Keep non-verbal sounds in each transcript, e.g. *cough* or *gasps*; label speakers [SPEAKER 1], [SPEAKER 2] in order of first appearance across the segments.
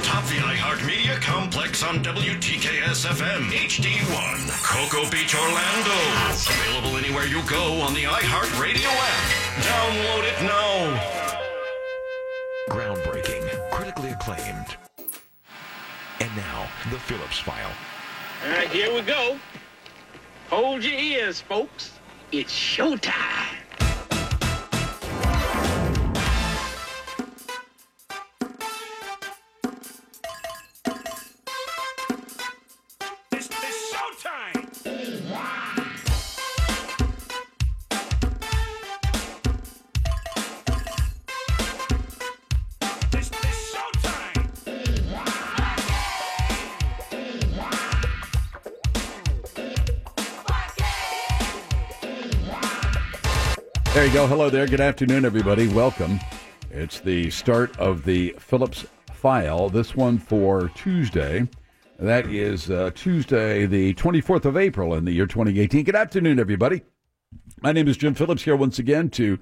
[SPEAKER 1] VI Heart Media Complex on WTKS FM HD1, Cocoa Beach, Orlando. Available anywhere you go on the iHeartRadio app. Download it now.
[SPEAKER 2] Groundbreaking, critically acclaimed. And now, the Phillips File.
[SPEAKER 3] All right, here we go. Hold your ears, folks. It's showtime.
[SPEAKER 4] It's, it's showtime! It's, it's showtime!
[SPEAKER 5] There you go. Hello there. Good afternoon, everybody. Welcome. It's the start of the Phillips file. This one for Tuesday. That is uh, Tuesday, the 24th of April in the year 2018. Good afternoon, everybody. My name is Jim Phillips here once again to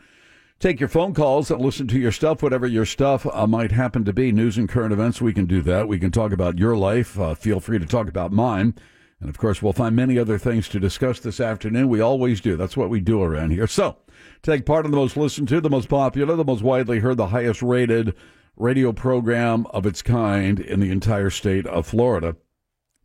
[SPEAKER 5] take your phone calls and listen to your stuff, whatever your stuff uh, might happen to be. News and current events, we can do that. We can talk about your life. Uh, feel free to talk about mine. And of course, we'll find many other things to discuss this afternoon. We always do. That's what we do around here. So take part in the most listened to, the most popular, the most widely heard, the highest rated radio program of its kind in the entire state of Florida.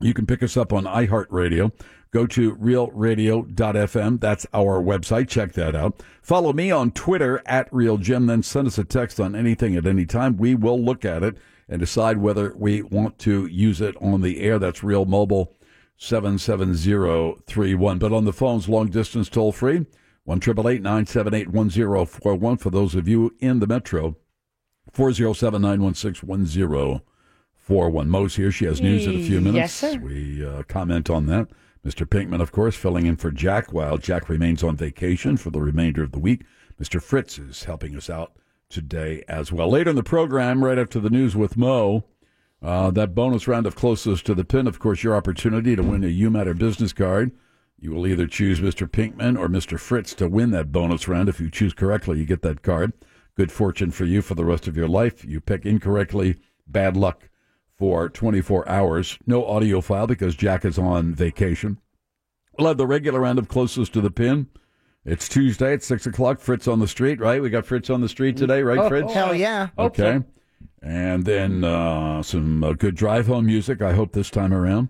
[SPEAKER 5] You can pick us up on iHeartRadio. Go to realradio.fm. That's our website. Check that out. Follow me on Twitter at RealJim. Then send us a text on anything at any time. We will look at it and decide whether we want to use it on the air. That's Real Mobile 77031. But on the phones, long distance toll free, 1 978 1041 for those of you in the metro, 407 916 1041. Mo's here. She has news in a few
[SPEAKER 6] Yes,
[SPEAKER 5] minutes.
[SPEAKER 6] sir.
[SPEAKER 5] We uh, comment on that. Mr. Pinkman, of course, filling in for Jack while Jack remains on vacation for the remainder of the week. Mr. Fritz is helping us out today as well. Later in the program, right after the news with Mo, uh, that bonus round of closest to the pin, of course, your opportunity to win a You Matter business card. You will either choose Mr. Pinkman or Mr. Fritz to win that bonus round. If you choose correctly, you get that card. Good fortune for you for the rest of your life. You pick incorrectly, bad luck for 24 hours. No audio file because Jack is on vacation. We'll have the regular round of closest to the pin. It's Tuesday at 6 o'clock. Fritz on the street, right? We got Fritz on the street today, right, Fritz?
[SPEAKER 7] Oh, Hell yeah.
[SPEAKER 5] Okay. And then uh, some uh, good drive home music, I hope, this time around.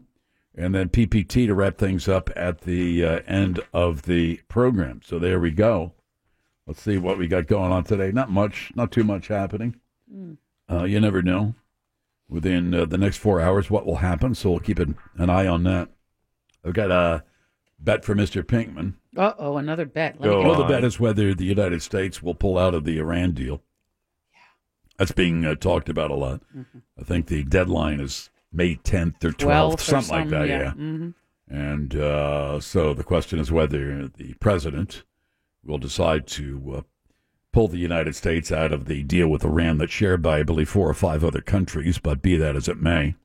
[SPEAKER 5] And then PPT to wrap things up at the uh, end of the program. So there we go. Let's see what we got going on today. Not much, not too much happening.
[SPEAKER 6] Hmm.
[SPEAKER 5] Uh, you never know within uh, the next four hours what will happen. So we'll keep an, an eye on that. I've got a bet for Mr. Pinkman.
[SPEAKER 6] Uh oh, another bet. Let me
[SPEAKER 5] Well,
[SPEAKER 6] go.
[SPEAKER 5] the bet is whether the United States will pull out of the Iran deal. That's being uh, talked about a lot.
[SPEAKER 6] Mm-hmm.
[SPEAKER 5] I think the deadline is May 10th or 12th,
[SPEAKER 6] Twelfth or
[SPEAKER 5] something like that, yeah.
[SPEAKER 6] Mhm.
[SPEAKER 5] And uh, so the question is whether the president will decide to uh, pull the United States out of the deal with Iran that's shared by, I believe, four or five other countries, but be that as it may.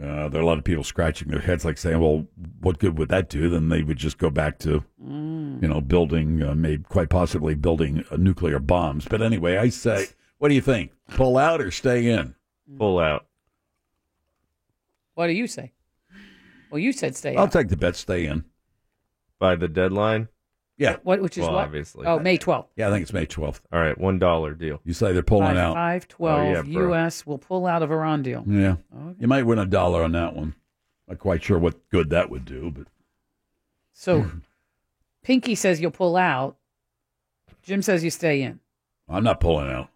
[SPEAKER 5] Uh, there are a lot of people scratching their heads, like saying, "Well, what good would that do?" Then they would just go back to,
[SPEAKER 6] Mm.
[SPEAKER 5] you know, building, uh, maybe quite possibly building uh, nuclear bombs. But anyway, I say, what do you think? Pull out or stay in?
[SPEAKER 6] Mm.
[SPEAKER 8] Pull out.
[SPEAKER 6] What do you say? Well, you said stay.
[SPEAKER 5] I'll
[SPEAKER 6] out.
[SPEAKER 5] take the bet, stay in.
[SPEAKER 8] By the deadline?
[SPEAKER 5] Yeah,
[SPEAKER 6] what? Which is
[SPEAKER 8] Well,
[SPEAKER 6] what?
[SPEAKER 8] obviously.
[SPEAKER 6] Oh, May twelfth.
[SPEAKER 5] yeah, I think it's May twelfth.
[SPEAKER 8] All right, one dollar deal.
[SPEAKER 5] You say they're pulling
[SPEAKER 6] Five-
[SPEAKER 5] out.
[SPEAKER 6] Five twelve.
[SPEAKER 8] Oh, yeah, bro.
[SPEAKER 6] U.S. will pull out of Iran
[SPEAKER 5] *clears throat*
[SPEAKER 6] deal.
[SPEAKER 5] Yeah,
[SPEAKER 6] Okay.
[SPEAKER 5] you might win a dollar on that one. Not quite sure what good that would do, but
[SPEAKER 6] So, Pinky says you'll pull out. Jim says you stay in.
[SPEAKER 5] I'm not
[SPEAKER 6] *laughs*
[SPEAKER 5] pulling out.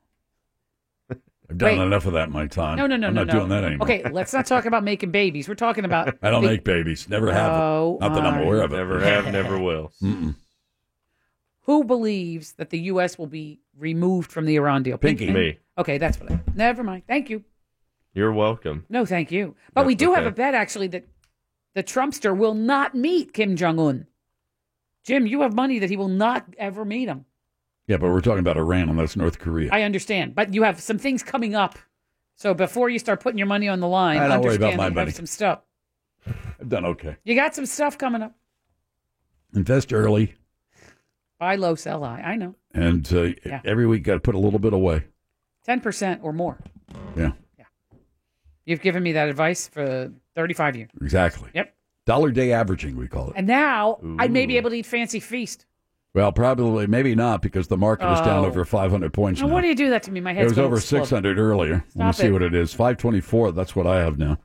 [SPEAKER 5] I've done
[SPEAKER 6] Wait.
[SPEAKER 5] enough of that in my time.
[SPEAKER 6] No, no, no,
[SPEAKER 5] I'm
[SPEAKER 6] no,
[SPEAKER 5] not
[SPEAKER 6] no.
[SPEAKER 5] doing that anymore.
[SPEAKER 6] Okay, let's not talk about making babies. We're talking
[SPEAKER 5] *laughs*
[SPEAKER 6] about.
[SPEAKER 5] I don't
[SPEAKER 6] the-
[SPEAKER 5] make babies. Never have.
[SPEAKER 6] Oh,
[SPEAKER 5] not that I'm
[SPEAKER 6] my.
[SPEAKER 5] aware of it.
[SPEAKER 8] Never have,
[SPEAKER 6] *laughs*
[SPEAKER 8] never will.
[SPEAKER 5] Mm-mm.
[SPEAKER 6] Who believes that the U.S. will be removed from the Iran deal?
[SPEAKER 5] Pinky.
[SPEAKER 8] Me.
[SPEAKER 6] Okay, that's what. I, never mind. Thank you.
[SPEAKER 8] You're welcome.
[SPEAKER 6] No, thank you. But we
[SPEAKER 8] That's
[SPEAKER 6] do have
[SPEAKER 8] okay.
[SPEAKER 6] a bet actually that the Trumpster will not meet Kim Jong Un. Jim, you have money that he will not ever meet him.
[SPEAKER 5] Yeah, but we're talking about Iran, and that's North Korea.
[SPEAKER 6] I understand, but you have some things coming up. So before you start putting your money on the line,
[SPEAKER 5] I don't worry about
[SPEAKER 6] understand
[SPEAKER 5] my
[SPEAKER 6] that you
[SPEAKER 5] money.
[SPEAKER 6] Have some stuff.
[SPEAKER 5] I've done okay.
[SPEAKER 6] You got some stuff coming up.
[SPEAKER 5] Invest early,
[SPEAKER 6] Buy low, sell high. I know,
[SPEAKER 5] and uh,
[SPEAKER 6] Yeah.
[SPEAKER 5] every week got to put a little bit away.
[SPEAKER 6] ten percent or more.
[SPEAKER 5] Yeah.
[SPEAKER 6] You've given me that advice for 35 years.
[SPEAKER 5] Exactly.
[SPEAKER 6] Yep.
[SPEAKER 5] Dollar day averaging, we call it.
[SPEAKER 6] And now I may be
[SPEAKER 5] Ooh.
[SPEAKER 6] able to eat fancy feast.
[SPEAKER 5] Well, probably, maybe not, because the market is down
[SPEAKER 6] Oh.
[SPEAKER 5] over 500 points
[SPEAKER 6] Now,
[SPEAKER 5] now.
[SPEAKER 6] why do you do that to me? My
[SPEAKER 5] It
[SPEAKER 6] head's
[SPEAKER 5] was
[SPEAKER 6] gonna
[SPEAKER 5] over
[SPEAKER 6] explode.
[SPEAKER 5] 600 earlier. Let me
[SPEAKER 6] Stop
[SPEAKER 5] see
[SPEAKER 6] it.
[SPEAKER 5] what it is. 524. That's what I have now.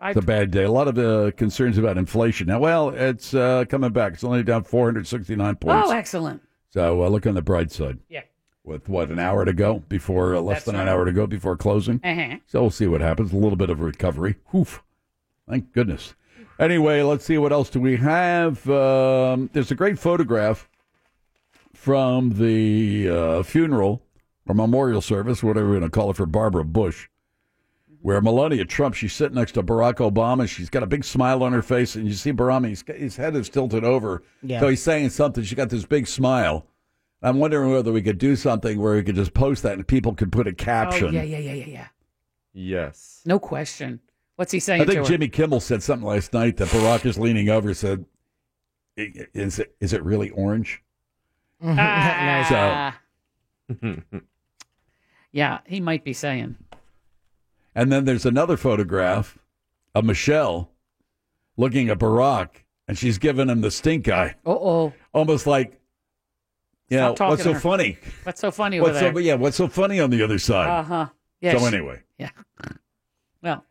[SPEAKER 6] Five-
[SPEAKER 5] It's a bad day. A lot of uh, concerns about inflation. Now, well, it's uh, coming back. It's only down 469 points.
[SPEAKER 6] Oh, excellent.
[SPEAKER 5] So uh, look on the bright side.
[SPEAKER 6] Yeah.
[SPEAKER 5] With what an hour to go before uh, less
[SPEAKER 6] That's
[SPEAKER 5] than an
[SPEAKER 6] right.
[SPEAKER 5] hour to go before closing.
[SPEAKER 6] Uh-huh.
[SPEAKER 5] So we'll see what happens. A little bit of recovery. Oof. Thank goodness. Anyway, let's see what else do we have. Um, there's a great photograph from the uh, funeral or memorial service, whatever we're going to call it, for Barbara Bush, where Melania Trump she's sitting next to Barack Obama. She's got a big smile on her face, and you see Barack. He's, his head is tilted over,
[SPEAKER 7] Yeah.
[SPEAKER 5] so he's saying something. She got this big smile. I'm wondering whether we could do something where we could just post that and people could put a caption.
[SPEAKER 6] Oh, yeah, yeah, yeah, yeah, yeah.
[SPEAKER 8] Yes.
[SPEAKER 6] No question. What's he saying
[SPEAKER 5] I think
[SPEAKER 6] to her?
[SPEAKER 5] Jimmy Kimmel said something last night that Barack is leaning over said, "I- "Is it is it really orange?"
[SPEAKER 6] Ah.
[SPEAKER 5] So-
[SPEAKER 6] yeah, he might be saying.
[SPEAKER 5] And then there's another photograph of Michelle looking at Barack, and she's giving him the stink eye,
[SPEAKER 6] Uh-oh.
[SPEAKER 5] almost like, you
[SPEAKER 6] Stop
[SPEAKER 5] know,
[SPEAKER 6] talking
[SPEAKER 5] what's
[SPEAKER 6] to
[SPEAKER 5] so
[SPEAKER 6] her.
[SPEAKER 5] funny?
[SPEAKER 6] What's so funny
[SPEAKER 5] What's
[SPEAKER 6] with
[SPEAKER 5] so,
[SPEAKER 6] that?
[SPEAKER 5] yeah, what's so funny on the other side?
[SPEAKER 6] Uh-huh. Yeah,
[SPEAKER 5] so
[SPEAKER 6] she-
[SPEAKER 5] anyway,
[SPEAKER 6] Yeah. Well,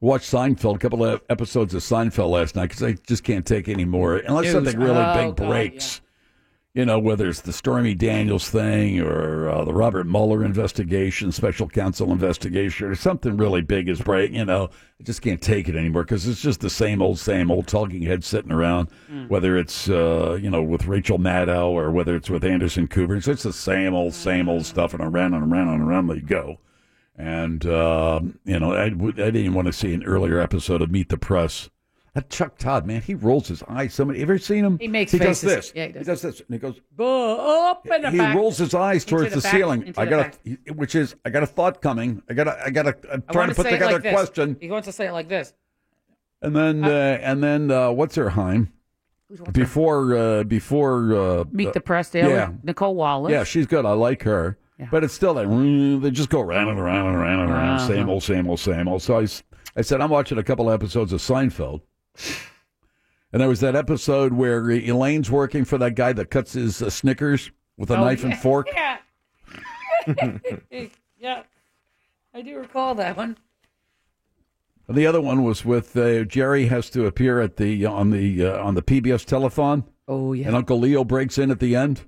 [SPEAKER 5] watched Seinfeld, a couple of episodes of Seinfeld last night because I just can't take any more unless
[SPEAKER 6] News.
[SPEAKER 5] something really
[SPEAKER 6] Oh, God,
[SPEAKER 5] big breaks. You know, whether it's the Stormy Daniels thing or uh, the Robert Mueller investigation, special counsel investigation, or something really big is breaking. You know, I just can't take it anymore because it's just the same old, same old talking head sitting around.
[SPEAKER 6] Mm.
[SPEAKER 5] Whether it's uh, you know with Rachel Maddow or whether it's with Anderson Cooper, it's just the same old, same
[SPEAKER 6] Mm.
[SPEAKER 5] old stuff, and around and around and around they go. And, uh, you know, I, w- I didn't want to see an earlier episode of Meet the Press. That Chuck Todd, man, he rolls his eyes. Somebody, ever seen him?
[SPEAKER 6] He makes
[SPEAKER 5] he
[SPEAKER 6] faces.
[SPEAKER 5] Does this.
[SPEAKER 6] Yeah, he
[SPEAKER 5] he
[SPEAKER 6] does.
[SPEAKER 5] does. this. And he goes,
[SPEAKER 6] buh, up and
[SPEAKER 5] he
[SPEAKER 6] back.
[SPEAKER 5] rolls his eyes
[SPEAKER 6] Into
[SPEAKER 5] towards
[SPEAKER 6] the
[SPEAKER 5] the,
[SPEAKER 6] back,
[SPEAKER 5] ceiling.
[SPEAKER 6] into
[SPEAKER 5] I
[SPEAKER 6] the
[SPEAKER 5] got a, which is, I got a thought coming. I got a, I got a, I'm
[SPEAKER 6] I
[SPEAKER 5] trying
[SPEAKER 6] want
[SPEAKER 5] to put
[SPEAKER 6] say it
[SPEAKER 5] together
[SPEAKER 6] like
[SPEAKER 5] a
[SPEAKER 6] this.
[SPEAKER 5] question.
[SPEAKER 6] He wants to say it like this.
[SPEAKER 5] And then, uh, and then, uh, what's her Heim? Before, uh, before, uh,
[SPEAKER 6] Meet
[SPEAKER 5] uh,
[SPEAKER 6] the press daily.
[SPEAKER 5] yeah.
[SPEAKER 6] Nicole Wallace.
[SPEAKER 5] Yeah, she's good. I like her.
[SPEAKER 6] Yeah.
[SPEAKER 5] But it's still like "Mm," they just go round and around and around and around.
[SPEAKER 6] Uh-huh.
[SPEAKER 5] Same old, same old, same old. So I, s- I said, I'm watching a couple episodes of Seinfeld. And there was that episode where E, Elaine's working for that guy that cuts his uh, Snickers with a
[SPEAKER 6] Oh,
[SPEAKER 5] knife and
[SPEAKER 6] yeah. *laughs*
[SPEAKER 5] fork.
[SPEAKER 6] Yeah. yeah. I do recall that one.
[SPEAKER 5] And the other one was with uh, Jerry has to appear at the on the uh, on the PBS telethon,
[SPEAKER 6] Oh, yeah.
[SPEAKER 5] and Uncle Leo breaks in at the end.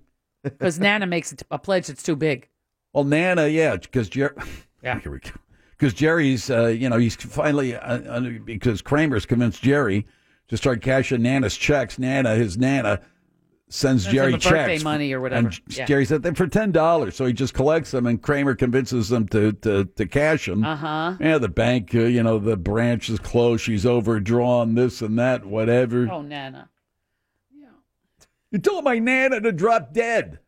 [SPEAKER 6] Because Nana makes a pledge that's too big.
[SPEAKER 5] Well, Nana, yeah, because Jerry.
[SPEAKER 6] Yeah.
[SPEAKER 5] *laughs* Here we go. Because Jerry's, uh, you know, he's finally uh, uh, because Kramer's convinced Jerry to start cashing Nana's checks. Nana, his Nana, sends
[SPEAKER 6] Sends him
[SPEAKER 5] Jerry
[SPEAKER 6] the birthday
[SPEAKER 5] checks,
[SPEAKER 6] money or whatever.
[SPEAKER 5] And
[SPEAKER 6] Yeah.
[SPEAKER 5] Jerry said "They're for ten dollars, so he just collects them, and Kramer convinces them to to, to cash them.
[SPEAKER 6] Uh huh.
[SPEAKER 5] Yeah, the bank, uh, you know, the branch is closed. She's overdrawn, this and that, whatever.
[SPEAKER 6] Oh, Nana.
[SPEAKER 5] You told my Nana to drop dead.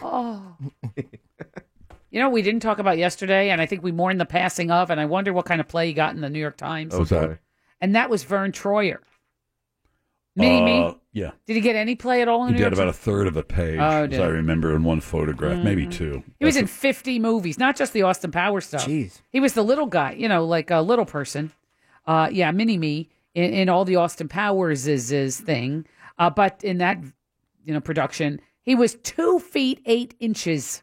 [SPEAKER 6] Oh. you know, what we didn't talk about yesterday, and I think we mourned the passing of, and I wonder what kind of play he got in the New York Times.
[SPEAKER 5] What's Oh, that?
[SPEAKER 6] And that was Vern Troyer. Mini
[SPEAKER 5] Uh,
[SPEAKER 6] me.
[SPEAKER 5] yeah.
[SPEAKER 6] Did he get any play at all in
[SPEAKER 5] He
[SPEAKER 6] the New
[SPEAKER 5] did
[SPEAKER 6] York
[SPEAKER 5] about a third of a page,
[SPEAKER 6] Oh,
[SPEAKER 5] as
[SPEAKER 6] did Mm.
[SPEAKER 5] I
[SPEAKER 6] he?
[SPEAKER 5] remember, in one photograph, maybe two.
[SPEAKER 6] Mm-hmm. He was in 50 movies, not just the Austin Power stuff.
[SPEAKER 7] Jeez.
[SPEAKER 6] He was the little guy, you know, like a little person. Uh, yeah, mini me in, in all the Austin Powers is, is thing. Uh, but in that, you know, production, he was two feet eight inches.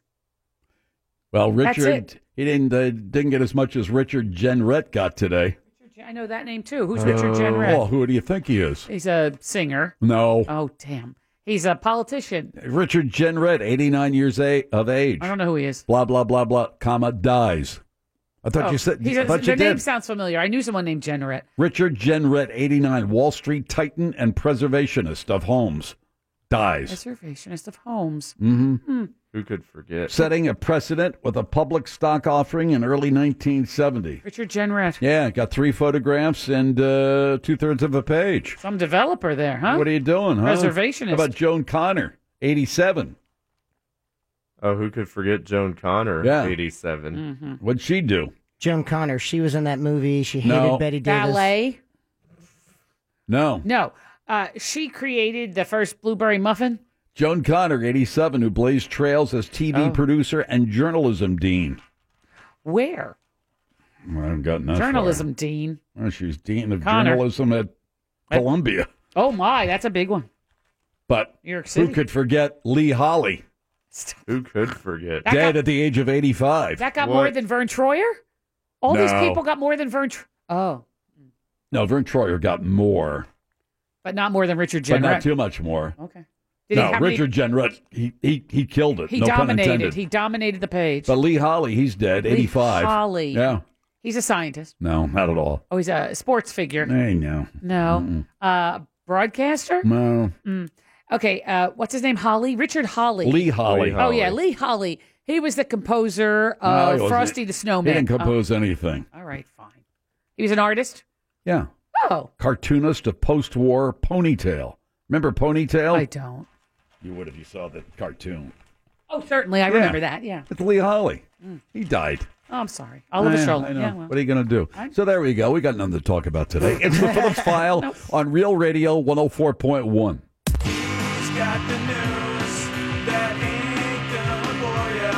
[SPEAKER 5] Well,
[SPEAKER 6] That's
[SPEAKER 5] Richard,
[SPEAKER 6] it.
[SPEAKER 5] he didn't uh, didn't get as much as Richard Jenrette got today.
[SPEAKER 6] I know that name too. Who's Richard Jenrette?
[SPEAKER 5] Oh, who do you think he is?
[SPEAKER 6] He's a singer.
[SPEAKER 5] No,
[SPEAKER 6] Oh, damn. He's a politician.
[SPEAKER 5] Richard Jenrette, eighty nine years a- of age.
[SPEAKER 6] I don't know who he is.
[SPEAKER 5] Blah blah blah blah, comma dies. I thought
[SPEAKER 6] Oh,
[SPEAKER 5] you said.
[SPEAKER 6] he
[SPEAKER 5] I
[SPEAKER 6] does-
[SPEAKER 5] thought
[SPEAKER 6] their
[SPEAKER 5] you
[SPEAKER 6] name
[SPEAKER 5] did.
[SPEAKER 6] sounds familiar. I knew someone named Jenrette.
[SPEAKER 5] Richard Jenrette, eighty nine, Wall Street titan and preservationist of homes, dies. Mm-hmm.
[SPEAKER 6] Reservationist of Hmm, homes.
[SPEAKER 8] Who could forget?
[SPEAKER 5] Setting a precedent with a public stock offering in early 1970.
[SPEAKER 6] Richard Jenrette.
[SPEAKER 5] Yeah, got three photographs and uh, two thirds of a page.
[SPEAKER 6] Some developer there, huh?
[SPEAKER 5] What are you doing, huh?
[SPEAKER 6] Reservationist.
[SPEAKER 5] How about Joan Connor, 87?
[SPEAKER 8] Oh, who could forget Joan Connor?
[SPEAKER 5] Yeah.
[SPEAKER 8] 87.
[SPEAKER 6] Mm-hmm.
[SPEAKER 5] What'd she do?
[SPEAKER 7] Joan Connor, she was in that movie. She hated
[SPEAKER 5] No.
[SPEAKER 7] Betty Davis.
[SPEAKER 6] Ballet.
[SPEAKER 5] No.
[SPEAKER 6] No. Uh, she created the first blueberry muffin.
[SPEAKER 5] Joan Connor, 87, who blazed trails as TV
[SPEAKER 6] Oh.
[SPEAKER 5] producer and journalism dean.
[SPEAKER 6] Where?
[SPEAKER 5] I haven't gotten that far.
[SPEAKER 6] Journalism, Dean.
[SPEAKER 5] Well, she was dean of
[SPEAKER 6] Connor.
[SPEAKER 5] journalism at Columbia.
[SPEAKER 6] Oh my, that's a big one.
[SPEAKER 5] But
[SPEAKER 6] New York City.
[SPEAKER 5] who could forget Lee Holly,
[SPEAKER 8] Who could forget?
[SPEAKER 6] That
[SPEAKER 5] dead
[SPEAKER 6] got-
[SPEAKER 5] at the age of 85?
[SPEAKER 6] That got
[SPEAKER 8] What?
[SPEAKER 6] more than Vern Troyer. All these
[SPEAKER 5] No.
[SPEAKER 6] people got more than Vern. Tr- oh,
[SPEAKER 5] No, Vern Troyer got more,
[SPEAKER 6] but not more than Richard
[SPEAKER 5] but not
[SPEAKER 6] Jenrette.
[SPEAKER 5] too much more.
[SPEAKER 6] okay.
[SPEAKER 5] no,
[SPEAKER 6] how many-
[SPEAKER 5] Richard Jenrette, he, he, he killed it.
[SPEAKER 6] He
[SPEAKER 5] no pun
[SPEAKER 6] dominated.
[SPEAKER 5] intended.
[SPEAKER 6] He dominated the page.
[SPEAKER 5] But Lee Holly, he's dead,
[SPEAKER 6] Lee
[SPEAKER 5] 85.
[SPEAKER 6] Holly.
[SPEAKER 5] Yeah.
[SPEAKER 6] He's a scientist.
[SPEAKER 5] No, not at all.
[SPEAKER 6] Oh, he's a sports figure.
[SPEAKER 5] Hey, no.
[SPEAKER 6] No.
[SPEAKER 5] Mm.
[SPEAKER 6] Uh, broadcaster?
[SPEAKER 5] No.
[SPEAKER 6] Mm. Okay. Uh, what's his name? Holly? Richard Holly.
[SPEAKER 5] Lee Holly.
[SPEAKER 8] Lee
[SPEAKER 6] Oh, yeah.
[SPEAKER 8] Holly.
[SPEAKER 6] Lee Holly. He was the composer
[SPEAKER 5] No, he
[SPEAKER 6] of
[SPEAKER 5] wasn't.
[SPEAKER 6] Uh, Frosty the
[SPEAKER 5] He
[SPEAKER 6] Snowman. Uh-huh.
[SPEAKER 5] didn't compose anything.
[SPEAKER 6] Oh, all right. Fine. He was an artist?
[SPEAKER 5] Yeah.
[SPEAKER 6] Oh.
[SPEAKER 5] Cartoonist of post war Ponytail. Remember Ponytail?
[SPEAKER 6] I don't.
[SPEAKER 5] You would if you saw the cartoon.
[SPEAKER 6] Oh, certainly. I remember that. Yeah.
[SPEAKER 5] It's Lee Holly. He died.
[SPEAKER 6] Oh, I'm sorry. Oliver
[SPEAKER 5] Yeah,
[SPEAKER 6] Sherlock.
[SPEAKER 5] I know.
[SPEAKER 6] Yeah, well.
[SPEAKER 5] What are you going to do? So there we go. We got nothing to talk about today. It's the
[SPEAKER 6] *laughs*
[SPEAKER 5] Phillips File on Real Radio 104.1.
[SPEAKER 4] He's got the news that ain't gonna bore ya.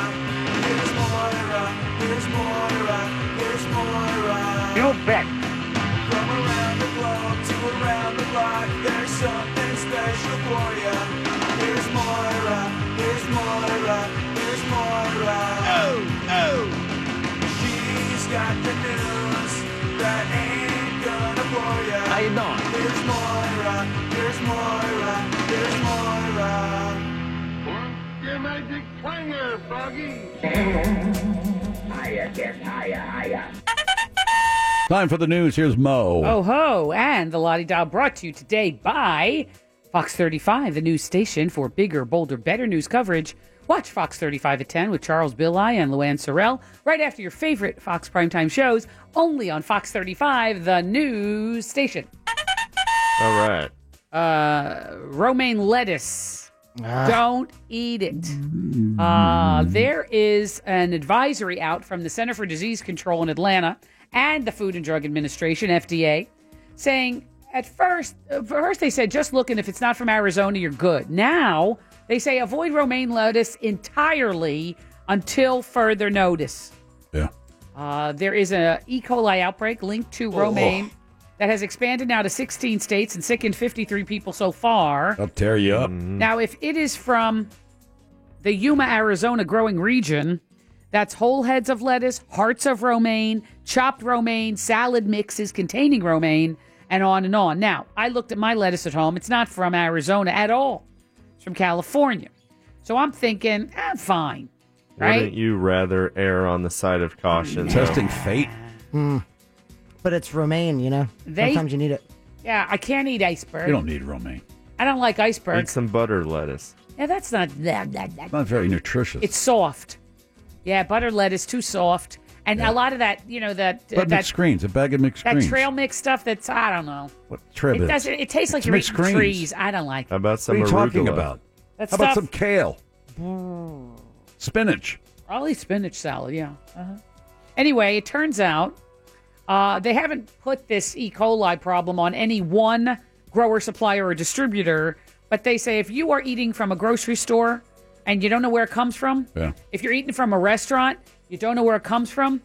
[SPEAKER 4] Here's Moira, here's Moira, here's Moira. You bet. From around the globe to around the block, there's something special for ya. Here's Moira, here's Moira, here's Moira. Oh, oh. She's got the news that ain't gonna bore ya. How you doing? Here's Moira, here's Moira, here's Moira.
[SPEAKER 5] Time for the news. Here's Mo.
[SPEAKER 6] Oh ho! And the Lottie Dow brought to you today by Fox 35, the news station for bigger, bolder, better news coverage. Watch Fox 35 at 10 with Charles Billeye and Luann Sorrell right after your favorite Fox primetime shows, only on Fox 35, the news station. Uh,
[SPEAKER 8] All right.
[SPEAKER 6] Romaine lettuce. Don't eat it. Uh, there is an advisory out from the Center for Disease Control in Atlanta and the Food and Drug Administration (FDA) saying at first, at first they said just look and if it's not from Arizona, you're good. Now they say avoid romaine lettuce entirely until further notice.
[SPEAKER 5] Yeah.
[SPEAKER 6] Uh, there is a E. coli outbreak linked to romaine that has expanded now to 16 states and sickened 53 people so far.
[SPEAKER 5] I'll tear you up.
[SPEAKER 6] Now, if it is from the Yuma, Arizona growing region, that's whole heads of lettuce, hearts of romaine, chopped romaine, salad mixes containing romaine, and on and on. Now, I looked at my lettuce at home. It's not from Arizona at all, it's from California. So I'm thinking, I'm fine. Right?
[SPEAKER 8] Wouldn't you rather err on the side of caution? though?
[SPEAKER 5] Testing fate.
[SPEAKER 7] Mm. But it's romaine, you know.
[SPEAKER 6] They-
[SPEAKER 7] Sometimes you need it.
[SPEAKER 6] Yeah, I can't eat iceberg.
[SPEAKER 5] You don't need romaine.
[SPEAKER 6] I don't like
[SPEAKER 8] Eat
[SPEAKER 6] icebergs.
[SPEAKER 8] some butter lettuce.
[SPEAKER 6] Yeah, that's not.
[SPEAKER 5] It's not very nutritious.
[SPEAKER 6] It's soft. Yeah, butter lettuce too soft, and a lot of that, you know, that
[SPEAKER 5] but
[SPEAKER 6] uh, that
[SPEAKER 5] McScreens, a bag of
[SPEAKER 6] that
[SPEAKER 5] McScreens.
[SPEAKER 6] trail mix stuff. That's I don't know.
[SPEAKER 5] What trip
[SPEAKER 6] It
[SPEAKER 5] is?
[SPEAKER 6] doesn't. It tastes like
[SPEAKER 5] It's
[SPEAKER 6] you're eating
[SPEAKER 5] mixed greens.
[SPEAKER 6] trees. I don't like
[SPEAKER 8] How
[SPEAKER 6] it.
[SPEAKER 8] about
[SPEAKER 5] What
[SPEAKER 8] some
[SPEAKER 5] are you talking
[SPEAKER 8] arugula?
[SPEAKER 5] about?
[SPEAKER 6] that
[SPEAKER 5] How
[SPEAKER 6] stuff.
[SPEAKER 5] about some kale? Spinach.
[SPEAKER 6] Probably spinach salad. Yeah. Uh-huh. Anyway, it turns out uh, they haven't put this E. coli problem on any one grower, supplier, or distributor. But they say if you are eating from a grocery store and you don't know where it comes from,
[SPEAKER 5] Yeah.
[SPEAKER 6] If you're eating from a restaurant, you don't know where it comes from,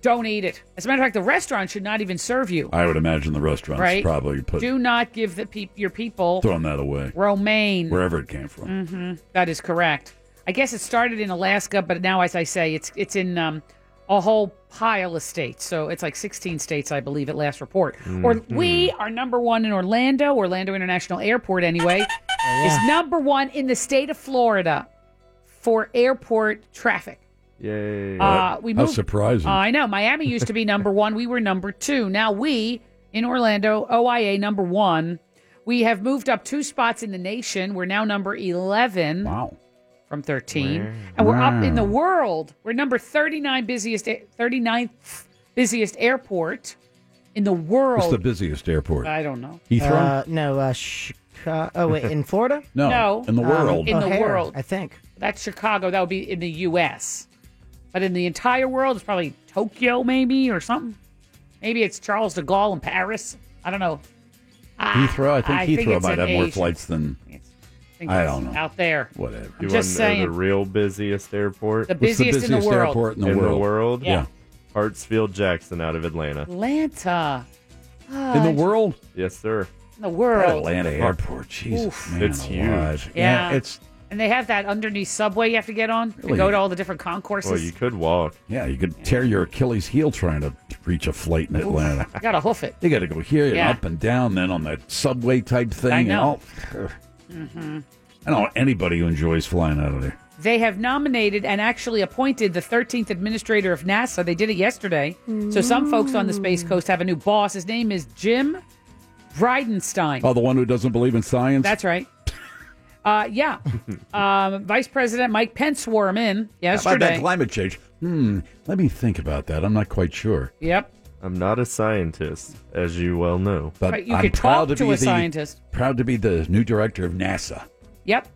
[SPEAKER 6] don't eat it. As a matter of fact, the restaurant should not even serve you.
[SPEAKER 5] I would imagine the restaurants
[SPEAKER 6] Right?
[SPEAKER 5] probably put
[SPEAKER 6] Do not give the peop your people
[SPEAKER 5] throwing that away
[SPEAKER 6] romaine. Mm-hmm.
[SPEAKER 5] wherever it came from.
[SPEAKER 6] That is correct. I guess it started in Alaska, but now, as I say, it's it's in um, a whole pile of states. So it's like 16 states, I believe, at last report.
[SPEAKER 5] Mm-hmm.
[SPEAKER 6] Or we are number one in Orlando, Orlando International Airport, anyway,
[SPEAKER 5] Oh,
[SPEAKER 6] is number one in the state of Florida for airport traffic.
[SPEAKER 8] Yay.
[SPEAKER 6] Uh, we
[SPEAKER 5] How
[SPEAKER 6] moved.
[SPEAKER 5] surprising!
[SPEAKER 6] I know. Miami used to be number
[SPEAKER 5] *laughs*
[SPEAKER 6] one. We were number two. Now we in Orlando, OIA number one. We have moved up two spots in the nation. We're now number 11
[SPEAKER 5] wow.
[SPEAKER 6] from 13. And we're up in the world. We're number 39 busiest, 39th busiest airport in the
[SPEAKER 5] It's
[SPEAKER 6] world.
[SPEAKER 5] the busiest airport.
[SPEAKER 6] I don't know.
[SPEAKER 5] Heathrow?
[SPEAKER 7] Uh, no, uh, Chicago. Oh, wait, in Florida?
[SPEAKER 5] no,
[SPEAKER 6] no.
[SPEAKER 5] in the
[SPEAKER 6] Um,
[SPEAKER 5] world.
[SPEAKER 6] in the
[SPEAKER 7] O'Hare,
[SPEAKER 6] world.
[SPEAKER 7] I think.
[SPEAKER 6] That's Chicago. That would be in the U.S. But in the entire world, it's probably Tokyo, maybe, or something. Maybe it's Charles de Gaulle in Paris. I don't know. Ah,
[SPEAKER 5] Heathrow. I think Heathrow
[SPEAKER 6] it's
[SPEAKER 5] might
[SPEAKER 6] in
[SPEAKER 5] have more
[SPEAKER 6] Asia.
[SPEAKER 5] flights than
[SPEAKER 6] I think
[SPEAKER 5] I
[SPEAKER 6] it's
[SPEAKER 5] don't know.
[SPEAKER 6] Out there.
[SPEAKER 5] whatever.
[SPEAKER 8] you
[SPEAKER 6] just
[SPEAKER 8] wanna know
[SPEAKER 6] saying.
[SPEAKER 8] the real busiest airport
[SPEAKER 6] The
[SPEAKER 5] What's
[SPEAKER 6] busiest,
[SPEAKER 5] the
[SPEAKER 6] in the world.
[SPEAKER 5] airport in the
[SPEAKER 8] in
[SPEAKER 5] world?
[SPEAKER 8] the world?
[SPEAKER 5] Yeah.
[SPEAKER 8] Hartsfield Jackson out of Atlanta.
[SPEAKER 6] Atlanta. Ah,
[SPEAKER 5] In the world?
[SPEAKER 8] Yes, sir.
[SPEAKER 6] In the world.
[SPEAKER 5] Atlanta airport, Jesus,
[SPEAKER 6] Oof.
[SPEAKER 5] man
[SPEAKER 8] It's huge.
[SPEAKER 5] alive.
[SPEAKER 6] Yeah.
[SPEAKER 5] it's
[SPEAKER 6] And they have that underneath subway you have to get on to
[SPEAKER 5] Really?
[SPEAKER 6] go to all the different concourses.
[SPEAKER 8] Well, you could walk.
[SPEAKER 5] yeah. You could tear your Achilles heel trying to reach a flight in Atlanta.
[SPEAKER 6] You gotta hoof it.
[SPEAKER 5] You got to go here and
[SPEAKER 6] Yeah.
[SPEAKER 5] up and down, then on that subway type thing.
[SPEAKER 6] I
[SPEAKER 5] and
[SPEAKER 6] know. *laughs*
[SPEAKER 5] all.
[SPEAKER 6] Mm-hmm.
[SPEAKER 5] I don't know anybody who enjoys flying out of there.
[SPEAKER 6] They have nominated and actually appointed the 13th administrator of NASA. They did it yesterday. So some folks on the Space Coast have a new boss. His name is Jim Bridenstine.
[SPEAKER 5] Oh, the one who doesn't believe in science. *laughs*
[SPEAKER 6] That's right. Uh, yeah. um, Vice President Mike Pence swore him in
[SPEAKER 5] How about that
[SPEAKER 6] yesterday.
[SPEAKER 5] climate change. Hmm. Let me think about that. I'm not quite sure,
[SPEAKER 6] Yep.
[SPEAKER 8] I'm not a scientist, as you well know.
[SPEAKER 5] but
[SPEAKER 6] Right, you
[SPEAKER 5] I'm
[SPEAKER 6] could talk
[SPEAKER 5] proud to
[SPEAKER 6] to
[SPEAKER 5] be
[SPEAKER 6] a
[SPEAKER 5] the
[SPEAKER 6] scientist.
[SPEAKER 5] proud to be the new director of NASA.
[SPEAKER 6] Yep.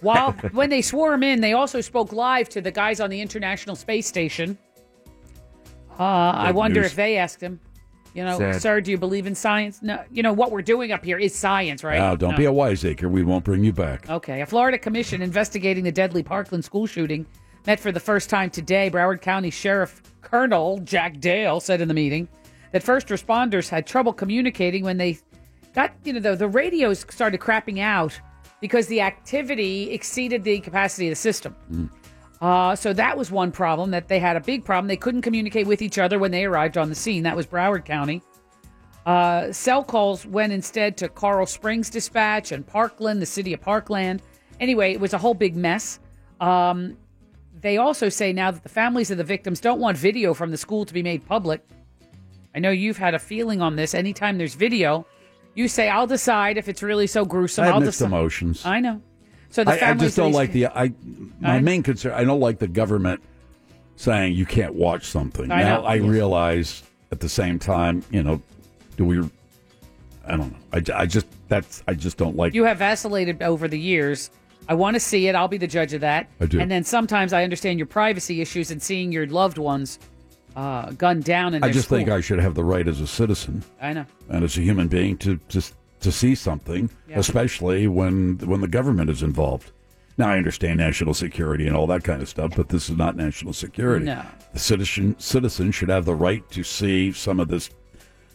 [SPEAKER 6] While when they swore him in, they also spoke live to the guys on the International Space Station. Uh, I
[SPEAKER 8] Good
[SPEAKER 6] wonder
[SPEAKER 8] news.
[SPEAKER 6] if they asked him, you know,
[SPEAKER 8] Sad.
[SPEAKER 6] sir, do you believe in science? No, you know what we're doing up here is science, right?
[SPEAKER 5] Now, don't
[SPEAKER 6] No.
[SPEAKER 5] be a wiseacre. We won't bring you back.
[SPEAKER 6] Okay. A Florida commission investigating the deadly Parkland school shooting met for the first time today. Broward County Sheriff Colonel Jack Dale said in the meeting that first responders had trouble communicating when they got, you know, the, the radios started crapping out because the activity exceeded the capacity of the system. Uh, so that was one problem that they had a big problem. They couldn't communicate with each other when they arrived on the scene. That was Broward County. Uh, cell calls went instead to Carl Springs Dispatch and Parkland, the city of Parkland. Anyway, it was a whole big mess. Um, they also say now that the families of the victims don't want video from the school to be made public. I know you've had a feeling on this. Anytime there's video, you say, I'll decide if it's really so gruesome.
[SPEAKER 5] I
[SPEAKER 6] will
[SPEAKER 5] have mixed
[SPEAKER 6] decide.
[SPEAKER 5] emotions.
[SPEAKER 6] I know. So the
[SPEAKER 5] I, I
[SPEAKER 6] families
[SPEAKER 5] just
[SPEAKER 6] of
[SPEAKER 5] don't
[SPEAKER 6] these-
[SPEAKER 5] like the I. My main concern, I don't like the government saying you can't watch something.
[SPEAKER 6] I
[SPEAKER 5] now
[SPEAKER 6] know.
[SPEAKER 5] I realize at the same time, you know, do we? I don't know. I, j- I just that's I just don't like.
[SPEAKER 6] you have vacillated over the years. I want to see it. I'll be the judge of that.
[SPEAKER 5] I do.
[SPEAKER 6] And then sometimes I understand your privacy issues and seeing your loved ones uh, gunned down. And
[SPEAKER 5] I just think I should have the right as a citizen
[SPEAKER 6] I know.
[SPEAKER 5] and as a human being to just to see something,
[SPEAKER 6] Yeah.
[SPEAKER 5] especially when when the government is involved. Now I understand national security and all that kind of stuff, but this is not national security.
[SPEAKER 6] No.
[SPEAKER 5] The citizen citizen should have the right to see some of this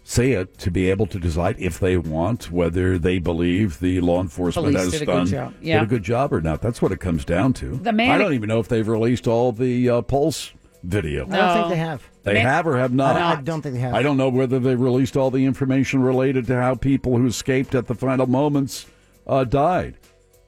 [SPEAKER 5] say it to be able to decide if they want whether they believe the law enforcement
[SPEAKER 6] Police
[SPEAKER 5] has
[SPEAKER 6] did a good
[SPEAKER 5] done
[SPEAKER 6] job. Yeah.
[SPEAKER 5] did a good job or not. That's what it comes down to.
[SPEAKER 6] The man-
[SPEAKER 5] I don't even know if they've released all the uh, pulse video.
[SPEAKER 7] I don't
[SPEAKER 6] No.
[SPEAKER 7] think they have.
[SPEAKER 5] They
[SPEAKER 6] Man-
[SPEAKER 5] have or have not.
[SPEAKER 7] I I don't think they have.
[SPEAKER 5] I don't know whether they released all the information related to how people who escaped at the final moments uh, died.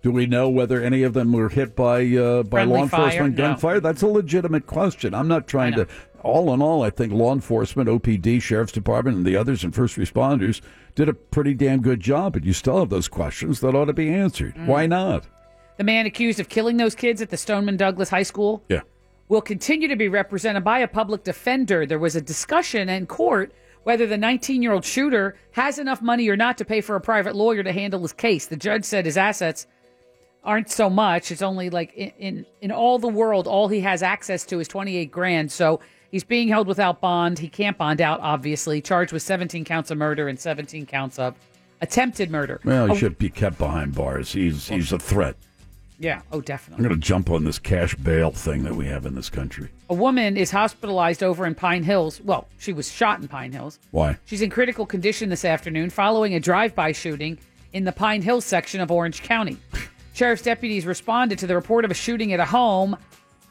[SPEAKER 5] Do we know whether any of them were hit by uh, by
[SPEAKER 6] Friendly
[SPEAKER 5] law enforcement
[SPEAKER 6] fire? No.
[SPEAKER 5] gunfire? That's a legitimate question. I'm not trying
[SPEAKER 6] I know.
[SPEAKER 5] to. All in all, I think law enforcement, OPD, sheriff's department, and the others and first responders did a pretty damn good job. But you still have those questions that ought to be answered.
[SPEAKER 6] Mm.
[SPEAKER 5] Why not?
[SPEAKER 6] The man accused of killing those kids at the Stoneman Douglas High School
[SPEAKER 5] Yeah.
[SPEAKER 6] will continue to be represented by a public defender. There was a discussion in court whether the 19 year old shooter has enough money or not to pay for a private lawyer to handle his case. The judge said his assets aren't so much. It's only like in, in, in all the world, all he has access to is 28 grand. So he's being held without bond. He can't bond out, obviously, charged with 17 counts of murder and 17 counts of attempted murder.
[SPEAKER 5] Well, he
[SPEAKER 6] Oh,
[SPEAKER 5] should be kept behind bars. He's he's a threat.
[SPEAKER 6] Yeah. Oh,
[SPEAKER 5] I'm
[SPEAKER 6] definitely.
[SPEAKER 5] going to jump on this cash bail thing that we have in this country.
[SPEAKER 6] A woman is hospitalized over in Pine Hills. Well, she was shot in Pine Hills.
[SPEAKER 5] Why?
[SPEAKER 6] She's in critical condition this afternoon following a drive by shooting in the Pine Hill section of Orange County. Sheriff's deputies responded to the report of a shooting at a home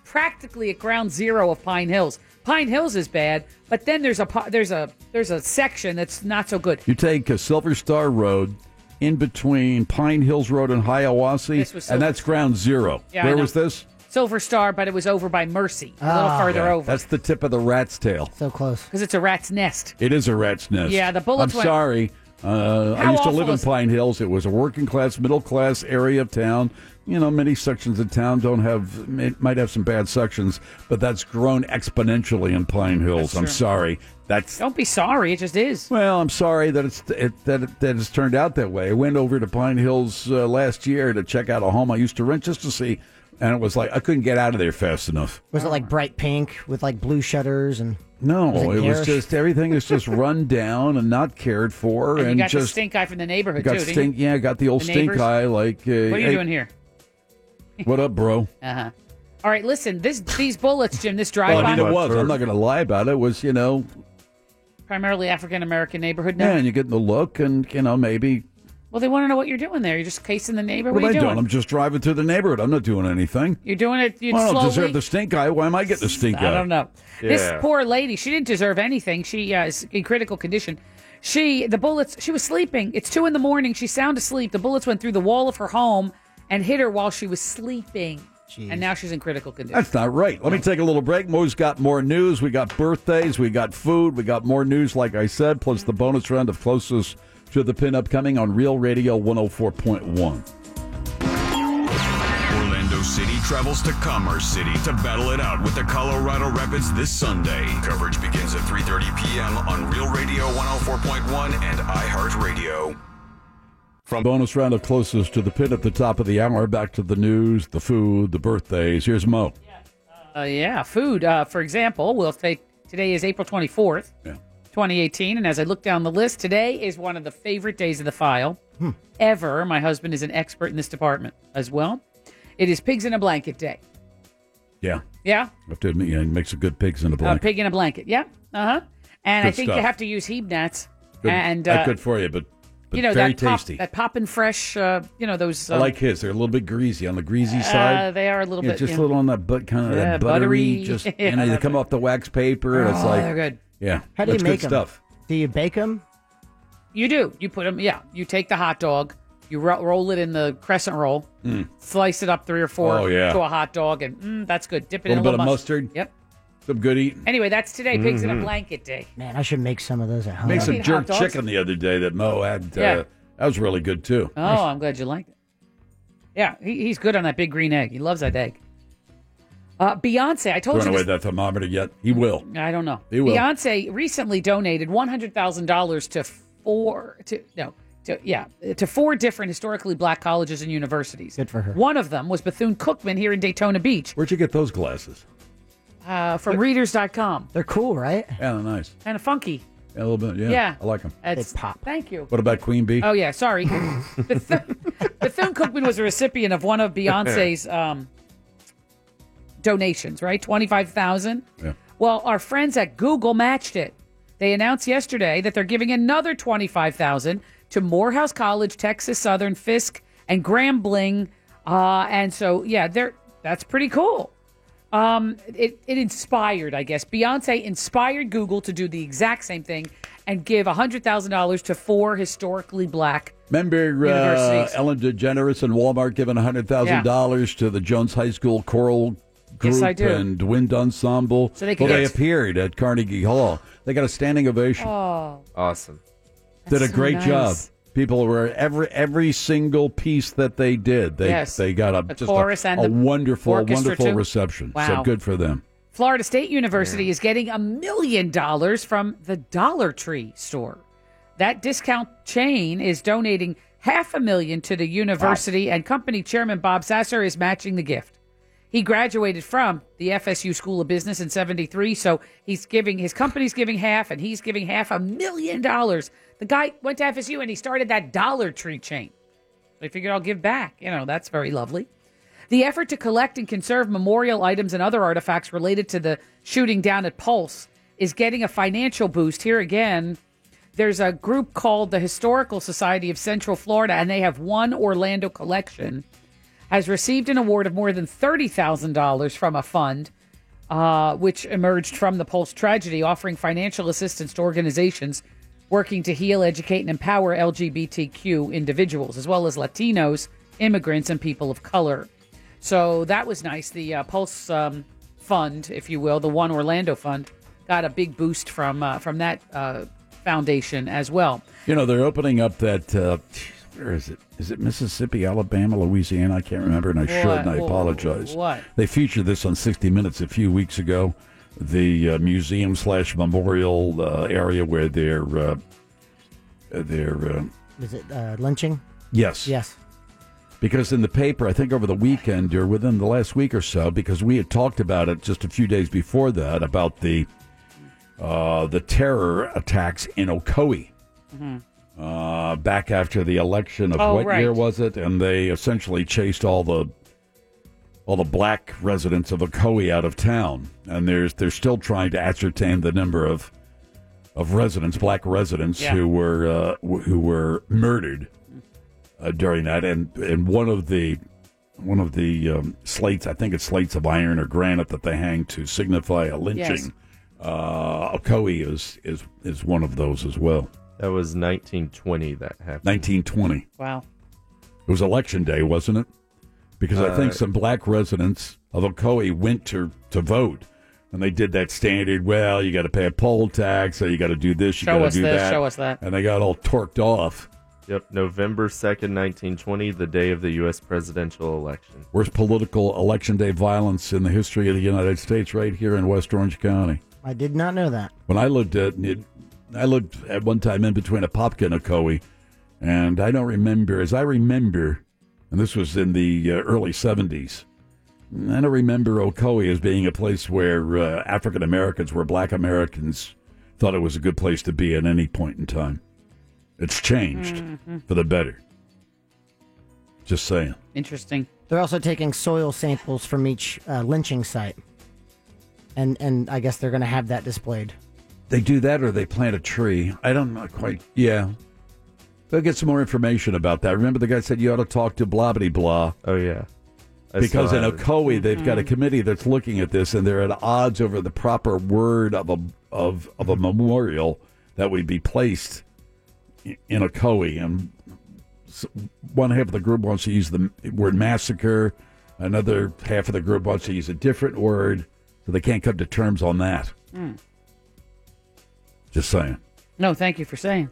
[SPEAKER 6] practically at ground zero of Pine Hills. Pine Hills is bad, but then there's a po- there's a there's a section that's not so good.
[SPEAKER 5] You take a Silver Star Road in between Pine Hills Road and Hiawassee,
[SPEAKER 6] This was
[SPEAKER 5] and
[SPEAKER 6] Silver
[SPEAKER 5] that's ground zero.
[SPEAKER 6] Yeah, I
[SPEAKER 5] Where
[SPEAKER 6] know.
[SPEAKER 5] was this?
[SPEAKER 6] Silver Star, but it was over by Mercy, a little further
[SPEAKER 5] Ah, Yeah,
[SPEAKER 6] over
[SPEAKER 5] That's the tip of the rat's tail.
[SPEAKER 7] Ah. So close.
[SPEAKER 6] because it's a rat's nest.
[SPEAKER 5] It is a rat's nest.
[SPEAKER 6] Yeah, the bullets
[SPEAKER 5] I'm
[SPEAKER 6] went-
[SPEAKER 5] sorry. Uh, I
[SPEAKER 6] How
[SPEAKER 5] used to
[SPEAKER 6] awful
[SPEAKER 5] live in
[SPEAKER 6] is-
[SPEAKER 5] Pine Hills. It was a working class, middle class area of town. You know, many sections of town don't have, may- might have some bad sections, but that's grown exponentially in Pine Hills. I'm sorry. That's
[SPEAKER 6] Don't be sorry, it just is.
[SPEAKER 5] Well, I'm sorry that it's it, that it, that it's turned out that way. I went over to Pine Hills uh, last year to check out a home I used to rent just to see, and it was like I couldn't get out of there fast enough.
[SPEAKER 7] Was it like bright pink with like blue shutters and
[SPEAKER 5] No,
[SPEAKER 7] Was it
[SPEAKER 5] Oh, it, was
[SPEAKER 7] garish?
[SPEAKER 5] just everything is just run down and not cared for,
[SPEAKER 6] And
[SPEAKER 5] and,
[SPEAKER 6] you got the
[SPEAKER 5] just
[SPEAKER 6] stink eye from the neighborhood
[SPEAKER 5] got
[SPEAKER 6] too. didn't
[SPEAKER 5] stink. Yeah, I got the old
[SPEAKER 6] The
[SPEAKER 5] stink
[SPEAKER 6] neighbors?
[SPEAKER 5] eye. Like, uh,
[SPEAKER 6] you? What are you
[SPEAKER 5] hey,
[SPEAKER 6] doing here?
[SPEAKER 5] What up, bro?
[SPEAKER 6] Uh huh. All right, listen. This these bullets, Jim. This
[SPEAKER 5] Well,
[SPEAKER 6] drive-by
[SPEAKER 5] I mean, it was. I'm not going to lie about it. It was, you know,
[SPEAKER 6] primarily African American neighborhood. No.
[SPEAKER 5] man, you're getting the look, and, you know, maybe.
[SPEAKER 6] Well, they want to know what you're doing there. You're just casing the neighbor.
[SPEAKER 5] What,
[SPEAKER 6] What,
[SPEAKER 5] am I
[SPEAKER 6] are you
[SPEAKER 5] doing?
[SPEAKER 6] doing?
[SPEAKER 5] I'm just driving through the neighborhood. I'm not doing anything.
[SPEAKER 6] You're doing it. You
[SPEAKER 5] Well, I don't
[SPEAKER 6] slowly.
[SPEAKER 5] deserve the stink eye. Why am I getting the stink eye?
[SPEAKER 6] I don't know. This poor lady, she didn't deserve anything. She uh, is in critical condition. She, the bullets, she was sleeping. It's two in the morning. She's sound asleep. The bullets went through the wall of her home and hit her while she was sleeping. And now she's in critical condition.
[SPEAKER 5] That's not right. Let me take a little break. Mo's got more news. We got birthdays. We got food. We got more news, like I said, plus the bonus round of closest to the pin upcoming on Real Radio 104.1.
[SPEAKER 9] Orlando City travels to Commerce City to battle it out with the Colorado Rapids this Sunday. Coverage begins at 3:30 p.m. on Real Radio 104.1 and iHeartRadio.
[SPEAKER 5] From bonus round of closest to the pin at the top of the hour, back to the news, the food, the birthdays. Here's Mo.
[SPEAKER 6] Uh, yeah, food. Uh, for example, we'll say today is April 24th, 2018. And as I look down the list, today is one of the favorite days of the file
[SPEAKER 5] Hmm.
[SPEAKER 6] ever. My husband is an expert in this department as well. It is Pigs in a Blanket Day.
[SPEAKER 5] Yeah.
[SPEAKER 6] Yeah?
[SPEAKER 5] I have to admit, yeah, he makes a good pigs in a
[SPEAKER 6] A
[SPEAKER 5] blanket.
[SPEAKER 6] pig in a blanket. Yeah. Uh huh. And I
[SPEAKER 5] Good
[SPEAKER 6] think you
[SPEAKER 5] stuff.
[SPEAKER 6] have to use heeb nets.
[SPEAKER 5] Good,
[SPEAKER 6] and
[SPEAKER 5] not
[SPEAKER 6] uh,
[SPEAKER 5] good for you, but, but
[SPEAKER 6] you know
[SPEAKER 5] very
[SPEAKER 6] that pop,
[SPEAKER 5] tasty.
[SPEAKER 6] that poppin' fresh. Uh, you know those. Uh,
[SPEAKER 5] I like his. They're a little bit greasy on the greasy
[SPEAKER 6] Uh,
[SPEAKER 5] side.
[SPEAKER 6] they are a little
[SPEAKER 5] Yeah,
[SPEAKER 6] bit,
[SPEAKER 5] just
[SPEAKER 6] yeah.
[SPEAKER 5] a little on that but kind of
[SPEAKER 6] Yeah,
[SPEAKER 5] that buttery,
[SPEAKER 6] *laughs* buttery.
[SPEAKER 5] Just
[SPEAKER 6] Yeah,
[SPEAKER 5] you know, they
[SPEAKER 6] that's
[SPEAKER 5] come off the wax paper, and it's
[SPEAKER 6] Oh,
[SPEAKER 5] like
[SPEAKER 6] they're good.
[SPEAKER 5] Yeah,
[SPEAKER 7] How do you
[SPEAKER 5] that's
[SPEAKER 7] make
[SPEAKER 5] good
[SPEAKER 7] 'em?
[SPEAKER 5] stuff?
[SPEAKER 7] Do you bake them?
[SPEAKER 6] You do. You put them. Yeah. You take the hot dog. You ro- roll it in the crescent roll.
[SPEAKER 5] Mm.
[SPEAKER 6] Slice it up three or four
[SPEAKER 5] Oh, yeah.
[SPEAKER 6] to a hot dog, and mm, that's good. Dip
[SPEAKER 5] A
[SPEAKER 6] it
[SPEAKER 5] little
[SPEAKER 6] in a
[SPEAKER 5] bit of
[SPEAKER 6] mus-
[SPEAKER 5] mustard.
[SPEAKER 6] Yep.
[SPEAKER 5] Some good eating.
[SPEAKER 6] Anyway, that's today. Pigs in
[SPEAKER 5] Mhm.
[SPEAKER 6] a blanket day.
[SPEAKER 7] Man, I should make some of those at home.
[SPEAKER 5] Made
[SPEAKER 6] don't
[SPEAKER 5] some
[SPEAKER 6] need
[SPEAKER 5] jerk
[SPEAKER 6] hot dogs.
[SPEAKER 5] chicken the other day that Mo had.
[SPEAKER 6] Yeah.
[SPEAKER 5] Uh, that was really good too.
[SPEAKER 6] Oh, I'm glad you liked it. Yeah, he, he's good on that big green egg. He loves that egg. Uh, Beyonce, I told
[SPEAKER 5] Throwing
[SPEAKER 6] you
[SPEAKER 5] away
[SPEAKER 6] this
[SPEAKER 5] that thermometer yet? He will.
[SPEAKER 6] I don't know.
[SPEAKER 5] He will.
[SPEAKER 6] Beyonce recently donated one hundred thousand dollars to four to no to yeah to four different historically black colleges and universities. Good
[SPEAKER 7] for her.
[SPEAKER 6] One of them was Bethune Cookman here in Daytona Beach
[SPEAKER 5] Where'd you get those glasses?
[SPEAKER 6] uh, from Readers.com.
[SPEAKER 7] They're cool, right?
[SPEAKER 5] Yeah, they're nice.
[SPEAKER 6] Kind of funky.
[SPEAKER 5] Yeah, a little bit. Yeah,
[SPEAKER 6] Yeah.
[SPEAKER 5] I like them.
[SPEAKER 6] It's pop. Thank you.
[SPEAKER 5] What about Queen Bee?
[SPEAKER 6] Oh yeah, sorry. *laughs*
[SPEAKER 5] *clears throat*
[SPEAKER 6] Bethune Cookman was a recipient of
[SPEAKER 5] *laughs*
[SPEAKER 6] one of Beyonce's um, donations, right? Twenty five thousand.
[SPEAKER 5] Yeah.
[SPEAKER 6] Well, our friends at Google matched it. They announced yesterday that they're giving another 25,000 to Morehouse College, Texas Southern, Fisk, and Graham Bling. Uh, and so, yeah, they're that's pretty cool. Um, it, it inspired, I guess. Beyonce inspired Google to do the exact same thing and give $100,000 to four historically black.
[SPEAKER 5] Remember uh,
[SPEAKER 6] Universities.
[SPEAKER 5] Ellen DeGeneres and Walmart giving hundred thousand dollars to the Jones High School choral group
[SPEAKER 6] Yes, I do.
[SPEAKER 5] and wind ensemble.
[SPEAKER 6] So they could
[SPEAKER 5] well, they
[SPEAKER 6] get-
[SPEAKER 5] appeared at Carnegie Hall. They got a standing ovation.
[SPEAKER 6] Oh,
[SPEAKER 5] Awesome.
[SPEAKER 6] That's
[SPEAKER 5] did a
[SPEAKER 6] so
[SPEAKER 5] great
[SPEAKER 6] nice.
[SPEAKER 5] job. People were every every single piece that they did. They
[SPEAKER 6] Yes.
[SPEAKER 5] they got a
[SPEAKER 6] The
[SPEAKER 5] just
[SPEAKER 6] chorus
[SPEAKER 5] a,
[SPEAKER 6] and
[SPEAKER 5] a
[SPEAKER 6] the
[SPEAKER 5] wonderful
[SPEAKER 6] orchestra,
[SPEAKER 5] wonderful
[SPEAKER 6] too.
[SPEAKER 5] reception. So
[SPEAKER 6] Wow.
[SPEAKER 5] good for them.
[SPEAKER 6] Florida State University is getting a million dollars from the Dollar Tree store. That discount chain is donating half a million to the university, and company chairman Bob Sasser is matching the gift. He graduated from the FSU School of Business in 73, so he's giving his company's giving half and he's giving half a million dollars. The guy went to FSU and he started that Dollar Tree chain. They figured I'll give back. You know, that's very lovely. The effort to collect and conserve memorial items and other artifacts related to the shooting down at Pulse is getting a financial boost. Here again, there's a group called the Historical Society of Central Florida, and they have one Orlando collection. Has received an award of more than thirty thousand dollars from a fund, uh, which emerged from the Pulse tragedy, offering financial assistance to organizations working to heal, educate, and empower LGBTQ individuals, as well as Latinos, immigrants, and people of color. So that was nice. The uh, Pulse um, Fund, if you will, the One Orlando Fund, got a big boost from uh, from that uh, foundation as well.
[SPEAKER 5] You know they're opening up that. Uh, where is it? Is it Mississippi, Alabama, Louisiana? I can't remember, and I should, and I
[SPEAKER 6] What?
[SPEAKER 5] apologize.
[SPEAKER 6] What?
[SPEAKER 5] They featured this on 60 Minutes a few weeks ago. The uh, museum slash memorial uh, area where they're uh, they're uh,
[SPEAKER 7] Is it uh, lynching?
[SPEAKER 5] Yes.
[SPEAKER 7] Yes.
[SPEAKER 5] Because in the paper, I think over the weekend or within the last week or so, because we had talked about it just a few days before that about the uh, the terror attacks in Ocoee uh, back after the election of
[SPEAKER 10] Oh,
[SPEAKER 5] what
[SPEAKER 10] right.
[SPEAKER 5] year was it? And they essentially chased all the all the black residents of Ocoee out of town, and there's they're still trying to ascertain the number of of residents, black residents
[SPEAKER 10] Yeah.
[SPEAKER 5] who were uh, wh- who were murdered uh, during that, and and one of the one of the um, slates, I think it's slates of iron or granite that they hang to signify a lynching.
[SPEAKER 6] Yes.
[SPEAKER 5] Uh, Ocoee is is is one of those as well.
[SPEAKER 8] That was 1920 that happened.
[SPEAKER 5] 1920.
[SPEAKER 6] Wow.
[SPEAKER 5] It was election day, wasn't it? Because I think
[SPEAKER 8] Uh,
[SPEAKER 5] some black residents of Ocoee went to, to vote, and they did that standard. Well, you got to pay a poll tax, so you got to do this, you
[SPEAKER 6] Show
[SPEAKER 5] got to
[SPEAKER 6] us
[SPEAKER 5] do
[SPEAKER 6] this,
[SPEAKER 5] that.
[SPEAKER 6] show us that.
[SPEAKER 5] And they got all torqued off.
[SPEAKER 8] Yep, November 2nd, 1920, the day of the U.S. presidential election.
[SPEAKER 5] Worst political election day violence in the history of the United States, right here in West Orange County.
[SPEAKER 7] I did not know that.
[SPEAKER 5] When I lived at, it- I lived at one time in between Apopka and Ocoee, and I don't remember. As I remember, and this was in the uh, early seventies, I don't remember Ocoee as being a place where uh, African Americans, where Black Americans, thought it was a good place to be at any point in time. It's changed
[SPEAKER 6] Mhm.
[SPEAKER 5] for the better. Just saying.
[SPEAKER 6] Interesting.
[SPEAKER 7] They're also taking soil samples from each uh, lynching site, and and I guess they're going to have that displayed.
[SPEAKER 5] They do that or they plant a tree. I don't know quite. Yeah. They'll get some more information about that. Remember, the guy said you ought to talk to blah bitty blah.
[SPEAKER 8] Oh, yeah. I
[SPEAKER 5] because
[SPEAKER 8] saw
[SPEAKER 5] in
[SPEAKER 8] it.
[SPEAKER 5] Ocoee, they've got a
[SPEAKER 8] Mhm.
[SPEAKER 5] committee that's looking at this and they're at odds over the proper word of a, of, of a memorial that would be placed i- in Ocoee. And s- one half of the group wants to use the m- word massacre, another half of the group wants to use a different word. So they can't come to terms on that.
[SPEAKER 6] Mm.
[SPEAKER 5] Just saying.
[SPEAKER 6] No, thank you for saying.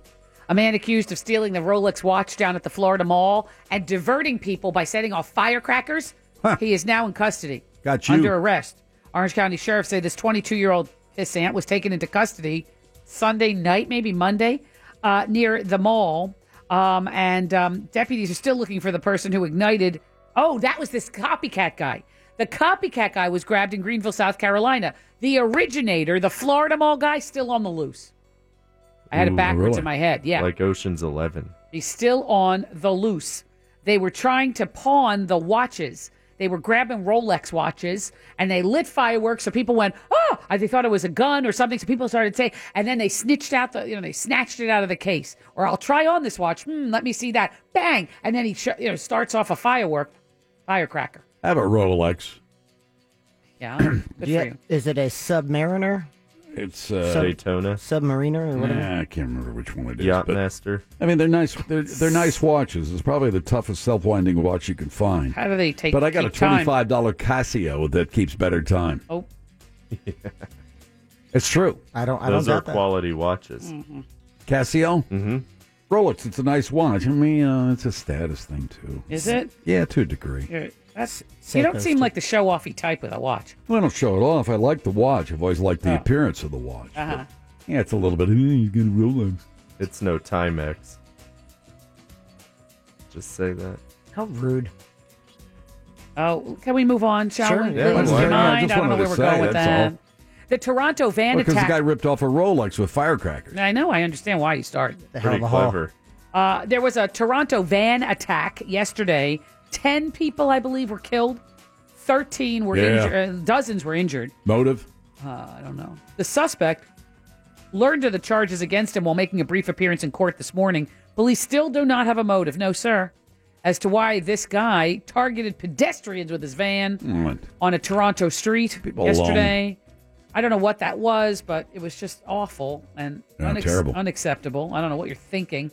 [SPEAKER 6] A man accused of stealing the Rolex watch down at the Florida Mall and diverting people by setting off firecrackers. He is now in custody.
[SPEAKER 5] Got you.
[SPEAKER 6] Under arrest. Orange County Sheriff say this 22 year old pissant was taken into custody Sunday night, maybe Monday, uh, near the mall. Um, and um, deputies are still looking for the person who ignited. Oh, that was this copycat guy. The copycat guy was grabbed in Greenville, South Carolina. The originator, the Florida Mall guy, still on the loose. I had it
[SPEAKER 8] Ooh,
[SPEAKER 6] backwards
[SPEAKER 8] really?
[SPEAKER 6] in my head. Yeah.
[SPEAKER 8] Like Ocean's 11.
[SPEAKER 6] He's still on the loose. They were trying to pawn the watches. They were grabbing Rolex watches and they lit fireworks. So people went, oh, and they thought it was a gun or something. So people started saying, and then they snitched out the, you know, they snatched it out of the case. Or I'll try on this watch. Hmm, let me see that. Bang. And then he sh- you know, starts off a firework, firecracker.
[SPEAKER 5] I have a Rolex.
[SPEAKER 6] Yeah. Oh,
[SPEAKER 7] *clears throat*
[SPEAKER 6] Good
[SPEAKER 7] Yeah,
[SPEAKER 6] for you.
[SPEAKER 7] Is it a submariner?
[SPEAKER 5] It's uh,
[SPEAKER 7] Sub-
[SPEAKER 8] Daytona.
[SPEAKER 7] Submariner or whatever.
[SPEAKER 5] Nah, I can't remember which one it is.
[SPEAKER 8] Yacht *laughs*
[SPEAKER 5] but-
[SPEAKER 8] Master.
[SPEAKER 5] I mean, they're nice. They're, they're nice watches. It's probably the toughest self-winding watch you can find.
[SPEAKER 6] How do they take
[SPEAKER 5] But I got a
[SPEAKER 6] keep time?
[SPEAKER 5] twenty-five dollar Casio that keeps better time.
[SPEAKER 6] Oh.
[SPEAKER 5] It's true.
[SPEAKER 7] I don't.
[SPEAKER 8] Those are quality watches.
[SPEAKER 6] Mm-hmm.
[SPEAKER 5] Casio. Mm-hmm. Rolex. It's a nice watch. I mean, uh, it's a status thing too.
[SPEAKER 6] Is it?
[SPEAKER 5] Yeah, to a degree.
[SPEAKER 6] You're- That's, you don't seem like the show offy type with a watch.
[SPEAKER 5] Well, I don't show it off. I like the watch. I've always
[SPEAKER 6] Oh.
[SPEAKER 5] liked the appearance of the watch.
[SPEAKER 6] Uh-huh.
[SPEAKER 5] Yeah, it's a little bit. "Ooh, You get a Rolex.
[SPEAKER 8] It's no Timex. Just say that.
[SPEAKER 7] How rude.
[SPEAKER 6] Oh, can we move on, shall
[SPEAKER 8] Sure,
[SPEAKER 6] we?
[SPEAKER 8] yeah,
[SPEAKER 6] Lose
[SPEAKER 8] why
[SPEAKER 6] your
[SPEAKER 8] not? I
[SPEAKER 6] mind.
[SPEAKER 8] just
[SPEAKER 6] I, don't know
[SPEAKER 8] wanted
[SPEAKER 6] where
[SPEAKER 8] to
[SPEAKER 6] we're
[SPEAKER 8] say,
[SPEAKER 6] going with
[SPEAKER 8] that's
[SPEAKER 6] that.
[SPEAKER 8] all.
[SPEAKER 6] The Toronto van
[SPEAKER 5] Because the
[SPEAKER 6] attack.
[SPEAKER 5] guy ripped off a Rolex with firecrackers.
[SPEAKER 6] I know. I understand why you started.
[SPEAKER 5] The hell Pretty of a haul. clever.
[SPEAKER 6] Uh, there was a Toronto van attack yesterday. Ten people, I believe, were killed. Thirteen were
[SPEAKER 5] Yeah.
[SPEAKER 6] injured. uh, Dozens were injured.
[SPEAKER 5] Motive.
[SPEAKER 6] Uh, I don't know. The suspect learned of the charges against him while making a brief appearance in court this morning. Police still do not have a motive, no sir, as to why this guy targeted pedestrians with his van
[SPEAKER 8] Hmm.
[SPEAKER 5] Mm.
[SPEAKER 6] on a Toronto street
[SPEAKER 5] People
[SPEAKER 6] yesterday. I don't know what that was, but it was just awful and
[SPEAKER 5] Yeah, terrible.
[SPEAKER 6] unacceptable. I don't know what you're thinking.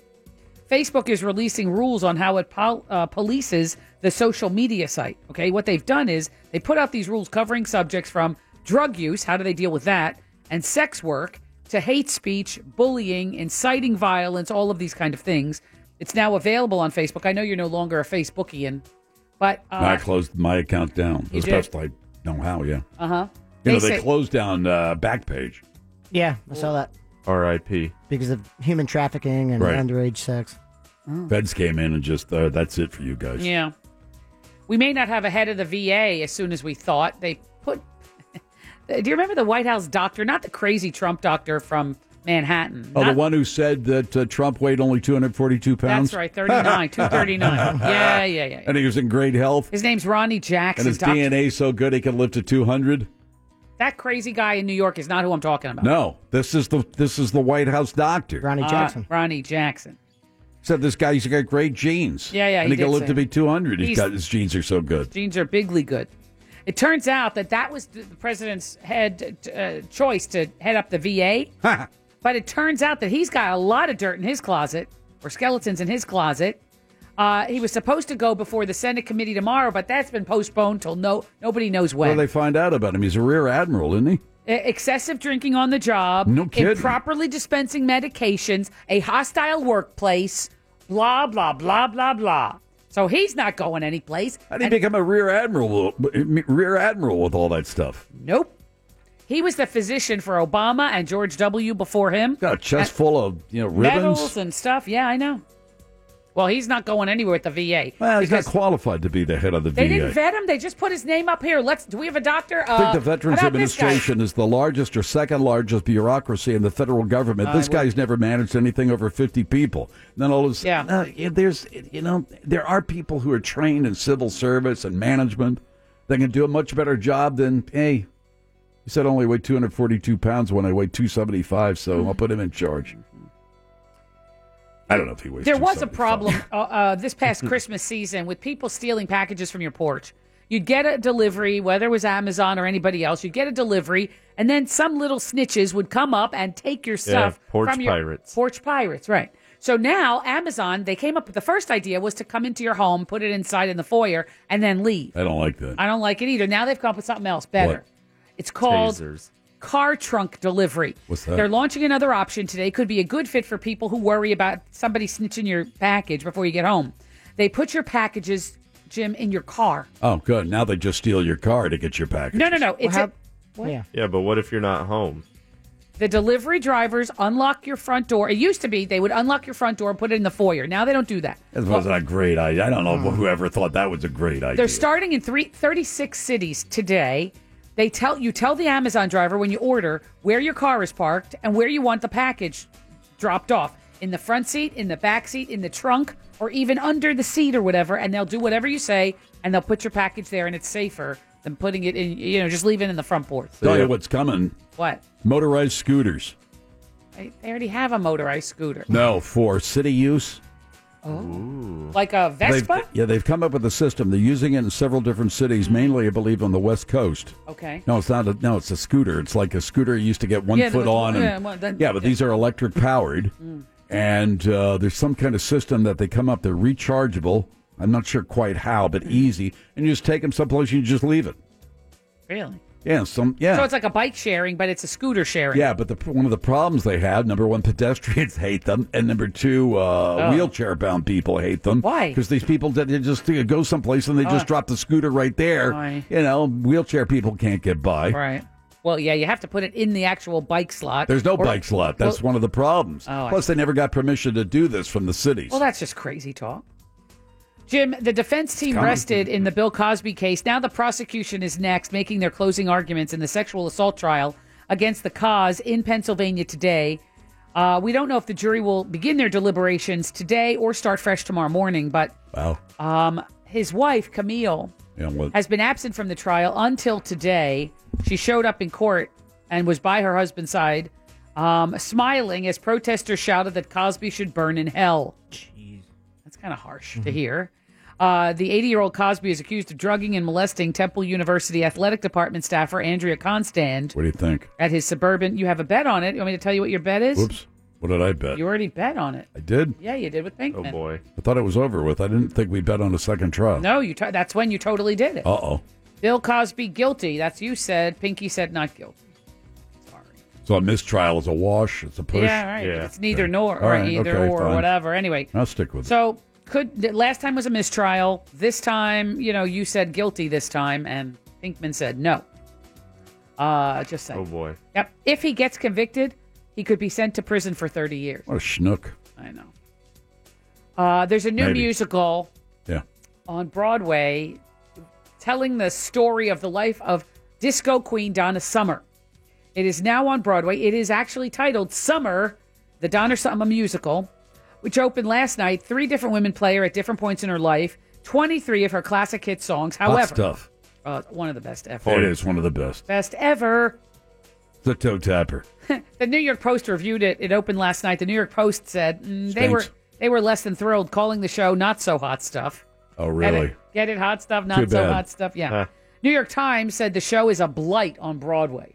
[SPEAKER 6] Facebook is releasing rules on how it pol- uh, polices the social media site. Okay, what they've done is they put out these rules covering subjects from drug use, how do they deal with that, and sex work to hate speech, bullying, inciting violence, all of these kind of things. It's now available on Facebook. I know you're no longer a Facebookian, but
[SPEAKER 5] I
[SPEAKER 6] uh
[SPEAKER 5] closed my account down
[SPEAKER 6] You
[SPEAKER 5] as
[SPEAKER 6] did? Uh-huh.
[SPEAKER 5] best I know how. Yeah.
[SPEAKER 6] huh.
[SPEAKER 5] You know, they closed down uh, Backpage.
[SPEAKER 7] Yeah, I saw that
[SPEAKER 8] R.I.P.
[SPEAKER 7] because of human trafficking and
[SPEAKER 5] Right.
[SPEAKER 7] underage sex.
[SPEAKER 6] Oh.
[SPEAKER 5] Feds came in and just, uh, that's it for you guys.
[SPEAKER 6] Yeah. We may not have a head of the VA as soon as we *laughs* thought. They put. Do you remember the White House doctor? Not the crazy Trump doctor from Manhattan.
[SPEAKER 5] Oh, the
[SPEAKER 6] Not-
[SPEAKER 5] one who said that uh, Trump weighed only 242 pounds?
[SPEAKER 6] That's right, 39,
[SPEAKER 5] *laughs*
[SPEAKER 6] 239. Yeah, yeah, yeah.
[SPEAKER 5] And he was in great health.
[SPEAKER 6] His name's Ronnie
[SPEAKER 5] And
[SPEAKER 6] Jackson.
[SPEAKER 5] his
[SPEAKER 6] Doc-
[SPEAKER 5] DNA so good he could live to 200.
[SPEAKER 6] That crazy guy in New York is not who I'm talking about.
[SPEAKER 5] No, this is the this is the White House doctor.
[SPEAKER 7] Ronnie
[SPEAKER 6] Uh, Ronnie Jackson.
[SPEAKER 5] Said this guy he's got great genes.
[SPEAKER 6] Yeah, yeah,
[SPEAKER 5] And
[SPEAKER 6] he
[SPEAKER 5] he, can
[SPEAKER 6] did
[SPEAKER 5] live
[SPEAKER 6] say
[SPEAKER 5] to be
[SPEAKER 6] that.
[SPEAKER 5] 200. he's
[SPEAKER 6] He's-
[SPEAKER 5] got his genes are so good.
[SPEAKER 6] Jeans are bigly good. It turns out that that was the president's head uh, choice to head up the
[SPEAKER 5] *laughs*
[SPEAKER 6] VA. but it turns out that he's got a lot of dirt in his closet or skeletons in his closet. Uh, he was supposed to go before the Senate committee tomorrow, but that's been postponed till no nobody knows
[SPEAKER 5] What do
[SPEAKER 6] when.
[SPEAKER 5] they find out about him? He's a rear admiral, isn't he?
[SPEAKER 6] E- Excessive drinking on the job,
[SPEAKER 5] No kidding.
[SPEAKER 6] improperly dispensing medications, a hostile workplace, blah blah blah blah blah. So he's not going anyplace.
[SPEAKER 5] How did he become a rear admiral? Rear admiral with all that stuff.
[SPEAKER 6] Nope. He was the physician for Obama and George W. before him.
[SPEAKER 5] Got a chest full of you know ribbons.
[SPEAKER 6] Medals and stuff. Yeah, I know. Well, he's not going anywhere at the VA.
[SPEAKER 5] Well, he's not
[SPEAKER 6] because
[SPEAKER 5] qualified to be the head of the
[SPEAKER 6] they
[SPEAKER 5] VA.
[SPEAKER 6] didn't vet him. They just put his name up here. Let's. Do we have a doctor?
[SPEAKER 5] I
[SPEAKER 6] Uh,
[SPEAKER 5] think the Veterans
[SPEAKER 6] how about this guy?
[SPEAKER 5] Administration is the largest or second largest bureaucracy in the federal government.
[SPEAKER 6] I
[SPEAKER 5] this
[SPEAKER 6] would-
[SPEAKER 5] guy's never managed anything over 50 people. And then all of a sudden,
[SPEAKER 6] Yeah.
[SPEAKER 5] uh, yeah, there's, you know, there are people who are trained in civil service and management that can do a much better job than, hey, he said I only weigh 242 pounds when I weigh 275, so I'll put him in charge. I don't know if he weighs
[SPEAKER 6] There was a
[SPEAKER 5] 275.
[SPEAKER 6] problem uh, uh,
[SPEAKER 8] *laughs*
[SPEAKER 6] this past Christmas season with people stealing packages from your porch. You'd get a delivery, whether it was Amazon or anybody else, you'd get a delivery, and then some little snitches would come up and take your stuff.
[SPEAKER 8] porch
[SPEAKER 6] from your-
[SPEAKER 8] pirates.
[SPEAKER 6] Porch pirates, right. So now Amazon, they came up with the first idea was to come into your home, put it inside in the foyer, and then leave.
[SPEAKER 5] I don't like that.
[SPEAKER 6] I don't like it either. Now they've come up with something else better.
[SPEAKER 5] What?
[SPEAKER 6] It's called
[SPEAKER 8] Tasers.
[SPEAKER 6] car trunk delivery.
[SPEAKER 5] What's that?
[SPEAKER 6] They're launching another option today. Could be a good fit for people who worry about somebody snitching your package before you get home. They put your packages, Jim, in your car.
[SPEAKER 5] Oh, good. Now they just steal your car to get your package.
[SPEAKER 6] No, no, no. It's
[SPEAKER 7] how-
[SPEAKER 6] a- What?
[SPEAKER 7] Yeah.
[SPEAKER 8] Yeah, but what if you're not home?
[SPEAKER 6] the delivery drivers unlock your front door. It used to be they would unlock your front door and put it in the foyer. Now they don't do that.
[SPEAKER 5] That was not a great idea. I don't
[SPEAKER 6] Hmm.
[SPEAKER 5] know whoever thought that was a great idea.
[SPEAKER 6] They're starting in three, 36 cities today. They tell you tell the Amazon driver when you order where your car is parked and where you want the package dropped off in the front seat, in the back seat, in the trunk, or even under the seat or whatever. And they'll do whatever you say, and they'll put your package there, and it's safer than putting it in. You know, just leaving it in the front porch.
[SPEAKER 5] Tell you what's coming.
[SPEAKER 6] What?
[SPEAKER 5] Motorized scooters.
[SPEAKER 6] They they already have a motorized scooter,
[SPEAKER 5] No, for city use.
[SPEAKER 6] Oh. like a
[SPEAKER 5] They've,
[SPEAKER 6] Vespa.
[SPEAKER 5] yeah, they've come up with a system. They're using it in several different cities, mainly, I believe, on the West Coast.
[SPEAKER 6] Okay.
[SPEAKER 5] No, it's not. A, no, it's a scooter. It's like a scooter you used to get one
[SPEAKER 6] Yeah, the-
[SPEAKER 5] foot on.
[SPEAKER 6] yeah, Mm.
[SPEAKER 5] and,
[SPEAKER 6] well, then-
[SPEAKER 5] yeah, but these are electric powered, and uh, there's some kind of system that they come up. They're rechargeable. I'm not sure quite how, but easy, and you just take them someplace and you just leave it.
[SPEAKER 6] Really?
[SPEAKER 5] Yeah, some yeah.
[SPEAKER 6] So it's like a bike sharing, but it's a scooter sharing.
[SPEAKER 5] Yeah, but the, one of the problems they have number one, pedestrians *laughs* hate them, and number two, uh,
[SPEAKER 6] Oh.
[SPEAKER 5] wheelchair bound people hate them.
[SPEAKER 6] Why?
[SPEAKER 5] Because these people that they just they go someplace and they just drop the scooter right there.
[SPEAKER 6] Why?
[SPEAKER 5] You know, wheelchair people can't get by.
[SPEAKER 6] Right. Well, yeah, you have to put it in the actual bike slot.
[SPEAKER 5] There's no
[SPEAKER 6] Or-
[SPEAKER 5] bike slot. That's
[SPEAKER 6] well,
[SPEAKER 5] one of the problems.
[SPEAKER 6] Oh, I
[SPEAKER 5] Plus, they never got permission to do this from the cities.
[SPEAKER 6] Well, that's just crazy talk. Jim, the defense team
[SPEAKER 5] coming.
[SPEAKER 6] rested in the Bill Cosby case. Now the prosecution is next, making their closing arguments in the sexual assault trial against the cause in Pennsylvania today. Uh, we don't know if the jury will begin their deliberations today or start fresh tomorrow morning, but um,
[SPEAKER 5] wow.
[SPEAKER 6] his wife, Camille,
[SPEAKER 5] Yeah, well,
[SPEAKER 6] has been absent from the trial until today. She showed up in court and was by her husband's side, um, smiling as protesters shouted that Cosby should burn in hell. Jeez. That's kind of harsh to hear. Uh, the 80 year old Cosby is accused of drugging and molesting Temple University athletic department staffer Andrea Constand
[SPEAKER 5] what do you think?
[SPEAKER 6] at his suburban. You have a bet on it. You want me to tell you what your bet is?
[SPEAKER 5] Oops. What did I bet?
[SPEAKER 6] You already bet on it.
[SPEAKER 5] I did.
[SPEAKER 6] Yeah, you did with
[SPEAKER 8] Oh
[SPEAKER 6] Pinkman.
[SPEAKER 8] boy.
[SPEAKER 5] I thought it was over with. I didn't think we bet on a second trial.
[SPEAKER 6] No, you. To- that's when you totally did it.
[SPEAKER 5] Uh oh.
[SPEAKER 6] Bill Cosby guilty. That's you said. Pinky said not guilty.
[SPEAKER 5] So a mistrial is a wash. It's a push.
[SPEAKER 6] Yeah, right.
[SPEAKER 8] Yeah.
[SPEAKER 6] It's neither nor
[SPEAKER 5] All
[SPEAKER 6] or
[SPEAKER 5] right,
[SPEAKER 6] either
[SPEAKER 5] okay,
[SPEAKER 6] or
[SPEAKER 5] fine.
[SPEAKER 6] whatever. Anyway,
[SPEAKER 5] I'll stick with it.
[SPEAKER 6] so could the last time was a mistrial. This time, you know, you said guilty this time, and Pinkman said no. Uh, just
[SPEAKER 8] Oh
[SPEAKER 6] saying.
[SPEAKER 8] boy.
[SPEAKER 6] Yep. If he gets convicted, he could be sent to prison for 30 years.
[SPEAKER 5] What a schnook.
[SPEAKER 6] I know. Uh, there's a new
[SPEAKER 5] Maybe.
[SPEAKER 6] musical
[SPEAKER 5] Yeah.
[SPEAKER 6] on Broadway telling the story of the life of disco queen Donna Summer. It is now on Broadway. It is actually titled Summer, the Donna Summer musical, which opened last night. Three different women play her at different points in her life. 23 of her classic hit songs.
[SPEAKER 5] Hot
[SPEAKER 6] However,
[SPEAKER 5] stuff.
[SPEAKER 6] Uh, one of the best ever.
[SPEAKER 5] It is one of the best.
[SPEAKER 6] Best ever.
[SPEAKER 5] The toe tapper.
[SPEAKER 6] the New York Post reviewed it. It opened last night. The New York Post said mm, they were
[SPEAKER 5] Stinks.
[SPEAKER 6] they were less than thrilled, calling the show not so hot stuff.
[SPEAKER 5] Oh,
[SPEAKER 6] Get
[SPEAKER 5] really?
[SPEAKER 6] it, get it hot stuff, not
[SPEAKER 5] Too
[SPEAKER 6] so
[SPEAKER 5] bad.
[SPEAKER 6] hot stuff. Yeah.
[SPEAKER 5] Huh.
[SPEAKER 6] New York Times said the show is a blight on Broadway.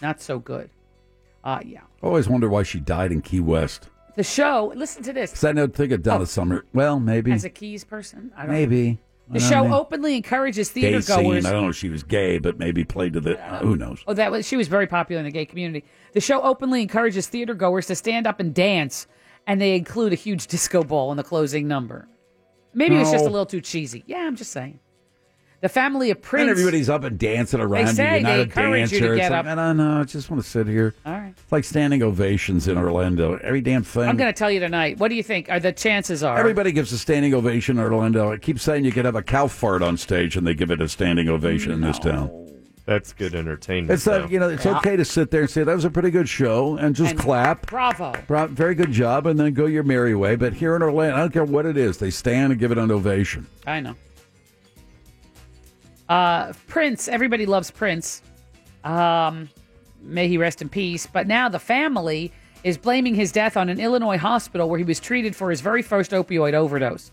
[SPEAKER 6] Not so good. Uh, yeah.
[SPEAKER 5] I Oh. always wonder why she died in Key West.
[SPEAKER 6] The show. Listen to this.
[SPEAKER 5] Because I don't think of Donna Summer. Well, maybe.
[SPEAKER 6] As a keys person, Oh. I don't
[SPEAKER 5] maybe.
[SPEAKER 6] Know. The
[SPEAKER 5] I don't
[SPEAKER 6] show
[SPEAKER 5] know.
[SPEAKER 6] openly encourages
[SPEAKER 5] Gay
[SPEAKER 6] theater
[SPEAKER 5] scene.
[SPEAKER 6] goers.
[SPEAKER 5] I don't know if she was gay, but maybe played to the. uh, who knows?
[SPEAKER 6] Oh, that was she was very popular in the gay community. The show openly encourages theater goers to stand up and dance, and they include a huge disco ball in the closing number. Maybe it was just a
[SPEAKER 5] No.
[SPEAKER 6] little too cheesy. Yeah, I'm just saying. The family of Prince.
[SPEAKER 5] And everybody's up and dancing around
[SPEAKER 6] say
[SPEAKER 5] you. You're not
[SPEAKER 6] they
[SPEAKER 5] a
[SPEAKER 6] encourage
[SPEAKER 5] dancer.
[SPEAKER 6] you to
[SPEAKER 5] it's
[SPEAKER 6] get
[SPEAKER 5] like,
[SPEAKER 6] up.
[SPEAKER 5] I don't know. I just want to sit here.
[SPEAKER 6] All right.
[SPEAKER 5] It's like standing ovations in Orlando. Every damn thing.
[SPEAKER 6] I'm going to tell you tonight. What do you think? Are the chances are?
[SPEAKER 5] Everybody gives a standing ovation in Orlando. I keep saying you could have a cow fart on stage and they give it a standing ovation in this town.
[SPEAKER 8] That's good entertainment.
[SPEAKER 5] It's not, you know, it's
[SPEAKER 8] Yeah.
[SPEAKER 5] okay to sit there and say that was a pretty good show and just clap.
[SPEAKER 6] Bravo.
[SPEAKER 5] Bro- Very good job, and then go your merry way. But here in Orlando, I don't care what it is, they stand and give it an ovation.
[SPEAKER 6] I know. Uh, Prince, everybody loves Prince. Um, may he rest in peace. But now the family is blaming his death on an Illinois hospital where he was treated for his very first opioid overdose.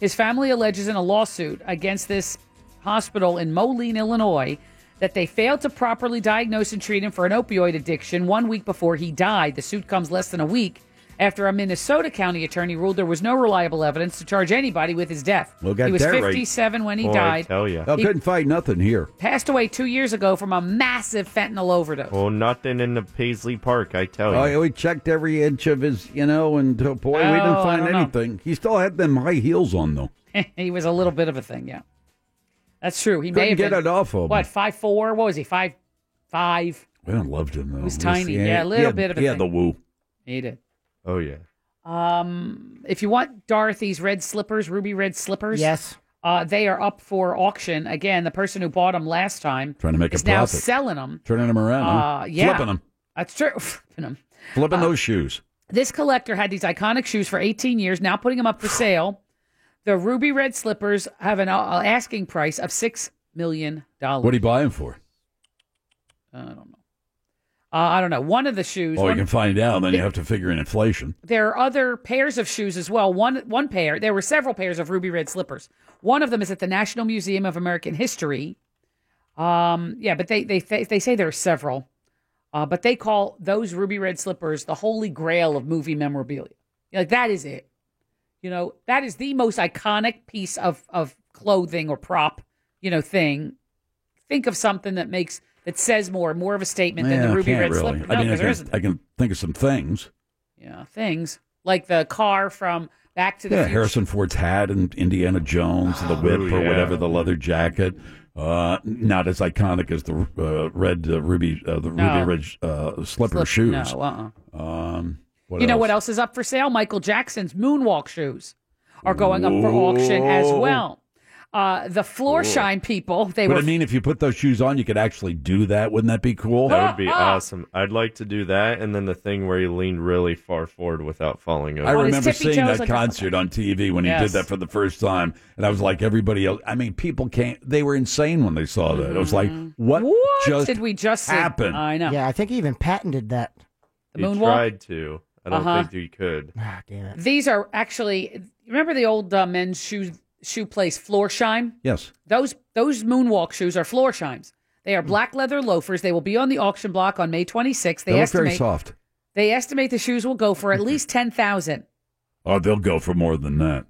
[SPEAKER 6] His family alleges in a lawsuit against this hospital in Moline, Illinois, that they failed to properly diagnose and treat him for an opioid addiction one week before he died. The suit comes less than a week after a Minnesota county attorney ruled there was no reliable evidence to charge anybody with his death.
[SPEAKER 5] Look at
[SPEAKER 6] he was
[SPEAKER 5] that right.
[SPEAKER 6] 57 when he died.
[SPEAKER 5] I
[SPEAKER 6] He
[SPEAKER 5] Oh, couldn't fight nothing here.
[SPEAKER 6] passed away two years ago from a massive fentanyl overdose. *laughs*
[SPEAKER 8] Well, nothing in the Paisley Park, I tell you.
[SPEAKER 5] Oh, yeah, we checked every inch of his, you know, and oh, boy, we
[SPEAKER 6] Oh,
[SPEAKER 5] didn't
[SPEAKER 6] I
[SPEAKER 5] find
[SPEAKER 6] don't know.
[SPEAKER 5] anything. He still had them high heels on, though.
[SPEAKER 6] he was a little bit of a thing, yeah. That's true. He may
[SPEAKER 5] Couldn't
[SPEAKER 6] have
[SPEAKER 5] get
[SPEAKER 6] been,
[SPEAKER 5] it off of him.
[SPEAKER 6] What five four? What was he five five?
[SPEAKER 5] We don't loved him though. He
[SPEAKER 6] was tiny, yeah, a little bit of a
[SPEAKER 5] Yeah,
[SPEAKER 6] thing.
[SPEAKER 5] the woo.
[SPEAKER 6] He did.
[SPEAKER 8] Oh yeah.
[SPEAKER 6] Um, if you want Dorothy's red slippers, ruby red slippers,
[SPEAKER 7] Yes.
[SPEAKER 6] uh, they are up for auction again. The person who bought them last time
[SPEAKER 5] Trying to make a
[SPEAKER 6] is now
[SPEAKER 5] profit.
[SPEAKER 6] selling them.
[SPEAKER 5] Turning him around, huh?
[SPEAKER 6] Uh, yeah, Uh,
[SPEAKER 5] flipping him,
[SPEAKER 6] That's true. *laughs* Flipping 'em.
[SPEAKER 5] flipping those shoes.
[SPEAKER 6] This collector had these iconic shoes for 18 years, now putting them up for sale. The ruby red slippers have an uh, asking price of $6 million. Uh,
[SPEAKER 5] What do you buy him for?
[SPEAKER 6] I don't know. Uh, I don't know. One of the shoes.
[SPEAKER 5] Oh, you
[SPEAKER 6] one-
[SPEAKER 5] can find out. Then you have to figure in inflation.
[SPEAKER 6] there are other pairs of shoes as well. One one pair. There were several pairs of ruby red slippers. One of them is at the National Museum of American History. Um, yeah, but they they they, they say there are several, uh, but they call those ruby red slippers the holy grail of movie memorabilia. Like that is it. You know that is the most iconic piece of of clothing or prop. You know thing. Think of something that makes that says more, more of a statement
[SPEAKER 5] Yeah,
[SPEAKER 6] than
[SPEAKER 5] I
[SPEAKER 6] the ruby
[SPEAKER 5] can't
[SPEAKER 6] red
[SPEAKER 5] really.
[SPEAKER 6] slipper.
[SPEAKER 5] I mean, I
[SPEAKER 6] 'cause there
[SPEAKER 5] can, I can think of some things.
[SPEAKER 6] yeah, things like the car from Back to the
[SPEAKER 5] Yeah,
[SPEAKER 6] Future.
[SPEAKER 5] Harrison Ford's hat and Indiana Jones, the whip
[SPEAKER 8] Ooh,
[SPEAKER 5] or
[SPEAKER 8] Oh, yeah.
[SPEAKER 5] whatever, the leather jacket. Uh, not as iconic as the uh, red uh, ruby, uh, the
[SPEAKER 6] No.
[SPEAKER 5] ruby red uh, slipper
[SPEAKER 6] Slip-
[SPEAKER 5] shoes.
[SPEAKER 6] no, uh-uh.
[SPEAKER 5] Um, what
[SPEAKER 6] you know
[SPEAKER 5] else?
[SPEAKER 6] what else is up for sale? Michael Jackson's moonwalk shoes are going up for auction as
[SPEAKER 5] Whoa.
[SPEAKER 6] well. Uh, the floor shine people, they
[SPEAKER 5] But
[SPEAKER 6] were
[SPEAKER 5] I mean, if you put those shoes on, you could actually do that. Wouldn't that be cool?
[SPEAKER 8] That
[SPEAKER 6] *laughs* *gasps* Ah,
[SPEAKER 8] would be awesome. I'd like to do that, and then the thing where he leaned really far forward without falling over.
[SPEAKER 5] I remember seeing that concert on TV when he
[SPEAKER 8] Yes.
[SPEAKER 5] did that for the first time, and I was like, everybody else. I mean, people can't. They were insane when they saw that. It was like, what, just
[SPEAKER 6] Mm-hmm. did we just see?
[SPEAKER 5] happened?
[SPEAKER 6] I know.
[SPEAKER 7] Yeah, I think he even patented that.
[SPEAKER 6] The moonwalk?
[SPEAKER 8] He tried to. I don't
[SPEAKER 6] Uh-huh.
[SPEAKER 8] think he could.
[SPEAKER 6] These are actually remember the old uh, men's shoe shoe place floor shine?
[SPEAKER 5] Yes.
[SPEAKER 6] Those those moonwalk shoes are floor shimes. They
[SPEAKER 5] Hmm.
[SPEAKER 6] are black leather loafers. They will be on the auction block on May 26th. They,
[SPEAKER 5] They look
[SPEAKER 6] estimate
[SPEAKER 5] very soft.
[SPEAKER 6] They estimate the shoes will go for at least ten thousand.
[SPEAKER 5] Oh, they'll go for more than that.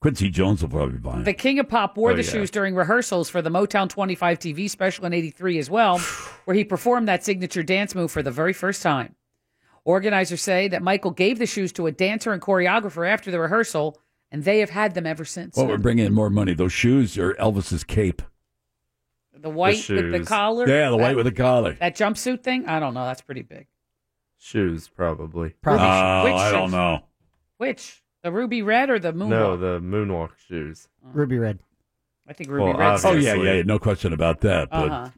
[SPEAKER 5] Quincy Jones will probably buy it.
[SPEAKER 6] The King of Pop wore
[SPEAKER 5] Oh,
[SPEAKER 6] the
[SPEAKER 5] yeah.
[SPEAKER 6] shoes during rehearsals for the Motown 25 TV special in 83 as
[SPEAKER 5] *sighs*
[SPEAKER 6] well, where he performed that signature dance move for the very first time. Organizers say that Michael gave the shoes to a dancer and choreographer after the rehearsal, and they have had them ever since.
[SPEAKER 5] Well, we're bringing in more money. Those shoes are Elvis's cape.
[SPEAKER 6] the white with the collar?
[SPEAKER 5] Yeah, the white
[SPEAKER 6] that,
[SPEAKER 5] with the collar.
[SPEAKER 6] That jumpsuit thing? I don't know. That's pretty big.
[SPEAKER 8] Shoes, probably.
[SPEAKER 5] Probably. Oh, Which I don't shoes? know.
[SPEAKER 6] Which? The ruby red or the moonwalk?
[SPEAKER 8] No, the moonwalk shoes.
[SPEAKER 6] Oh.
[SPEAKER 7] Ruby red.
[SPEAKER 6] I think ruby
[SPEAKER 8] Well,
[SPEAKER 6] red.
[SPEAKER 5] Oh
[SPEAKER 8] Obviously.
[SPEAKER 5] yeah, yeah, no question about that. But
[SPEAKER 6] Uh-huh.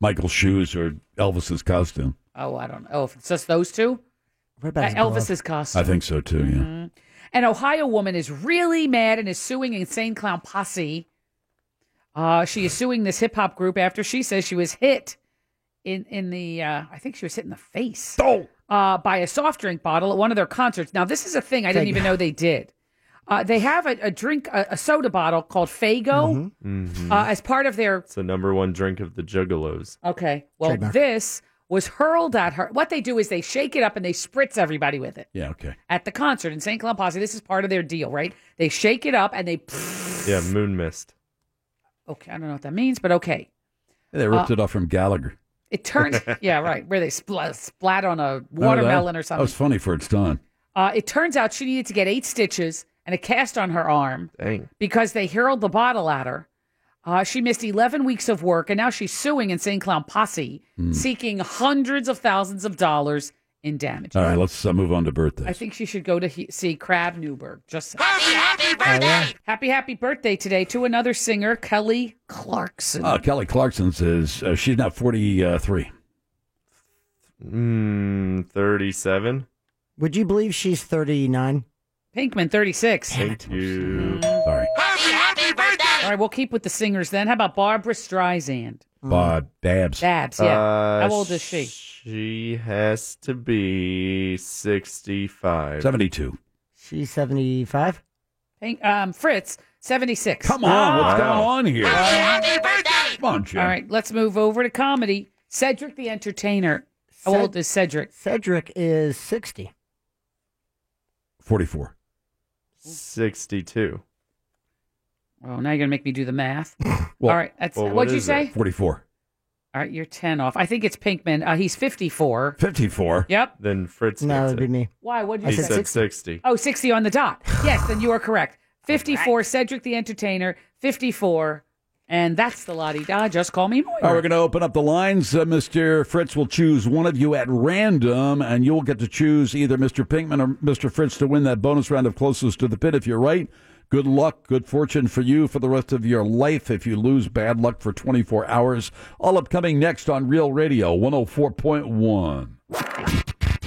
[SPEAKER 5] Michael's shoes or Elvis's costume.
[SPEAKER 6] Oh, I don't know. Oh, if it's just those two?
[SPEAKER 7] What
[SPEAKER 5] about his glove?
[SPEAKER 6] Elvis's costume?
[SPEAKER 5] I think so too. Yeah.
[SPEAKER 6] Mhm. An Ohio woman is really mad and is suing Insane Clown Posse. Uh, she is suing this hip hop group after she says she was hit in in the uh, I think she was hit in the face uh, by a soft drink bottle at one of their concerts. Now this is a thing I didn't
[SPEAKER 10] Fag-
[SPEAKER 6] even know they did. Uh, they have a, a drink, a, a soda bottle called Fago
[SPEAKER 8] Mhm.
[SPEAKER 6] uh, as part of their
[SPEAKER 8] it's the number one drink of the Juggalos.
[SPEAKER 6] Okay. Well,
[SPEAKER 8] Trademark.
[SPEAKER 6] this was hurled at her. What they do is they shake it up and they spritz everybody with it
[SPEAKER 5] Yeah. Okay.
[SPEAKER 6] at the concert in St. Cloud Posse. This is part of their deal, right? They shake it up and they.
[SPEAKER 8] Yeah, moon mist.
[SPEAKER 6] Okay, I don't know what that means, but okay. Uh,
[SPEAKER 5] They ripped it off from Gallagher.
[SPEAKER 6] It
[SPEAKER 5] *laughs*
[SPEAKER 6] turns. yeah, right. Where they spl- splat on a watermelon or
[SPEAKER 5] Oh, That was
[SPEAKER 6] something.
[SPEAKER 5] funny for its time.
[SPEAKER 6] Uh, it turns out she needed to get eight stitches and a cast on her arm
[SPEAKER 8] Dang.
[SPEAKER 6] because they hurled the bottle at her. Uh, she missed 11 weeks of work, and now she's suing Insane Clown Posse,
[SPEAKER 5] Hmm.
[SPEAKER 6] seeking hundreds of thousands of dollars in damage.
[SPEAKER 5] All right, let's uh, move on to birthday.
[SPEAKER 6] I think she should go to he- see Crab Newberg. Just
[SPEAKER 4] Happy
[SPEAKER 5] Oh,
[SPEAKER 4] birthday!
[SPEAKER 6] happy happy birthday today to another singer, Kelly Clarkson.
[SPEAKER 5] Uh, Kelly Clarkson says uh, she's now 43.
[SPEAKER 8] Mm, 37.
[SPEAKER 7] Would you believe she's 39?
[SPEAKER 6] Pinkman, thirty six.
[SPEAKER 8] Thank you.
[SPEAKER 5] Sorry.
[SPEAKER 6] Happy happy birthday! All right, we'll keep with the singers then. How about Barbara Streisand?
[SPEAKER 8] Mm.
[SPEAKER 5] Bob Babs.
[SPEAKER 6] Babs, Mm. yeah.
[SPEAKER 8] Uh,
[SPEAKER 6] How old is she?
[SPEAKER 8] She has to be 65.
[SPEAKER 5] 72.
[SPEAKER 7] She's 75?
[SPEAKER 6] Pink, um, Fritz, seventy six.
[SPEAKER 7] Come on,
[SPEAKER 6] Oh,
[SPEAKER 7] what's
[SPEAKER 8] going
[SPEAKER 5] on here?
[SPEAKER 6] Happy
[SPEAKER 5] birthday! Come on, Jim.
[SPEAKER 6] All right, let's move over to comedy. Cedric the Entertainer. How
[SPEAKER 7] Ced-
[SPEAKER 6] old is Cedric?
[SPEAKER 7] Cedric is 60.
[SPEAKER 5] 44.
[SPEAKER 8] 62.
[SPEAKER 6] Oh, now you're gonna make me do
[SPEAKER 7] *laughs*
[SPEAKER 6] the math. All right, that's
[SPEAKER 8] well, what
[SPEAKER 6] what'd you
[SPEAKER 8] is
[SPEAKER 6] say?
[SPEAKER 8] it?
[SPEAKER 5] 44.
[SPEAKER 6] All right, you're 10 off. I think it's Pinkman. Uh, he's 54.
[SPEAKER 5] 54.
[SPEAKER 6] Yep.
[SPEAKER 8] Then Fritz.
[SPEAKER 7] No,
[SPEAKER 8] gets
[SPEAKER 7] it'd be
[SPEAKER 8] it.
[SPEAKER 7] me.
[SPEAKER 6] Why? What'd you
[SPEAKER 8] He
[SPEAKER 6] say?
[SPEAKER 8] said 60.
[SPEAKER 6] Oh, 60 on the dot. Yes, then you are
[SPEAKER 5] *sighs*
[SPEAKER 6] correct. 54, Cedric the Entertainer, 54. And that's the Lottie Da. Just call me Moira.
[SPEAKER 5] All right, we're going to open up the lines. Uh, Mr. Fritz will choose one of you at random, and you'll get to choose either Mr. Pinkman or Mr. Fritz to win that bonus round of closest to the pit. If you're right, good luck, good fortune for you for the rest of your life. If you lose, bad luck for 24 hours. All upcoming next on Real Radio 104.1.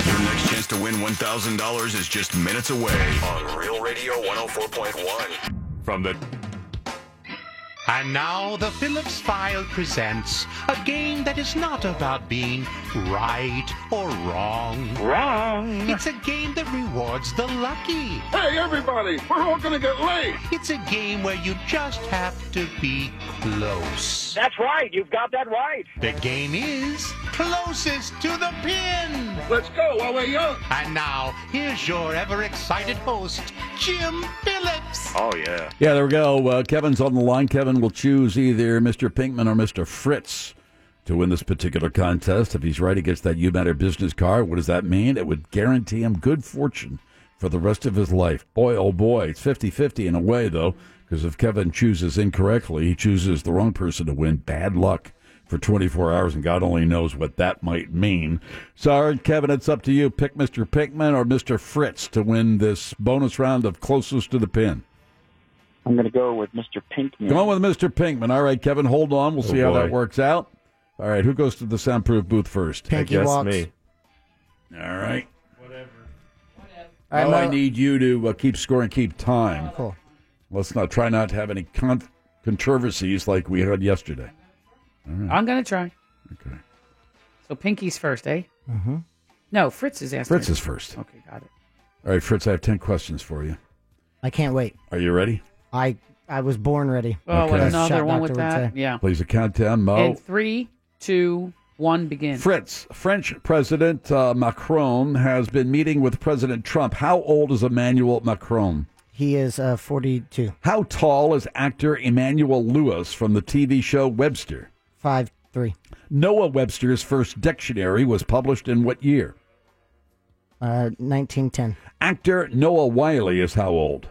[SPEAKER 9] Your next chance to win $1,000 is just minutes away on Real Radio 104.1.
[SPEAKER 11] From the. And now the Phillips File presents a game that is not about being right or wrong. Wrong. It's a game that rewards the lucky. Hey, everybody, we're all gonna get late. It's a game where you just have to be close. That's right. You've got that right. The game is closest to the pin. Let's go while we're young. And now here's your ever-excited host, Jim Phillips.
[SPEAKER 9] Oh, yeah.
[SPEAKER 5] Yeah, there we go. Uh, Kevin's on the line. Kevin will choose either Mr. Pinkman or Mr. Fritz to win this particular contest. If he's right, he gets that You Matter business card. What does that mean? It would guarantee him good fortune for the rest of his life. Boy, oh boy, it's 50 50 in a way, though, because if Kevin chooses incorrectly, he chooses the wrong person to win. Bad luck for 24 hours, and God only knows what that might mean. Sorry, Kevin, it's up to you. Pick Mr. Pinkman or Mr. Fritz to win this bonus round of closest to the pin.
[SPEAKER 12] I'm going to go with Mr. Pinkman.
[SPEAKER 5] Come on with Mr. Pinkman. All right, Kevin, hold on.
[SPEAKER 7] Oh,
[SPEAKER 5] We'll see how
[SPEAKER 12] boy.
[SPEAKER 5] that works out. All right, who goes to the soundproof booth first?
[SPEAKER 7] Pinky I guess walks. me.
[SPEAKER 5] All right.
[SPEAKER 7] All right,
[SPEAKER 5] Now I
[SPEAKER 7] Mo-
[SPEAKER 5] need you to uh, keep score and keep time.
[SPEAKER 7] Cool.
[SPEAKER 5] Let's not try not to have any con- controversies like we had yesterday. All right.
[SPEAKER 6] I'm going to try.
[SPEAKER 5] Okay.
[SPEAKER 6] So Pinky's first, eh?
[SPEAKER 5] Mm-hmm.
[SPEAKER 6] No, Fritz is asking.
[SPEAKER 5] Fritz is first.
[SPEAKER 6] Okay, got it.
[SPEAKER 5] All right, Fritz, I have 10 questions for you.
[SPEAKER 7] I can't wait.
[SPEAKER 5] Are you ready?
[SPEAKER 7] I I was born ready.
[SPEAKER 6] Oh,
[SPEAKER 5] Okay.
[SPEAKER 7] As
[SPEAKER 6] another
[SPEAKER 7] Shot
[SPEAKER 6] one with
[SPEAKER 7] Doctor would
[SPEAKER 6] that.
[SPEAKER 7] say.
[SPEAKER 6] Yeah.
[SPEAKER 5] Please, a countdown, Mo.
[SPEAKER 6] And three, two, one, begin.
[SPEAKER 5] Fritz, French President uh, Macron has been meeting with President Trump. How old is Emmanuel Macron?
[SPEAKER 7] He is uh, 42.
[SPEAKER 5] How tall is actor Emmanuel Lewis from the TV show Webster?
[SPEAKER 7] 5 3.
[SPEAKER 5] Noah Webster's first dictionary was published in what year?
[SPEAKER 7] Uh, 1910.
[SPEAKER 5] Actor Noah Wiley is how old?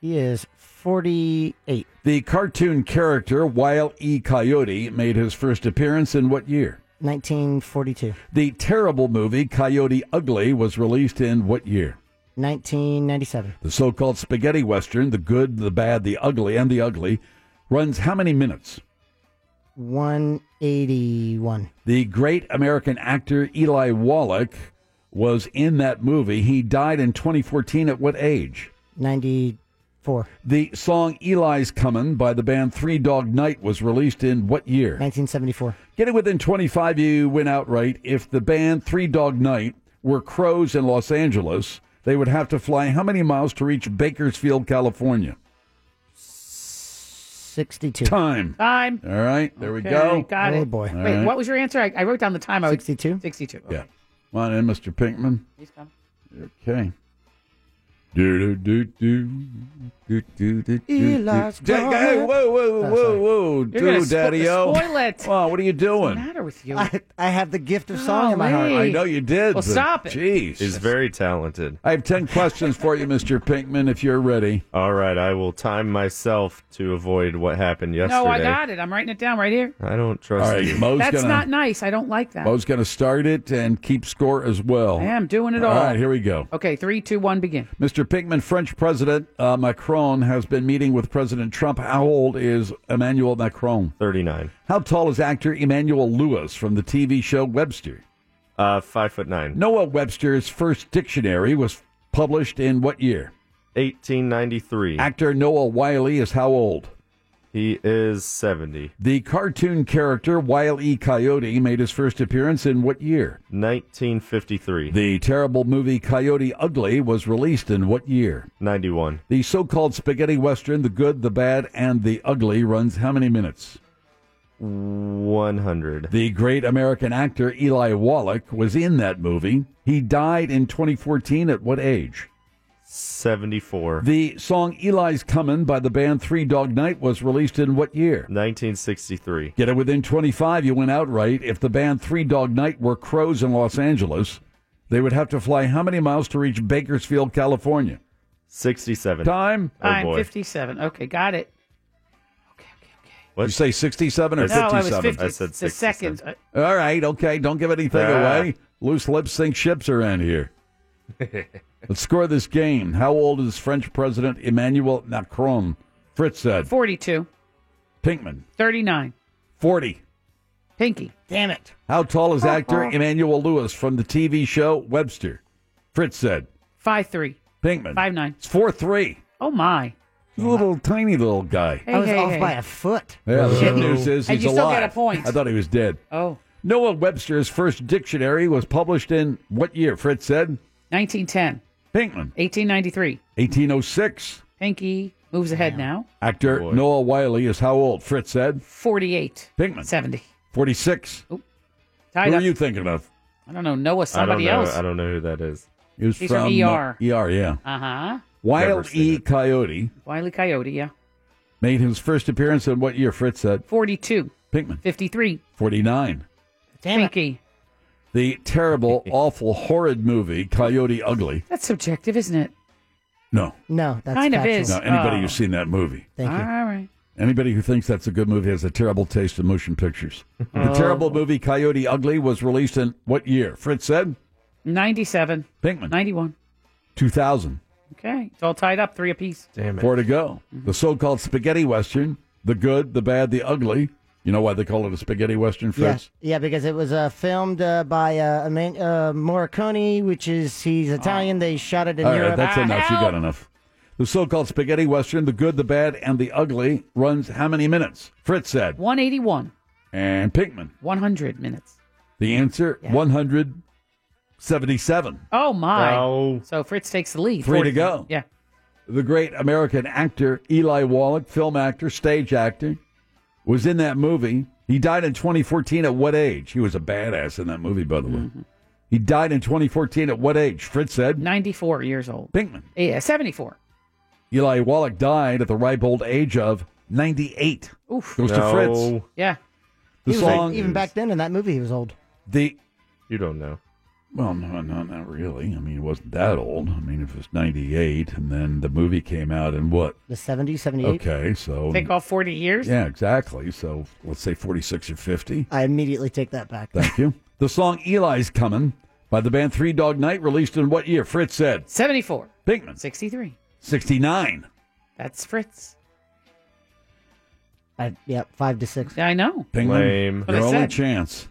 [SPEAKER 7] He is 48.
[SPEAKER 5] The cartoon character Wile E. Coyote made his first appearance in what year?
[SPEAKER 7] 1942.
[SPEAKER 5] The terrible movie Coyote Ugly was released in what year?
[SPEAKER 7] 1997.
[SPEAKER 5] The so called spaghetti western, The Good, the Bad, the Ugly, and the Ugly, runs how many minutes?
[SPEAKER 7] 181.
[SPEAKER 5] The great American actor Eli Wallach was in that movie. He died in 2014 at what age?
[SPEAKER 7] 94.
[SPEAKER 5] The song Eli's Comin' by the band Three Dog Night was released in what year?
[SPEAKER 7] 1974.
[SPEAKER 5] Get it within 25, you win outright. If the band Three Dog Night were crows in Los Angeles, they would have to fly how many miles to reach Bakersfield, California?
[SPEAKER 7] 62.
[SPEAKER 5] Time.
[SPEAKER 6] Time.
[SPEAKER 5] All right, there we
[SPEAKER 6] Ah. Okay,
[SPEAKER 5] go.
[SPEAKER 6] Got it.
[SPEAKER 5] All
[SPEAKER 6] Wait,
[SPEAKER 5] right.
[SPEAKER 6] what was your answer? I, I wrote down the time. I 62? 62.
[SPEAKER 5] Yeah. Come on in, Mr. Pinkman.
[SPEAKER 6] He's coming.
[SPEAKER 5] Okay. Do do do do do do do do.
[SPEAKER 4] Eli's
[SPEAKER 5] Hey,
[SPEAKER 4] gone.
[SPEAKER 5] hey, whoa, whoa,
[SPEAKER 4] Oh,
[SPEAKER 5] whoa,
[SPEAKER 4] sorry.
[SPEAKER 5] whoa,
[SPEAKER 4] You're gonna
[SPEAKER 5] do,
[SPEAKER 4] spo-
[SPEAKER 5] Daddy O.
[SPEAKER 4] spoil
[SPEAKER 6] it.
[SPEAKER 5] Wow, what are you doing?
[SPEAKER 6] matter with you?
[SPEAKER 7] I, I have the gift of
[SPEAKER 6] Oh,
[SPEAKER 7] song in my heart.
[SPEAKER 5] I know you did.
[SPEAKER 7] Well,
[SPEAKER 5] but
[SPEAKER 7] stop it.
[SPEAKER 5] Jeez.
[SPEAKER 8] He's very talented.
[SPEAKER 5] I have 10 questions for you, Mr. Pinkman, if you're ready.
[SPEAKER 8] All right, I will time myself to avoid what happened yesterday.
[SPEAKER 6] No, I got it. I'm writing it down right here.
[SPEAKER 8] I don't trust
[SPEAKER 5] All right,
[SPEAKER 8] you.
[SPEAKER 5] Mo's
[SPEAKER 6] That's
[SPEAKER 5] gonna,
[SPEAKER 6] not nice. I don't like that.
[SPEAKER 5] Mo's going to start it and keep score as well.
[SPEAKER 6] I am doing it
[SPEAKER 5] All
[SPEAKER 6] all.
[SPEAKER 5] right, here we go.
[SPEAKER 6] Okay, three, two, one, begin.
[SPEAKER 5] Mr. Pinkman, French President uh, Macron has been meeting with President Trump. How old is Emmanuel Macron?
[SPEAKER 8] 39.
[SPEAKER 5] How tall is actor Emmanuel Lewis from the TV show Webster?
[SPEAKER 8] Uh, five foot nine.
[SPEAKER 5] Noah Webster's first dictionary was published in what year? *laughs*
[SPEAKER 8] 1893.
[SPEAKER 5] Actor Noah Wiley is how old?
[SPEAKER 8] He is 70.
[SPEAKER 5] The cartoon character Wile E. Coyote made his first appearance in what year?
[SPEAKER 8] 1953.
[SPEAKER 5] The terrible movie Coyote Ugly was released in what year?
[SPEAKER 8] 91.
[SPEAKER 5] The so called spaghetti western, The Good, The Bad, and The Ugly, runs how many minutes?
[SPEAKER 8] 100.
[SPEAKER 5] The great American actor Eli Wallach was in that movie. He died in 2014 at what age?
[SPEAKER 8] 74.
[SPEAKER 5] The song Eli's Comin' by the band Three Dog Night was released in what year?
[SPEAKER 8] 1963.
[SPEAKER 5] Get it within 25, you win outright. If the band Three Dog Night were crows in Los Angeles, they would have to fly how many miles to reach Bakersfield, California?
[SPEAKER 8] 67.
[SPEAKER 5] Time?
[SPEAKER 6] I'm 57. Okay, got it.
[SPEAKER 5] Did you say 67 or
[SPEAKER 6] no, I was
[SPEAKER 5] 57?
[SPEAKER 6] 50. the second. Uh,
[SPEAKER 5] All right, okay. Don't give anything
[SPEAKER 8] Ah.
[SPEAKER 5] away. Loose lips sink ships around here. Let's score this game. How old is French President Emmanuel Macron? Fritz said.
[SPEAKER 6] 42.
[SPEAKER 5] Pinkman,
[SPEAKER 6] 39.
[SPEAKER 5] 40.
[SPEAKER 6] Pinky. Oh, Damn it.
[SPEAKER 5] How tall is actor Emmanuel Lewis from the TV show Webster? Fritz said.
[SPEAKER 6] 5 3.
[SPEAKER 5] Pinkman.
[SPEAKER 6] 5 9.
[SPEAKER 5] It's 4 3.
[SPEAKER 6] Oh, my.
[SPEAKER 5] Little tiny little guy.
[SPEAKER 6] Hey,
[SPEAKER 7] I was
[SPEAKER 6] hey,
[SPEAKER 7] off
[SPEAKER 6] hey.
[SPEAKER 7] by a foot.
[SPEAKER 5] Yeah, the good
[SPEAKER 6] Shit.
[SPEAKER 5] news is he's
[SPEAKER 6] And you still
[SPEAKER 5] alive.
[SPEAKER 6] get a point.
[SPEAKER 5] I thought he was dead.
[SPEAKER 6] Oh,
[SPEAKER 5] Noah Webster's first dictionary was published in what year? Fritz said.
[SPEAKER 6] 1910.
[SPEAKER 5] Pinkman.
[SPEAKER 6] 1893.
[SPEAKER 5] 1806.
[SPEAKER 6] Pinky moves ahead now.
[SPEAKER 5] Actor
[SPEAKER 8] Oh,
[SPEAKER 5] Noah Wiley is how old? Fritz said.
[SPEAKER 6] 48.
[SPEAKER 5] Pinkman.
[SPEAKER 6] 70.
[SPEAKER 5] 46.
[SPEAKER 6] Tied
[SPEAKER 5] Who are
[SPEAKER 6] up.
[SPEAKER 5] you thinking of?
[SPEAKER 6] I don't know. Noah,
[SPEAKER 8] I don't
[SPEAKER 6] somebody
[SPEAKER 8] know.
[SPEAKER 6] else.
[SPEAKER 8] I don't know who that is.
[SPEAKER 5] He was
[SPEAKER 6] He's
[SPEAKER 5] from
[SPEAKER 6] from ER.
[SPEAKER 5] uh, ER, yeah.
[SPEAKER 6] Uh huh.
[SPEAKER 5] Wile E. Coyote
[SPEAKER 6] Wiley Coyote, yeah.
[SPEAKER 5] made his first appearance in what year? Fritz said.
[SPEAKER 6] 42.
[SPEAKER 5] Pinkman.
[SPEAKER 6] 53.
[SPEAKER 5] 49.
[SPEAKER 6] Pinky.
[SPEAKER 5] The
[SPEAKER 6] *laughs*
[SPEAKER 5] terrible, awful, horrid movie Coyote Ugly.
[SPEAKER 6] That's subjective, isn't it?
[SPEAKER 5] No.
[SPEAKER 7] No, that's
[SPEAKER 6] Kind of
[SPEAKER 7] factual.
[SPEAKER 6] is.
[SPEAKER 5] Now, anybody
[SPEAKER 6] Oh.
[SPEAKER 5] who's seen that movie,
[SPEAKER 7] Thank you.
[SPEAKER 6] All right.
[SPEAKER 5] anybody who thinks that's a good movie has a terrible taste in motion
[SPEAKER 6] *laughs*
[SPEAKER 5] pictures.
[SPEAKER 6] Oh.
[SPEAKER 5] The terrible movie Coyote Ugly was released in what year? Fritz said.
[SPEAKER 6] 97.
[SPEAKER 5] Pinkman.
[SPEAKER 6] 91.
[SPEAKER 5] 2000.
[SPEAKER 6] Okay. It's all tied up, three apiece.
[SPEAKER 8] Damn
[SPEAKER 5] Four to go.
[SPEAKER 6] Mm-hmm.
[SPEAKER 5] The so-called spaghetti western, the good, the bad, the ugly. You know why they call it a spaghetti western,
[SPEAKER 7] Yeah,
[SPEAKER 5] Fritz?
[SPEAKER 7] yeah, because it was uh, filmed uh, by uh, Eman- uh, Morricone, which is
[SPEAKER 6] Ah.
[SPEAKER 7] he's Italian. They shot it in
[SPEAKER 5] All right,
[SPEAKER 7] Europe.
[SPEAKER 5] that's enough. You got enough. The so-called spaghetti western, the good, the bad, and the ugly, runs how many minutes? Fritz said.
[SPEAKER 6] 181.
[SPEAKER 5] And Pinkman.
[SPEAKER 6] 100 minutes.
[SPEAKER 5] The answer: one hundred seventy-seven.
[SPEAKER 6] Oh, my.
[SPEAKER 8] No.
[SPEAKER 6] So Fritz takes the lead.
[SPEAKER 5] Three
[SPEAKER 6] 40.
[SPEAKER 5] to go.
[SPEAKER 6] Yeah.
[SPEAKER 5] The great American actor Eli Wallach, film actor, stage actor, was in that movie. He died in 2014 at what age? He was a badass in that movie, by the way.
[SPEAKER 6] Mm-hmm.
[SPEAKER 5] He died in 2014 at what age? Fritz said.
[SPEAKER 6] 94 years old.
[SPEAKER 5] Pinkman.
[SPEAKER 6] Yeah, 74.
[SPEAKER 5] Eli Wallach died at the ripe old age of 98.
[SPEAKER 6] Oof.
[SPEAKER 5] Goes to Fritz.
[SPEAKER 6] Ah. Yeah.
[SPEAKER 5] The
[SPEAKER 7] He was old-
[SPEAKER 5] song,
[SPEAKER 7] even back then in that movie, he was old.
[SPEAKER 5] the
[SPEAKER 8] You don't know.
[SPEAKER 5] well, no, no, not really. I mean, it wasn't that old. I mean, if it was 98, and then the movie came out in what?
[SPEAKER 7] The 70s, 78.
[SPEAKER 5] Okay, so
[SPEAKER 6] Take off 40 years.
[SPEAKER 5] yeah, exactly. So let's say 46 or 50.
[SPEAKER 7] I immediately take that back.
[SPEAKER 5] Thank you. *laughs* the song "Eli's Coming" by the band Three Dog Night, released in what year? Fritz said
[SPEAKER 6] 74.
[SPEAKER 5] Pinkman
[SPEAKER 6] 63.
[SPEAKER 5] 69.
[SPEAKER 6] That's Fritz.
[SPEAKER 7] I, yep, five to six.
[SPEAKER 6] I know.
[SPEAKER 5] Penguin,
[SPEAKER 6] That's what I
[SPEAKER 5] Your only
[SPEAKER 6] said.
[SPEAKER 5] chance.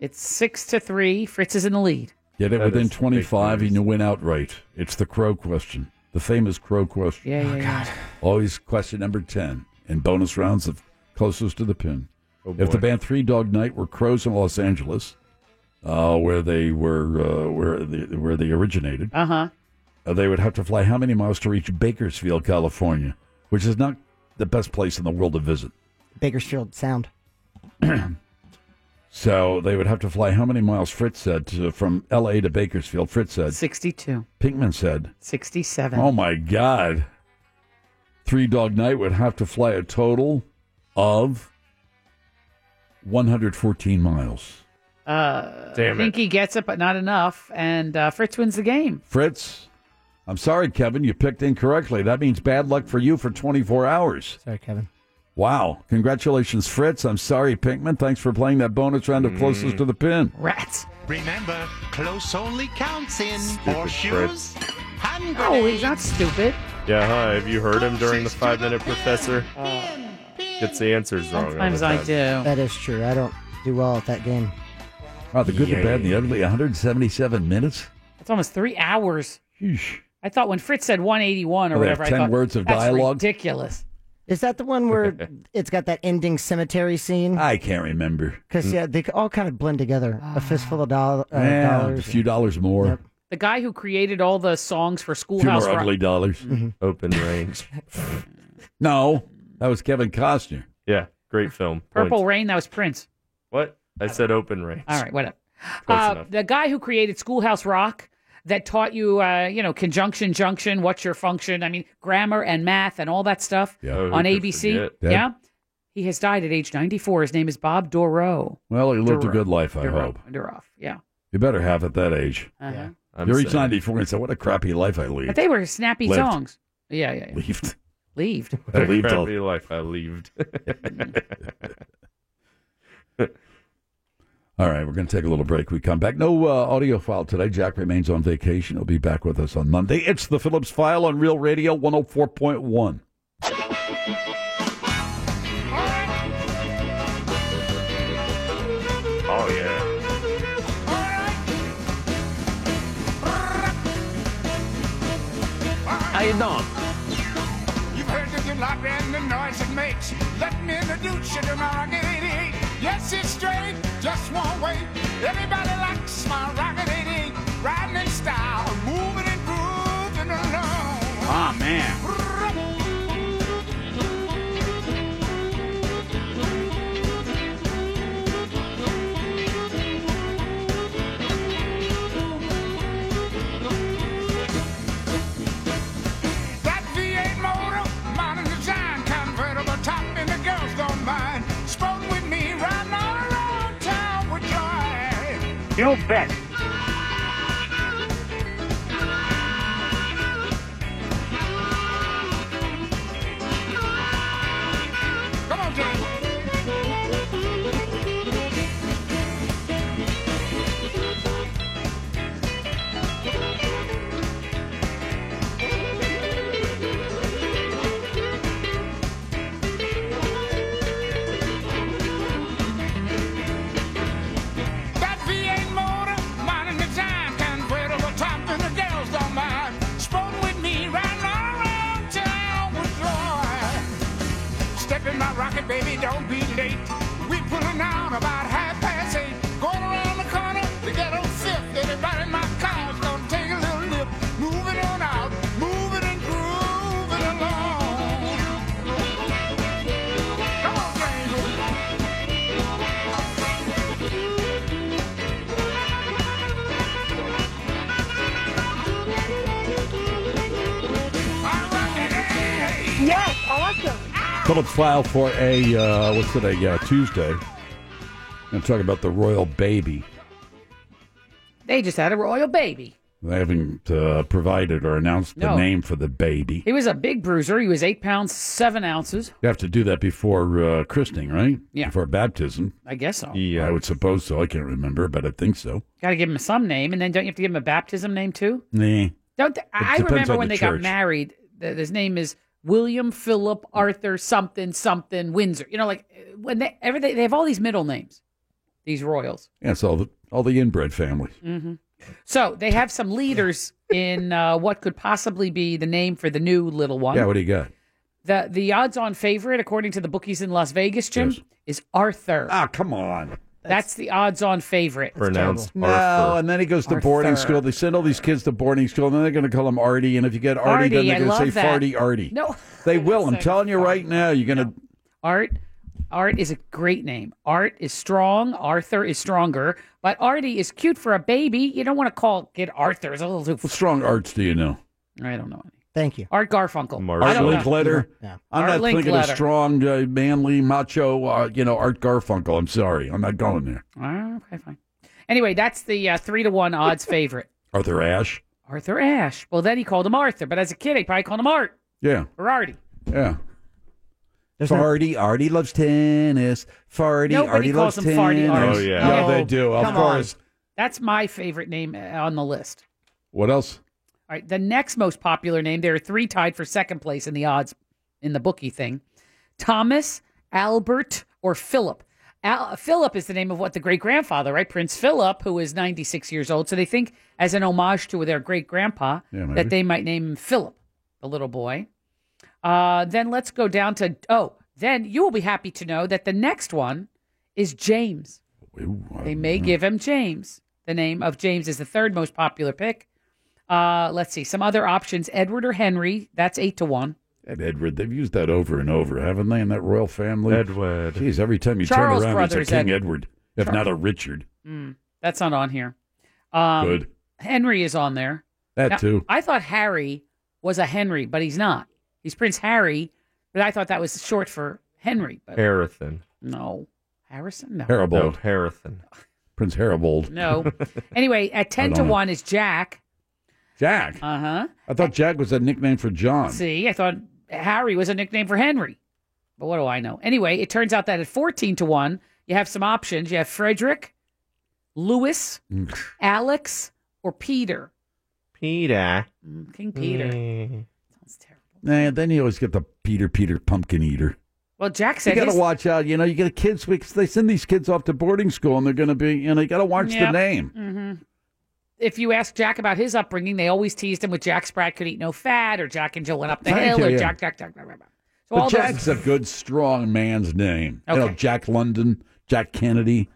[SPEAKER 6] It's six to three. Fritz is in the lead.
[SPEAKER 5] Get it
[SPEAKER 6] That
[SPEAKER 5] within
[SPEAKER 6] is the big
[SPEAKER 5] 25 and you win outright. It's the crow question, the famous crow question.
[SPEAKER 6] Yeah, yeah, yeah.
[SPEAKER 5] Always question number 10 in bonus rounds of closest to the pin. if
[SPEAKER 6] Oh,
[SPEAKER 10] boy.
[SPEAKER 5] the band Three Dog Night were crows in Los Angeles, uh, where they were, uh, where, they, where they originated,
[SPEAKER 6] Uh-huh.
[SPEAKER 5] uh, they would have to fly how many miles to reach Bakersfield, California, which is not the best place in the world to visit.
[SPEAKER 7] Bakersfield Sound.
[SPEAKER 5] So they would have to fly how many miles? Fritz said to, from L.A. to Bakersfield. Fritz said
[SPEAKER 6] sixty-two.
[SPEAKER 5] Pinkman said
[SPEAKER 6] sixty-seven.
[SPEAKER 5] Oh my God! Three Dog Night would have to fly a total of one hundred fourteen miles.
[SPEAKER 6] Uh,
[SPEAKER 5] Damn it.
[SPEAKER 6] Pinky gets it, but not enough, and uh, Fritz wins the game.
[SPEAKER 5] Fritz, I'm sorry, Kevin, you picked incorrectly. That means bad luck for you for twenty four hours.
[SPEAKER 7] Sorry, Kevin.
[SPEAKER 5] Wow! Congratulations, Fritz. I'm sorry, Pinkman. Thanks for playing that bonus round of closest
[SPEAKER 11] Mm.
[SPEAKER 5] to the pin.
[SPEAKER 6] Rats.
[SPEAKER 11] Remember, close only counts in horseshoes. Hand
[SPEAKER 6] Oh, he's not stupid.
[SPEAKER 8] Yeah, hi. Have you heard him during the five minute professor? Gets the answers wrong. all the time.
[SPEAKER 7] That is true. I don't do well at that game.
[SPEAKER 5] Wow, the good, the bad, and the ugly. 177 minutes.
[SPEAKER 6] It's almost three hours. I thought when Fritz said 181 or
[SPEAKER 5] Well, they have
[SPEAKER 6] whatever, I
[SPEAKER 5] 10
[SPEAKER 6] thought,
[SPEAKER 5] words of
[SPEAKER 6] "That's
[SPEAKER 5] dialogue."
[SPEAKER 6] ridiculous.
[SPEAKER 7] Is that the one
[SPEAKER 5] *laughs*
[SPEAKER 7] where it's got that ending cemetery scene?
[SPEAKER 5] I can't remember.
[SPEAKER 7] Because yeah, they all kind of blend together.
[SPEAKER 6] Ah.
[SPEAKER 7] A fistful of doll- uh,
[SPEAKER 5] Yeah, a
[SPEAKER 7] dollars.
[SPEAKER 5] few dollars more.
[SPEAKER 6] The guy who created all the songs for
[SPEAKER 5] Two
[SPEAKER 6] Schoolhouse
[SPEAKER 5] more
[SPEAKER 6] Rock.
[SPEAKER 5] ugly dollars.
[SPEAKER 6] Mm-hmm.
[SPEAKER 8] *laughs* Open range.
[SPEAKER 5] *laughs* no, that was Kevin Costner.
[SPEAKER 8] Yeah, great film.
[SPEAKER 6] Purple
[SPEAKER 8] Points.
[SPEAKER 6] Rain, that was Prince.
[SPEAKER 8] What? I said open range.
[SPEAKER 6] All right, whatever.
[SPEAKER 8] Close
[SPEAKER 6] Uh,
[SPEAKER 8] enough.
[SPEAKER 6] the guy who created Schoolhouse Rock that taught you, uh, you know, conjunction, junction, what's your function? I mean, grammar and math and all that stuff
[SPEAKER 5] Yeah. Oh, who
[SPEAKER 6] on
[SPEAKER 5] could
[SPEAKER 6] ABC.
[SPEAKER 5] forget? Dead.
[SPEAKER 6] Yeah. He has died at age 94. His name is Bob Doreau.
[SPEAKER 5] Well, he lived a
[SPEAKER 6] Durov.
[SPEAKER 5] good life, I
[SPEAKER 6] Durov.
[SPEAKER 5] hope.
[SPEAKER 6] Durov, yeah.
[SPEAKER 5] You better have at that age.
[SPEAKER 6] Uh-huh. Yeah,
[SPEAKER 8] I'm
[SPEAKER 5] You're age
[SPEAKER 8] saying.
[SPEAKER 5] 94 and say, what a crappy life I lead.
[SPEAKER 6] But they were snappy
[SPEAKER 5] Lived.
[SPEAKER 6] songs. Yeah, yeah, yeah.
[SPEAKER 5] Leaved.
[SPEAKER 6] Leaved.
[SPEAKER 5] I leaved all-
[SPEAKER 8] Crappy life. I
[SPEAKER 5] *laughs*
[SPEAKER 8] leaved.
[SPEAKER 5] *laughs* All right, we're going to take a little break. We come back. No uh, audio file today. Jack remains on vacation. He'll be back with us on Monday. It's the Phillips File on Real Radio 104.1.
[SPEAKER 8] Oh yeah.
[SPEAKER 13] How you doing?
[SPEAKER 4] You've heard the good luck and the noise it makes. Let me introduce you to my Rocket 88. Yes, it's straight, just one way. Everybody likes my Rocket 88. Riding in style, moving and grooving along.
[SPEAKER 13] Oh man.
[SPEAKER 4] That V8 motor, modern design, convertible top, and the girls don't mind. Spoke with me, riding all around town with joy.
[SPEAKER 13] You bet.
[SPEAKER 4] Come on, Jay. That V8 motor, modern design, convertible top, and the girls don't mind. Spoke with me, riding all around town with joy. Step in my rocket, baby, don't be late. We pulling out about half past eight. Going around the corner to get on fifth. Everybody in my car's gonna take a little nip. Moving on out, moving and grooving along. Come on, Django.
[SPEAKER 13] Yes, awesome.
[SPEAKER 5] Phillips File for a, uh, what's today? Yeah, Tuesday. I'm talking about the royal baby.
[SPEAKER 6] They just had a royal baby.
[SPEAKER 5] They haven't uh, provided or announced the
[SPEAKER 6] No.
[SPEAKER 5] name for the baby.
[SPEAKER 6] He was a big bruiser. He was eight pounds, seven ounces.
[SPEAKER 5] You have to do that before uh, christening, right?
[SPEAKER 6] Yeah.
[SPEAKER 5] Before baptism.
[SPEAKER 6] I guess so.
[SPEAKER 5] Yeah. I would suppose so. I can't remember, but I think so.
[SPEAKER 6] Got to give him some name, and then don't you have to give him a baptism name too?
[SPEAKER 5] Nah.
[SPEAKER 6] Don't th-
[SPEAKER 5] It
[SPEAKER 6] I I
[SPEAKER 5] depends
[SPEAKER 6] remember
[SPEAKER 5] on
[SPEAKER 6] when
[SPEAKER 5] the
[SPEAKER 6] they got
[SPEAKER 5] church.
[SPEAKER 6] married? Th- his name is William Philip Arthur something something Windsor. You know, like uh, when they everything they have all these middle names. These royals.
[SPEAKER 5] Yeah, it's all the all the inbred families.
[SPEAKER 6] hmm So they have some leaders in uh, what could possibly be the name for the new little one.
[SPEAKER 5] Yeah, what do you got?
[SPEAKER 6] The the odds on favorite, according to the bookies in Las Vegas, Jim, is Arthur.
[SPEAKER 5] Ah, come on.
[SPEAKER 6] That's the odds on favorite.
[SPEAKER 8] Pronounced
[SPEAKER 5] No, and then he goes to boarding
[SPEAKER 6] Arthur.
[SPEAKER 5] school. They send all these kids to boarding school, and then they're going to call him Artie. And if you get Artie, then
[SPEAKER 6] Artie,
[SPEAKER 5] they're
[SPEAKER 6] I
[SPEAKER 5] going to say
[SPEAKER 6] love that.
[SPEAKER 5] Farty Artie.
[SPEAKER 6] No.
[SPEAKER 5] They will. I'm telling you right now, you're going to.
[SPEAKER 6] Art. Art is a great name. Art is strong. Arthur is stronger. But Artie is cute for a baby. You don't want to call kid Arthur. It's a little too.
[SPEAKER 5] What strong arts do you know?
[SPEAKER 6] I don't know.
[SPEAKER 7] Thank you.
[SPEAKER 6] Art Garfunkel. I
[SPEAKER 5] Art
[SPEAKER 6] don't know.
[SPEAKER 5] Linkletter. I'm
[SPEAKER 6] Art
[SPEAKER 5] not thinking of
[SPEAKER 6] Linkletter.
[SPEAKER 5] strong, uh, manly, macho, uh, you know, Art Garfunkel. I'm sorry. I'm not going there.
[SPEAKER 6] Ah, okay, fine. Anyway, that's the uh, three to one odds favorite.
[SPEAKER 5] Arthur Ashe.
[SPEAKER 6] Arthur Ashe. Well, then he called him Arthur, but as a kid, he probably called him Art
[SPEAKER 5] Yeah.
[SPEAKER 6] or Artie.
[SPEAKER 5] Yeah. Farty, Artie loves tennis. Farty,
[SPEAKER 6] Nobody
[SPEAKER 5] Artie
[SPEAKER 6] calls
[SPEAKER 5] loves
[SPEAKER 6] him
[SPEAKER 5] tennis.
[SPEAKER 6] Farty Artie.
[SPEAKER 5] Oh, yeah. Yeah, they do. Of
[SPEAKER 6] Come on.
[SPEAKER 5] course.
[SPEAKER 6] That's my favorite name uh, on the list.
[SPEAKER 5] What else?
[SPEAKER 6] All right, the next most popular name. There are three tied for second place in the odds in the bookie thing: Thomas, Albert, or Philip. Al- Philip is the name of what the great grandfather, right? Prince Philip, who is 96 years old. So they think, as an homage to their great grandpa,
[SPEAKER 5] Yeah, maybe.
[SPEAKER 6] that they might name him Philip, the little boy. Uh, then let's go down to oh, then you will be happy to know that the next one is James. they may give him James. The name of James is the third most popular pick. Uh, let's see some other options: Edward or Henry. That's eight to one.
[SPEAKER 5] That Edward, they've used that over and over, haven't they, in that royal family? Edward. Jeez, every time you
[SPEAKER 6] Charles
[SPEAKER 5] turn around, it's a
[SPEAKER 6] Brothers,
[SPEAKER 5] King
[SPEAKER 6] Ed-
[SPEAKER 5] Edward, if
[SPEAKER 6] Char-
[SPEAKER 5] not a Richard.
[SPEAKER 6] Mm, that's not on here. Um,
[SPEAKER 5] Good.
[SPEAKER 6] Henry is on there.
[SPEAKER 5] That
[SPEAKER 6] Now,
[SPEAKER 5] too.
[SPEAKER 6] I thought Harry was a Henry, but he's not. He's Prince Harry, but I thought that was short for Henry. But
[SPEAKER 8] Harrison.
[SPEAKER 6] No. Harrison? No.
[SPEAKER 5] Haribold.
[SPEAKER 8] No, Harrison.
[SPEAKER 5] Prince Haribold.
[SPEAKER 6] No.
[SPEAKER 5] *laughs*
[SPEAKER 6] anyway, at 10
[SPEAKER 5] I
[SPEAKER 6] to
[SPEAKER 5] don't know.
[SPEAKER 6] 1 is Jack.
[SPEAKER 5] Jack.
[SPEAKER 6] Uh huh.
[SPEAKER 5] I thought Jack was a nickname for John.
[SPEAKER 6] See, I thought Harry was a nickname for Henry. But what do I know? Anyway, it turns out that at 14 to 1, you have some options. You have Frederick, Louis, Alex, or Peter.
[SPEAKER 8] Peter.
[SPEAKER 6] Mm, King Peter.
[SPEAKER 5] Nah, then you always get the Peter Peter Pumpkin Eater.
[SPEAKER 6] Well, Jack
[SPEAKER 5] You
[SPEAKER 6] said
[SPEAKER 5] got to
[SPEAKER 6] his-
[SPEAKER 5] watch out. You know, you get kids because they send these kids off to boarding school, and they're going to be. You know, you got to watch
[SPEAKER 6] Yep.
[SPEAKER 5] the name.
[SPEAKER 6] Mhm. If you ask Jack about his upbringing, they always teased him with Jack Sprat could eat no fat, or Jack and Jill went up the
[SPEAKER 5] Thank
[SPEAKER 6] hill,
[SPEAKER 5] you,
[SPEAKER 6] or
[SPEAKER 5] yeah.
[SPEAKER 6] Jack, Jack, Jack, blah, blah, blah. So all those-
[SPEAKER 5] but Jack's a good, strong man's name. You know,
[SPEAKER 6] Okay.
[SPEAKER 5] Jack London, Jack Kennedy,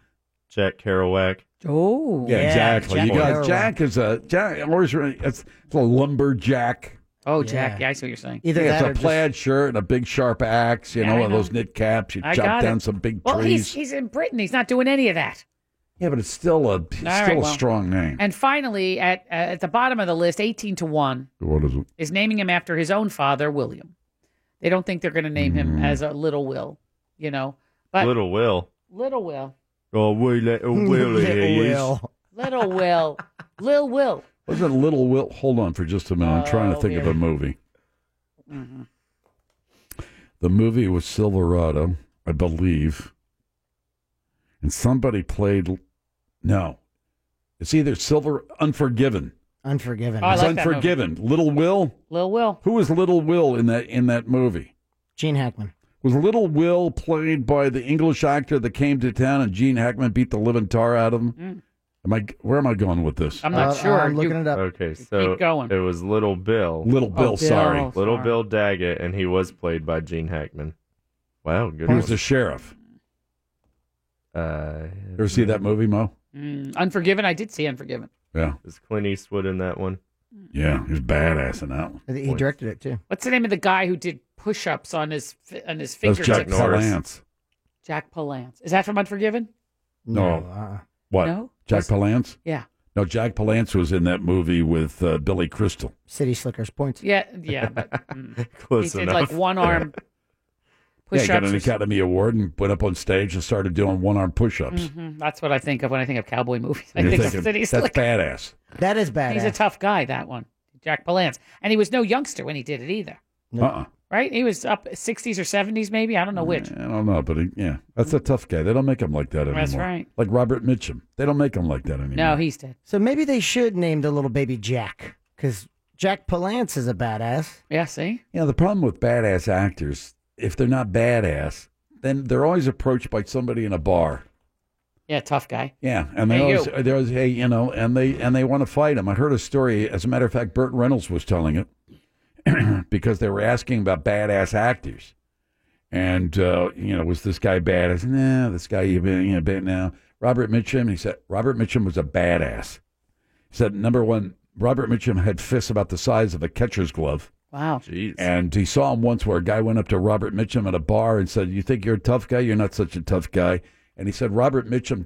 [SPEAKER 8] Jack Kerouac.
[SPEAKER 6] Oh,
[SPEAKER 5] yeah,
[SPEAKER 8] Yeah,
[SPEAKER 5] exactly.
[SPEAKER 8] Jack
[SPEAKER 5] you got
[SPEAKER 8] Kerouac.
[SPEAKER 5] Jack is a Jack. I Always, re- it's, it's a lumberjack.
[SPEAKER 6] Oh, Jack. Yeah, *laughs* I see what you're saying.
[SPEAKER 5] yeah, it's a plaid shirt and a big sharp axe. You
[SPEAKER 6] Yeah,
[SPEAKER 5] know,
[SPEAKER 6] I
[SPEAKER 5] one of
[SPEAKER 6] know.
[SPEAKER 5] those knit caps. You
[SPEAKER 6] I
[SPEAKER 5] chop
[SPEAKER 6] got
[SPEAKER 5] down
[SPEAKER 6] it.
[SPEAKER 5] some big
[SPEAKER 6] Well, he's,
[SPEAKER 5] trees.
[SPEAKER 6] he's in Britain. He's not doing any of that.
[SPEAKER 5] Yeah, but it's still a it's still
[SPEAKER 6] All right,
[SPEAKER 5] a
[SPEAKER 6] well.
[SPEAKER 5] strong name.
[SPEAKER 6] And finally, at uh, at the bottom of the list, 18 to 1
[SPEAKER 5] What is it?
[SPEAKER 6] is naming him after his own father, William. They don't think they're going to name
[SPEAKER 5] Mm.
[SPEAKER 6] him as a little Will, you know. But
[SPEAKER 8] Little Will.
[SPEAKER 6] little Will,
[SPEAKER 8] Oh, we little Willie. he is.
[SPEAKER 6] little
[SPEAKER 5] *laughs*
[SPEAKER 6] Will, Lil Will.
[SPEAKER 5] Wasn't it Little Will? Hold on for just a minute. I'm
[SPEAKER 6] Oh,
[SPEAKER 5] trying to think of a movie. Mm-hmm.
[SPEAKER 6] Mhm.
[SPEAKER 5] The movie was Silverado, I believe. And somebody played. No. It's either Silver Unforgiven.
[SPEAKER 7] Unforgiven.
[SPEAKER 6] Oh,
[SPEAKER 5] it's Unforgiven. Little Will.
[SPEAKER 6] Little Will.
[SPEAKER 5] Who was Little Will in that in that movie?
[SPEAKER 7] Gene Hackman.
[SPEAKER 5] Was Little Will played by the English actor that came to town and Gene Hackman beat the living tar out of him? Am I? Where am I going with this?
[SPEAKER 6] Mm. I'm
[SPEAKER 8] Uh,
[SPEAKER 6] not sure. You-
[SPEAKER 8] Okay, so
[SPEAKER 6] going. Oh,
[SPEAKER 8] it was Little Bill.
[SPEAKER 5] Little Bill, Bill, sorry.
[SPEAKER 8] Little
[SPEAKER 5] sorry.
[SPEAKER 8] Bill Daggett, and he was played by Gene Hackman. Wow, good.
[SPEAKER 5] He was
[SPEAKER 8] one.
[SPEAKER 5] the sheriff.
[SPEAKER 8] Uh,
[SPEAKER 5] Ever see that movie, Mo?
[SPEAKER 6] Mm, Unforgiven. I did see Unforgiven.
[SPEAKER 5] Yeah.
[SPEAKER 8] Is Clint Eastwood in that one?
[SPEAKER 5] Yeah, he was badass in that one.
[SPEAKER 7] He directed it too.
[SPEAKER 6] What's the name of the guy who did push-ups on his fi- on his
[SPEAKER 5] That's
[SPEAKER 6] fingers?
[SPEAKER 5] Jack Palance.
[SPEAKER 6] Jack Palance. Is that from Unforgiven?
[SPEAKER 5] No. uh-uh. What?
[SPEAKER 6] No?
[SPEAKER 5] Jack Palance?
[SPEAKER 6] Yeah.
[SPEAKER 5] No, Jack Palance was in that movie with uh, Billy Crystal.
[SPEAKER 7] City Slickers points.
[SPEAKER 6] Yeah, yeah.
[SPEAKER 5] *laughs*
[SPEAKER 6] But, mm.
[SPEAKER 5] Close
[SPEAKER 6] he did
[SPEAKER 5] enough.
[SPEAKER 6] like one arm
[SPEAKER 5] *laughs* Yeah, he
[SPEAKER 6] push-ups.
[SPEAKER 5] got an
[SPEAKER 6] or
[SPEAKER 5] Academy Award and went up on stage and started doing one arm push ups.
[SPEAKER 6] Mhm. That's what I think of when I think of cowboy movies. I think of City
[SPEAKER 5] that's
[SPEAKER 6] Slickers.
[SPEAKER 5] badass.
[SPEAKER 7] That is bad.
[SPEAKER 6] He's a tough guy, that one, Jack Palance. And he was no youngster when he did it either,
[SPEAKER 5] Uh-uh.
[SPEAKER 6] right? He was up 60s or 70s, maybe. I don't know which.
[SPEAKER 5] I don't know, but he, yeah, that's a tough guy. They don't make him like that anymore.
[SPEAKER 6] That's right.
[SPEAKER 5] Like Robert Mitchum. They don't make him like that anymore.
[SPEAKER 6] he's dead.
[SPEAKER 7] So maybe they should name the little baby Jack because Jack Palance is a badass.
[SPEAKER 6] Yeah, see?
[SPEAKER 5] You know, the problem with badass actors, if they're not badass, then they're always approached by somebody in a bar.
[SPEAKER 6] Yeah, tough guy.
[SPEAKER 5] Yeah, and they
[SPEAKER 6] Hey,
[SPEAKER 5] always,
[SPEAKER 6] you.
[SPEAKER 5] they always, hey, you know, and they and they want to fight him. I heard a story. As a matter of fact, Burt Reynolds was telling it *clears throat* because they were asking about badass actors, and uh, you know, was this guy badass? Nah, this guy you been you know, bit now. Robert Mitchum. He said Robert Mitchum was a badass. He said number one, Robert Mitchum had fists about the size of a catcher's glove.
[SPEAKER 6] Wow.
[SPEAKER 5] And he saw him once where a guy went up to Robert Mitchum at a bar and said, You think you're a tough guy? You're not such a tough guy. And he said, Robert Mitchum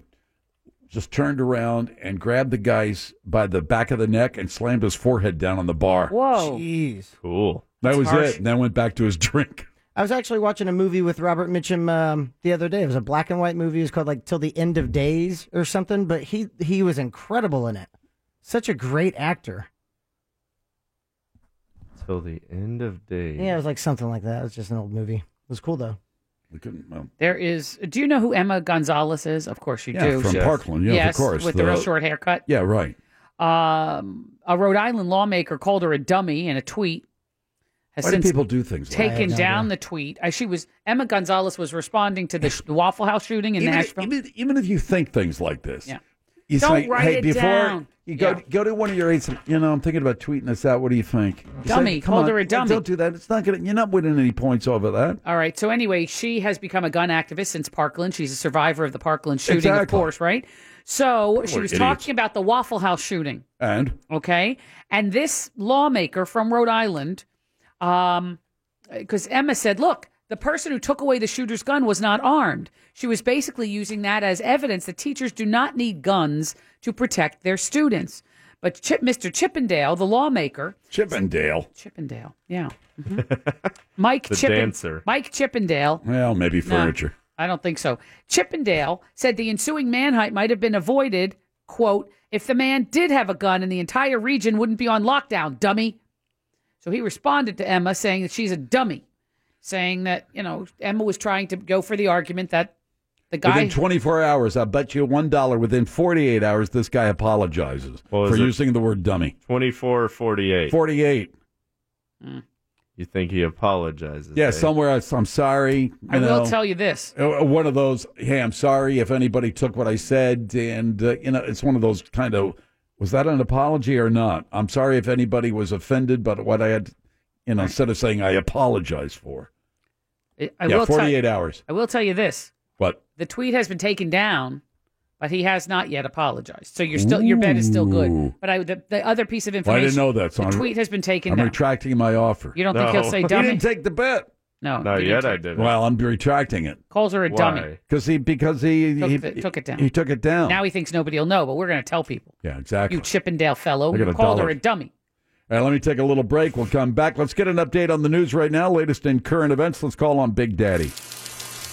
[SPEAKER 5] just turned around and grabbed the guy's by the back of the neck and slammed his forehead down on the bar.
[SPEAKER 7] Whoa.
[SPEAKER 6] Oh.
[SPEAKER 7] Jeez.
[SPEAKER 5] Cool. That
[SPEAKER 7] That's
[SPEAKER 5] was
[SPEAKER 7] harsh.
[SPEAKER 5] it. And then went back to his drink.
[SPEAKER 7] I was actually watching a movie with Robert Mitchum um, the other day. It was a black and white movie. It was called like Till the End of Days or something. But he he was incredible in it. Such a great actor.
[SPEAKER 8] Till the end of day.
[SPEAKER 7] Yeah, it was like something like that. It was just an old movie. It was cool though.
[SPEAKER 5] We couldn't. Well,
[SPEAKER 6] There is. Do you know who Emma Gonzalez is? Of course you
[SPEAKER 5] Yeah,
[SPEAKER 6] do.
[SPEAKER 5] from
[SPEAKER 6] She-
[SPEAKER 5] Parkland. Yeah,
[SPEAKER 6] yes,
[SPEAKER 5] of course.
[SPEAKER 6] With the, real short haircut.
[SPEAKER 5] Yeah, right.
[SPEAKER 6] Um, a Rhode Island lawmaker called her a dummy in a tweet. Has
[SPEAKER 5] Why do
[SPEAKER 6] since
[SPEAKER 5] people do things like that?
[SPEAKER 6] taken down the tweet. Uh, she was Emma Gonzalez was responding to
[SPEAKER 5] *laughs*
[SPEAKER 6] the, sh- the Waffle House shooting in
[SPEAKER 5] even, if,
[SPEAKER 6] Nashville.
[SPEAKER 5] even, even if you think things like this,
[SPEAKER 6] Yeah.
[SPEAKER 5] you
[SPEAKER 6] Don't
[SPEAKER 5] say,
[SPEAKER 6] write
[SPEAKER 5] hey,
[SPEAKER 6] it
[SPEAKER 5] before
[SPEAKER 6] down."
[SPEAKER 5] you go
[SPEAKER 6] Yeah.
[SPEAKER 5] go to one of your aides, you know, I'm thinking about tweeting this out. What do you think? You say,
[SPEAKER 6] Dummy.
[SPEAKER 5] "Come
[SPEAKER 6] Called
[SPEAKER 5] on,
[SPEAKER 6] her a dummy."
[SPEAKER 5] Don't do that. It's not gonna. You're not winning any points over that.
[SPEAKER 6] All right. So anyway, she has become a gun activist since Parkland. She's a survivor of the Parkland shooting, of
[SPEAKER 5] Exactly.
[SPEAKER 6] course, right? So she
[SPEAKER 5] Poor
[SPEAKER 6] was
[SPEAKER 5] idiots.
[SPEAKER 6] talking about the Waffle House shooting.
[SPEAKER 5] And
[SPEAKER 6] Okay. And this lawmaker from Rhode Island, um, because Emma said, look, the person who took away the shooter's gun was not armed. She was basically using that as evidence that teachers do not need guns to protect their students. But Chip, Mr. Chippendale, the lawmaker,
[SPEAKER 5] Chippendale.
[SPEAKER 6] Chippendale, yeah,
[SPEAKER 5] *laughs*
[SPEAKER 6] Mhm. Mike
[SPEAKER 5] The
[SPEAKER 6] Chippen-
[SPEAKER 5] dancer.
[SPEAKER 6] Mike Chippendale,
[SPEAKER 5] Well, maybe
[SPEAKER 6] No.
[SPEAKER 5] furniture.
[SPEAKER 6] I don't think so. Chippendale said the ensuing manhunt might have been avoided, quote, if the man did have a gun and the entire region wouldn't be on lockdown, dummy. So he responded to Emma saying that she's a dummy, saying that, you know, Emma was trying to go for the argument that the guy.
[SPEAKER 5] Within 24 hours, I bet you one dollar. Within 48 hours, this guy apologizes
[SPEAKER 8] was
[SPEAKER 5] for
[SPEAKER 8] it?
[SPEAKER 5] using the word dummy.
[SPEAKER 8] 24 or 48.
[SPEAKER 5] 48.
[SPEAKER 6] Hmm.
[SPEAKER 8] You think he apologizes?
[SPEAKER 5] Yeah,
[SPEAKER 8] eh?
[SPEAKER 5] somewhere else. I'm sorry. You
[SPEAKER 6] I will
[SPEAKER 5] know.
[SPEAKER 6] tell you this.
[SPEAKER 5] Uh, one of those hey i'm sorry if anybody took what i said and uh, you know it's one of those kind of was that an apology or not i'm sorry if anybody was offended but what i had you know instead of saying i apologize for
[SPEAKER 6] I I
[SPEAKER 5] yeah
[SPEAKER 6] will tell-
[SPEAKER 5] 48 hours
[SPEAKER 6] I will tell you this.
[SPEAKER 5] what
[SPEAKER 6] The tweet has been taken down, but he has not yet apologized. So you're still your bet is still
[SPEAKER 5] Ooh.
[SPEAKER 6] good. But I the, the other piece of
[SPEAKER 5] well, i
[SPEAKER 6] information
[SPEAKER 5] didn't know that so
[SPEAKER 6] the
[SPEAKER 5] I'm-
[SPEAKER 6] tweet has been taken
[SPEAKER 5] i'm
[SPEAKER 6] down.
[SPEAKER 5] retracting my offer
[SPEAKER 6] You don't think he'll
[SPEAKER 8] *laughs*
[SPEAKER 6] say dummy?
[SPEAKER 5] he didn't take the bet
[SPEAKER 6] No,
[SPEAKER 8] Not yet, I didn't.
[SPEAKER 5] well i'm retracting it
[SPEAKER 6] Oh, Calls her a dummy.
[SPEAKER 5] because he because he
[SPEAKER 6] Took
[SPEAKER 5] he,
[SPEAKER 6] the- took it down.
[SPEAKER 5] he took it down
[SPEAKER 6] Now he thinks nobody will know, but we're going to tell people.
[SPEAKER 5] yeah exactly
[SPEAKER 6] You Chippendale fellow,
[SPEAKER 5] I got
[SPEAKER 6] you
[SPEAKER 5] a
[SPEAKER 6] called
[SPEAKER 5] dollar.
[SPEAKER 6] her a dummy.
[SPEAKER 5] All right, let me take a little break. We'll come back. Let's get an update on the news right now. Latest in current events. Let's call on Big Daddy.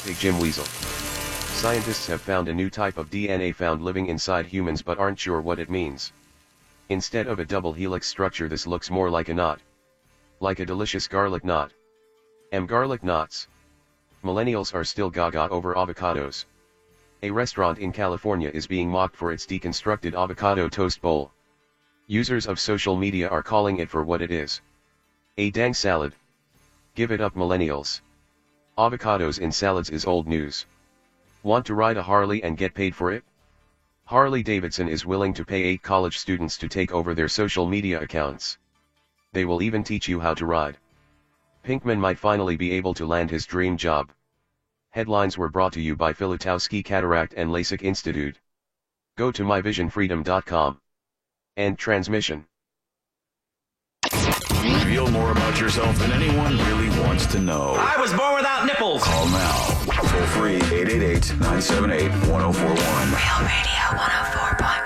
[SPEAKER 10] Big Jim Weasel. Scientists have found a new type of DNA found living inside humans but aren't sure what it means. Instead of a double helix structure, this looks more like a knot. Like a delicious garlic knot. Am garlic knots? Millennials are still gaga over avocados. A restaurant in California is being mocked for its deconstructed avocado toast bowl. Users of social media are calling it for what it is. A dang salad. Give it up, millennials. Avocados in salads is old news. Want to ride a Harley and get paid for it? Harley Davidson is willing to pay eight college students to take over their social media accounts. They will even teach you how to ride. Pinkman might finally be able to land his dream job. Headlines were brought to you by Filutowski Cataract and LASIK Institute. Go to myvisionfreedom.com. End transmission.
[SPEAKER 9] Reveal more about yourself than anyone really wants to know. I was born without nipples. Call now. Toll free 888 978 1041. Real Radio.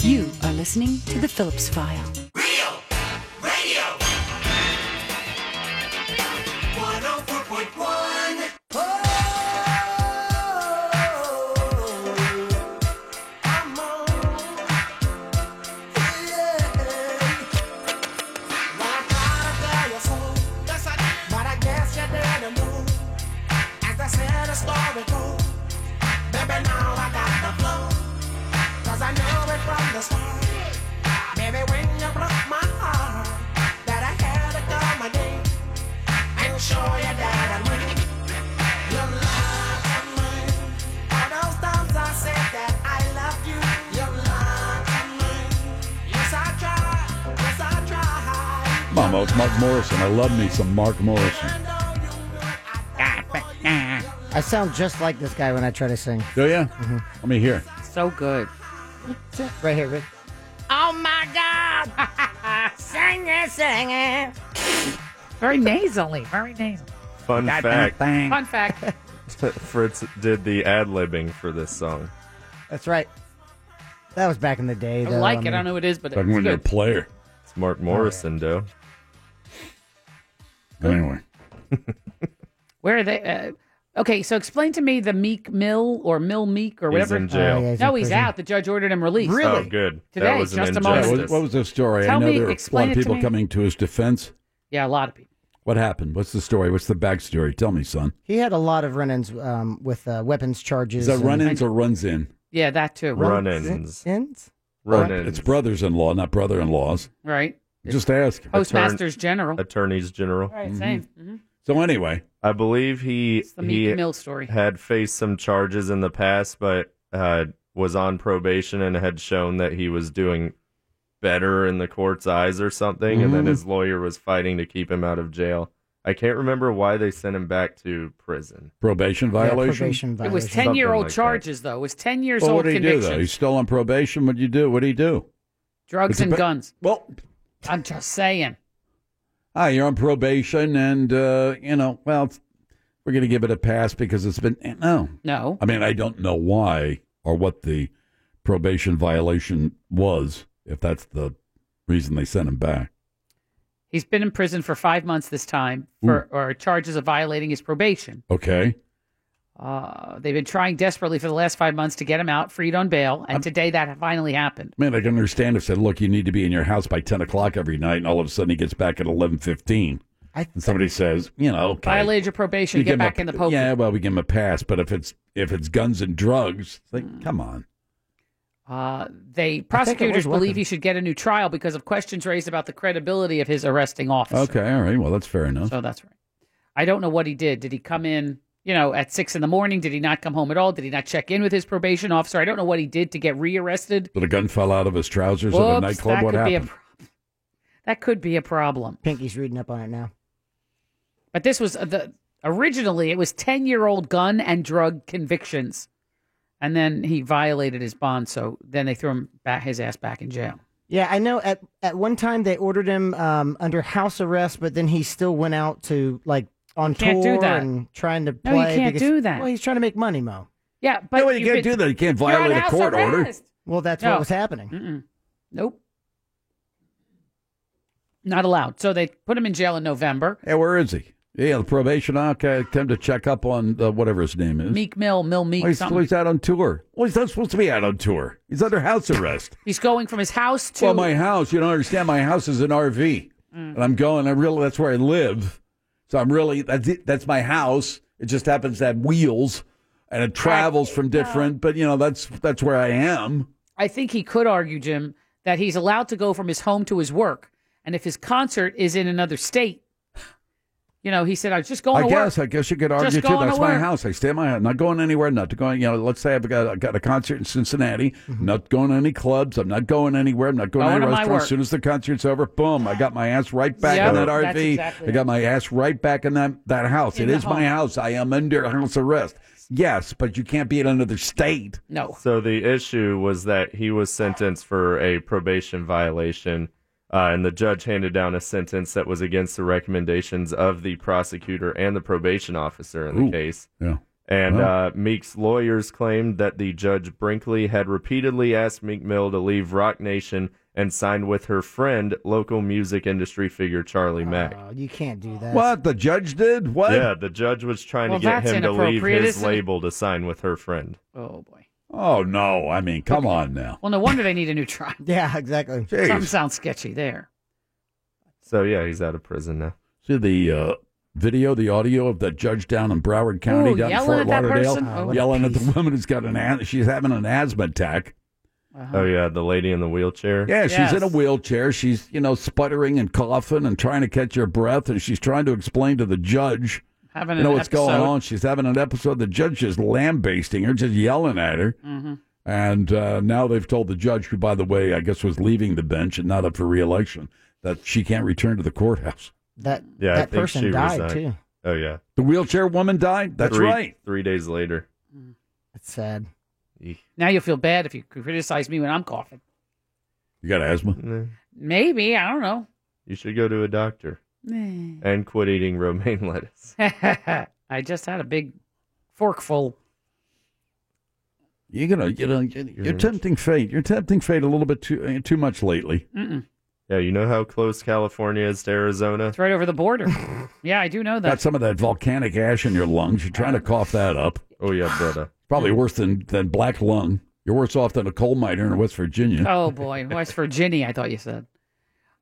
[SPEAKER 14] You are listening to The Phillips File.
[SPEAKER 4] But I guess you didn't move. As I said, the story goes. Baby,
[SPEAKER 5] Mama, oh, it's Mark Morrison. I love me some Mark Morrison.
[SPEAKER 7] I sound just like this guy when I try to sing. Mm-hmm.
[SPEAKER 5] Do you? Let me hear.
[SPEAKER 6] So good.
[SPEAKER 7] Right here, Rick.
[SPEAKER 15] Oh my God! *laughs* sing it, sing it.
[SPEAKER 6] Very nasally. Very nasal.
[SPEAKER 8] Fun fact.
[SPEAKER 6] Fun fact.
[SPEAKER 8] Fritz did the ad libbing for this song.
[SPEAKER 7] That's right. That was back in the day.
[SPEAKER 6] I
[SPEAKER 7] though,
[SPEAKER 6] like it. I
[SPEAKER 7] mean-
[SPEAKER 6] don't know who it is, but
[SPEAKER 8] Talking
[SPEAKER 6] it's
[SPEAKER 8] when you're
[SPEAKER 6] good. Oh,
[SPEAKER 8] a player. It's Mark Morrison, though.
[SPEAKER 5] Anyway.
[SPEAKER 6] Where are they? Uh, okay, so explain to me the Meek Mill or Mill Meek or
[SPEAKER 5] He's
[SPEAKER 6] whatever.
[SPEAKER 5] in jail. Oh, yeah, he's in
[SPEAKER 6] no, he's
[SPEAKER 5] prison.
[SPEAKER 6] out. The judge ordered him released.
[SPEAKER 5] Really? Oh, good.
[SPEAKER 6] Today, just a moment.
[SPEAKER 5] What was, what was the story?
[SPEAKER 6] Tell
[SPEAKER 5] I know
[SPEAKER 6] me,
[SPEAKER 5] there were a
[SPEAKER 6] explain
[SPEAKER 5] lot of
[SPEAKER 6] it to
[SPEAKER 5] people
[SPEAKER 6] me.
[SPEAKER 5] coming to his defense.
[SPEAKER 6] Yeah, a lot of people.
[SPEAKER 5] What happened? What's the story? What's the backstory? Tell me, son.
[SPEAKER 7] He had a lot of run-ins um, with uh, weapons charges.
[SPEAKER 5] Is that
[SPEAKER 7] and-
[SPEAKER 5] run-ins or runs in?
[SPEAKER 6] Yeah, that too.
[SPEAKER 5] Run-ins.
[SPEAKER 7] Ins?
[SPEAKER 5] Run-ins. It's brothers-in-law, not brother-in-laws.
[SPEAKER 6] Right.
[SPEAKER 5] Just ask.
[SPEAKER 6] Postmasters General.
[SPEAKER 8] Attorneys General.
[SPEAKER 6] All right, same. Mhm.
[SPEAKER 5] Mm-hmm. So anyway,
[SPEAKER 8] I believe he
[SPEAKER 6] the
[SPEAKER 8] he
[SPEAKER 6] Meek Mill story.
[SPEAKER 8] had faced some charges in the past, but uh, was on probation and had shown that he was doing better in the court's eyes or something. And
[SPEAKER 5] Mm-hmm.
[SPEAKER 8] then
[SPEAKER 16] Mm.
[SPEAKER 8] his lawyer was fighting to keep him out of jail. I can't remember why they sent him back to prison.
[SPEAKER 5] Probation violation.
[SPEAKER 6] It was
[SPEAKER 8] Something
[SPEAKER 6] ten-year-old
[SPEAKER 8] like that.
[SPEAKER 6] charges, though. It was ten years
[SPEAKER 5] Well,
[SPEAKER 6] old
[SPEAKER 5] what did he do
[SPEAKER 6] convictions.
[SPEAKER 5] though? He's still on probation. What would you do? What would he do?
[SPEAKER 6] Drugs
[SPEAKER 5] It's a
[SPEAKER 6] and
[SPEAKER 5] ba-
[SPEAKER 6] guns.
[SPEAKER 5] Well,
[SPEAKER 6] I'm just saying.
[SPEAKER 5] Hi, you're on probation, and uh, you know, well, it's- we're going to give it a pass because it's been eh, no,
[SPEAKER 6] No.
[SPEAKER 5] I mean, I don't know why or what the probation violation was, if that's the reason they sent him back.
[SPEAKER 6] He's been in prison for five months this time
[SPEAKER 5] Hmm.
[SPEAKER 6] for or charges of violating his probation.
[SPEAKER 5] Okay,
[SPEAKER 6] Uh, they've been trying desperately for the last five months to get him out, freed on bail, and today that finally happened.
[SPEAKER 5] man, I can understand if said, look, you need to be in your house by ten o'clock every night, and all of a sudden he gets back at eleven fifteen, and somebody says, you know, okay,
[SPEAKER 6] Violated your probation,
[SPEAKER 5] You
[SPEAKER 6] get
[SPEAKER 5] give him
[SPEAKER 6] back
[SPEAKER 5] a-
[SPEAKER 6] in the pokey.
[SPEAKER 5] Yeah, well, we give him a pass, but if it's if it's guns and drugs, it's like, come on.
[SPEAKER 6] Uh, they prosecutors believe he should get a new trial because of questions raised about the credibility of his arresting officer.
[SPEAKER 5] Okay, all right. Well, that's fair enough.
[SPEAKER 6] So Oh, that's right. I don't know what he did. Did he come in, you know, at six in the morning? Did he not come home at all? Did he not check in with his probation officer? I don't know what he did to get rearrested.
[SPEAKER 5] But a gun fell out of his trousers at a
[SPEAKER 6] Whoops,
[SPEAKER 5] nightclub.
[SPEAKER 6] that
[SPEAKER 5] what
[SPEAKER 6] could be a
[SPEAKER 5] happened?
[SPEAKER 6] problem. *laughs* That could be a problem.
[SPEAKER 7] Pinky's reading up on it now.
[SPEAKER 6] But this was uh, the originally it was ten year old gun and drug convictions, and then he violated his bond, so then they threw him back his ass back in jail.
[SPEAKER 7] Yeah, I know. At at one time they ordered him um, under house arrest, but then he still went out to like on
[SPEAKER 6] can't do
[SPEAKER 7] tour
[SPEAKER 6] that.
[SPEAKER 7] and trying to
[SPEAKER 6] No,
[SPEAKER 7] play.
[SPEAKER 6] you can't
[SPEAKER 7] because-
[SPEAKER 6] do that.
[SPEAKER 7] Well, he's trying to make money, Mo.
[SPEAKER 6] Yeah, but
[SPEAKER 7] well, you
[SPEAKER 6] you've
[SPEAKER 7] can't
[SPEAKER 6] been-
[SPEAKER 7] do that. You can't
[SPEAKER 6] You're on
[SPEAKER 7] violate a
[SPEAKER 6] house
[SPEAKER 7] court order.
[SPEAKER 6] arrest.
[SPEAKER 7] Well, that's
[SPEAKER 6] No.
[SPEAKER 7] what was happening.
[SPEAKER 6] Mm-mm. Nope. Not allowed. So they put him in jail in November.
[SPEAKER 5] Yeah, where is he? Yeah, the probation. Okay, time to check up on uh, whatever his name is.
[SPEAKER 6] Meek Mill, Mill Meek.
[SPEAKER 5] Well, he's,
[SPEAKER 6] something.
[SPEAKER 5] well, he's out on tour. Well, he's not supposed to be out on tour. He's under house arrest.
[SPEAKER 6] He's going from his house to.
[SPEAKER 5] well, my house. You don't understand. My house is an RV,
[SPEAKER 6] Mm.
[SPEAKER 5] and I'm going. I really that's where I live. So I'm really that's it, that's my house. It just happens to have wheels, and it travels from different. But you know that's that's where I am.
[SPEAKER 6] I think he could argue, Jim, that he's allowed to go from his home to his work, and if his concert is in another state, you know, he said, "I'm just going
[SPEAKER 5] I
[SPEAKER 6] to
[SPEAKER 5] guess.
[SPEAKER 6] work."
[SPEAKER 5] I guess you could
[SPEAKER 6] Just
[SPEAKER 5] argue too.
[SPEAKER 6] going to
[SPEAKER 5] That's my
[SPEAKER 6] work.
[SPEAKER 5] house. I stay in my house. Not going anywhere. Not going. You know, let's say I've got I got a concert in Cincinnati. Not going to any clubs. I'm not going anywhere. I'm not going,
[SPEAKER 16] Going to
[SPEAKER 5] to any
[SPEAKER 16] my
[SPEAKER 5] restaurants.
[SPEAKER 16] work.
[SPEAKER 5] As soon as the concert's over, boom! I got my ass right back
[SPEAKER 16] Yep,
[SPEAKER 5] in that
[SPEAKER 16] that's
[SPEAKER 5] RV.
[SPEAKER 16] exactly
[SPEAKER 5] I got my ass right back in that that house.
[SPEAKER 16] In
[SPEAKER 5] it
[SPEAKER 16] the
[SPEAKER 5] is my
[SPEAKER 16] home.
[SPEAKER 5] house. I am under house arrest. Yes, but you can't be in another state.
[SPEAKER 6] No.
[SPEAKER 8] So the issue was that he was sentenced for a probation violation, uh, and the judge handed down a sentence that was against the recommendations of the prosecutor and the probation officer in the
[SPEAKER 5] Ooh,
[SPEAKER 8] case.
[SPEAKER 5] yeah.
[SPEAKER 8] And
[SPEAKER 5] Wow.
[SPEAKER 8] uh, Meek's lawyers claimed that the judge Brinkley had repeatedly asked Meek Mill to leave Rock Nation and sign with her friend, local music industry figure Charlie Mack.
[SPEAKER 7] Oh, you can't do that.
[SPEAKER 5] What the judge did? What?
[SPEAKER 8] Yeah, the judge was trying
[SPEAKER 7] Well,
[SPEAKER 8] to get
[SPEAKER 7] that's
[SPEAKER 8] him to leave
[SPEAKER 7] inappropriate,
[SPEAKER 8] his
[SPEAKER 7] isn't it?
[SPEAKER 8] label to sign with her friend.
[SPEAKER 6] Oh boy.
[SPEAKER 5] Oh no! I mean, come on now.
[SPEAKER 6] Well, no wonder they need a new trial.
[SPEAKER 7] *laughs* yeah, exactly.
[SPEAKER 6] Something sounds sketchy there.
[SPEAKER 8] So yeah, he's out of prison now.
[SPEAKER 5] See the uh, video, the audio of that judge down in Broward County,
[SPEAKER 6] Ooh,
[SPEAKER 5] down in
[SPEAKER 6] yelling
[SPEAKER 5] Fort
[SPEAKER 6] at that
[SPEAKER 5] Lauderdale,
[SPEAKER 6] person? Oh, what a
[SPEAKER 5] yelling at the woman who's got an as- she's having an asthma attack.
[SPEAKER 6] Uh-huh.
[SPEAKER 8] Oh yeah, the lady in the wheelchair.
[SPEAKER 5] Yeah, she's in a wheelchair. She's you know sputtering and coughing and trying to catch her breath, and she's trying to explain to the judge
[SPEAKER 6] Having
[SPEAKER 5] you know
[SPEAKER 6] an
[SPEAKER 5] what's going
[SPEAKER 6] episode.
[SPEAKER 5] on. She's having an episode. The judge is lambasting her, just yelling at her.
[SPEAKER 6] Mm-hmm.
[SPEAKER 5] And uh, now they've told the judge, who, by the way, I guess was leaving the bench and not up for reelection, that she can't return to the courthouse.
[SPEAKER 7] That
[SPEAKER 8] Yeah, I
[SPEAKER 7] that
[SPEAKER 8] think
[SPEAKER 7] person
[SPEAKER 8] she
[SPEAKER 7] died
[SPEAKER 8] resigned.
[SPEAKER 7] too.
[SPEAKER 8] Oh yeah,
[SPEAKER 5] the wheelchair woman died. That's
[SPEAKER 8] Three-
[SPEAKER 5] right.
[SPEAKER 8] Three days later.
[SPEAKER 7] It's sad.
[SPEAKER 6] Now you'll feel bad if you criticize me when I'm coughing.
[SPEAKER 5] You got asthma?
[SPEAKER 6] Maybe I don't know.
[SPEAKER 8] You should go to a doctor
[SPEAKER 6] Eh.
[SPEAKER 8] and quit eating romaine *laughs* lettuce.
[SPEAKER 6] I just had a big forkful.
[SPEAKER 5] You're gonna, you know, you're, you're tempting fate. You're tempting fate a little bit too uh, too much lately.
[SPEAKER 6] Mm-mm.
[SPEAKER 8] Yeah, you know how close California is to Arizona. It's
[SPEAKER 6] right over the border. Yeah, I do know that.
[SPEAKER 5] Got some of that volcanic ash in your lungs. You're trying to cough that up.
[SPEAKER 8] Oh yeah, brother.
[SPEAKER 5] Probably worse than than black lung. You're worse off than a coal miner in West Virginia.
[SPEAKER 6] Oh boy, West Virginia. I thought you said.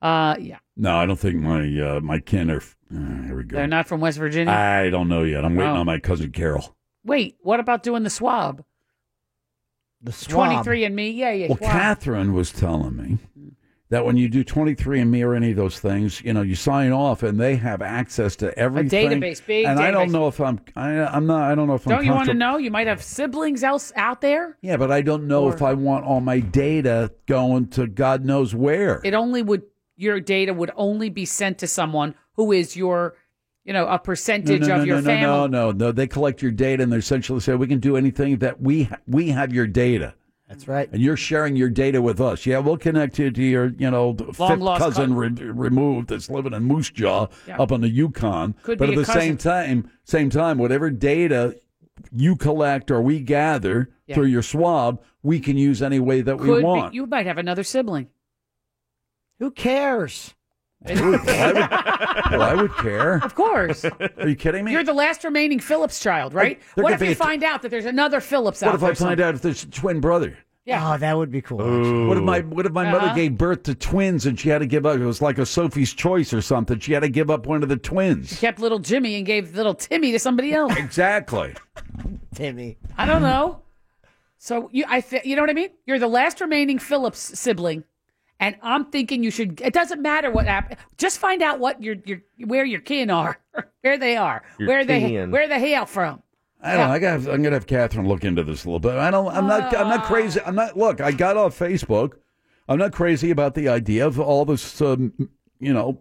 [SPEAKER 6] Uh, yeah,
[SPEAKER 5] No, I don't think my uh, my kin are. f- Uh, here we go.
[SPEAKER 6] they're not from West Virginia.
[SPEAKER 5] I don't know yet. I'm waiting
[SPEAKER 6] Oh.
[SPEAKER 5] on my cousin Carol.
[SPEAKER 6] Wait, what about doing the swab?
[SPEAKER 7] The
[SPEAKER 6] Twenty three and me. Yeah, yeah.
[SPEAKER 5] Well,
[SPEAKER 6] swab.
[SPEAKER 5] Catherine was telling me that when you do 23andMe or any of those things, you know, you sign off and they have access to everything.
[SPEAKER 6] database, big
[SPEAKER 5] And I don't
[SPEAKER 6] database.
[SPEAKER 5] know if I'm. I, I'm not. I don't know if I'm.
[SPEAKER 6] Don't you want to
[SPEAKER 5] comfortable-
[SPEAKER 6] know? You might have siblings else out there.
[SPEAKER 5] Yeah, but I don't know if I want all my data going to God knows where.
[SPEAKER 6] It only would your data would only be sent to someone who is your, you know, a
[SPEAKER 5] No,
[SPEAKER 6] percentage
[SPEAKER 5] no,
[SPEAKER 6] of
[SPEAKER 5] no,
[SPEAKER 6] your
[SPEAKER 5] no,
[SPEAKER 6] family.
[SPEAKER 5] no, no, no, no. They collect your data and they essentially say we can do anything that we ha- we have your data.
[SPEAKER 7] That's right.
[SPEAKER 5] And you're sharing your data with us. Yeah, we'll connect you to your, you know, fifth
[SPEAKER 6] lost
[SPEAKER 5] cousin re- removed that's living in Moose Jaw
[SPEAKER 6] Yeah.
[SPEAKER 5] up on the Yukon.
[SPEAKER 6] Could
[SPEAKER 5] but
[SPEAKER 6] be
[SPEAKER 5] at
[SPEAKER 6] a
[SPEAKER 5] the same time, same time, whatever data you collect or we gather
[SPEAKER 6] Yeah.
[SPEAKER 5] through your swab, we can use any way that
[SPEAKER 6] Could
[SPEAKER 5] we
[SPEAKER 6] be-
[SPEAKER 5] want.
[SPEAKER 6] you might have another sibling.
[SPEAKER 7] Who cares?
[SPEAKER 5] Well, I would care.
[SPEAKER 6] *laughs*
[SPEAKER 5] Of
[SPEAKER 6] course.
[SPEAKER 5] Are you kidding me?
[SPEAKER 6] You're the last remaining Phillips child, right?
[SPEAKER 5] there
[SPEAKER 6] what
[SPEAKER 5] could
[SPEAKER 6] if
[SPEAKER 5] be
[SPEAKER 6] you
[SPEAKER 5] a t-
[SPEAKER 6] find out that there's another Phillips out
[SPEAKER 5] what if
[SPEAKER 6] there?
[SPEAKER 5] I find
[SPEAKER 6] somewhere?
[SPEAKER 5] out if there's a twin brother?
[SPEAKER 6] Yeah.
[SPEAKER 7] Oh, that would be cool.
[SPEAKER 5] What if my what if my
[SPEAKER 6] Uh-huh.
[SPEAKER 5] mother gave birth to twins and she had to give up? It was like a Sophie's Choice or something. She had to give up one of the twins.
[SPEAKER 6] Kept little Jimmy and gave little Timmy to somebody else.
[SPEAKER 5] Exactly.
[SPEAKER 7] Timmy.
[SPEAKER 6] I don't know. So you, I, th- you know what I mean. You're the last remaining Phillips sibling, and I'm thinking you should. It doesn't matter what happened. Just find out what your your where your kin are, *laughs* where they are,
[SPEAKER 5] Your
[SPEAKER 6] where they
[SPEAKER 5] kin.
[SPEAKER 6] where they hail from.
[SPEAKER 5] I don't know. I got. I'm gonna have Catherine look into this a little bit. I don't. I'm not. I'm not crazy. I'm not. Look, I got off Facebook. I'm not crazy about the idea of all this. Um, you know,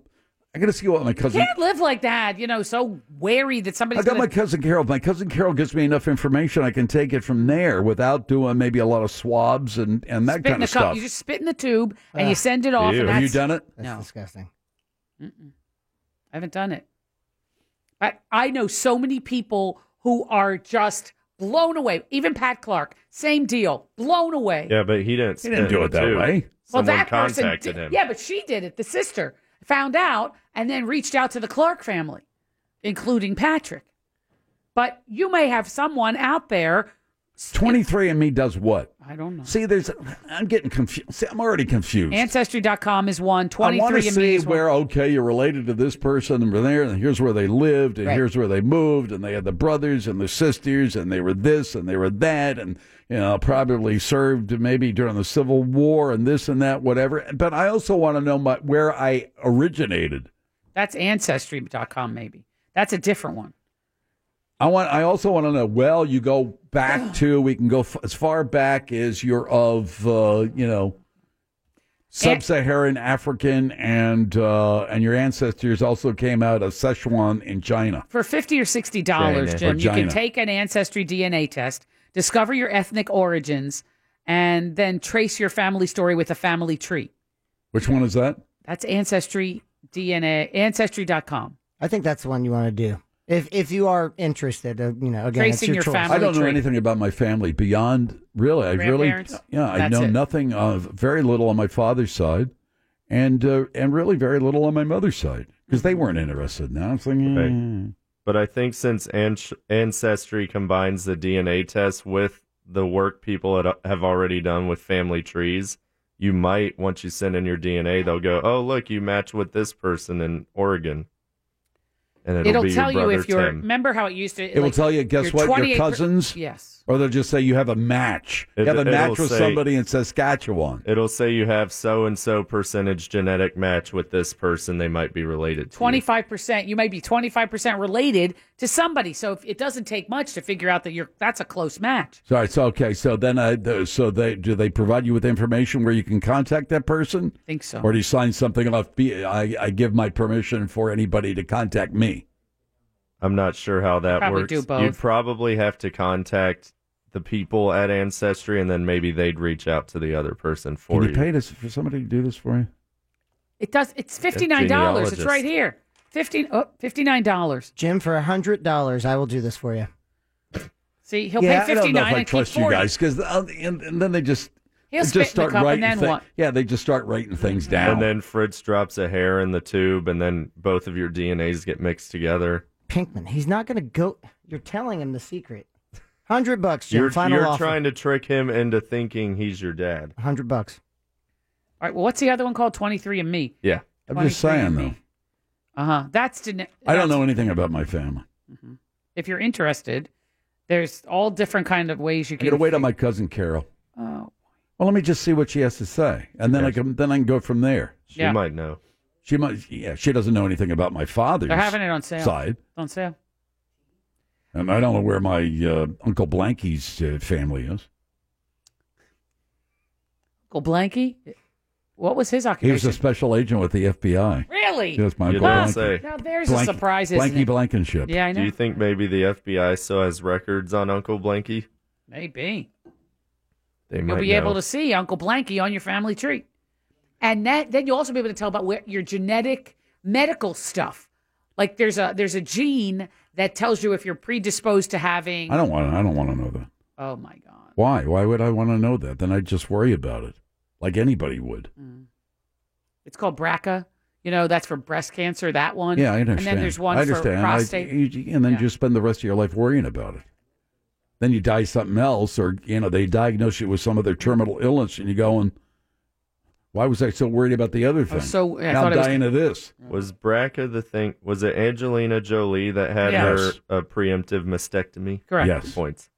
[SPEAKER 5] I gotta see what my
[SPEAKER 6] You
[SPEAKER 5] cousin.
[SPEAKER 6] can't live like that. You know, so wary that
[SPEAKER 5] I
[SPEAKER 6] somebody's.
[SPEAKER 5] got
[SPEAKER 6] gonna-
[SPEAKER 5] my cousin Carol. If My cousin Carol gives me enough information. I can take it from there without doing maybe a lot of swabs and and that
[SPEAKER 6] spit in
[SPEAKER 5] kind
[SPEAKER 6] the
[SPEAKER 5] of stuff.
[SPEAKER 6] cup. You just spit in the tube and you
[SPEAKER 5] Ugh.
[SPEAKER 6] send it off.
[SPEAKER 5] Ew.
[SPEAKER 6] And
[SPEAKER 5] Have you
[SPEAKER 6] that's-
[SPEAKER 5] done it?
[SPEAKER 7] That's disgusting.
[SPEAKER 6] Mm-mm. I haven't done it. But I know so many people who are just blown away. Even Pat Clark, same deal, blown away.
[SPEAKER 8] *laughs* Yeah, but he didn't.
[SPEAKER 5] He
[SPEAKER 8] spend
[SPEAKER 5] didn't do it that
[SPEAKER 8] too.
[SPEAKER 5] way.
[SPEAKER 6] well,
[SPEAKER 8] Someone
[SPEAKER 6] that
[SPEAKER 8] contacted
[SPEAKER 6] person, did-
[SPEAKER 8] him.
[SPEAKER 6] yeah, but she did it. The sister found out and then reached out to the Clark family, including Patrick. But you may have someone out there.
[SPEAKER 5] Twenty three and me does what?
[SPEAKER 6] I don't know.
[SPEAKER 5] See, there's. I'm getting confused. See, I'm already confused.
[SPEAKER 6] Ancestry.com is one.
[SPEAKER 5] I want to
[SPEAKER 6] 23andMe
[SPEAKER 5] see
[SPEAKER 6] is one.
[SPEAKER 5] where okay you're related to this person and we're there and here's where they lived and
[SPEAKER 6] Right.
[SPEAKER 5] here's where they moved and they had the brothers and the sisters and they were this and they were that and you know probably served maybe during the Civil War and this and that whatever but I also want to know my, where I originated.
[SPEAKER 6] That's ancestry.com, maybe. That's a different one.
[SPEAKER 5] I want I also want to know well you go
[SPEAKER 6] *clears throat*
[SPEAKER 5] back to we can go f- as far back as you're of uh, you
[SPEAKER 6] Eh.
[SPEAKER 5] know sub-Saharan African and uh, and your ancestors also came out of Sichuan in China.
[SPEAKER 6] For fifty or sixty
[SPEAKER 5] China.
[SPEAKER 6] dollars, Jim, you can
[SPEAKER 5] Regina.
[SPEAKER 6] take an ancestry DNA test, discover your ethnic origins, and then trace your family story with a family tree.
[SPEAKER 5] Which one is that?
[SPEAKER 6] That's ancestry DNA ancestry.com.
[SPEAKER 7] I think that's the one you want to do. If if you are interested, uh, you know, again, it's
[SPEAKER 6] Tracing
[SPEAKER 7] your,
[SPEAKER 6] your
[SPEAKER 7] choice.
[SPEAKER 5] I don't know anything about my family beyond really. I really,
[SPEAKER 6] Grandparents?
[SPEAKER 5] yeah, I
[SPEAKER 6] That's
[SPEAKER 5] know
[SPEAKER 6] it.
[SPEAKER 5] nothing of very little on my father's side, and uh, and really very little on my mother's side because they weren't interested. Now I'm thinking, eh.
[SPEAKER 8] But I think since an- ancestry combines the DNA test with the work people had, have already done with family trees, you might once you send in your DNA, they'll go, "Oh, look, you match with this person in Oregon," and it'll,
[SPEAKER 6] It'll,
[SPEAKER 8] be
[SPEAKER 6] tell
[SPEAKER 8] your
[SPEAKER 6] you
[SPEAKER 8] brother
[SPEAKER 6] if you're.
[SPEAKER 8] Tim.
[SPEAKER 6] Remember how it used to.
[SPEAKER 5] It will tell you, guess what, your cousins?
[SPEAKER 6] yes.
[SPEAKER 5] Or they'll just say you have a match.
[SPEAKER 8] It-
[SPEAKER 5] you have a
[SPEAKER 8] it'll
[SPEAKER 5] match with
[SPEAKER 8] say-
[SPEAKER 5] somebody in Saskatchewan.
[SPEAKER 8] It'll say you have so and so percentage genetic match with this person. They might be related to.
[SPEAKER 6] Twenty five percent. You might be twenty five percent related to somebody. So if, it doesn't take much to figure out that you're that's a close match.
[SPEAKER 5] Sorry, so okay, so then I th- so they do they provide you with information where you can contact that person?
[SPEAKER 6] Think so.
[SPEAKER 5] Or do you sign something off? Be I, I give my permission for anybody to contact me.
[SPEAKER 8] I'm not sure how that
[SPEAKER 6] Probably
[SPEAKER 8] works.
[SPEAKER 6] do both.
[SPEAKER 8] You'd probably have to contact the people at Ancestry, and then maybe they'd reach out to the other person for
[SPEAKER 5] Can you
[SPEAKER 8] you.
[SPEAKER 5] pay this for somebody to do this for you?
[SPEAKER 6] It does. It's fifty nine dollars. It's right here. Fifteen. Oh, fifty nine dollars.
[SPEAKER 7] Jim, for a hundred dollars, I will do this for you.
[SPEAKER 6] See, he'll pay
[SPEAKER 5] yeah, I
[SPEAKER 6] fifty
[SPEAKER 5] don't know
[SPEAKER 6] nine
[SPEAKER 5] if I
[SPEAKER 6] and keep
[SPEAKER 5] trust you
[SPEAKER 6] 40.
[SPEAKER 5] guys because and, and then they just
[SPEAKER 6] He'll
[SPEAKER 5] they
[SPEAKER 6] spit in the
[SPEAKER 5] just start
[SPEAKER 6] cup and
[SPEAKER 5] writing
[SPEAKER 6] then
[SPEAKER 5] thi-
[SPEAKER 6] what? Mm-hmm.
[SPEAKER 5] Yeah, they just start writing things down.
[SPEAKER 8] And then Fritz drops a hair in the tube, and then both of your DNAs get mixed together.
[SPEAKER 7] Pinkman, he's not going to go. You're telling him the secret. Hundred bucks, Jim.
[SPEAKER 8] You're,
[SPEAKER 7] final
[SPEAKER 8] you're
[SPEAKER 7] offer.
[SPEAKER 8] trying to trick him into thinking he's your dad.
[SPEAKER 5] Uh-huh.
[SPEAKER 7] Hundred bucks.
[SPEAKER 6] All right. Well, what's the other one called? Twenty three and Me.
[SPEAKER 8] Yeah.
[SPEAKER 5] I'm
[SPEAKER 6] 23
[SPEAKER 5] just saying though,
[SPEAKER 6] Uh huh. That's to.
[SPEAKER 5] I don't know anything about my family.
[SPEAKER 6] If you're interested, there's all different kind of ways you
[SPEAKER 5] I'm
[SPEAKER 6] can.
[SPEAKER 5] gonna wait on my cousin Carol.
[SPEAKER 6] Oh.
[SPEAKER 5] Well, let me just see what she has to say, and then I can then I can go from there.
[SPEAKER 6] She Yeah. might
[SPEAKER 8] know.
[SPEAKER 5] She might. Yeah, she doesn't know anything about my father's.
[SPEAKER 6] They're having it on sale.
[SPEAKER 5] Side,
[SPEAKER 6] On sale.
[SPEAKER 5] and I don't know where my uh, Uncle Blanky's uh, family is.
[SPEAKER 6] Uncle Blanky. What was his
[SPEAKER 5] He was
[SPEAKER 6] occupation?
[SPEAKER 5] a special agent with the FBI.
[SPEAKER 6] Really?
[SPEAKER 5] Yes, my
[SPEAKER 8] You
[SPEAKER 5] Uncle
[SPEAKER 8] don't
[SPEAKER 5] Blanky.
[SPEAKER 8] say.
[SPEAKER 6] Now there's a surprise, isn't
[SPEAKER 5] Blanky
[SPEAKER 6] it?
[SPEAKER 5] Blankenship.
[SPEAKER 6] Yeah, I know.
[SPEAKER 8] Do you think maybe the FBI still has records on Uncle Blanky?
[SPEAKER 6] Maybe
[SPEAKER 8] They
[SPEAKER 6] you'll
[SPEAKER 8] might
[SPEAKER 6] be
[SPEAKER 8] know.
[SPEAKER 6] able to see Uncle Blanky on your family tree, and that then you'll also be able to tell about where your genetic medical stuff. Like there's a there's a gene that tells you if you're predisposed to having.
[SPEAKER 5] I don't want. I don't want to know that.
[SPEAKER 6] Oh my god.
[SPEAKER 5] Why? Why would I want to know that? Then I'd just worry about it, like anybody would.
[SPEAKER 6] It's called BRCA. You know, that's for breast cancer. That one.
[SPEAKER 5] Yeah, I understand.
[SPEAKER 6] And then there's one
[SPEAKER 5] I understand.
[SPEAKER 6] for
[SPEAKER 5] I-
[SPEAKER 6] prostate.
[SPEAKER 5] you- you- and then you spend the rest of your life worrying about it. Then you die something else, or you know they diagnose you with some other terminal illness, and you go and why was I so worried about the other thing?
[SPEAKER 6] so- I
[SPEAKER 5] now
[SPEAKER 6] thought
[SPEAKER 5] I'm
[SPEAKER 6] it was-
[SPEAKER 5] dying of this.
[SPEAKER 8] Was BRCA the thing? Was it Angelina Jolie that had
[SPEAKER 6] Yeah.
[SPEAKER 8] her
[SPEAKER 6] Yes.
[SPEAKER 8] uh, preemptive mastectomy?
[SPEAKER 6] Correct.
[SPEAKER 5] Yes.
[SPEAKER 8] Points.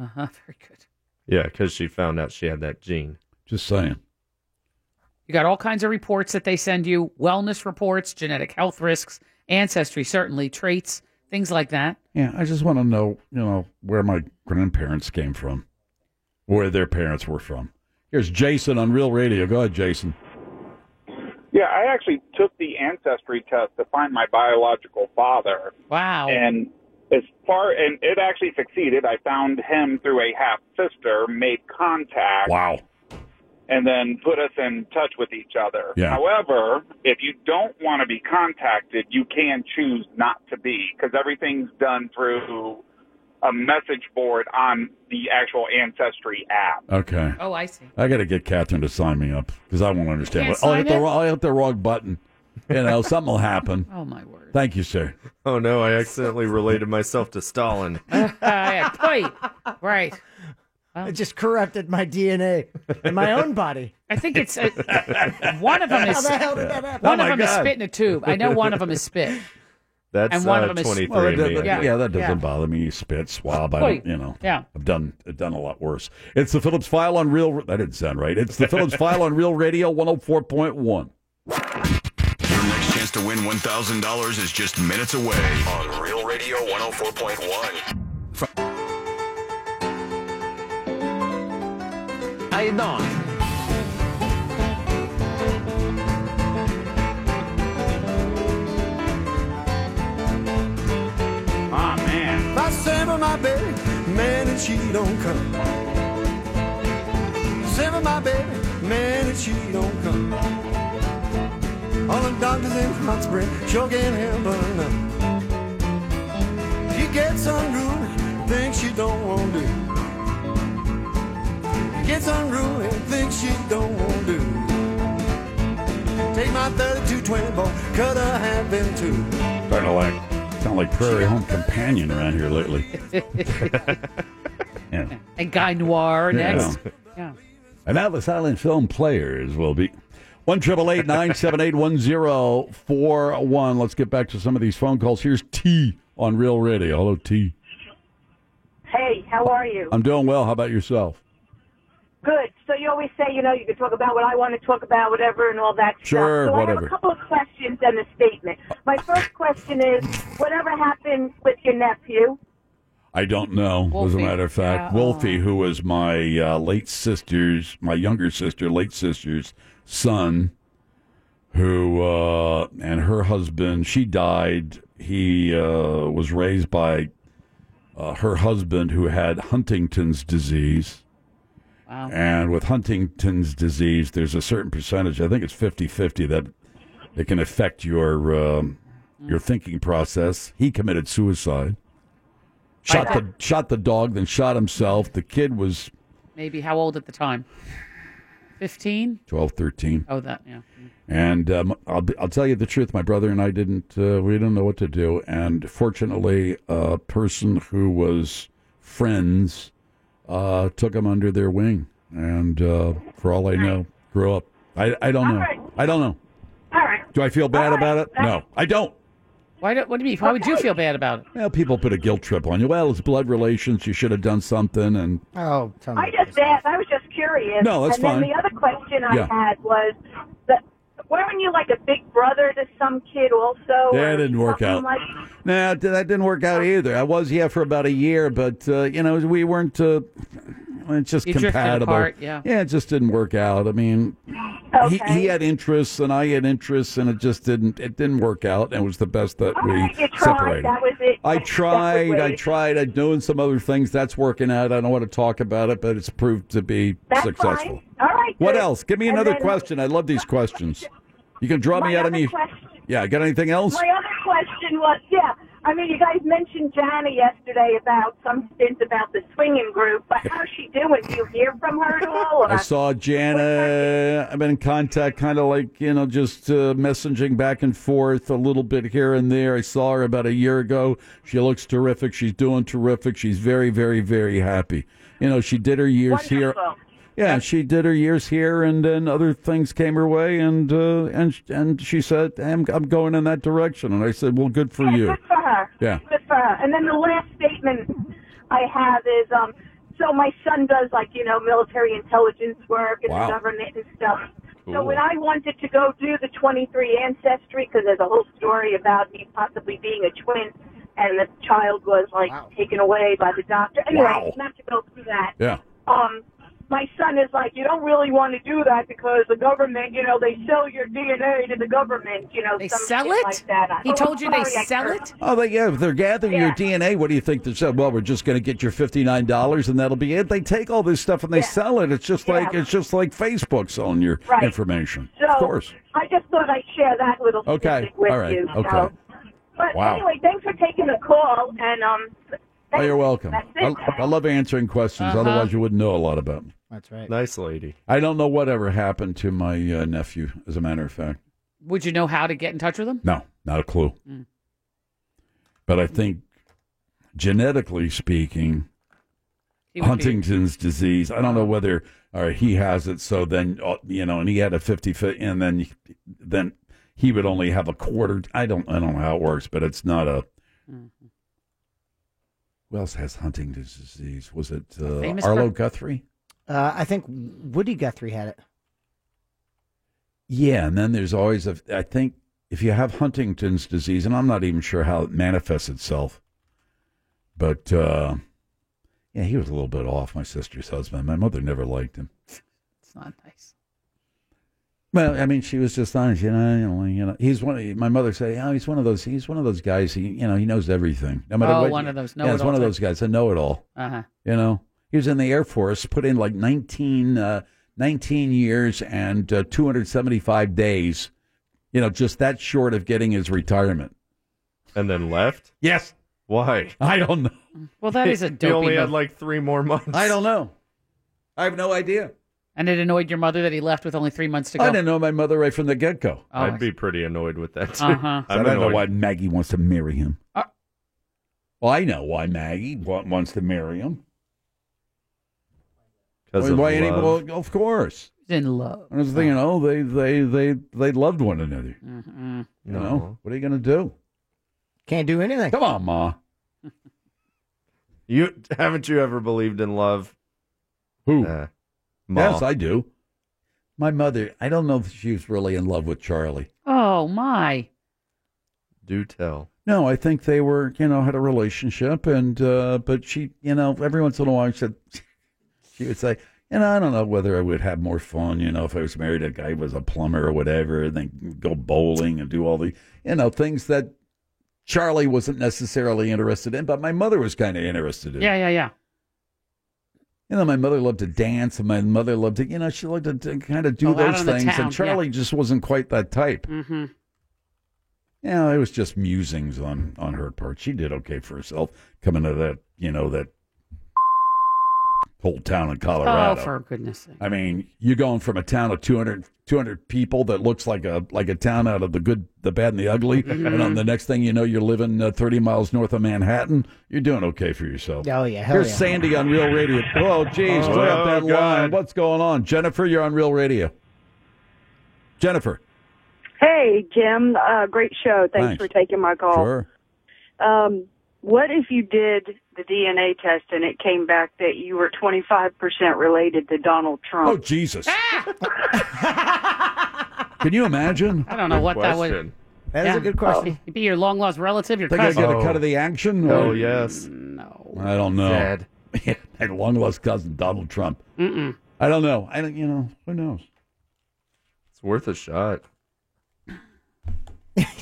[SPEAKER 6] uh-huh. Very good.
[SPEAKER 8] Yeah, because she found out she had that gene.
[SPEAKER 5] Just saying.
[SPEAKER 6] You got all kinds of reports that they send you wellness reports, genetic health risks, ancestry, certainly, traits, things like that.
[SPEAKER 5] Yeah, I just want to know, you know, where my grandparents came from, where their parents were from. Here's Jason on Real Radio. Go ahead, Jason.
[SPEAKER 16] Yeah, I actually took the ancestry test to find my biological father.
[SPEAKER 6] Wow.
[SPEAKER 16] And as far and it actually succeeded. I found him through a half sister, made contact.
[SPEAKER 5] Wow.
[SPEAKER 16] And then put us in touch with each other.
[SPEAKER 5] Yeah.
[SPEAKER 16] However, if you don't want to be contacted, you can choose not to be because everything's done through a message board on the actual ancestry app.
[SPEAKER 5] Okay.
[SPEAKER 6] Oh, I see.
[SPEAKER 5] I got to get Catherine to sign me up because I won't understand.
[SPEAKER 16] Can't
[SPEAKER 5] I'll hit, the,
[SPEAKER 16] sign it?
[SPEAKER 5] wrong- I'll hit the wrong button.
[SPEAKER 6] *laughs*
[SPEAKER 5] You know, something will happen.
[SPEAKER 6] Oh, my *laughs* word.
[SPEAKER 5] Thank you, sir.
[SPEAKER 8] *laughs* Oh no, I accidentally related myself to
[SPEAKER 5] *laughs*
[SPEAKER 8] Stalin.
[SPEAKER 6] yeah, boy. Right.
[SPEAKER 7] It just corrupted my DNA in my own body.
[SPEAKER 6] I think it's uh, one of them is
[SPEAKER 7] How the hell did that happen?
[SPEAKER 6] One
[SPEAKER 7] Oh
[SPEAKER 6] of
[SPEAKER 7] my
[SPEAKER 6] them is
[SPEAKER 7] God.
[SPEAKER 6] spit in a tube. I know one of them is
[SPEAKER 5] *laughs*
[SPEAKER 6] spit.
[SPEAKER 8] That's
[SPEAKER 6] and one
[SPEAKER 8] uh,
[SPEAKER 6] of them is
[SPEAKER 8] 23
[SPEAKER 5] Well, that,
[SPEAKER 8] and me,
[SPEAKER 5] that-
[SPEAKER 8] I
[SPEAKER 5] yeah.
[SPEAKER 8] think.
[SPEAKER 5] that doesn't bother me. You spit, swab. I
[SPEAKER 6] Wait.
[SPEAKER 5] don't, you know.
[SPEAKER 6] Yeah.
[SPEAKER 5] I've done I've done a lot worse. It's the Phillips File on Real. That didn't sound right. It's the Phillips File on Real Radio 104.1.
[SPEAKER 9] Your next chance to win $1,000 is just minutes away on Real Radio 104.1.
[SPEAKER 17] How you doing?
[SPEAKER 12] Ah, man.
[SPEAKER 17] If I simmer my baby, man, and she don't come. Simmer my baby, man, and she don't come. All the doctors in hot spring sure can't help her none. She gets unruly, thinks she don't want to. Gets unruly, thinks she don't want to. Take my 3220 ball, cut her half in two.
[SPEAKER 5] Starting to like sound like Prairie Home Companion around here lately. yeah.
[SPEAKER 6] and Guy Noir
[SPEAKER 5] Yeah.
[SPEAKER 6] next. Yeah.
[SPEAKER 5] And now the silent film players will be. One triple eight nine seven eight one zero four one. Let's get back to some of these phone calls. Here's T on Real Radio. Hello, T.
[SPEAKER 18] Hey, how are you?
[SPEAKER 5] I'm doing well. How about yourself?
[SPEAKER 18] Good. So you always say, you know, you can talk about what I want to talk about, whatever, and all that
[SPEAKER 5] Sure,
[SPEAKER 18] stuff. So I have
[SPEAKER 5] whatever.
[SPEAKER 18] a couple of questions and a statement. My first question is, whatever happened with your nephew?
[SPEAKER 5] I don't know. As a
[SPEAKER 18] Wolfie.
[SPEAKER 5] matter of fact,
[SPEAKER 18] Yeah.
[SPEAKER 5] Wolfie, who was my uh, late sister's, my younger sister, late sister's son, who uh, and her husband, she died. He uh, was raised by uh, her husband, who had Huntington's disease.
[SPEAKER 6] Wow.
[SPEAKER 5] And with Huntington's disease, there's a certain percentage, I think it's 50 50, that it can affect your, um, your thinking process. He committed suicide. Shot the, shot the dog, then shot himself. The kid was
[SPEAKER 6] Maybe how old at the time? 15?
[SPEAKER 5] 12, 13.
[SPEAKER 6] Oh, that, yeah.
[SPEAKER 5] And um, I'll, be, I'll tell you the truth. My brother and I didn't. Uh, we didn't know what to do. And fortunately, a person who was friends uh, took him under their wing. And uh, for all I know, grew up. I, I don't know. I don't know.
[SPEAKER 18] All right.
[SPEAKER 5] Do I feel bad about it? No, I don't.
[SPEAKER 6] Why do, what do you mean? Why would you feel bad about it?
[SPEAKER 5] Well, people put a guilt trip on you. Well, it's blood relations. You should have done something. And
[SPEAKER 7] *laughs* Oh, tell
[SPEAKER 18] I just asked. I was just curious.
[SPEAKER 5] No, that's
[SPEAKER 18] and then
[SPEAKER 5] fine.
[SPEAKER 18] the other question I
[SPEAKER 5] Yeah.
[SPEAKER 18] had was, that weren't you like a big brother to some kid also?
[SPEAKER 5] Yeah,
[SPEAKER 18] or
[SPEAKER 5] it didn't work
[SPEAKER 18] something
[SPEAKER 5] out.
[SPEAKER 18] like-
[SPEAKER 5] No, that didn't work out either. I was yeah for about a year, but uh, you know we weren't. Uh, it's just
[SPEAKER 6] You drifted
[SPEAKER 5] compatible.
[SPEAKER 6] apart, yeah.
[SPEAKER 5] yeah, it just didn't work out. I mean, he, he had interests and I had interests, and it just didn't. It didn't work out, and it was the best that we
[SPEAKER 18] you tried.
[SPEAKER 5] separated.
[SPEAKER 18] That was it.
[SPEAKER 5] I
[SPEAKER 18] That was
[SPEAKER 5] tried. I
[SPEAKER 18] it.
[SPEAKER 5] tried. I'm doing some other things. That's working out. I don't want to talk about it, but it's proved to be
[SPEAKER 18] That's fine.
[SPEAKER 5] successful.
[SPEAKER 18] All right.
[SPEAKER 5] What
[SPEAKER 18] good.
[SPEAKER 5] else? Give me
[SPEAKER 18] And
[SPEAKER 5] another
[SPEAKER 18] then
[SPEAKER 5] question. I love these questions. You can draw
[SPEAKER 18] my
[SPEAKER 5] me out of
[SPEAKER 18] other
[SPEAKER 5] me.
[SPEAKER 18] question-
[SPEAKER 5] Yeah, got anything else?
[SPEAKER 18] My other question was, yeah, I mean, you guys mentioned Jana yesterday about some stint about the swinging group, but how's she doing? Do you hear from her at all? Or
[SPEAKER 5] I saw Jana. I've been in contact, kind of like you know, just uh, messaging back and forth a little bit here and there. I saw her about a year ago. She looks terrific. She's doing terrific. She's very, very, very happy. You know, she did her years here. Yeah, she did her years here, and then other things came her way, and uh, and and she said, "I'm I'm going in that direction," and I said, "Well, good for you."
[SPEAKER 18] Good for her.
[SPEAKER 5] Yeah.
[SPEAKER 18] Good for her. And then the last statement I have is, um, so my son does like you know military intelligence work and
[SPEAKER 19] Wow.
[SPEAKER 18] the government and stuff. So
[SPEAKER 19] Cool.
[SPEAKER 18] when I wanted to go do the 23 ancestry, because there's a whole story about me possibly being a twin, and the child was like taken away by the doctor. Anyway,
[SPEAKER 19] Wow.
[SPEAKER 18] not to go through that.
[SPEAKER 5] Yeah.
[SPEAKER 18] Um, my son is like, you don't really want to do that because the government, you know, they sell your DNA to the government, you know. They
[SPEAKER 6] sell it?
[SPEAKER 18] Like that. I-
[SPEAKER 6] He
[SPEAKER 18] Oh,
[SPEAKER 6] told you they
[SPEAKER 18] sorry, I
[SPEAKER 6] sell
[SPEAKER 18] cursed.
[SPEAKER 6] it?
[SPEAKER 5] Oh, they, yeah, if they're gathering your DNA, what do you think they said? Well, we're just going to get your fifty-nine dollars, and that'll be it. They take all this stuff and they sell it. It's just like it's just like Facebook's on your
[SPEAKER 18] Right.
[SPEAKER 5] information,
[SPEAKER 18] So
[SPEAKER 5] of course. Oh,
[SPEAKER 18] I just thought I'd share that little
[SPEAKER 5] Okay,
[SPEAKER 18] statistic with
[SPEAKER 5] all right,
[SPEAKER 18] you.
[SPEAKER 5] okay.
[SPEAKER 18] So. But
[SPEAKER 5] Wow.
[SPEAKER 18] anyway, thanks for taking the call, and um,
[SPEAKER 5] Oh, you're welcome.
[SPEAKER 18] That's
[SPEAKER 5] I,
[SPEAKER 18] it.
[SPEAKER 5] I love answering questions.
[SPEAKER 18] Uh-huh.
[SPEAKER 5] Otherwise, you wouldn't know a lot about me.
[SPEAKER 7] That's right.
[SPEAKER 8] Nice lady.
[SPEAKER 5] I don't know whatever happened to my uh, nephew. As a matter of fact,
[SPEAKER 6] Would you know how to get in touch with him?
[SPEAKER 5] no, not a clue.
[SPEAKER 6] Mm.
[SPEAKER 5] But I think, genetically speaking,
[SPEAKER 6] He would be-
[SPEAKER 5] Huntington's disease. I don't know whether or he has it. So then uh, you know, and he had a fifty foot, and then then he would only have a quarter. I don't I don't know how it works, but it's not a.
[SPEAKER 6] Mm-hmm.
[SPEAKER 5] Who else has Huntington's disease? Was it uh,
[SPEAKER 7] famous
[SPEAKER 5] Arlo
[SPEAKER 7] per-
[SPEAKER 5] Guthrie?
[SPEAKER 7] Uh, I think Woody Guthrie had it.
[SPEAKER 5] Yeah, and then there's always a. I think if you have Huntington's disease, and I'm not even sure how it manifests itself, but uh, yeah, he was a little bit off. My sister's husband. My mother never liked him.
[SPEAKER 6] It's not nice.
[SPEAKER 5] Well, I mean, she was just honest, you know. You know, you know he's one. My mother said, "Oh, he's one of those. He's one of those guys. He, you know, he knows everything. No matter
[SPEAKER 6] Oh,
[SPEAKER 5] what.
[SPEAKER 6] one of those
[SPEAKER 5] Yeah, he's one
[SPEAKER 6] know-it-alls.
[SPEAKER 5] of those guys. A know-it-all.
[SPEAKER 6] Uh-huh.
[SPEAKER 5] You know, he was in the Air Force, put in like 19, uh, 19 years and uh, two hundred seventy-five days. You know, just that short of getting his retirement.
[SPEAKER 8] And then left?
[SPEAKER 5] Yes.
[SPEAKER 8] Why?
[SPEAKER 5] I don't know.
[SPEAKER 6] Well, that is a
[SPEAKER 8] He
[SPEAKER 6] dopey
[SPEAKER 8] only had
[SPEAKER 6] move.
[SPEAKER 8] like three more months.
[SPEAKER 5] I don't know. I have no idea.
[SPEAKER 6] And it annoyed your mother that he left with only three months to go. Oh,
[SPEAKER 5] I didn't know my mother right from the get-go.
[SPEAKER 8] I'd be pretty annoyed with that too.
[SPEAKER 6] Uh-huh.
[SPEAKER 5] So I
[SPEAKER 8] I'm
[SPEAKER 5] don't know
[SPEAKER 8] annoyed.
[SPEAKER 5] why Maggie wants to marry him.
[SPEAKER 6] Uh-
[SPEAKER 5] well, I know why Maggie wa- wants to marry him.
[SPEAKER 8] 'Cause
[SPEAKER 5] Why-
[SPEAKER 8] of
[SPEAKER 5] why any-
[SPEAKER 8] love.
[SPEAKER 5] well, of course.
[SPEAKER 6] in love.
[SPEAKER 5] I was thinking,
[SPEAKER 6] Uh.
[SPEAKER 5] oh, they they they they loved one another.
[SPEAKER 6] Mm-mm.
[SPEAKER 5] You know, what are you going to do?
[SPEAKER 7] Can't do anything.
[SPEAKER 5] Come on, Ma.
[SPEAKER 8] *laughs* You haven't you ever believed in love? Uh,
[SPEAKER 5] Who?
[SPEAKER 8] Ma.
[SPEAKER 5] Yes, I do. My mother, I don't know if she was really in love with Charlie.
[SPEAKER 6] Oh my!
[SPEAKER 8] Do tell.
[SPEAKER 5] No, I think they were, you know, had a relationship, and uh, but she, you know, every once in a while she said she would say, you know, I don't know whether I would have more fun, you know, if I was married to a guy who was a plumber or whatever, and then go bowling and do all the, you know, things that Charlie wasn't necessarily interested in, but my mother was kind of interested in.
[SPEAKER 6] Yeah, yeah, yeah.
[SPEAKER 5] You know, my mother loved to dance, and my mother loved to, you know, she loved to, to kind of do
[SPEAKER 6] Oh, out
[SPEAKER 5] those
[SPEAKER 6] on the
[SPEAKER 5] things,
[SPEAKER 6] town, yeah.
[SPEAKER 5] and Charlie just wasn't quite that type.
[SPEAKER 6] Mm-hmm.
[SPEAKER 5] you know, it was just musings on on her part. She did okay for herself coming to that, you know, that whole town in Colorado.
[SPEAKER 6] Oh, for goodness sake!
[SPEAKER 5] I mean, you're going from a town of 200, 200 people that looks like a like a town out of the good, the bad, and the ugly, and
[SPEAKER 6] Mm-hmm.
[SPEAKER 5] on the next thing you know, you're living uh, thirty miles north of Manhattan. You're doing okay for yourself.
[SPEAKER 7] Oh yeah, hell
[SPEAKER 5] Here's
[SPEAKER 7] yeah.
[SPEAKER 5] Sandy on Real Radio. Oh, geez,
[SPEAKER 7] Oh,
[SPEAKER 5] put up that
[SPEAKER 7] God.
[SPEAKER 5] line. What's going on, Jennifer? You're on Real Radio. Jennifer,
[SPEAKER 19] Hey, Jim. Uh, great show. Thanks,
[SPEAKER 5] Thanks.
[SPEAKER 19] for taking my
[SPEAKER 12] Oh,
[SPEAKER 19] call.
[SPEAKER 5] sure.
[SPEAKER 19] Um, what if you did the DNA test and it came back that you were 25% related to Donald Trump?
[SPEAKER 5] Oh, Jesus. Can you imagine?
[SPEAKER 6] I don't know what that was.
[SPEAKER 5] That is
[SPEAKER 6] Yeah. Oh, it'd be your long lost relative, your
[SPEAKER 5] Think I
[SPEAKER 6] cousin.
[SPEAKER 5] get a cut of the action?
[SPEAKER 8] Oh,
[SPEAKER 5] or-
[SPEAKER 8] yes.
[SPEAKER 6] No.
[SPEAKER 5] I don't know. *laughs*
[SPEAKER 8] Sad.
[SPEAKER 5] My long lost cousin, Donald Trump.
[SPEAKER 6] Mm-mm.
[SPEAKER 5] I don't know. I don't. You know. Who knows?
[SPEAKER 8] It's worth a shot.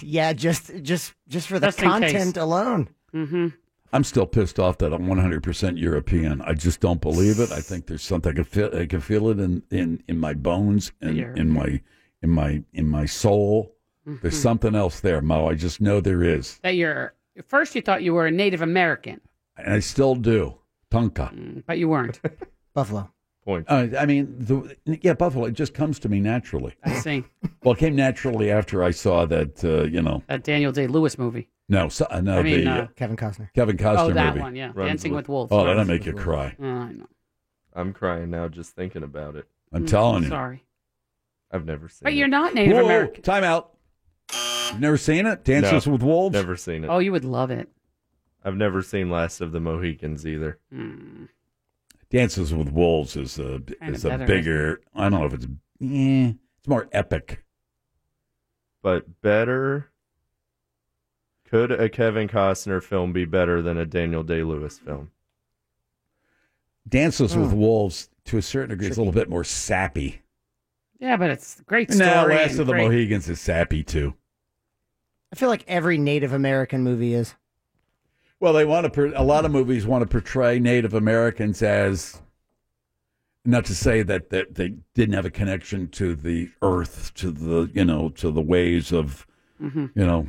[SPEAKER 7] Yeah, just just just for the
[SPEAKER 6] Just in case.
[SPEAKER 7] content alone.
[SPEAKER 6] Mm-hmm.
[SPEAKER 5] I'm still pissed off that I'm 100% European. I just don't believe it. I think there's something I can feel. I can feel it in in in my bones and
[SPEAKER 6] You're-
[SPEAKER 5] in my in my in my soul. There's
[SPEAKER 6] Mhm.
[SPEAKER 5] something else there, Mo. I just know there is,
[SPEAKER 6] That you're at first you thought you were a Native American,
[SPEAKER 5] and I still do. Tonka.
[SPEAKER 6] but you
[SPEAKER 5] *laughs*
[SPEAKER 6] weren't.
[SPEAKER 7] Buffalo.
[SPEAKER 8] Point.
[SPEAKER 5] Uh, I mean, the, yeah, Buffalo. It just comes to
[SPEAKER 6] *laughs*
[SPEAKER 5] me naturally.
[SPEAKER 6] I see
[SPEAKER 5] Well, it came naturally after I saw that. Uh, you know,
[SPEAKER 6] that Daniel Day Lewis movie.
[SPEAKER 5] no, so, uh, no,
[SPEAKER 6] I mean,
[SPEAKER 5] the
[SPEAKER 6] uh,
[SPEAKER 7] Kevin Costner.
[SPEAKER 5] Kevin Costner
[SPEAKER 6] oh, that
[SPEAKER 5] movie.
[SPEAKER 6] one, yeah, Dancing with Wolves.
[SPEAKER 5] Oh, that'll make you cry.
[SPEAKER 6] Oh, I know.
[SPEAKER 8] I'm crying now just thinking about it.
[SPEAKER 5] I'm Mm, telling you.
[SPEAKER 6] Sorry,
[SPEAKER 8] I've never seen
[SPEAKER 6] but
[SPEAKER 8] it.
[SPEAKER 6] you're not Native
[SPEAKER 5] Whoa,
[SPEAKER 6] American.
[SPEAKER 5] time out. You've never seen it? Dances
[SPEAKER 8] No,
[SPEAKER 5] with Wolves?
[SPEAKER 8] Never seen it.
[SPEAKER 6] Oh, you would love it.
[SPEAKER 8] I've never seen Last of the Mohicans either.
[SPEAKER 5] Dances with Wolves is a is a
[SPEAKER 8] better, isn't
[SPEAKER 5] bigger. I don't know if it's yeah, it's more epic.
[SPEAKER 8] But better. Could a Kevin Costner film be better than a Daniel Day Lewis film?
[SPEAKER 5] Dances with
[SPEAKER 8] Hmm.
[SPEAKER 5] Wolves to a certain degree is a little bit more sappy.
[SPEAKER 6] Yeah, but it's a great story.
[SPEAKER 5] Now, Last
[SPEAKER 6] and
[SPEAKER 5] of the
[SPEAKER 6] great-
[SPEAKER 5] Mohegans is sappy too.
[SPEAKER 7] I feel like every Native American movie is.
[SPEAKER 5] Well, they want to. per- A lot of movies want to portray Native Americans as, not to say that that they didn't have a connection to the earth, to the you know, to the ways of,
[SPEAKER 6] Mhm.
[SPEAKER 5] you know,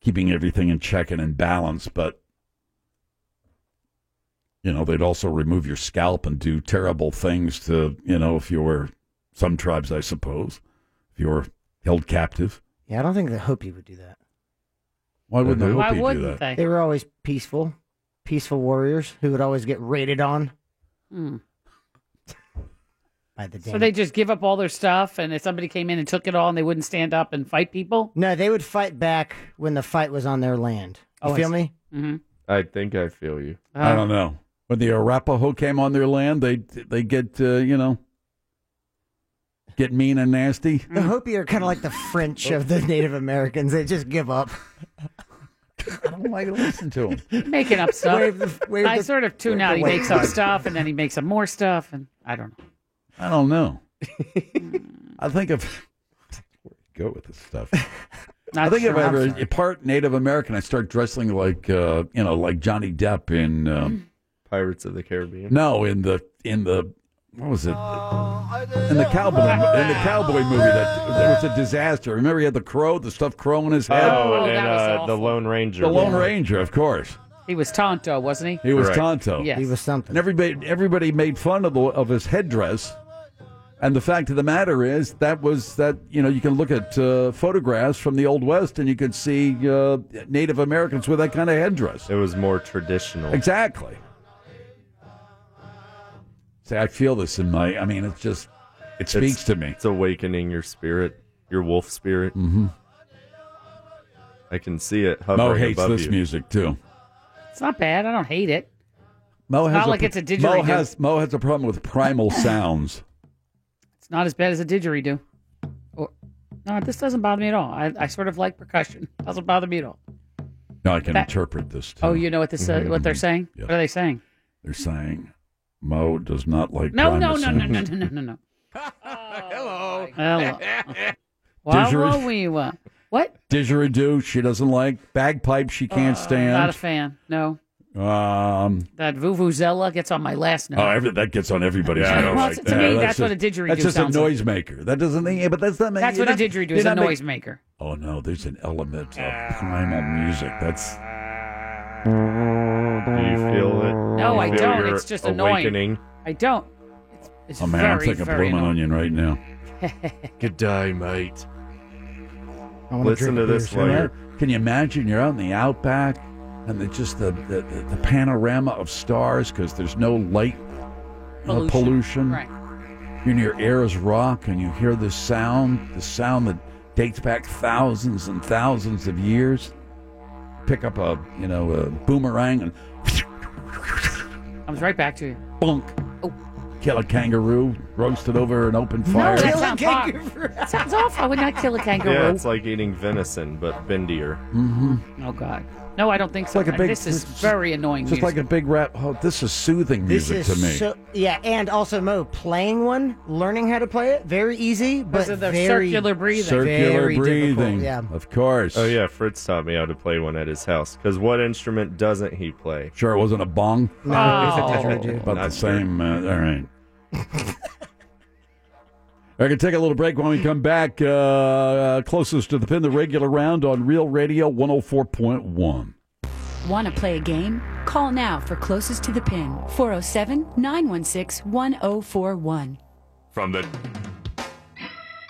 [SPEAKER 5] keeping everything in check and in balance, but. You know, they'd also remove your scalp and do terrible things to, you know, if you were some tribes, I suppose, if you were held captive.
[SPEAKER 7] Yeah, I don't think the Hopi would do that.
[SPEAKER 5] Why wouldn't the
[SPEAKER 7] who?
[SPEAKER 5] Hopi do that?
[SPEAKER 7] They were always peaceful, peaceful warriors who would always get raided on
[SPEAKER 6] Hmm.
[SPEAKER 7] by the damn.
[SPEAKER 6] So they just give up all their stuff, and if somebody came in and took it all, and they wouldn't stand up and
[SPEAKER 7] *laughs*
[SPEAKER 6] fight people.
[SPEAKER 7] no, they would fight back when the fight was on their land. You
[SPEAKER 6] Oh, I
[SPEAKER 7] feel
[SPEAKER 6] see.
[SPEAKER 7] me?
[SPEAKER 6] Mm-hmm.
[SPEAKER 8] I think I feel you.
[SPEAKER 5] I don't know. Uh, When the Arapaho came on their land, they they get uh, you know get mean and nasty.
[SPEAKER 7] The
[SPEAKER 6] Hmm.
[SPEAKER 7] Hopi are kind of like the French of the Native Americans. They just give up.
[SPEAKER 5] I don't like to listen to them.
[SPEAKER 6] Making up stuff.
[SPEAKER 7] Oh, *laughs* Wave the- wave
[SPEAKER 6] I
[SPEAKER 7] the-
[SPEAKER 6] sort of tune
[SPEAKER 7] wave
[SPEAKER 6] out.
[SPEAKER 7] the
[SPEAKER 6] He
[SPEAKER 7] wave.
[SPEAKER 6] makes up stuff, and then he makes up more stuff, and I don't know.
[SPEAKER 5] I don't *laughs* know. I think if go with this stuff. I think if I
[SPEAKER 6] I'm
[SPEAKER 5] ever
[SPEAKER 6] sorry.
[SPEAKER 5] part Native American, I start dressing like uh, you know like Johnny Depp in um,
[SPEAKER 8] Pirates of the Caribbean.
[SPEAKER 5] no in the in the what was it in the cowboy in the
[SPEAKER 6] Ah.
[SPEAKER 5] cowboy movie that there was a disaster. Remember he had the crow, the stuffed crow in his head.
[SPEAKER 8] Oh, and uh, the Lone Ranger.
[SPEAKER 5] the Lone
[SPEAKER 8] one.
[SPEAKER 5] Ranger, of course.
[SPEAKER 6] He was Tonto, wasn't he?
[SPEAKER 5] He was
[SPEAKER 8] Right.
[SPEAKER 5] Tonto.
[SPEAKER 6] Yes. He
[SPEAKER 7] was something.
[SPEAKER 5] And everybody, everybody made fun of the, of his headdress. And the fact of the matter is, that was that you know you can look at uh, photographs from the old west, and you could see uh, Native Americans with that kind of headdress.
[SPEAKER 8] It was more traditional.
[SPEAKER 5] Exactly. See, I feel this in my. I mean, it's just It speaks to me.
[SPEAKER 8] It's awakening your spirit, your wolf spirit.
[SPEAKER 5] Mm-hmm.
[SPEAKER 8] I can see it hovering
[SPEAKER 5] Mo hates
[SPEAKER 8] above
[SPEAKER 5] this
[SPEAKER 8] you.
[SPEAKER 5] music too.
[SPEAKER 6] It's not bad. I don't hate it.
[SPEAKER 5] Mo
[SPEAKER 6] It's
[SPEAKER 5] has
[SPEAKER 6] not
[SPEAKER 5] a,
[SPEAKER 6] like it's a
[SPEAKER 5] Mo
[SPEAKER 6] didgeridoo.
[SPEAKER 5] has Mo has a problem with primal sounds.
[SPEAKER 6] It's not as bad as a didgeridoo. Or no, this doesn't bother me at all. I, I sort of like percussion. Doesn't bother me at all.
[SPEAKER 5] Now I can
[SPEAKER 6] That-
[SPEAKER 5] interpret this. Too.
[SPEAKER 6] Oh, you know what this uh, what they're
[SPEAKER 5] Mhm.
[SPEAKER 6] saying? What are they saying? *laughs*
[SPEAKER 5] They're saying Mo does not like.
[SPEAKER 6] No, no,
[SPEAKER 5] primal
[SPEAKER 6] no, no,
[SPEAKER 5] sounds.
[SPEAKER 6] no, no, no, no, no.
[SPEAKER 4] Hello.
[SPEAKER 5] *laughs*
[SPEAKER 6] Hello. Wow,
[SPEAKER 5] Didgerid-
[SPEAKER 6] wow, wee, wow. What?
[SPEAKER 5] Didgeridoo, she doesn't like. Bagpipe, she can't
[SPEAKER 6] Uh, Not a
[SPEAKER 5] stand.
[SPEAKER 6] fan. No.
[SPEAKER 5] um,
[SPEAKER 6] That vuvuzela gets on my last
[SPEAKER 5] oh,
[SPEAKER 6] nerve.
[SPEAKER 5] every, that gets on everybody's.
[SPEAKER 6] Yeah, I don't
[SPEAKER 5] nerves.
[SPEAKER 6] like that. To me, that's what
[SPEAKER 5] just-
[SPEAKER 6] a didgeridoo
[SPEAKER 5] That's just
[SPEAKER 6] sounds
[SPEAKER 5] a
[SPEAKER 6] like.
[SPEAKER 5] noisemaker. That doesn't. Yeah, but that's
[SPEAKER 6] *laughs*
[SPEAKER 5] not.
[SPEAKER 6] That's
[SPEAKER 5] you're
[SPEAKER 6] what a
[SPEAKER 5] not-
[SPEAKER 6] didgeridoo
[SPEAKER 5] you're
[SPEAKER 6] is, a
[SPEAKER 5] not make-
[SPEAKER 6] noisemaker. Ah.
[SPEAKER 5] Oh no, there's an element of primal music. That's. Do
[SPEAKER 8] you feel it?
[SPEAKER 6] No,
[SPEAKER 8] You
[SPEAKER 6] I
[SPEAKER 8] feel
[SPEAKER 6] don't.
[SPEAKER 8] your
[SPEAKER 6] It's just
[SPEAKER 8] awakening?
[SPEAKER 6] annoying. I don't. It's, it's
[SPEAKER 5] oh man,
[SPEAKER 6] very,
[SPEAKER 5] I'm thinking
[SPEAKER 6] very
[SPEAKER 5] blooming
[SPEAKER 6] annoying.
[SPEAKER 5] onion right now.
[SPEAKER 6] *laughs*
[SPEAKER 8] Good day, mate.
[SPEAKER 5] I
[SPEAKER 8] wanna Listen drink to a beer this soon. later.
[SPEAKER 5] Can you imagine? You're out in the outback, and the, just the, the, the, the panorama of stars because there's no light pollution. pollution.
[SPEAKER 6] Right.
[SPEAKER 5] You're near Ayers Rock, and you hear this sound, the sound that dates back thousands and thousands of years. Pick up a you know a boomerang and
[SPEAKER 6] Comes right back to you.
[SPEAKER 5] bunk.
[SPEAKER 6] Oh.
[SPEAKER 5] Kill a kangaroo, roasted over an open fire.
[SPEAKER 6] No, that sounds, hot. that sounds awful. I would not
[SPEAKER 5] *laughs*
[SPEAKER 6] kill a kangaroo.
[SPEAKER 8] Yeah, it's like eating venison, but bendier.
[SPEAKER 5] mm-hmm.
[SPEAKER 6] Oh God. No, I don't think so. Uh,
[SPEAKER 5] like a big-
[SPEAKER 6] this is very annoying.
[SPEAKER 5] Just like a big rap. Oh, this is soothing
[SPEAKER 7] This
[SPEAKER 5] music
[SPEAKER 7] is
[SPEAKER 5] to me.
[SPEAKER 7] so yeah, and also Mo playing one, learning how to play it, very easy, but
[SPEAKER 6] of the
[SPEAKER 7] very
[SPEAKER 6] circular breathing.
[SPEAKER 5] Circular
[SPEAKER 7] very difficult,
[SPEAKER 5] breathing.
[SPEAKER 7] Yeah,
[SPEAKER 5] Of course.
[SPEAKER 8] Oh yeah, Fritz taught me how to play one at his house. Because what instrument doesn't he play?
[SPEAKER 5] Sure, it wasn't a bong.
[SPEAKER 7] No, Oh. it was a didgeridoo.
[SPEAKER 5] About the same. Uh, all right. I can take a little break when we come back. Uh, uh, closest to the pin, the regular round on Real Radio 104.1.
[SPEAKER 14] Want to play a game? Call now for closest to the pin 407 916 1041.
[SPEAKER 11] From the.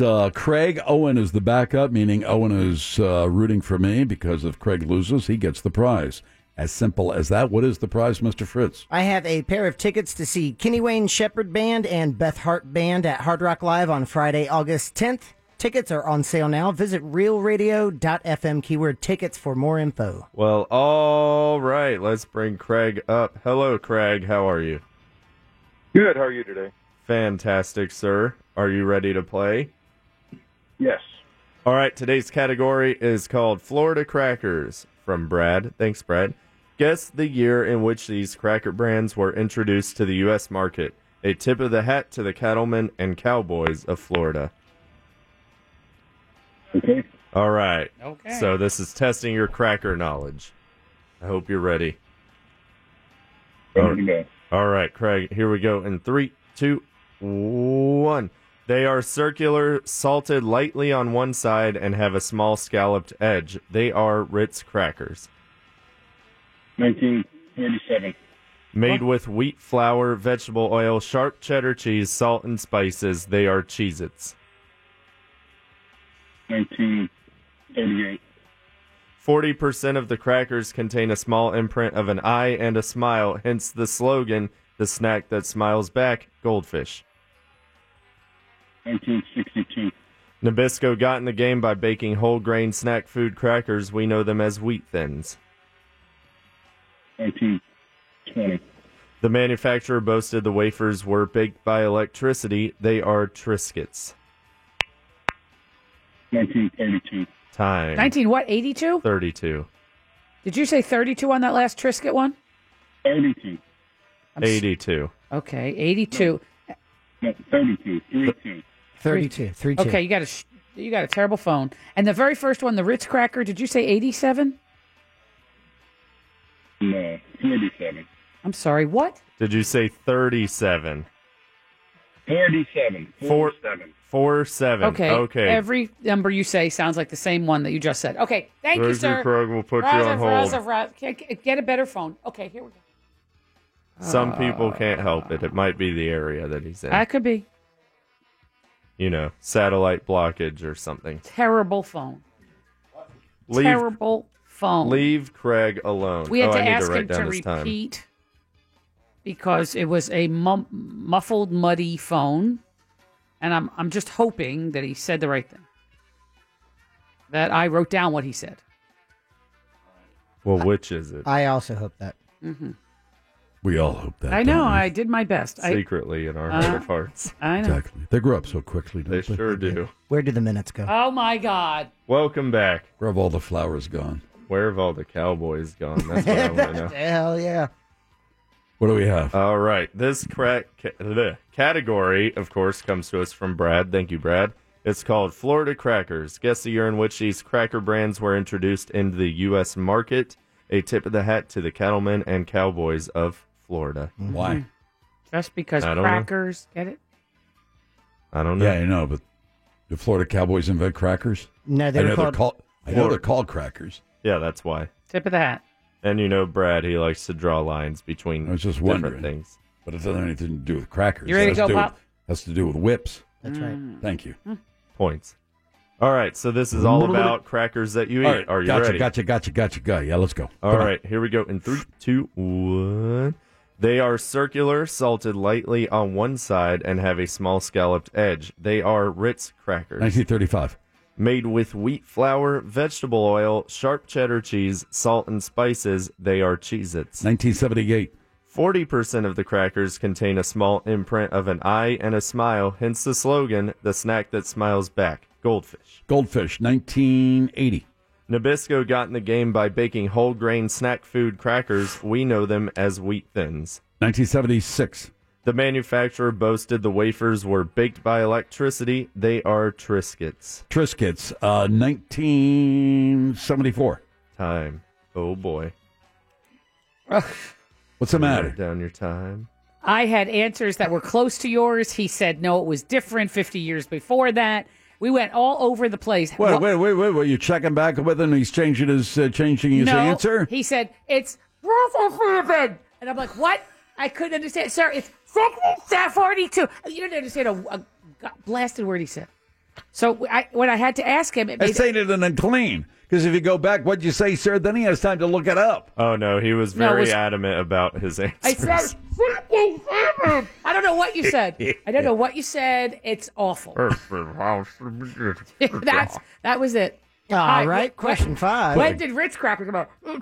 [SPEAKER 5] uh, Craig. Owen is the backup, meaning Owen is uh, rooting for me because if Craig loses, he gets the prize. As simple as that. What is the prize, Mr. Fritz?
[SPEAKER 7] I have a pair of tickets to see Kenny Wayne Shepherd Band and Beth Hart Band at Hard Rock Live on Friday, August 10th. Tickets are on sale now. Visit realradio.fm keyword tickets for more info.
[SPEAKER 8] Well, all right, let's bring Craig up. Hello, Craig. How are you?
[SPEAKER 12] Good. How are you today?
[SPEAKER 8] Fantastic, sir. Are you ready to play?
[SPEAKER 12] Yes.
[SPEAKER 8] All right, today's category is called Florida Crackers from Brad. Thanks, Brad. Guess the year in which these cracker brands were introduced to the U.S. market. A tip of the hat to the cattlemen and cowboys of Florida.
[SPEAKER 12] Okay.
[SPEAKER 8] All right.
[SPEAKER 12] Okay.
[SPEAKER 8] So this is testing your cracker knowledge. I hope you're ready.
[SPEAKER 12] Ready to go.
[SPEAKER 8] All right, Craig, here we go in three, two, one. They are circular, salted lightly on one side, and have a small scalloped edge. They are Ritz crackers.
[SPEAKER 12] 1947.
[SPEAKER 8] Made with wheat flour, vegetable oil, sharp cheddar cheese, salt, and spices. They are Cheez Its.
[SPEAKER 12] 1938.
[SPEAKER 8] 40% of the crackers contain a small imprint of an eye and a smile, hence the slogan, the snack that smiles back, goldfish.
[SPEAKER 12] 1962.
[SPEAKER 8] Nabisco got in the game by baking whole grain snack food crackers. We know them as wheat thins.
[SPEAKER 12] 1920.
[SPEAKER 8] The manufacturer boasted the wafers were baked by electricity. They are Triscuits.
[SPEAKER 12] 1932.
[SPEAKER 8] Time.
[SPEAKER 6] Nineteen what? Eighty two?
[SPEAKER 8] 32.
[SPEAKER 6] Did you say thirty two on that last Trisket one?
[SPEAKER 12] 32.
[SPEAKER 8] 82.
[SPEAKER 6] Okay, eighty two.
[SPEAKER 12] No, 32. 32.
[SPEAKER 7] 32. 3 2.
[SPEAKER 6] Okay, you got a sh- you got a terrible phone. And the very first one, the Ritz cracker. Did you say eighty seven?
[SPEAKER 12] No. 47.
[SPEAKER 6] I'm sorry. What?
[SPEAKER 8] Did you say 37?
[SPEAKER 12] Forty-seven.
[SPEAKER 8] Four-
[SPEAKER 12] Forty-seven.
[SPEAKER 8] Four seven.
[SPEAKER 6] Okay.
[SPEAKER 8] Okay.
[SPEAKER 6] Every number you say sounds like the same one that you just said. Okay. Thank you,
[SPEAKER 8] Rosie
[SPEAKER 6] sir.
[SPEAKER 8] Krug will put you
[SPEAKER 6] Raza,
[SPEAKER 8] on hold.
[SPEAKER 6] Raza, Raza. Get- get- Get a better phone. Okay, here we go.
[SPEAKER 8] Some people can't help it. It might be the area that he's in.
[SPEAKER 6] That could be
[SPEAKER 8] you know, satellite blockage or something.
[SPEAKER 6] terrible phone.
[SPEAKER 8] Leave-
[SPEAKER 6] Terrible phone.
[SPEAKER 8] Leave Craig alone.
[SPEAKER 6] We had
[SPEAKER 8] oh,
[SPEAKER 6] to
[SPEAKER 8] I need
[SPEAKER 6] ask
[SPEAKER 8] to write
[SPEAKER 6] him
[SPEAKER 8] down
[SPEAKER 6] to
[SPEAKER 8] his time.
[SPEAKER 6] repeat because it was a mum- muffled, muddy phone, and I'm I'm just hoping that he said the right thing. That I wrote down what he said.
[SPEAKER 8] Well, which is it?
[SPEAKER 7] I also hope that. Mm-hmm.
[SPEAKER 6] hmm
[SPEAKER 5] We all hope that.
[SPEAKER 6] I know. I did my best.
[SPEAKER 8] Secretly in our
[SPEAKER 6] Uh,
[SPEAKER 8] heart of hearts.
[SPEAKER 6] I know.
[SPEAKER 5] Exactly. They grow up so quickly. Don't they,
[SPEAKER 8] Sure do.
[SPEAKER 7] Where do the minutes go?
[SPEAKER 6] I, oh my God.
[SPEAKER 8] Welcome back.
[SPEAKER 5] Where have all the flowers gone?
[SPEAKER 8] Where have all the cowboys gone? That's what I
[SPEAKER 5] *laughs*
[SPEAKER 8] want to know.
[SPEAKER 7] Hell yeah.
[SPEAKER 5] What do we
[SPEAKER 8] *laughs*
[SPEAKER 5] have?
[SPEAKER 8] All right. This crack ca- the category, of course, comes to us from Brad. Thank you, Brad. It's called Florida Crackers. Guess the year in which these cracker brands were introduced into the U.S. market. A tip of the hat to the cattlemen and cowboys of Florida.
[SPEAKER 5] Why?
[SPEAKER 6] Just because
[SPEAKER 8] I don't know.
[SPEAKER 6] crackers get it.
[SPEAKER 8] I don't know.
[SPEAKER 5] Yeah, I know, but the Florida Cowboys invent crackers?
[SPEAKER 7] No, they
[SPEAKER 5] I
[SPEAKER 7] were
[SPEAKER 5] know
[SPEAKER 7] called-
[SPEAKER 5] They're called I know
[SPEAKER 8] Florida-
[SPEAKER 5] they're called crackers.
[SPEAKER 8] Yeah, that's why.
[SPEAKER 6] Tip of the hat.
[SPEAKER 8] And you know, Brad, he likes to draw lines between
[SPEAKER 5] I was just
[SPEAKER 8] different
[SPEAKER 5] wondering.
[SPEAKER 8] things.
[SPEAKER 5] But it doesn't have anything to do with crackers.
[SPEAKER 6] You ready to
[SPEAKER 5] It
[SPEAKER 6] go,
[SPEAKER 5] has do with-
[SPEAKER 6] Pop?
[SPEAKER 5] has to do with whips.
[SPEAKER 7] That's
[SPEAKER 6] right.
[SPEAKER 5] Thank you.
[SPEAKER 8] Points. All right, so this is all about crackers that you eat.
[SPEAKER 5] All right,
[SPEAKER 8] Are you
[SPEAKER 5] gotcha,
[SPEAKER 8] ready?
[SPEAKER 5] Gotcha, gotcha, gotcha, gotcha. Yeah, let's go.
[SPEAKER 8] All right, here we go. In three, two, one. They are circular, salted lightly on one side, and have a small scalloped edge. They are Ritz crackers,
[SPEAKER 5] 1935.
[SPEAKER 8] made with wheat flour, vegetable oil, sharp cheddar cheese, salt, and spices. They are Cheez-Its.
[SPEAKER 5] 1978.
[SPEAKER 8] 40% of the crackers contain a small imprint of an eye and a smile, hence the slogan, the snack that smiles back, goldfish.
[SPEAKER 5] Goldfish, 1980.
[SPEAKER 8] Nabisco got in the game by baking whole grain snack food crackers. We know them as wheat thins.
[SPEAKER 5] 1976.
[SPEAKER 8] The manufacturer boasted the wafers were baked by electricity. They are Triscuits.
[SPEAKER 5] Triscuits, uh, 1974.
[SPEAKER 8] Time. Oh boy.
[SPEAKER 5] What's the matter?
[SPEAKER 8] Down your time.
[SPEAKER 6] I had answers that were close to yours. He said no, it was different 50 years before that. We went all over the place.
[SPEAKER 5] Wait, wait, wait, wait, wait. You're checking back with him? He's changing his, uh, changing his
[SPEAKER 6] no,
[SPEAKER 5] answer?
[SPEAKER 6] He said it's Rutherford. And I'm like, what? I couldn't understand. Sir, it's 42. You didn't understand a, a go- blasted word he said. So I, when I had to ask him, it
[SPEAKER 5] I
[SPEAKER 6] made
[SPEAKER 5] stated it in a clean. Because if you go back, what'd you say, sir? Then he has time to look it up.
[SPEAKER 8] Oh no, he was
[SPEAKER 6] No, it
[SPEAKER 8] very
[SPEAKER 6] was-
[SPEAKER 8] adamant about his answer.
[SPEAKER 6] I said 57. I don't know what you said. I don't know what you said. It's awful. *laughs* That's that was it.
[SPEAKER 7] All
[SPEAKER 6] All
[SPEAKER 7] right, question five.
[SPEAKER 6] When did Ritz cracker come out?
[SPEAKER 5] You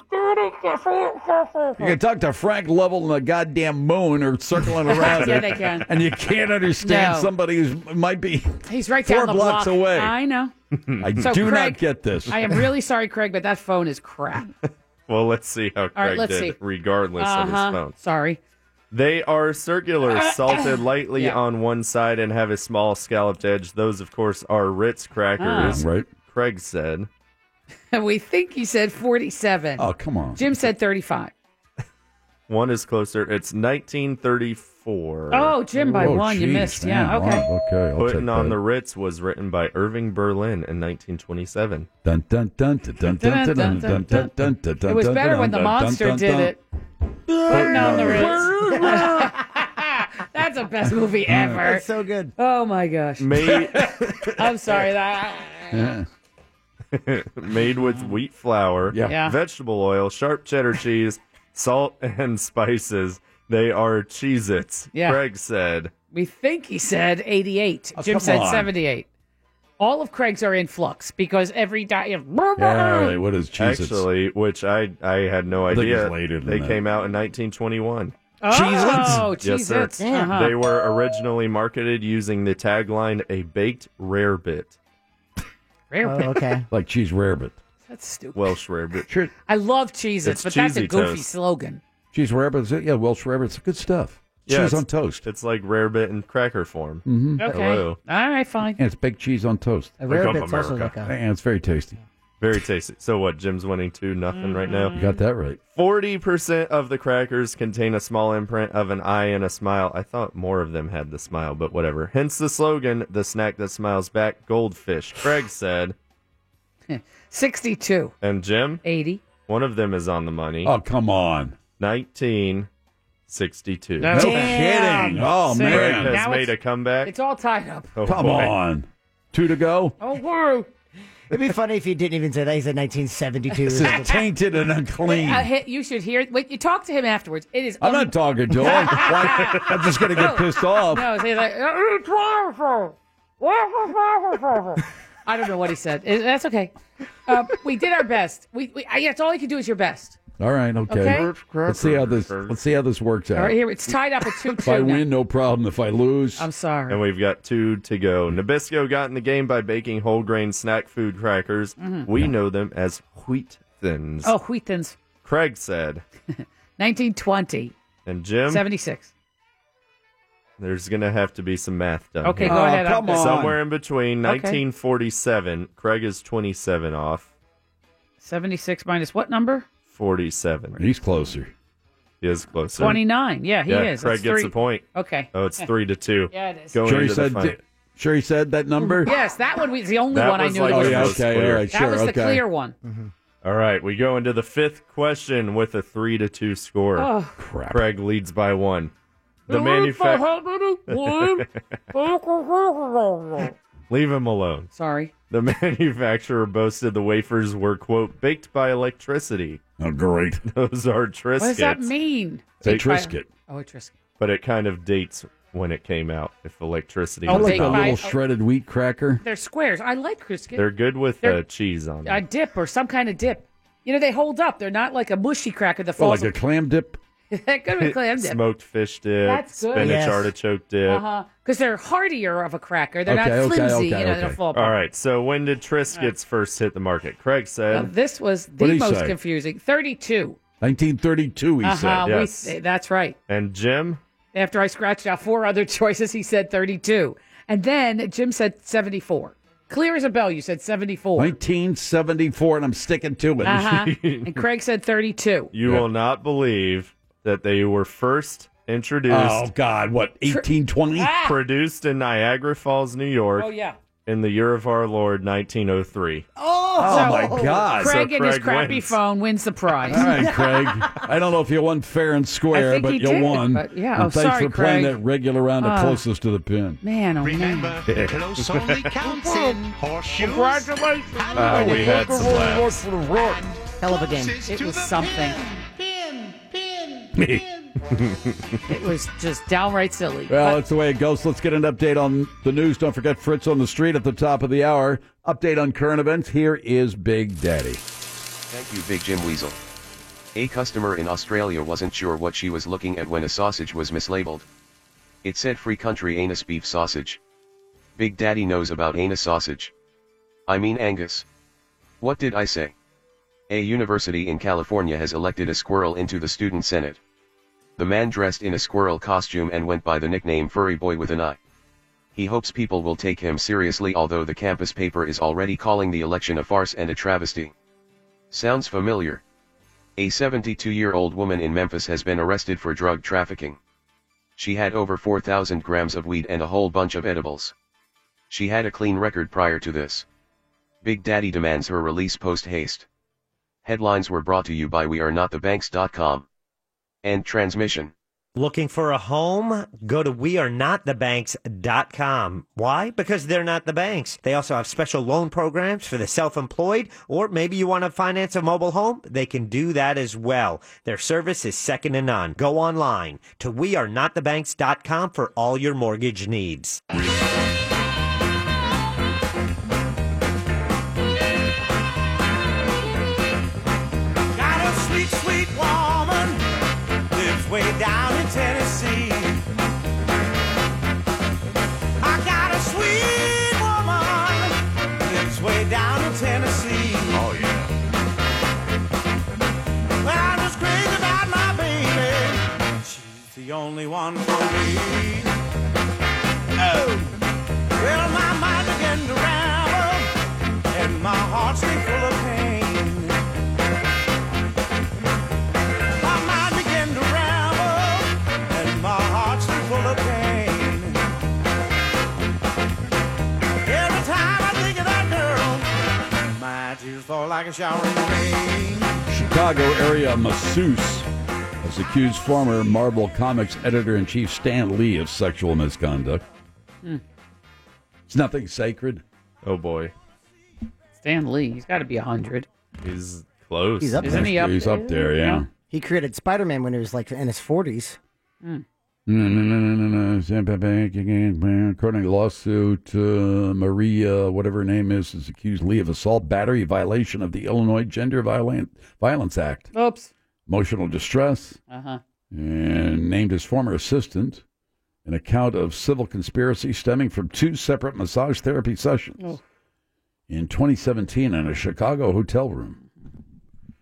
[SPEAKER 5] can talk to Frank Lovell and the goddamn moon or circling around
[SPEAKER 6] Yeah,
[SPEAKER 5] it,
[SPEAKER 6] they can.
[SPEAKER 5] and you can't understand
[SPEAKER 6] No.
[SPEAKER 5] somebody who might be.
[SPEAKER 6] He's right
[SPEAKER 5] Four
[SPEAKER 6] down the
[SPEAKER 5] blocks
[SPEAKER 6] block.
[SPEAKER 5] away.
[SPEAKER 6] I know.
[SPEAKER 5] *laughs* I
[SPEAKER 6] So,
[SPEAKER 5] do
[SPEAKER 6] Craig,
[SPEAKER 5] not get this.
[SPEAKER 6] I am really sorry, Craig, but that phone is
[SPEAKER 5] *laughs*
[SPEAKER 6] crap.
[SPEAKER 8] Well, let's see how Craig
[SPEAKER 6] right, let's
[SPEAKER 8] did,
[SPEAKER 6] see.
[SPEAKER 8] regardless of his
[SPEAKER 6] Uh-huh.
[SPEAKER 8] phone.
[SPEAKER 6] Sorry. Uh-huh.
[SPEAKER 8] They are circular, salted lightly on one side, and have a small scalloped edge. Those, of course, are Ritz crackers.
[SPEAKER 5] Ah. Right.
[SPEAKER 8] Craig said.
[SPEAKER 6] we think he said 47.
[SPEAKER 5] Oh, come on.
[SPEAKER 6] Jim said 35.
[SPEAKER 8] One is closer. It's 1934.
[SPEAKER 6] Oh, Jim, by
[SPEAKER 5] Oh,
[SPEAKER 6] one you
[SPEAKER 5] jeez,
[SPEAKER 6] missed.
[SPEAKER 5] man.
[SPEAKER 6] yeah, okay.
[SPEAKER 5] Wow, okay, I'll
[SPEAKER 8] Putting
[SPEAKER 5] take
[SPEAKER 8] on
[SPEAKER 5] that.
[SPEAKER 8] the Ritz was written by Irving Berlin in 1927.
[SPEAKER 5] Dun, dun, dun, dun, dun, dun, dun, dun, dun, dun, dun, dun,
[SPEAKER 6] It was
[SPEAKER 5] dun,
[SPEAKER 6] better
[SPEAKER 5] dun,
[SPEAKER 6] when the
[SPEAKER 5] dun, dun,
[SPEAKER 6] monster
[SPEAKER 5] dun,
[SPEAKER 6] did
[SPEAKER 5] dun.
[SPEAKER 6] it. Putting on the *laughs* Ritz. That's the best
[SPEAKER 5] *laughs*
[SPEAKER 6] movie
[SPEAKER 5] Mm.
[SPEAKER 6] ever.
[SPEAKER 7] That's so good.
[SPEAKER 6] Oh my gosh. *laughs*
[SPEAKER 8] Made
[SPEAKER 6] I'm sorry. That
[SPEAKER 8] *laughs* made with wheat flour,
[SPEAKER 6] Yeah.
[SPEAKER 8] vegetable oil, sharp cheddar cheese, salt, *laughs* and spices. They are Cheez Its,
[SPEAKER 6] Yeah.
[SPEAKER 8] Craig said.
[SPEAKER 6] we think he said 88.
[SPEAKER 8] Oh,
[SPEAKER 6] Jim
[SPEAKER 8] come
[SPEAKER 6] said
[SPEAKER 8] on.
[SPEAKER 6] 78. All of Craig's are in flux because every diet.
[SPEAKER 5] what is Cheez-Its?
[SPEAKER 8] Actually, which I, I had no
[SPEAKER 5] I think it's
[SPEAKER 8] idea.
[SPEAKER 5] later than
[SPEAKER 8] they
[SPEAKER 5] that.
[SPEAKER 8] came out in 1921.
[SPEAKER 6] Oh, Cheez-Its?
[SPEAKER 8] Yes, sir.
[SPEAKER 6] Cheez-Its. Uh-huh.
[SPEAKER 8] They were originally marketed using the tagline, a baked rare bit.
[SPEAKER 6] Rare bit.
[SPEAKER 5] Oh,
[SPEAKER 6] *laughs*
[SPEAKER 5] Like cheese rarebit.
[SPEAKER 6] That's stupid.
[SPEAKER 8] Welsh rare bit.
[SPEAKER 6] I love Cheez Its,
[SPEAKER 8] It's
[SPEAKER 6] but that's a
[SPEAKER 8] cheesy
[SPEAKER 6] goofy
[SPEAKER 8] toast.
[SPEAKER 6] slogan.
[SPEAKER 5] Cheese rarebit. Yeah, Welsh rarebit's good stuff.
[SPEAKER 8] Yeah,
[SPEAKER 5] cheese
[SPEAKER 8] it's-
[SPEAKER 5] on toast.
[SPEAKER 8] It's like rare bit in cracker form.
[SPEAKER 5] Mhm.
[SPEAKER 6] Okay.
[SPEAKER 8] Hello.
[SPEAKER 6] All right, fine.
[SPEAKER 5] And it's baked cheese on toast.
[SPEAKER 8] A Wake rarebit's up, also America. like a-
[SPEAKER 5] And it's very tasty.
[SPEAKER 8] Very tasty. So what? Jim's winning two nothing right now.
[SPEAKER 5] Got that right.
[SPEAKER 8] Forty percent of the crackers contain a small imprint of an eye and a smile. I thought more of them had the smile, but whatever. Hence the slogan: "The snack that smiles back." Goldfish. Craig
[SPEAKER 5] *laughs*
[SPEAKER 8] said.
[SPEAKER 6] 62.
[SPEAKER 8] And Jim.
[SPEAKER 6] 80.
[SPEAKER 8] One of them is on the money.
[SPEAKER 5] Oh, come on.
[SPEAKER 8] Nineteen sixty-two.
[SPEAKER 5] No Damn. kidding. Oh, See, man.
[SPEAKER 8] Craig has
[SPEAKER 5] now
[SPEAKER 8] made
[SPEAKER 5] it's-
[SPEAKER 8] a comeback.
[SPEAKER 6] It's all tied up.
[SPEAKER 8] Oh,
[SPEAKER 5] Come
[SPEAKER 8] boy.
[SPEAKER 5] on. Two to go.
[SPEAKER 6] Oh, woo.
[SPEAKER 7] It'd be funny if you didn't even say that. He said 1972.
[SPEAKER 5] This is tainted and unclean.
[SPEAKER 6] Uh, he- you should hear. Wait, you talk to him afterwards. It is.
[SPEAKER 5] I'm not talking to
[SPEAKER 6] *laughs*
[SPEAKER 5] him. Why- I'm just going to get pissed off.
[SPEAKER 6] No, he's like, "It's wonderful. Wonderful." *laughs* I don't know what he said. It- That's okay. Uh, we did our best. We, we I, that's all you can do is your best.
[SPEAKER 5] All right, okay.
[SPEAKER 6] Okay.
[SPEAKER 5] Let's see how this. Let's see how this works out.
[SPEAKER 6] All right, here it's tied up at
[SPEAKER 8] *laughs*
[SPEAKER 6] two
[SPEAKER 5] If I
[SPEAKER 6] two.
[SPEAKER 5] win, no problem. If I lose,
[SPEAKER 6] I'm sorry.
[SPEAKER 8] And we've got two to go. Nabisco got in the game by baking whole grain snack food crackers.
[SPEAKER 6] Mhm.
[SPEAKER 8] We know them as wheat thins.
[SPEAKER 6] Oh, wheat thins.
[SPEAKER 8] Craig said.
[SPEAKER 6] 1920,
[SPEAKER 8] And Jim,
[SPEAKER 6] 76.
[SPEAKER 8] there's going to have to be some math done.
[SPEAKER 6] Okay,
[SPEAKER 8] here.
[SPEAKER 6] go Oh, ahead. I'm- come on.
[SPEAKER 8] Somewhere in between
[SPEAKER 6] Okay.
[SPEAKER 8] 1947, Craig is 27 off,
[SPEAKER 6] 76 minus what number?
[SPEAKER 8] 47.
[SPEAKER 5] He's closer.
[SPEAKER 8] He is closer.
[SPEAKER 6] 29. Yeah, he is.
[SPEAKER 8] Craig
[SPEAKER 6] It's
[SPEAKER 8] gets
[SPEAKER 6] three.
[SPEAKER 8] the point.
[SPEAKER 6] Okay.
[SPEAKER 8] Oh, it's three to two.
[SPEAKER 6] *laughs* Yeah, it is.
[SPEAKER 8] Going
[SPEAKER 5] Sherry
[SPEAKER 8] into the
[SPEAKER 5] said.
[SPEAKER 8] final.
[SPEAKER 5] Sherry said that number.
[SPEAKER 6] Yes, that one was the only
[SPEAKER 8] That
[SPEAKER 6] one I
[SPEAKER 8] was
[SPEAKER 6] knew.
[SPEAKER 8] like
[SPEAKER 6] that
[SPEAKER 8] the
[SPEAKER 6] was-
[SPEAKER 8] most clear.
[SPEAKER 6] that was the clear one.
[SPEAKER 8] All right, we go into the fifth question with a three to two score.
[SPEAKER 6] Oh.
[SPEAKER 5] Crap.
[SPEAKER 8] Craig leads by one. The manufacturer.
[SPEAKER 6] manufacturer.
[SPEAKER 8] *laughs* Leave him alone.
[SPEAKER 6] Sorry.
[SPEAKER 8] The *laughs* manufacturer boasted the wafers were quote baked by electricity.
[SPEAKER 5] Oh, great!
[SPEAKER 8] *laughs* Those are Triscuits.
[SPEAKER 6] What does that mean?
[SPEAKER 8] It's a
[SPEAKER 6] Baked by-
[SPEAKER 8] Triscuit.
[SPEAKER 6] Oh, a Triscuit.
[SPEAKER 8] But it kind of dates when it came out. If electricity.
[SPEAKER 6] Oh,
[SPEAKER 8] was
[SPEAKER 6] baked
[SPEAKER 8] out.
[SPEAKER 6] by-
[SPEAKER 5] Little shredded wheat cracker.
[SPEAKER 6] They're squares. I like Triscuit.
[SPEAKER 8] They're good with
[SPEAKER 6] They're-
[SPEAKER 8] uh, cheese on them.
[SPEAKER 6] a dip or some kind of dip. You know, they hold up. They're not like a mushy cracker that
[SPEAKER 8] Well,
[SPEAKER 6] falls.
[SPEAKER 8] like
[SPEAKER 5] a clam dip.
[SPEAKER 6] *laughs* They're good
[SPEAKER 8] *laughs*
[SPEAKER 6] with clam dip.
[SPEAKER 8] Smoked fish dip.
[SPEAKER 6] That's good.
[SPEAKER 8] Spinach
[SPEAKER 6] Yes.
[SPEAKER 8] artichoke dip.
[SPEAKER 6] Uh-huh. Because they're heartier of a cracker. They're not flimsy. you know, they don't fall apart.
[SPEAKER 8] All right. So when did Triscuits first hit the market? Craig
[SPEAKER 6] Now,
[SPEAKER 8] said
[SPEAKER 6] this was
[SPEAKER 8] What did
[SPEAKER 6] the
[SPEAKER 8] he
[SPEAKER 6] most
[SPEAKER 8] say?
[SPEAKER 6] confusing. 32.
[SPEAKER 5] 1932. He
[SPEAKER 6] Uh-huh,
[SPEAKER 5] said.
[SPEAKER 6] we say- that's right.
[SPEAKER 8] And Jim.
[SPEAKER 6] After I scratched out four other *laughs* choices, he said 32. And then Jim said 74. Clear as a bell, you said 74.
[SPEAKER 5] 1974, and I'm sticking to it. *laughs*
[SPEAKER 6] Uh-huh. and Craig said 32.
[SPEAKER 8] You will not believe that they were first introduced.
[SPEAKER 5] Oh, God, what 1820?
[SPEAKER 8] Produced in Niagara Falls, New York.
[SPEAKER 6] Ah! Oh, yeah.
[SPEAKER 8] In the year of our Lord, 1903.
[SPEAKER 6] Oh,
[SPEAKER 5] Oh, my God.
[SPEAKER 6] Craig
[SPEAKER 8] So
[SPEAKER 6] and his
[SPEAKER 8] Craig
[SPEAKER 6] crappy
[SPEAKER 8] wins.
[SPEAKER 6] phone wins the prize.
[SPEAKER 5] All right, Craig. I don't know if you won fair and square,
[SPEAKER 6] I think
[SPEAKER 5] but
[SPEAKER 6] he
[SPEAKER 5] you
[SPEAKER 6] did,
[SPEAKER 5] won.
[SPEAKER 6] but yeah,
[SPEAKER 5] And
[SPEAKER 6] oh,
[SPEAKER 5] thanks
[SPEAKER 6] sorry,
[SPEAKER 5] for playing
[SPEAKER 6] Craig.
[SPEAKER 5] that regular round of
[SPEAKER 6] Ah.
[SPEAKER 5] closest to the pin.
[SPEAKER 6] *laughs* Man, oh
[SPEAKER 11] Remember,
[SPEAKER 6] man.
[SPEAKER 11] close
[SPEAKER 5] *laughs*
[SPEAKER 11] only counts in horseshoes.
[SPEAKER 6] Congratulations.
[SPEAKER 5] Ah, we had some laughs.
[SPEAKER 7] Hell of a game.
[SPEAKER 6] It was something. It was just downright silly.
[SPEAKER 5] Well,
[SPEAKER 6] But-
[SPEAKER 5] that's the way it goes. Let's get an update on the news. Don't forget Fritz on the street at the top of the hour. Update on current events. Here is Big Daddy.
[SPEAKER 10] Thank you, Big Jim Weasel. A customer in Australia wasn't sure what she was looking at when a sausage was mislabeled. It said free country anus beef sausage. Big Daddy knows about anus sausage. I mean Angus. What did I say? A university in California has elected a squirrel into the student senate. The man dressed in a squirrel costume and went by the nickname Furry Boy with an Eye. He hopes people will take him seriously although the campus paper is already calling the election a farce and a travesty. Sounds familiar. A 72 year old woman in Memphis has been arrested for drug trafficking. She had over 4,000 grams of weed and a whole bunch of edibles. She had a clean record prior to this. Big Daddy demands her release post haste. Headlines were brought to you by WeAreNotTheBanks.com. End transmission.
[SPEAKER 20] Looking for a home? Go to wearenotthebanks.com. Why? Because they're not the banks. They also have special loan programs for the self-employed, or maybe you want to finance a mobile home? They can do that as well. Their service is second to none. Go online to wearenotthebanks.com for all your mortgage needs.
[SPEAKER 4] Got a sweet, sweet woman, lives way down in Tennessee. I got a sweet woman, lives way down in Tennessee. Oh, yeah. Well, I'm just crazy about my baby. She's the only one for me. Oh, well, my mind began to ramble, and my heart's been full of pain.
[SPEAKER 17] tears fall like a shower of rain.
[SPEAKER 5] Chicago area masseuse has accused former Marvel Comics editor in chief Stan Lee of sexual misconduct.
[SPEAKER 6] Hmm.
[SPEAKER 5] It's nothing sacred.
[SPEAKER 8] Oh boy,
[SPEAKER 6] Stan Lee, he's got to be 100.
[SPEAKER 8] He's close.
[SPEAKER 7] He's up
[SPEAKER 6] Isn't
[SPEAKER 7] there.
[SPEAKER 6] he up He's up there, yeah. yeah.
[SPEAKER 7] He created Spider Man when he was like in his 40s.
[SPEAKER 5] No, no, no, no, no, no. Send it back again. According to lawsuit, uh, Maria, whatever her name is, is accused Lee of assault, battery, violation of the Illinois Gender Violen- Violence Act,
[SPEAKER 6] Oops.
[SPEAKER 5] emotional distress,
[SPEAKER 6] Uh huh.
[SPEAKER 5] and named his former assistant an account of civil conspiracy stemming from two separate massage therapy sessions
[SPEAKER 6] Oh.
[SPEAKER 5] in 2017 in a Chicago hotel room.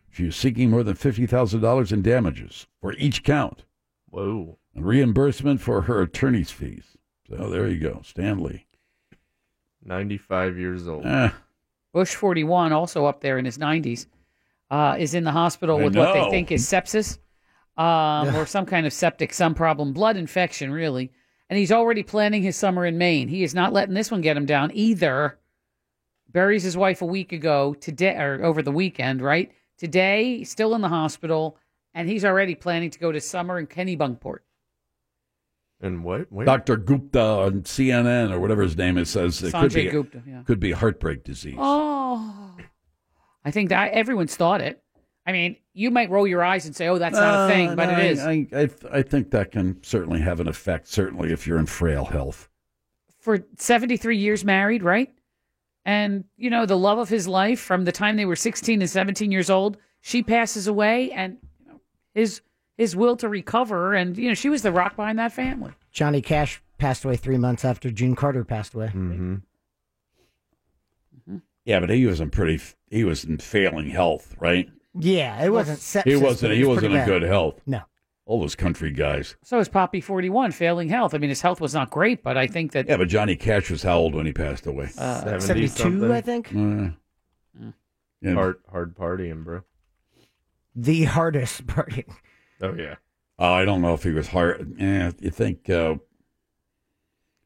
[SPEAKER 5] She is seeking more than $50,000 in damages for each count.
[SPEAKER 8] Whoa.
[SPEAKER 5] And reimbursement for her attorney's fees. So there you go, Stanley.
[SPEAKER 8] 95 years old.
[SPEAKER 5] Eh.
[SPEAKER 6] Bush 41, also up there in his 90s, uh, is in the hospital
[SPEAKER 8] I
[SPEAKER 6] with what they
[SPEAKER 8] know.
[SPEAKER 6] think is sepsis um, or some kind of septic, some problem, blood infection, really. And he's already planning his summer in Maine. He is not letting this one get him down either. Buries his wife a week ago today or over the weekend, right? Today, still in the hospital, and he's already planning to go to summer in Kennebunkport.
[SPEAKER 8] And what? Where?
[SPEAKER 5] Dr. Gupta on CNN or whatever his name is says it could
[SPEAKER 6] Sanjay
[SPEAKER 5] be,
[SPEAKER 6] Gupta, yeah.
[SPEAKER 5] could be heartbreak disease.
[SPEAKER 6] Oh, I think that everyone's thought it. I mean, you might roll your eyes and say, "Oh, that's not a thing,"
[SPEAKER 5] Uh,
[SPEAKER 6] but
[SPEAKER 5] no,
[SPEAKER 6] it is.
[SPEAKER 5] I, I, I, I think that can certainly have an effect, certainly if you're in frail health.
[SPEAKER 6] For seventy-three years married, right? And you know the love of his life from the time they were sixteen and seventeen years old. She passes away, and you know, his his will to recover, and you know she was the rock behind that family.
[SPEAKER 7] Johnny Cash passed away three months after June Carter passed away.
[SPEAKER 8] Mm-hmm.
[SPEAKER 5] Yeah, but he was in pretty, he was in failing health, right?
[SPEAKER 7] Yeah, it wasn't sepsis.
[SPEAKER 5] he
[SPEAKER 7] but
[SPEAKER 5] wasn't,
[SPEAKER 7] it
[SPEAKER 5] he
[SPEAKER 7] was
[SPEAKER 5] wasn't
[SPEAKER 7] pretty
[SPEAKER 5] in
[SPEAKER 7] bad.
[SPEAKER 5] good health.
[SPEAKER 7] No.
[SPEAKER 5] All those country guys.
[SPEAKER 6] So is Poppy forty-one, failing health. I mean, his health was not great, but I think that
[SPEAKER 5] Yeah, but Johnny Cash was how old when he passed away?
[SPEAKER 6] Uh,
[SPEAKER 8] 70 something.
[SPEAKER 7] I think.
[SPEAKER 5] Uh, yeah.
[SPEAKER 8] Hard, hard partying, bro.
[SPEAKER 7] The hardest party.
[SPEAKER 8] Oh yeah.
[SPEAKER 5] Oh, I don't know if he was hard. Eh, you think uh,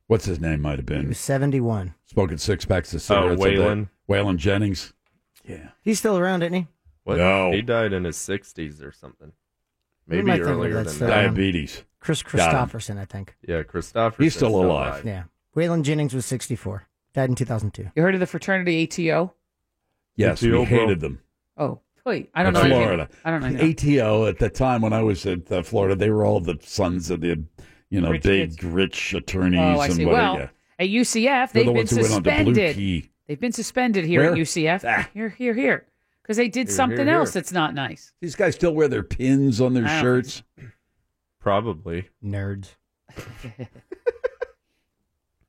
[SPEAKER 5] what's his name might have been
[SPEAKER 7] 71.
[SPEAKER 5] smoking six packs of
[SPEAKER 8] Oh,
[SPEAKER 5] cigarettes. a day.
[SPEAKER 8] Waylon.
[SPEAKER 5] Waylon Jennings.
[SPEAKER 7] He's still around, isn't he?
[SPEAKER 8] What?
[SPEAKER 5] No.
[SPEAKER 8] He died in his 60s or something.
[SPEAKER 7] Who
[SPEAKER 8] Maybe
[SPEAKER 7] am I thinking of
[SPEAKER 8] earlier
[SPEAKER 7] that's
[SPEAKER 8] than that.
[SPEAKER 7] still around?
[SPEAKER 5] Diabetes.
[SPEAKER 7] Chris
[SPEAKER 8] Got him.
[SPEAKER 7] Christopherson, I think.
[SPEAKER 8] Yeah, Christopher.
[SPEAKER 5] He's still alive.
[SPEAKER 7] Yeah. Waylon Jennings was 64. Died in 2002.
[SPEAKER 6] you heard of the fraternity ATO.
[SPEAKER 5] Yes,
[SPEAKER 8] ATO,
[SPEAKER 5] we
[SPEAKER 8] bro.
[SPEAKER 5] hated them.
[SPEAKER 6] Oh, wait, I don't
[SPEAKER 5] in
[SPEAKER 6] know. anything-
[SPEAKER 5] Florida.
[SPEAKER 6] I don't know.
[SPEAKER 5] ATO at the time when I was at uh, Florida, they were all the sons of the, you know,
[SPEAKER 6] Rich
[SPEAKER 5] big
[SPEAKER 6] kids.
[SPEAKER 5] rich attorneys
[SPEAKER 6] Oh, I
[SPEAKER 5] and
[SPEAKER 6] see.
[SPEAKER 5] whatever.
[SPEAKER 6] Well,
[SPEAKER 5] yeah.
[SPEAKER 6] at UCF,
[SPEAKER 5] They're
[SPEAKER 6] they've
[SPEAKER 5] the
[SPEAKER 6] been
[SPEAKER 5] ones who went on to Blue
[SPEAKER 6] suspended.
[SPEAKER 5] Key.
[SPEAKER 6] They've been suspended here
[SPEAKER 5] Where? Ah,
[SPEAKER 6] at UCF. Here, here, here. Because they did
[SPEAKER 5] Here,
[SPEAKER 6] something
[SPEAKER 5] here, here.
[SPEAKER 6] else that's not nice.
[SPEAKER 5] These guys still wear their pins on their
[SPEAKER 6] I don't-
[SPEAKER 5] shirts.
[SPEAKER 8] Probably.
[SPEAKER 7] Nerds.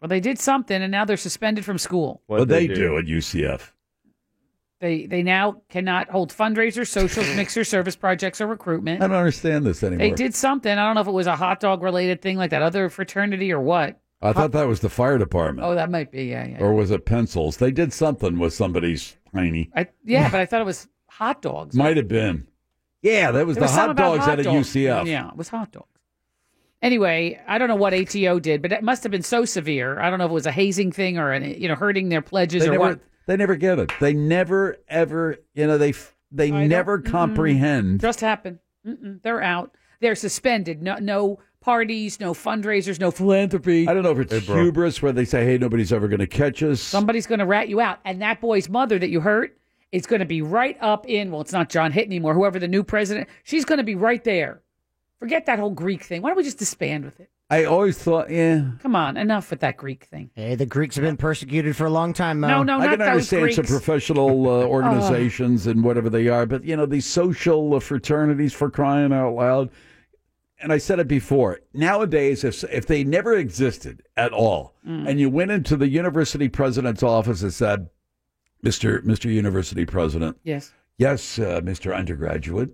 [SPEAKER 6] Well, they did something, and now they're suspended from school.
[SPEAKER 5] What they, do at UCF?
[SPEAKER 6] They they now cannot hold fundraisers,
[SPEAKER 5] *laughs*
[SPEAKER 6] socials, mixer service projects, or
[SPEAKER 5] I
[SPEAKER 6] recruitment.
[SPEAKER 5] don't understand this anymore.
[SPEAKER 6] They did something. I don't know if it was a hot dog related thing like that other fraternity or what.
[SPEAKER 5] I thought that was the fire department.
[SPEAKER 6] Oh, that might be yeah yeah
[SPEAKER 5] or was it pencils? They did something with somebody's tiny.
[SPEAKER 6] I, yeah. But I thought it was hot dogs.
[SPEAKER 5] Might have been. Yeah, that was
[SPEAKER 6] It
[SPEAKER 5] the
[SPEAKER 6] something
[SPEAKER 5] hot
[SPEAKER 6] about
[SPEAKER 5] dogs
[SPEAKER 6] hot
[SPEAKER 5] out of
[SPEAKER 6] dogs.
[SPEAKER 5] UCF.
[SPEAKER 6] Yeah, it was hot dogs. Anyway, I don't know what ATO did, but it must have been so severe. I don't know if it was a hazing thing or an, you know hurting their pledges
[SPEAKER 5] They
[SPEAKER 6] or
[SPEAKER 5] never,
[SPEAKER 6] what.
[SPEAKER 5] they never get it. They never ever, you know, they f- they never
[SPEAKER 6] Mm.
[SPEAKER 5] comprehend.
[SPEAKER 6] Just happened. Mm-mm, they're out. They're suspended. No, no parties, no fundraisers, no philanthropy.
[SPEAKER 5] I don't know if it's
[SPEAKER 6] bro.
[SPEAKER 5] hubris where they say, "Hey, nobody's ever going to catch us."
[SPEAKER 6] Somebody's going to rat you out, and that boy's mother that you hurt is going to be right up in. Well, it's not John Hitt anymore. Whoever the new president, she's going to be right there. Forget that whole Greek thing. Why don't we just disband with it?
[SPEAKER 5] I always thought, yeah.
[SPEAKER 6] Come on, enough with that Greek thing.
[SPEAKER 7] Hey, the Greeks have been persecuted for a long time, Mo.
[SPEAKER 6] No, no,
[SPEAKER 5] I can understand some professional uh, organizations and whatever they are, but you know these social uh, fraternities for crying out loud. And I said it before. Nowadays, if if they never existed at all, and you went into the university president's office and said, "Mister Mister University President,
[SPEAKER 6] Yes.
[SPEAKER 5] yes, uh, Mister Undergraduate,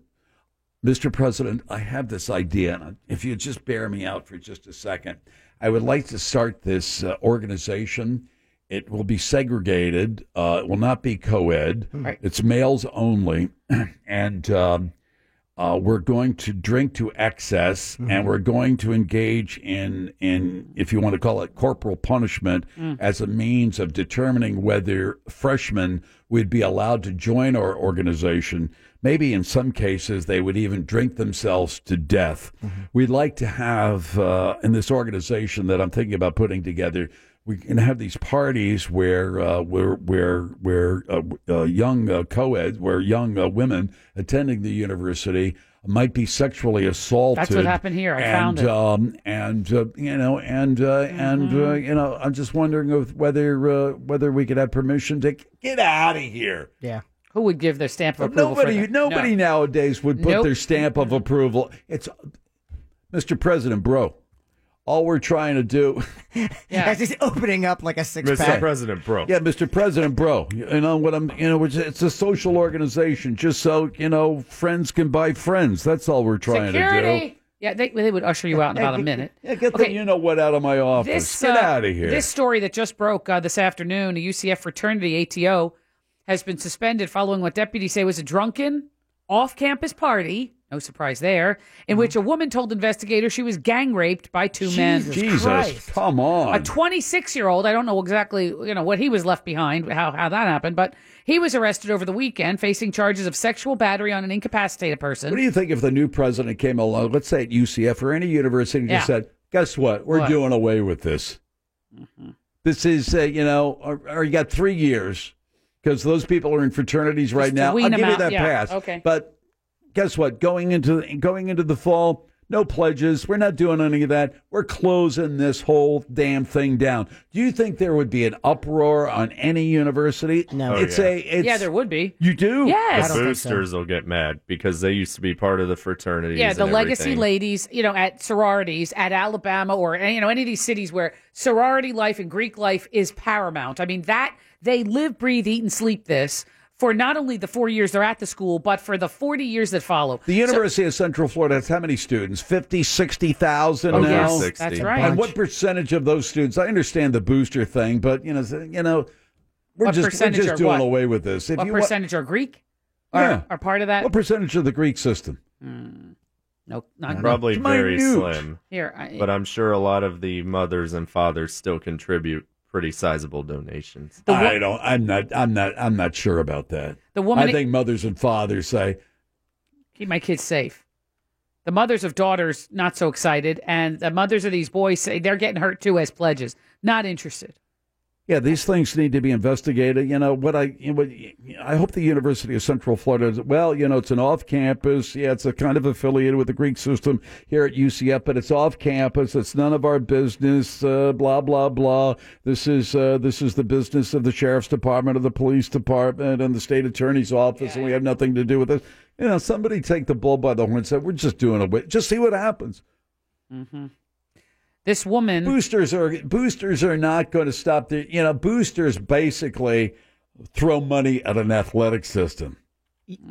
[SPEAKER 5] Mr. President, I have this idea, and if you just bear me out for just a second, I would like to start this uh, organization. It will be segregated. Uh, it will not be co-ed.
[SPEAKER 6] Right.
[SPEAKER 5] *clears throat* It's males only, and um, Uh, we're going to drink to excess, and we're going to engage in in if you want to call it corporal punishment
[SPEAKER 21] Mm.
[SPEAKER 5] as a means of determining whether freshmen would be allowed to join our organization. Maybe in some cases they would even drink themselves to death. We'd like to have uh, in this organization that I'm thinking about putting together. We can have these parties where uh, where where where uh, uh, young uh, co-eds, where young uh, women attending the university might be sexually assaulted.
[SPEAKER 6] happened here. I
[SPEAKER 5] and,
[SPEAKER 6] found it.
[SPEAKER 5] um, and uh, you know, and uh, and
[SPEAKER 6] Mm-hmm.
[SPEAKER 5] uh, you know, I'm just wondering if whether uh, whether we could have permission to get out of here.
[SPEAKER 7] Yeah.
[SPEAKER 6] Who would give their stamp of approval? for
[SPEAKER 5] Nobody,
[SPEAKER 6] that?
[SPEAKER 5] nobody
[SPEAKER 6] No.
[SPEAKER 5] nowadays would put
[SPEAKER 6] Nope. Mm-hmm.
[SPEAKER 5] their stamp of approval. It's, Mr. President, bro. All we're trying to do, *laughs*
[SPEAKER 7] As he's opening up like a six pack.
[SPEAKER 5] President, bro. Yeah, Mr. President, bro. You know what I'm. You know, it's, it's a social organization, just so you know, friends can buy friends. That's all we're trying to do.
[SPEAKER 6] Security. Yeah, they, they would usher you out in about a minute.
[SPEAKER 5] okay, you know what? Out of my office.
[SPEAKER 6] This,
[SPEAKER 5] Get
[SPEAKER 6] uh,
[SPEAKER 5] out of here.
[SPEAKER 6] This story that just broke uh, this afternoon: a UCF fraternity ATO has been suspended following what deputies say was a drunken off-campus party. No surprise there, in
[SPEAKER 5] Mm-hmm.
[SPEAKER 6] which a woman told investigators she was gang raped by two men.
[SPEAKER 5] Jesus, come on.
[SPEAKER 6] A 26 year old, I don't know exactly, you know, what he was left behind, how, how that happened, but he was arrested over the weekend facing charges of sexual battery on an incapacitated person.
[SPEAKER 5] What do you think if the new president came along, let's say at UCF or any university, and just
[SPEAKER 6] Yeah.
[SPEAKER 5] said, "Guess what? We're
[SPEAKER 6] What? Mm-hmm.
[SPEAKER 5] doing away with this. This is, uh, you know, or, or you got three years because those people are in fraternities right now.
[SPEAKER 6] wean
[SPEAKER 5] I'll
[SPEAKER 6] them
[SPEAKER 5] give you
[SPEAKER 6] out,
[SPEAKER 5] that
[SPEAKER 6] yeah,
[SPEAKER 5] pass.
[SPEAKER 6] okay.
[SPEAKER 5] But guess what? Going into going into the fall." No pledges. We're not doing any of that. We're closing this whole damn thing down. Do you think there would be an uproar on any university? No.
[SPEAKER 8] Oh,
[SPEAKER 5] It's
[SPEAKER 8] yeah.
[SPEAKER 5] a. It's,
[SPEAKER 6] yeah, there would be.
[SPEAKER 5] You do?
[SPEAKER 6] Yes.
[SPEAKER 8] The boosters will get mad because they used to be part of the fraternities.
[SPEAKER 6] Yeah,
[SPEAKER 8] and
[SPEAKER 6] the legacy
[SPEAKER 8] everything.
[SPEAKER 6] ladies, you know, at sororities, at Alabama, or you know, any of these cities where sorority life and Greek life is paramount. I mean, that they live, breathe, eat, and sleep this for not only the four years they're at the school, but for the forty years that follow.
[SPEAKER 5] The University of Central Florida has how many students? 50, 60,000
[SPEAKER 6] Oh,
[SPEAKER 5] now?
[SPEAKER 6] yes, Over 60. that's right.
[SPEAKER 5] And what percentage of those students? I understand the booster thing, but you know, so- you know, we're
[SPEAKER 6] What
[SPEAKER 5] just we're
[SPEAKER 6] percentage
[SPEAKER 5] just
[SPEAKER 6] are
[SPEAKER 5] doing
[SPEAKER 6] what?
[SPEAKER 5] away with this.
[SPEAKER 6] what
[SPEAKER 5] you wa-
[SPEAKER 6] percentage are Greek? Are,
[SPEAKER 5] Yeah.
[SPEAKER 6] are part of that?
[SPEAKER 5] what percentage of the Greek system?
[SPEAKER 6] no, not
[SPEAKER 8] Probably
[SPEAKER 6] It's
[SPEAKER 8] very
[SPEAKER 6] minute.
[SPEAKER 8] slim.
[SPEAKER 6] Here, I-
[SPEAKER 5] uh,
[SPEAKER 8] but I'm sure a lot of the mothers and fathers still contribute pretty sizable donations.
[SPEAKER 5] I don't. I'm not. I'm not. I'm not sure about that.
[SPEAKER 6] The woman-
[SPEAKER 5] I think mothers and fathers say,
[SPEAKER 6] keep my kids safe. The mothers of daughters not so excited, and the mothers of these boys say they're getting hurt too as pledges. Not interested.
[SPEAKER 5] "Yeah, these things need to be investigated." You know what I? You know, what, I hope the University of Central Florida. is- Well, you know, it's an off-campus. Yeah, it's a kind of affiliated with the Greek system here at UCF, but it's off-campus. It's none of our business. Uh, blah blah blah. This is uh, this is the business of the sheriff's department, of the police department, and the state attorney's office, and we have nothing to do with this. You know, somebody take the bull by the horn. and Say, we're just doing a bit. Just see what happens.
[SPEAKER 6] Mm-hmm. This woman
[SPEAKER 5] boosters are boosters are not going to stop the you know boosters basically throw money at an athletic system.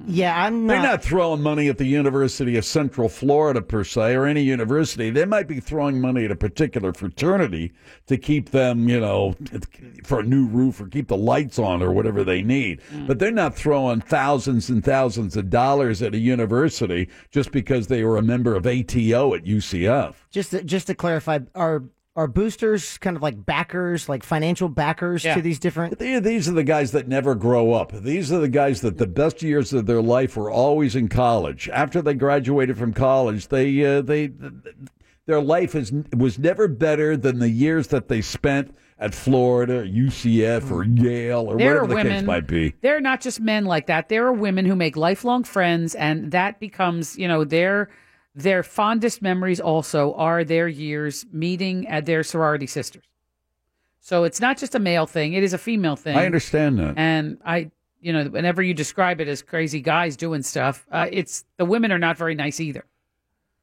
[SPEAKER 7] Yeah, I'm
[SPEAKER 5] They're
[SPEAKER 7] not.
[SPEAKER 5] not throwing money at the University of Central Florida per se or any university. They might be throwing money at a particular fraternity to keep them, you know, for a new roof or keep the lights on or whatever they need.
[SPEAKER 6] Mm.
[SPEAKER 5] But they're not throwing thousands and thousands of dollars at a university just because they were a member of ATO at UCF.
[SPEAKER 7] Just to, just to clarify, are are boosters kind of like backers, like financial backers to these different?
[SPEAKER 5] They- These are the guys that never grow up. These are the guys that the best years of their life were always in college. After they graduated from college, they uh, they their life is was never better than the years that they spent at Florida, UCF, or Yale, or
[SPEAKER 6] Mm. there are
[SPEAKER 5] whatever the
[SPEAKER 6] women.
[SPEAKER 5] case might be.
[SPEAKER 6] There are not just men like that. There are women who make lifelong friends, and that becomes, you know, their their fondest memories. Also, are their years meeting at their sorority sisters. So it's not just a male thing; it is a female thing.
[SPEAKER 5] I understand that.
[SPEAKER 6] And I, you know, whenever you describe it as crazy guys doing stuff, uh, it's the women are not very nice either.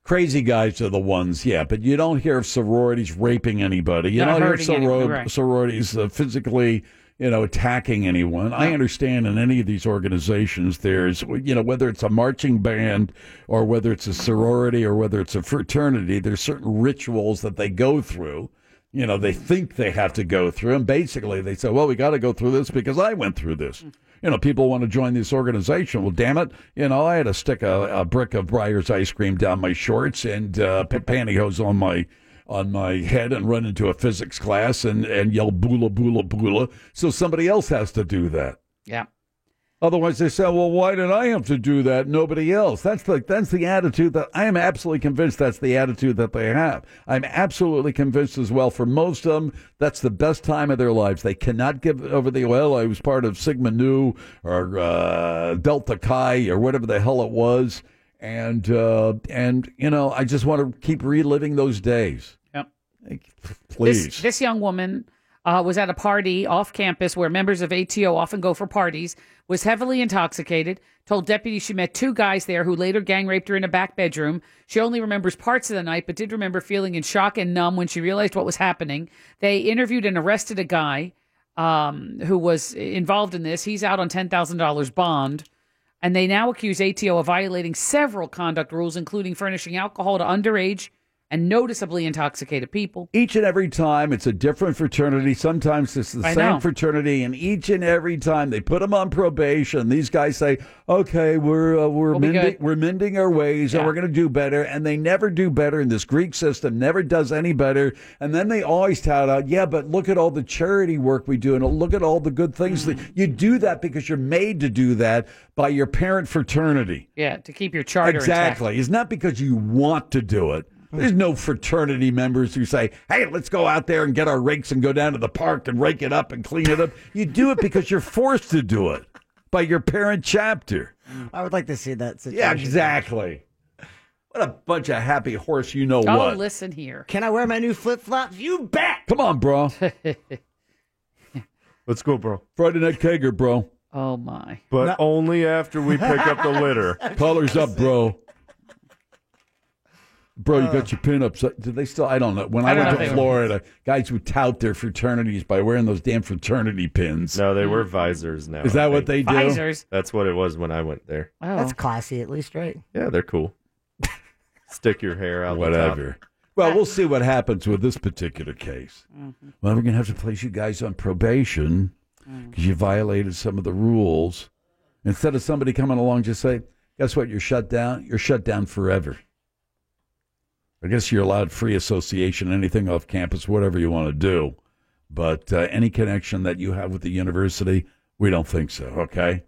[SPEAKER 5] Crazy guys are the ones, yeah, but you don't hear of sororities raping anybody. You
[SPEAKER 6] Not
[SPEAKER 5] don't hear of
[SPEAKER 6] hurting anyone,
[SPEAKER 5] soror-
[SPEAKER 6] right.
[SPEAKER 5] sororities uh, physically, you know, attacking anyone. I understand in any of these organizations, there's, you know, whether it's a marching band or whether it's a sorority or whether it's a fraternity, there's certain rituals that they go through you know, they think they have to go through. And basically, they say, well, we got to go through this because I went through this. You know, people want to join this organization. Well, damn it. You know, I had to stick a, a brick of Breyer's ice cream down my shorts and uh, put pantyhose on my on my head and run into a physics class and, and yell boola, boola, boola. So somebody else has to do that.
[SPEAKER 6] Yeah.
[SPEAKER 5] Otherwise, they say, "Well, why did I have to do that? Nobody else." That's the that's the attitude that I am absolutely convinced that's the attitude that they have. I'm absolutely convinced as well. For most of them, that's the best time of their lives. They cannot give over the well. I was part of Sigma Nu or uh, Delta Chi or whatever the hell it was, and uh, and you know, I just want to keep reliving those days.
[SPEAKER 6] Yep.
[SPEAKER 5] Please.
[SPEAKER 6] This, this young woman uh, was at a party off campus where members of ATO often go for parties, was heavily intoxicated, told deputies she met two guys there who later gang raped her in a back bedroom. She only remembers parts of the night, but did remember feeling in shock and numb when she realized what was happening. They interviewed and arrested a guy um, who was involved in this. He's out on $10,000 bond. And they now accuse ATO of violating several conduct rules, including furnishing alcohol to underage and noticeably intoxicated people.
[SPEAKER 5] Each and every time, it's a different fraternity. Sometimes it's the
[SPEAKER 6] I
[SPEAKER 5] same
[SPEAKER 6] know.
[SPEAKER 5] fraternity, and each and every time they put them on probation, these guys say, "Okay, we're uh, we're
[SPEAKER 6] We'll be
[SPEAKER 5] mending
[SPEAKER 6] good."
[SPEAKER 5] we're mending our ways, and
[SPEAKER 6] Yeah.
[SPEAKER 5] we're going to do better." And they never do better, and this Greek system never does any better. And then they always tout out, "Yeah, but look at all the charity work we do, and look at all the good things that
[SPEAKER 6] Mm-hmm.
[SPEAKER 5] you do that because you're made to do that by your parent fraternity."
[SPEAKER 6] Yeah, to keep your charter intact.
[SPEAKER 5] Exactly. It's not because you want to do it. There's no fraternity members who say, hey, let's go out there and get our rakes and go down to the park and rake it up and clean it up. You do it because you're forced to do it by your parent chapter.
[SPEAKER 6] Mm.
[SPEAKER 7] I would like to see that situation.
[SPEAKER 5] Yeah, exactly. What a bunch of happy horse, you know
[SPEAKER 6] Oh,
[SPEAKER 5] what?
[SPEAKER 6] listen here.
[SPEAKER 7] Can I wear my new flip flops? You bet.
[SPEAKER 5] Come on, bro.
[SPEAKER 8] *laughs* Let's go, bro.
[SPEAKER 5] Friday Night Kegger, bro.
[SPEAKER 6] Oh, my.
[SPEAKER 8] But only after we pick up the litter.
[SPEAKER 5] *laughs* Colors up, bro. Bro, you
[SPEAKER 8] Uh.
[SPEAKER 5] got your pinups. up. Do they still? I don't know. When I,
[SPEAKER 8] I don't know
[SPEAKER 5] went
[SPEAKER 8] if
[SPEAKER 5] to
[SPEAKER 8] they-
[SPEAKER 5] Florida, guys would tout their fraternities by wearing those damn fraternity pins.
[SPEAKER 8] No, they
[SPEAKER 6] Hmm.
[SPEAKER 8] were visors now.
[SPEAKER 5] Is
[SPEAKER 8] I
[SPEAKER 5] that what they
[SPEAKER 8] think.
[SPEAKER 5] do?
[SPEAKER 8] That's what it was when I went there.
[SPEAKER 7] That's classy, at least, right?
[SPEAKER 8] Yeah, they're
[SPEAKER 5] *laughs*
[SPEAKER 8] cool. Stick your hair out.
[SPEAKER 5] Whatever. Well, we'll see what happens with this particular case. Well, we're going to have to place you guys on probation because you violated some of the rules. Instead of somebody coming along, just say, guess what? You're shut down. You're shut down forever. I guess you're allowed free association, anything off campus, whatever you want to do. But uh, any connection that you have with the university, we don't think so, okay?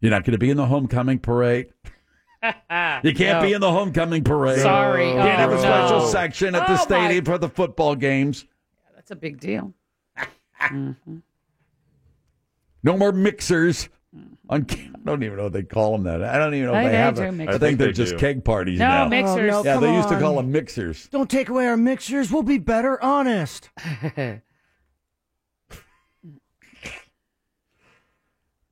[SPEAKER 5] You're not going to be in the homecoming parade. You can't be in the homecoming parade.
[SPEAKER 6] Sorry.
[SPEAKER 5] You can't have a
[SPEAKER 6] Oh,
[SPEAKER 5] special
[SPEAKER 6] no.
[SPEAKER 5] section at the
[SPEAKER 6] Oh, my-
[SPEAKER 5] stadium for the football games.
[SPEAKER 6] That's a big deal.
[SPEAKER 5] No more mixers. On, ca- I don't even know what they call them that. I don't even know if
[SPEAKER 7] They-
[SPEAKER 5] they,
[SPEAKER 7] they
[SPEAKER 5] have.
[SPEAKER 7] do
[SPEAKER 5] a-
[SPEAKER 7] mixers.
[SPEAKER 5] I think they're
[SPEAKER 7] They
[SPEAKER 5] just
[SPEAKER 7] do.
[SPEAKER 5] keg parties
[SPEAKER 7] No,
[SPEAKER 5] now.
[SPEAKER 7] mixers. Oh, no,
[SPEAKER 5] yeah, they
[SPEAKER 7] come
[SPEAKER 5] used to call
[SPEAKER 7] on.
[SPEAKER 5] them mixers.
[SPEAKER 7] Don't take away our mixers. We'll be better
[SPEAKER 6] *laughs*
[SPEAKER 7] honest.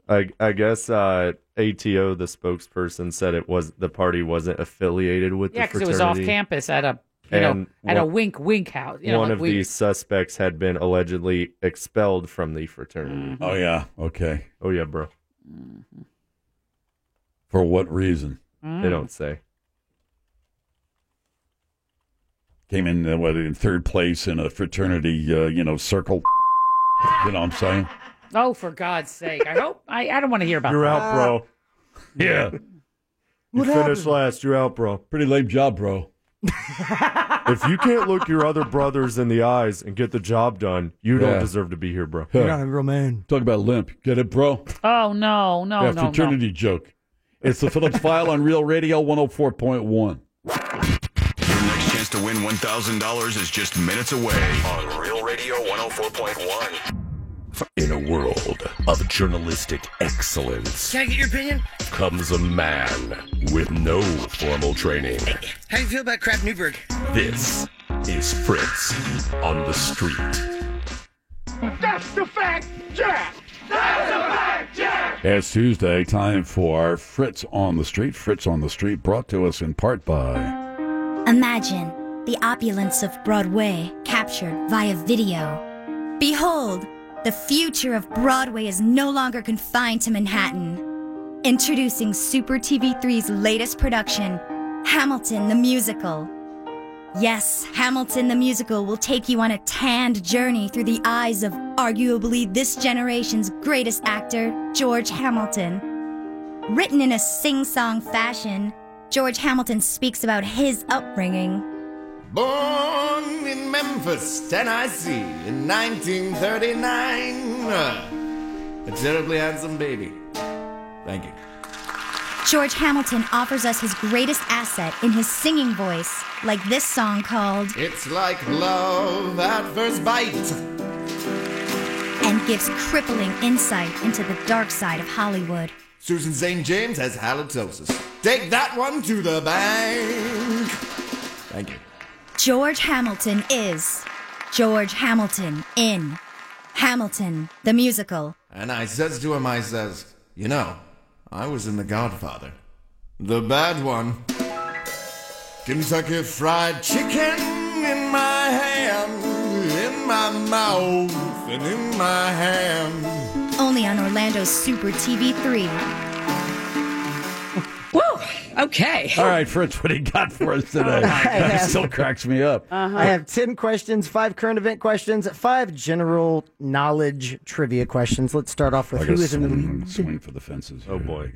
[SPEAKER 8] I, I guess uh, ATO, the spokesperson, said it was the party wasn't affiliated with the
[SPEAKER 6] Yeah, because it
[SPEAKER 8] fraternity.
[SPEAKER 6] was off campus at a you know
[SPEAKER 8] And
[SPEAKER 6] at a
[SPEAKER 8] one-
[SPEAKER 6] wink wink house. You know,
[SPEAKER 8] One
[SPEAKER 6] like
[SPEAKER 8] of
[SPEAKER 6] we-
[SPEAKER 8] these suspects had been allegedly expelled from the fraternity.
[SPEAKER 6] Mhm. Oh,
[SPEAKER 5] yeah. Okay.
[SPEAKER 8] Oh yeah, bro.
[SPEAKER 6] Mm-hmm.
[SPEAKER 5] For what reason?
[SPEAKER 8] They don't say.
[SPEAKER 5] Came in uh, what in third place in a fraternity, uh, you know, circle. you know what I'm saying?
[SPEAKER 6] Oh, for God's sake! I hope I, I don't want to hear about.
[SPEAKER 8] You're
[SPEAKER 6] that.
[SPEAKER 8] out, bro.
[SPEAKER 5] Yeah.
[SPEAKER 8] You
[SPEAKER 6] What
[SPEAKER 8] finished
[SPEAKER 6] happened?
[SPEAKER 8] last. You're out, bro.
[SPEAKER 5] Pretty lame
[SPEAKER 6] *laughs*
[SPEAKER 5] job, bro.
[SPEAKER 8] if you can't look your other brothers in the eyes and get the job done, you
[SPEAKER 5] Yeah.
[SPEAKER 8] don't deserve to be here, bro.
[SPEAKER 5] You're not
[SPEAKER 7] a real man.
[SPEAKER 5] Talk about limp. Get it, bro?
[SPEAKER 6] Oh no no
[SPEAKER 5] yeah,
[SPEAKER 6] no
[SPEAKER 5] fraternity joke. It's the
[SPEAKER 6] *laughs*
[SPEAKER 5] Phillips File on Real Radio 104.1.
[SPEAKER 9] Your next chance to win $1,000 is just minutes away on Real Radio 104.1.
[SPEAKER 21] *laughs* In a world of journalistic excellence
[SPEAKER 15] Can I get your opinion?
[SPEAKER 21] comes a man with no formal training.
[SPEAKER 15] How do you feel about Crap Newberg?
[SPEAKER 21] This is Fritz on the street.
[SPEAKER 4] That's the fact, Jack! That's the fact, Jack!
[SPEAKER 5] It's Tuesday, time for Fritz on the Street. Fritz on the Street brought to us in part by.
[SPEAKER 22] Imagine the opulence of Broadway captured via video. Behold, the future of Broadway is no longer confined to Manhattan. Introducing Super TV3's latest production, Hamilton the Musical. Yes, Hamilton the musical will take you on a tanned journey through the eyes of arguably this generation's greatest actor, George Hamilton. Written in a sing song fashion, George Hamilton speaks about his upbringing.
[SPEAKER 1] Born in Memphis, Tennessee, in 1939. Uh, A terribly handsome baby. Thank you.
[SPEAKER 22] George Hamilton offers us his greatest asset in his singing voice, like this song called
[SPEAKER 1] It's like love at first bite.
[SPEAKER 22] and gives crippling insight into the dark side of Hollywood.
[SPEAKER 1] Susan St. James has halitosis. Take that one to the bank. Thank you.
[SPEAKER 22] George Hamilton is George Hamilton in Hamilton, the musical.
[SPEAKER 1] And I says to him, I says, you know, I was in The Godfather. The bad one. Kentucky Fried Chicken in my hand, in my mouth, and in my hand.
[SPEAKER 22] Only on Orlando's Super TV 3. Woo! Okay.
[SPEAKER 5] All right, Fritz, what do you got for
[SPEAKER 6] *laughs*
[SPEAKER 5] us today? that still cracks me up.
[SPEAKER 7] I have 10 questions, five current event questions, five general knowledge trivia questions. Let's start off with
[SPEAKER 5] I
[SPEAKER 7] who
[SPEAKER 5] gotta
[SPEAKER 7] is in the lead.
[SPEAKER 5] swing, swing for the fences. Oh boy.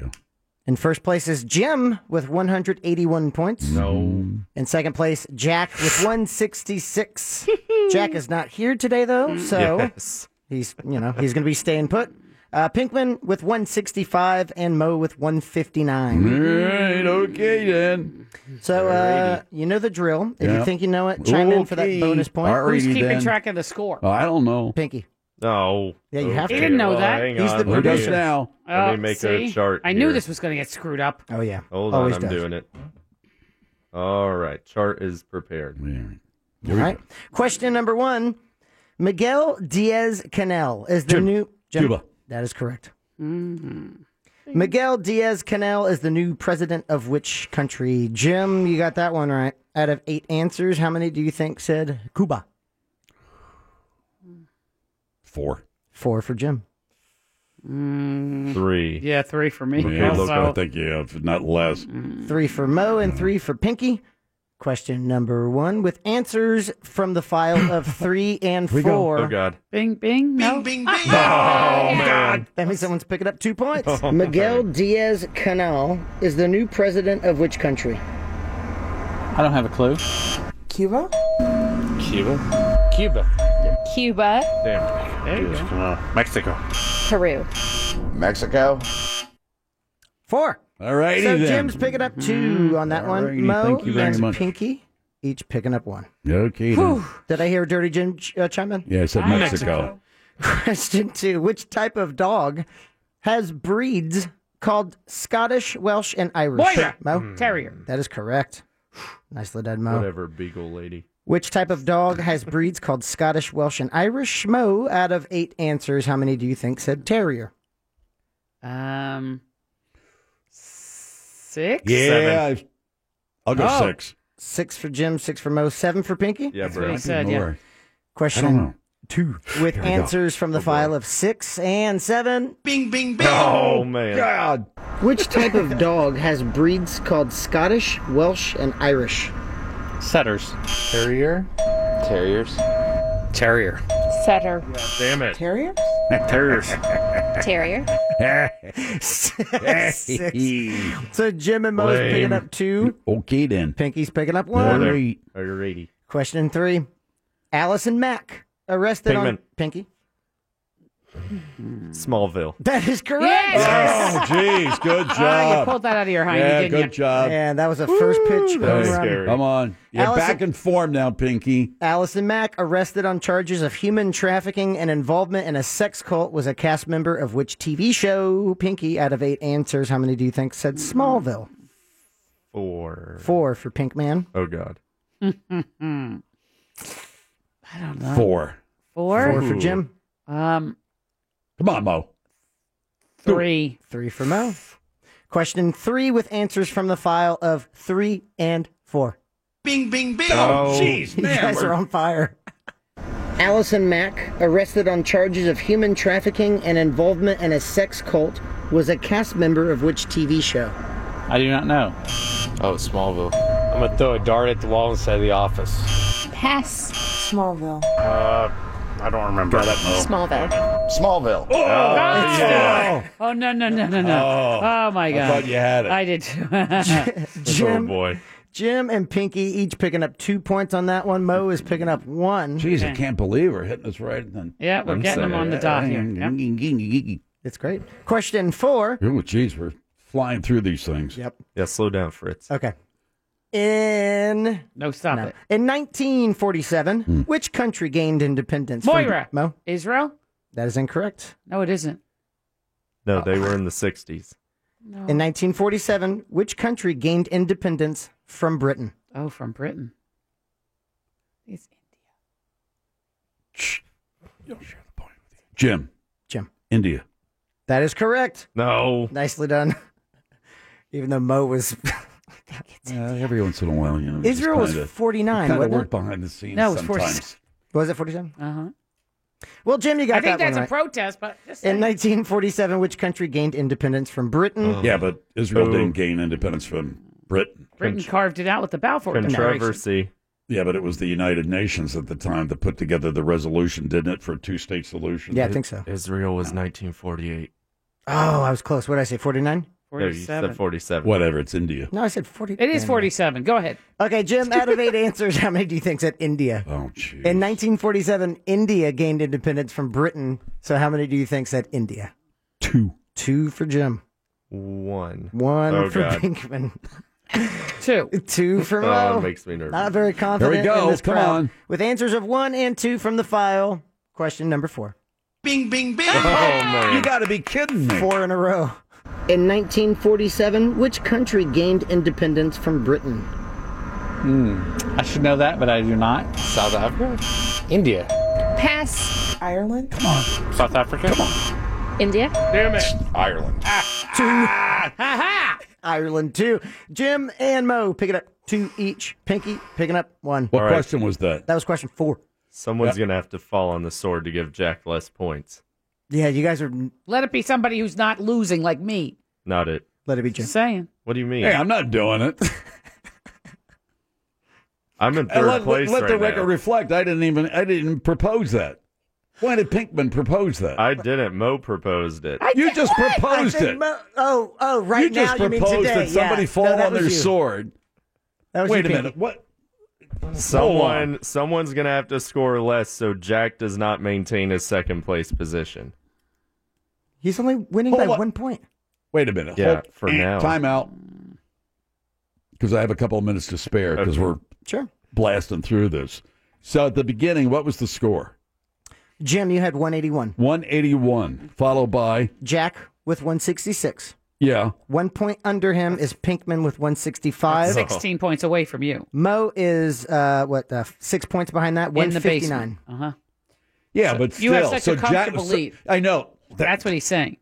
[SPEAKER 7] In first place is Jim with 181 points.
[SPEAKER 5] No.
[SPEAKER 7] In second place, Jack with
[SPEAKER 5] *laughs*
[SPEAKER 7] 166. Jack is not here today,
[SPEAKER 5] *laughs*
[SPEAKER 7] though, so
[SPEAKER 4] Yes.
[SPEAKER 7] he's you know he's going to be staying put. Uh, Pinkman with 165 and Mo with 159.
[SPEAKER 5] All right, okay then.
[SPEAKER 7] So uh, you know the drill. If
[SPEAKER 5] Yeah.
[SPEAKER 7] you think you know it, chime in for that
[SPEAKER 5] Okay.
[SPEAKER 7] bonus point.
[SPEAKER 5] Alrighty Who's keeping then. Oh. track
[SPEAKER 6] of the score?
[SPEAKER 5] Uh, I don't know.
[SPEAKER 7] Pinky.
[SPEAKER 8] No. Oh,
[SPEAKER 7] Yeah, you
[SPEAKER 6] have to. He didn't know that.
[SPEAKER 8] Hang
[SPEAKER 6] He's
[SPEAKER 8] on.
[SPEAKER 6] the
[SPEAKER 8] Let me-
[SPEAKER 6] producer.
[SPEAKER 5] now.
[SPEAKER 8] Let
[SPEAKER 6] Oh,
[SPEAKER 8] me make
[SPEAKER 6] see?
[SPEAKER 8] a chart.
[SPEAKER 6] I knew
[SPEAKER 8] here.
[SPEAKER 6] this was going to get screwed up.
[SPEAKER 7] Oh yeah.
[SPEAKER 8] Hold
[SPEAKER 7] Always
[SPEAKER 8] on, I'm
[SPEAKER 7] does.
[SPEAKER 8] doing it. All right, chart is prepared.
[SPEAKER 7] All right. Question number one: Miguel Diaz Canel is the new
[SPEAKER 5] Cuba.
[SPEAKER 7] That is correct. Miguel Diaz Canel is the new president of which country? Jim, you got that one right. Out of eight answers, how many do you think said Cuba?
[SPEAKER 5] Four.
[SPEAKER 7] Four for Jim.
[SPEAKER 5] Mm.
[SPEAKER 8] Three.
[SPEAKER 6] Yeah, three for me.
[SPEAKER 5] Okay, look, I
[SPEAKER 6] Also- Mm.
[SPEAKER 5] think yeah, if not less.
[SPEAKER 7] Three for Mo and three for Pinky. Question number one with answers from the file of three and
[SPEAKER 8] We go.
[SPEAKER 7] four.
[SPEAKER 8] Oh, God.
[SPEAKER 6] Bing, bing, no. Bing, bing, bing.
[SPEAKER 5] Ah. Oh,
[SPEAKER 7] God. *laughs* That means someone's picking up two
[SPEAKER 5] *laughs*
[SPEAKER 7] points.
[SPEAKER 8] Oh,
[SPEAKER 7] Miguel Diaz Canal is the new president of which country?
[SPEAKER 2] I don't have a clue.
[SPEAKER 7] Cuba?
[SPEAKER 2] Cuba? Cuba.
[SPEAKER 23] Cuba,
[SPEAKER 2] Damn.
[SPEAKER 23] There you go.
[SPEAKER 2] Mexico.
[SPEAKER 23] Peru.
[SPEAKER 1] Mexico.
[SPEAKER 7] Four.
[SPEAKER 5] All righty
[SPEAKER 7] So
[SPEAKER 5] then. Mm-hmm.
[SPEAKER 7] Jim's picking up two on that
[SPEAKER 5] Alrighty,
[SPEAKER 7] one. Mo
[SPEAKER 5] thank you very
[SPEAKER 7] and
[SPEAKER 5] much.
[SPEAKER 7] Pinky each picking up one.
[SPEAKER 5] Okay. Then.
[SPEAKER 7] Whew. Did I hear Dirty Jim ch- uh, chime in?
[SPEAKER 5] Yeah, I said Ah. Mexico.
[SPEAKER 7] *laughs* Question two Which type of dog has breeds called Scottish, Welsh, and Irish?
[SPEAKER 6] Moira.
[SPEAKER 7] Mo?
[SPEAKER 5] Mm.
[SPEAKER 6] Terrier.
[SPEAKER 7] That is correct. Nicely done, Mo.
[SPEAKER 8] Whatever, Beagle lady.
[SPEAKER 7] Which type of dog has breeds called Scottish, Welsh, and Irish? Mo, out of eight answers, how many do you think said terrier?
[SPEAKER 6] Um, six?
[SPEAKER 5] Yeah, i I'll go
[SPEAKER 7] Oh.
[SPEAKER 5] six.
[SPEAKER 7] Six for Jim, six for Mo, seven for Pinky?
[SPEAKER 5] Yeah,
[SPEAKER 6] what bro. he said, yeah.
[SPEAKER 7] Question
[SPEAKER 5] I don't know.
[SPEAKER 7] two. With
[SPEAKER 5] Here we go.
[SPEAKER 7] answers from the file of six and seven. Bing, bing,
[SPEAKER 5] bing. Oh, man. God.
[SPEAKER 7] Which type of dog has breeds called Scottish, Welsh, and Irish?
[SPEAKER 2] Setters. Terrier. Terriers. Terrier.
[SPEAKER 23] Setter.
[SPEAKER 2] Damn it.
[SPEAKER 23] Terrier?
[SPEAKER 2] Terriers.
[SPEAKER 23] Terrier.
[SPEAKER 5] *laughs*
[SPEAKER 7] Six. So Jim and Mo's
[SPEAKER 5] Lame.
[SPEAKER 7] picking up two.
[SPEAKER 5] Okay then.
[SPEAKER 7] Pinky's picking up
[SPEAKER 5] All
[SPEAKER 7] one.
[SPEAKER 5] right.
[SPEAKER 8] Alrighty.
[SPEAKER 7] Question three. Allison Mack arrested on
[SPEAKER 8] Pinkman.
[SPEAKER 7] Pinky.
[SPEAKER 8] Smallville.
[SPEAKER 7] *laughs* That is correct.
[SPEAKER 5] Oh, jeez, good job.
[SPEAKER 6] Ah, you pulled that out of your hiney,
[SPEAKER 5] yeah,
[SPEAKER 6] didn't
[SPEAKER 5] good
[SPEAKER 6] you?
[SPEAKER 5] job.
[SPEAKER 7] Yeah, that was a first pitch
[SPEAKER 5] Hey,
[SPEAKER 7] home run.
[SPEAKER 5] Come on. You're
[SPEAKER 7] Allison-
[SPEAKER 5] back in form now, Pinky.
[SPEAKER 7] Allison Mack, arrested on charges of human trafficking and involvement in a sex cult, was a cast member of which TV show? Pinky, out of eight answers, how many do you think said Smallville?
[SPEAKER 8] Four.
[SPEAKER 7] Four for Pinkman.
[SPEAKER 8] Oh God.
[SPEAKER 6] *laughs* I don't know.
[SPEAKER 5] Four.
[SPEAKER 6] Four?
[SPEAKER 7] Four for Jim.
[SPEAKER 6] Um,
[SPEAKER 5] Come on, Mo.
[SPEAKER 6] Three.
[SPEAKER 7] Three for Mo. Question three with answers from the file of three and four.
[SPEAKER 4] Bing, bing, bing.
[SPEAKER 7] Oh, jeez, man, You guys we're- are on fire. Allison Mack, arrested on charges of human trafficking and involvement in a sex cult, was a cast member of which TV show?
[SPEAKER 2] I do not know. Oh, Smallville. I'm gonna throw a dart at the wall inside the office.
[SPEAKER 23] Pass. Smallville.
[SPEAKER 2] Uh, I don't remember that.
[SPEAKER 23] Smallville.
[SPEAKER 2] Smallville.
[SPEAKER 6] Oh,
[SPEAKER 2] that's
[SPEAKER 6] yeah. oh no no no no no! Oh,
[SPEAKER 2] Oh,
[SPEAKER 6] my
[SPEAKER 2] I
[SPEAKER 6] god!
[SPEAKER 2] thought you had it.
[SPEAKER 6] I did.
[SPEAKER 8] Oh,
[SPEAKER 6] too.
[SPEAKER 7] Jim,
[SPEAKER 2] boy.
[SPEAKER 7] *laughs* Jim and Pinky each picking up two points on that one. Mo is picking up one.
[SPEAKER 5] Jeez, I can't believe we're hitting this right. Then
[SPEAKER 7] Yeah, we're getting them on the dot here.
[SPEAKER 5] here.
[SPEAKER 7] It's great. Question four.
[SPEAKER 5] Oh, jeez, we're flying through these things.
[SPEAKER 7] Yep.
[SPEAKER 5] Yeah, slow down, Fritz.
[SPEAKER 7] Okay. In
[SPEAKER 6] no, stop it.
[SPEAKER 7] In 1947,
[SPEAKER 5] Hmm.
[SPEAKER 7] which country gained independence? from-
[SPEAKER 6] Moira.
[SPEAKER 7] Mo,
[SPEAKER 6] Israel?
[SPEAKER 7] that is incorrect.
[SPEAKER 6] No, it isn't.
[SPEAKER 8] No,
[SPEAKER 7] Uh,
[SPEAKER 8] they were in the 60s.
[SPEAKER 6] No.
[SPEAKER 7] In 1947, which country gained independence from Britain?
[SPEAKER 6] Oh, from Britain. It's
[SPEAKER 5] Jim.
[SPEAKER 7] Jim.
[SPEAKER 5] India.
[SPEAKER 7] That is correct.
[SPEAKER 5] No.
[SPEAKER 7] Nicely done. *laughs* Even though Mo was *laughs*
[SPEAKER 5] Uh, every once in a while, you know. just
[SPEAKER 7] Israel was
[SPEAKER 5] kinda-
[SPEAKER 7] 49,
[SPEAKER 5] Kind of
[SPEAKER 7] wasn't it?
[SPEAKER 5] work behind the scenes.
[SPEAKER 7] No, it was
[SPEAKER 5] sometimes.
[SPEAKER 7] 47. was it 47?
[SPEAKER 6] Uh huh.
[SPEAKER 7] Well, Jim, you got
[SPEAKER 6] I think
[SPEAKER 7] that one
[SPEAKER 6] that's a
[SPEAKER 7] right.
[SPEAKER 6] protest, but just
[SPEAKER 7] In
[SPEAKER 6] saying.
[SPEAKER 7] 1947, which country gained independence from Britain?
[SPEAKER 5] Yeah, but Israel
[SPEAKER 7] Oh.
[SPEAKER 5] didn't gain independence from Britain.
[SPEAKER 6] Britain carved it out with the Balfour Declaration.
[SPEAKER 5] Yeah, but it was the United Nations at the time that put together the resolution, didn't it, for a two-state solution?
[SPEAKER 7] Yeah, I think so.
[SPEAKER 5] Israel was 1948.
[SPEAKER 7] Oh, I was close. What did I say? 49?
[SPEAKER 5] said 47. Whatever, it's India.
[SPEAKER 7] No, I said 40.
[SPEAKER 6] It is 47. Go ahead.
[SPEAKER 7] Okay, Jim,
[SPEAKER 8] *laughs*
[SPEAKER 7] out of eight answers, how many do you think said India?
[SPEAKER 5] Oh, gee.
[SPEAKER 7] In 1947, India gained independence from Britain. So how many do you think said India?
[SPEAKER 5] Two.
[SPEAKER 7] Two for Jim.
[SPEAKER 8] One.
[SPEAKER 7] One
[SPEAKER 8] Oh,
[SPEAKER 7] for
[SPEAKER 8] God.
[SPEAKER 7] Pinkman.
[SPEAKER 6] Two.
[SPEAKER 7] Two for
[SPEAKER 8] Oh,
[SPEAKER 7] Mo.
[SPEAKER 8] it makes me nervous.
[SPEAKER 7] Not very
[SPEAKER 8] Here we
[SPEAKER 7] confident
[SPEAKER 8] go.
[SPEAKER 7] in this
[SPEAKER 8] Come
[SPEAKER 7] crowd.
[SPEAKER 8] on.
[SPEAKER 7] With answers of one and two from the file, question number four.
[SPEAKER 4] Bing, bing, bing.
[SPEAKER 5] You got to be kidding me.
[SPEAKER 7] Four in a row. In 1947, which country gained independence from Britain?
[SPEAKER 2] Hmm. I should know that, but I do not. South Africa. India.
[SPEAKER 23] Pass. Ireland. Come on.
[SPEAKER 2] South Africa. Come on.
[SPEAKER 23] India.
[SPEAKER 2] Damn it. Ireland.
[SPEAKER 7] Two. Ireland, Ah, two. *laughs* Jim and Mo picking up two each. Pinky picking up one.
[SPEAKER 8] What All right. question
[SPEAKER 5] was that?
[SPEAKER 7] That was question four.
[SPEAKER 8] Someone's going to have to fall on the sword to give Jack less points.
[SPEAKER 7] Yeah, you guys are.
[SPEAKER 6] Let it be somebody who's not losing like me.
[SPEAKER 8] Not it.
[SPEAKER 7] Let it be Jim.
[SPEAKER 6] Just saying.
[SPEAKER 8] What do you mean?
[SPEAKER 5] Hey, I'm not doing it.
[SPEAKER 8] *laughs* I'm in
[SPEAKER 5] And
[SPEAKER 8] third
[SPEAKER 5] let,
[SPEAKER 8] place
[SPEAKER 5] let, let the
[SPEAKER 8] right
[SPEAKER 5] record
[SPEAKER 8] now.
[SPEAKER 5] reflect. I didn't even. I didn't propose that. Why did Pinkman propose that?
[SPEAKER 8] I didn't. Mo proposed it.
[SPEAKER 5] you just proposed
[SPEAKER 7] I think
[SPEAKER 5] it.
[SPEAKER 7] Mo- oh, oh, right
[SPEAKER 5] you
[SPEAKER 7] now
[SPEAKER 5] just
[SPEAKER 7] you mean
[SPEAKER 5] proposed
[SPEAKER 7] today.
[SPEAKER 5] that somebody
[SPEAKER 7] yeah.
[SPEAKER 5] fall
[SPEAKER 7] No, that
[SPEAKER 5] on
[SPEAKER 7] was
[SPEAKER 5] their
[SPEAKER 7] you.
[SPEAKER 5] sword.
[SPEAKER 7] That was
[SPEAKER 5] Wait
[SPEAKER 7] you,
[SPEAKER 5] a
[SPEAKER 7] Pinky.
[SPEAKER 5] minute. What? Hold
[SPEAKER 8] Someone, someone's gonna have to score less so Jack does not maintain his second place position.
[SPEAKER 7] He's only winning by one point.
[SPEAKER 5] Wait a minute.
[SPEAKER 8] Yeah,
[SPEAKER 5] Hold-
[SPEAKER 8] for now.
[SPEAKER 5] Time out. Because I have a couple of minutes to spare because we're
[SPEAKER 7] sure.
[SPEAKER 5] blasting through this. So at the beginning, what was the score?
[SPEAKER 7] Jim, you had 181.
[SPEAKER 5] 181, followed by
[SPEAKER 7] Jack with 166.
[SPEAKER 5] yeah.
[SPEAKER 7] One point under him is Pinkman with 165.
[SPEAKER 6] 16 points away from you.
[SPEAKER 7] Mo is, uh, what, uh, six points behind that?
[SPEAKER 6] In the
[SPEAKER 7] 159.
[SPEAKER 6] basement. Uh huh.
[SPEAKER 5] Yeah, but
[SPEAKER 6] You
[SPEAKER 5] still,
[SPEAKER 6] have such
[SPEAKER 5] so
[SPEAKER 6] a comfortable
[SPEAKER 5] Jack, so-
[SPEAKER 6] lead.
[SPEAKER 5] I know.
[SPEAKER 6] That's what he's saying.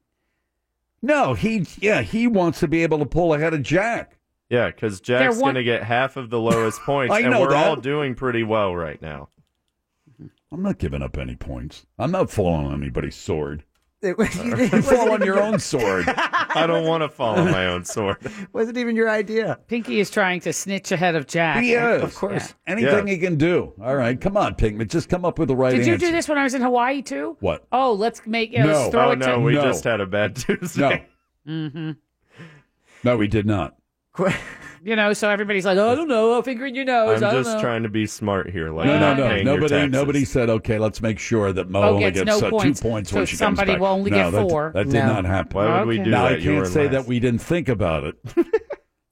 [SPEAKER 5] no, he yeah he wants to be able to pull ahead of Jack.
[SPEAKER 8] Yeah, because Jack's
[SPEAKER 5] one-
[SPEAKER 8] gonna get half of the
[SPEAKER 5] *laughs*
[SPEAKER 8] lowest points,
[SPEAKER 5] I
[SPEAKER 8] and
[SPEAKER 5] know
[SPEAKER 8] we're
[SPEAKER 5] that.
[SPEAKER 8] all doing pretty well right now.
[SPEAKER 5] I'm not giving up any points. I'm not falling on
[SPEAKER 6] *laughs*
[SPEAKER 5] anybody's sword.
[SPEAKER 7] It was, you,
[SPEAKER 5] You fall on your own sword.
[SPEAKER 8] *laughs* I don't want to fall on my own sword.
[SPEAKER 7] Wasn't even your idea.
[SPEAKER 6] Pinky is trying to snitch ahead of Jack.
[SPEAKER 5] He is.
[SPEAKER 6] Of course.
[SPEAKER 5] Anything
[SPEAKER 6] Yeah.
[SPEAKER 5] he can do. All right, come on, Pinkman. Just come up with the right
[SPEAKER 6] Did
[SPEAKER 5] answer.
[SPEAKER 6] you do this when I was in Hawaii too?
[SPEAKER 5] What?
[SPEAKER 6] Oh, let's make yeah, let's throw
[SPEAKER 5] Oh,
[SPEAKER 6] it
[SPEAKER 5] no,
[SPEAKER 6] to
[SPEAKER 5] we No. just
[SPEAKER 8] had a bad Tuesday.
[SPEAKER 5] No,
[SPEAKER 6] hmm
[SPEAKER 5] no, we did not.
[SPEAKER 6] You know, so everybody's like, I don't know, finger in your nose.
[SPEAKER 8] I'm
[SPEAKER 6] I don't
[SPEAKER 8] just
[SPEAKER 6] know.
[SPEAKER 8] trying to be smart here. Like,
[SPEAKER 5] no, no,
[SPEAKER 8] not
[SPEAKER 5] no.
[SPEAKER 8] paying your
[SPEAKER 5] Nobody,
[SPEAKER 8] taxes.
[SPEAKER 5] nobody said okay. Let's make sure that Mo
[SPEAKER 6] Oh,
[SPEAKER 5] only
[SPEAKER 6] gets
[SPEAKER 5] gets
[SPEAKER 6] no
[SPEAKER 5] uh,
[SPEAKER 6] points,
[SPEAKER 5] two points
[SPEAKER 6] so
[SPEAKER 5] when she
[SPEAKER 6] somebody
[SPEAKER 5] comes back.
[SPEAKER 6] will only
[SPEAKER 5] no,
[SPEAKER 6] get
[SPEAKER 5] that-
[SPEAKER 6] four.
[SPEAKER 5] That, did
[SPEAKER 6] No.
[SPEAKER 5] not happen.
[SPEAKER 6] Why would we Okay. do
[SPEAKER 5] now,
[SPEAKER 6] that?
[SPEAKER 5] I
[SPEAKER 6] You were
[SPEAKER 5] can't
[SPEAKER 6] in
[SPEAKER 5] say that
[SPEAKER 6] last.
[SPEAKER 5] we didn't think about it.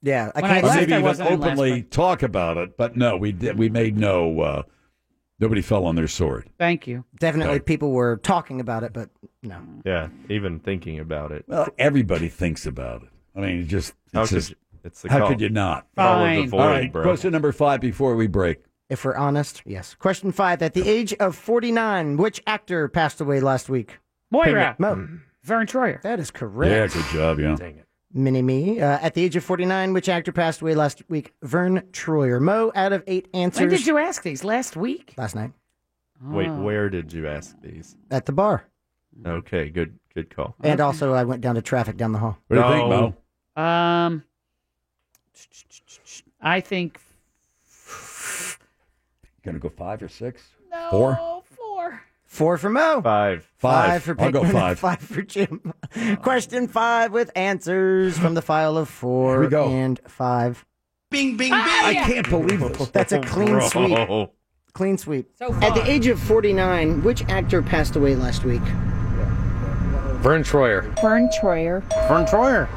[SPEAKER 7] Yeah, I
[SPEAKER 6] When I
[SPEAKER 7] can't.
[SPEAKER 6] left,
[SPEAKER 5] maybe
[SPEAKER 6] I
[SPEAKER 5] even
[SPEAKER 6] wasn't in last
[SPEAKER 5] openly talk about it, but no, we did, we made no. Uh, nobody fell on their sword.
[SPEAKER 6] Thank you.
[SPEAKER 7] Definitely people were talking about it, but no.
[SPEAKER 8] Yeah, even thinking about it.
[SPEAKER 5] Well, everybody thinks about it. I mean, it just it's
[SPEAKER 8] How could
[SPEAKER 5] just
[SPEAKER 8] you- it's the
[SPEAKER 5] how
[SPEAKER 8] call-
[SPEAKER 5] could you not?
[SPEAKER 8] call of the Fine. void,
[SPEAKER 5] All right,
[SPEAKER 8] bro.
[SPEAKER 5] question number five before we break.
[SPEAKER 7] If we're honest, yes. Question five. At the age of 49, which actor passed away last week?
[SPEAKER 6] Moira.
[SPEAKER 7] Mo.
[SPEAKER 6] Vern Troyer.
[SPEAKER 7] That is correct.
[SPEAKER 5] Mm. Yeah, good job. Yeah.
[SPEAKER 7] Mini me. Uh, at the age of 49, which actor passed away last week? Vern Troyer. Mo, out of eight answers.
[SPEAKER 6] When did you ask these? Last week?
[SPEAKER 7] Last night.
[SPEAKER 8] Wait,
[SPEAKER 7] Ah.
[SPEAKER 6] Oh.
[SPEAKER 8] where did you ask these?
[SPEAKER 7] At the bar.
[SPEAKER 8] Okay, good, good call.
[SPEAKER 7] And also, I went down to traffic down the hall.
[SPEAKER 8] What do you think, No. Mo?
[SPEAKER 6] Um, I think
[SPEAKER 5] Gonna go five or six? Four?
[SPEAKER 7] Four for Mo.
[SPEAKER 8] Five.
[SPEAKER 7] Five, for
[SPEAKER 5] I'll
[SPEAKER 7] Pinkman
[SPEAKER 5] go
[SPEAKER 7] and *laughs*
[SPEAKER 5] five.
[SPEAKER 7] five for Jim. Question five with answers from the file of four
[SPEAKER 5] Here we go.
[SPEAKER 7] and five.
[SPEAKER 4] Bing, bing, bing.
[SPEAKER 5] I can't believe this.
[SPEAKER 7] That's a clean sweep. Clean sweep. At the age of 49, which actor passed away last week?
[SPEAKER 2] Vern Troyer.
[SPEAKER 23] Fern Troyer.
[SPEAKER 2] Vern Troyer.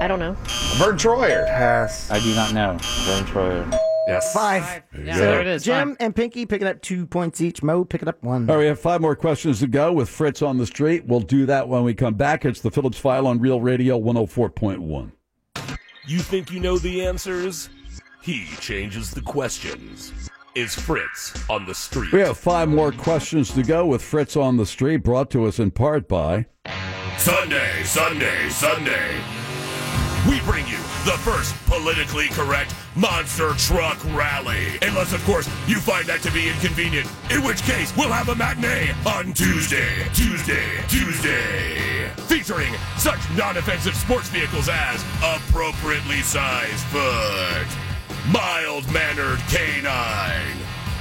[SPEAKER 23] I don't know.
[SPEAKER 2] Vern Troyer.
[SPEAKER 7] Pass.
[SPEAKER 2] I do not know. Vern Troyer.
[SPEAKER 5] Yes.
[SPEAKER 7] Five.
[SPEAKER 5] There you Yeah, go. there it is.
[SPEAKER 7] Jim and Pinky picking up two points each. Mo picking up
[SPEAKER 5] *laughs*
[SPEAKER 7] one.
[SPEAKER 5] All right, we have five more questions to go with Fritz on the street. We'll do that when we come back. It's the Phillips File on Real Radio 104.1.
[SPEAKER 21] You think you know the answers? He changes the questions. Is Fritz on the street?
[SPEAKER 5] We have five more questions to go with Fritz on the street, brought to us in part by.
[SPEAKER 21] Sunday, Sunday, Sunday. We bring you the first politically correct monster truck rally. Unless, of course, you find that to be inconvenient, in which case we'll have a matinee on Tuesday, Tuesday, Tuesday. Featuring such non offensive sports vehicles as appropriately sized foot, mild mannered canine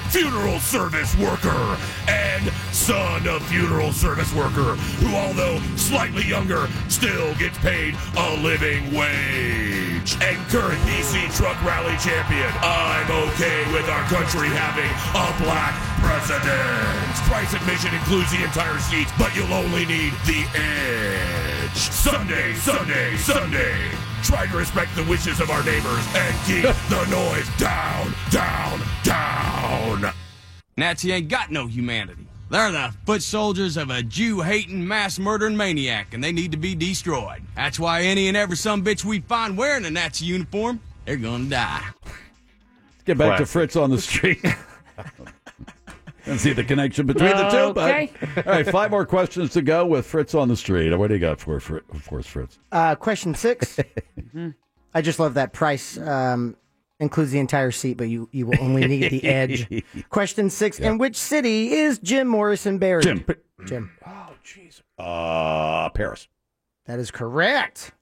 [SPEAKER 21] funeral service worker and son of funeral service worker who although slightly younger still gets paid a living wage and current dc truck rally champion i'm okay with our country having a black president price admission includes the entire seat but you'll only need the edge sunday sunday sunday Try to respect the wishes of our neighbors and keep the noise down, down, down.
[SPEAKER 3] Nazi ain't got no humanity. They're the foot soldiers of a Jew hating, mass murdering maniac, and they need to be destroyed. That's why any and every some bitch we find wearing a Nazi uniform, they're gonna die.
[SPEAKER 5] Let's get back to Fritz on
[SPEAKER 8] *laughs*
[SPEAKER 5] the street. And see the connection between the two. But,
[SPEAKER 7] Okay.
[SPEAKER 5] all right, five more questions to go with Fritz on the street. What do you got for, for, for us, Fritz?
[SPEAKER 7] Uh, question
[SPEAKER 5] *laughs*
[SPEAKER 7] six.
[SPEAKER 5] Mm-hmm.
[SPEAKER 7] I just love that price um, includes the entire seat, but you, you will only need
[SPEAKER 5] *laughs*
[SPEAKER 7] the edge. Question six. In which city is Jim Morrison buried? Jim. Jim.
[SPEAKER 5] Uh, Paris.
[SPEAKER 7] That is correct.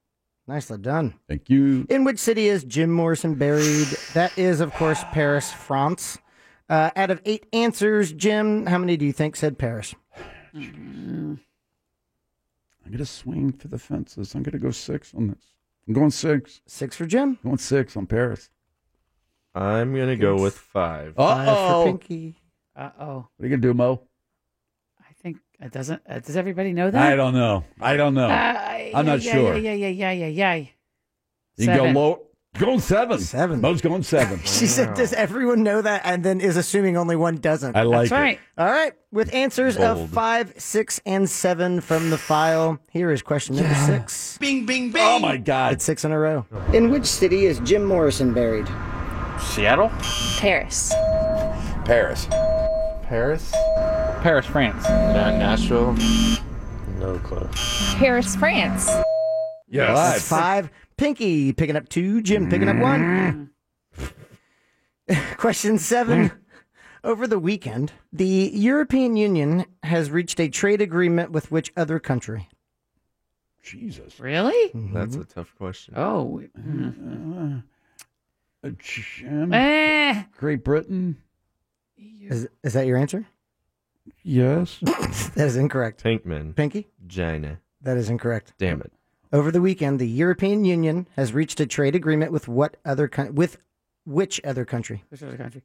[SPEAKER 7] Nicely done.
[SPEAKER 5] Thank you.
[SPEAKER 7] In which city is Jim Morrison buried? That is, of course, Paris, France. Uh, out of eight answers, Jim, how many do you think said
[SPEAKER 5] *sighs*
[SPEAKER 7] Paris?
[SPEAKER 5] I'm going to swing for the fences. I'm going to go six on this. I'm going six.
[SPEAKER 7] Six for Jim.
[SPEAKER 5] Going six on Paris.
[SPEAKER 8] I'm gonna go with five.
[SPEAKER 5] Uh-oh.
[SPEAKER 7] Pinky.
[SPEAKER 6] Uh oh.
[SPEAKER 5] What are you going to do, Mo?
[SPEAKER 6] I think it doesn't. Uh, does everybody know that?
[SPEAKER 5] I don't know. I don't know.
[SPEAKER 6] Uh,
[SPEAKER 5] I'm not
[SPEAKER 6] yeah,
[SPEAKER 5] sure.
[SPEAKER 6] Yeah, yeah, yeah, yeah, yeah, yeah.
[SPEAKER 5] You can
[SPEAKER 6] Seven.
[SPEAKER 5] go low. Going seven. Seven. Mo's going seven.
[SPEAKER 7] *laughs* She said, Does everyone know that? And then is assuming only one doesn't.
[SPEAKER 5] I like That's it. right.
[SPEAKER 7] All right. With answers
[SPEAKER 5] Bold.
[SPEAKER 7] of five, six, and seven from the file, here is question number six.
[SPEAKER 3] Bing, bing, bing.
[SPEAKER 5] Oh, my God.
[SPEAKER 7] It's six in a row. In which city is Jim Morrison buried?
[SPEAKER 2] Seattle?
[SPEAKER 23] Paris.
[SPEAKER 2] Paris. Paris? Paris, France. Nashville? No clue.
[SPEAKER 23] Paris, France.
[SPEAKER 2] Yes.
[SPEAKER 7] That's Five. Pinky picking up two. Jim picking up one. *laughs* Question seven. Over the weekend, the European Union has reached a trade agreement with which other country?
[SPEAKER 5] Jesus.
[SPEAKER 6] Really?
[SPEAKER 8] That's a tough question.
[SPEAKER 7] *laughs*
[SPEAKER 6] Oh.
[SPEAKER 5] Uh, Jim.
[SPEAKER 6] Eh.
[SPEAKER 5] Great Britain.
[SPEAKER 7] Is, is that your answer?
[SPEAKER 5] Yes.
[SPEAKER 7] *coughs* That is incorrect.
[SPEAKER 8] Pinkman.
[SPEAKER 7] Pinky?
[SPEAKER 8] Gina.
[SPEAKER 7] That is incorrect.
[SPEAKER 8] Damn it.
[SPEAKER 7] Over the weekend, the European Union has reached a trade agreement with what other coun with which other country?
[SPEAKER 6] Which other country?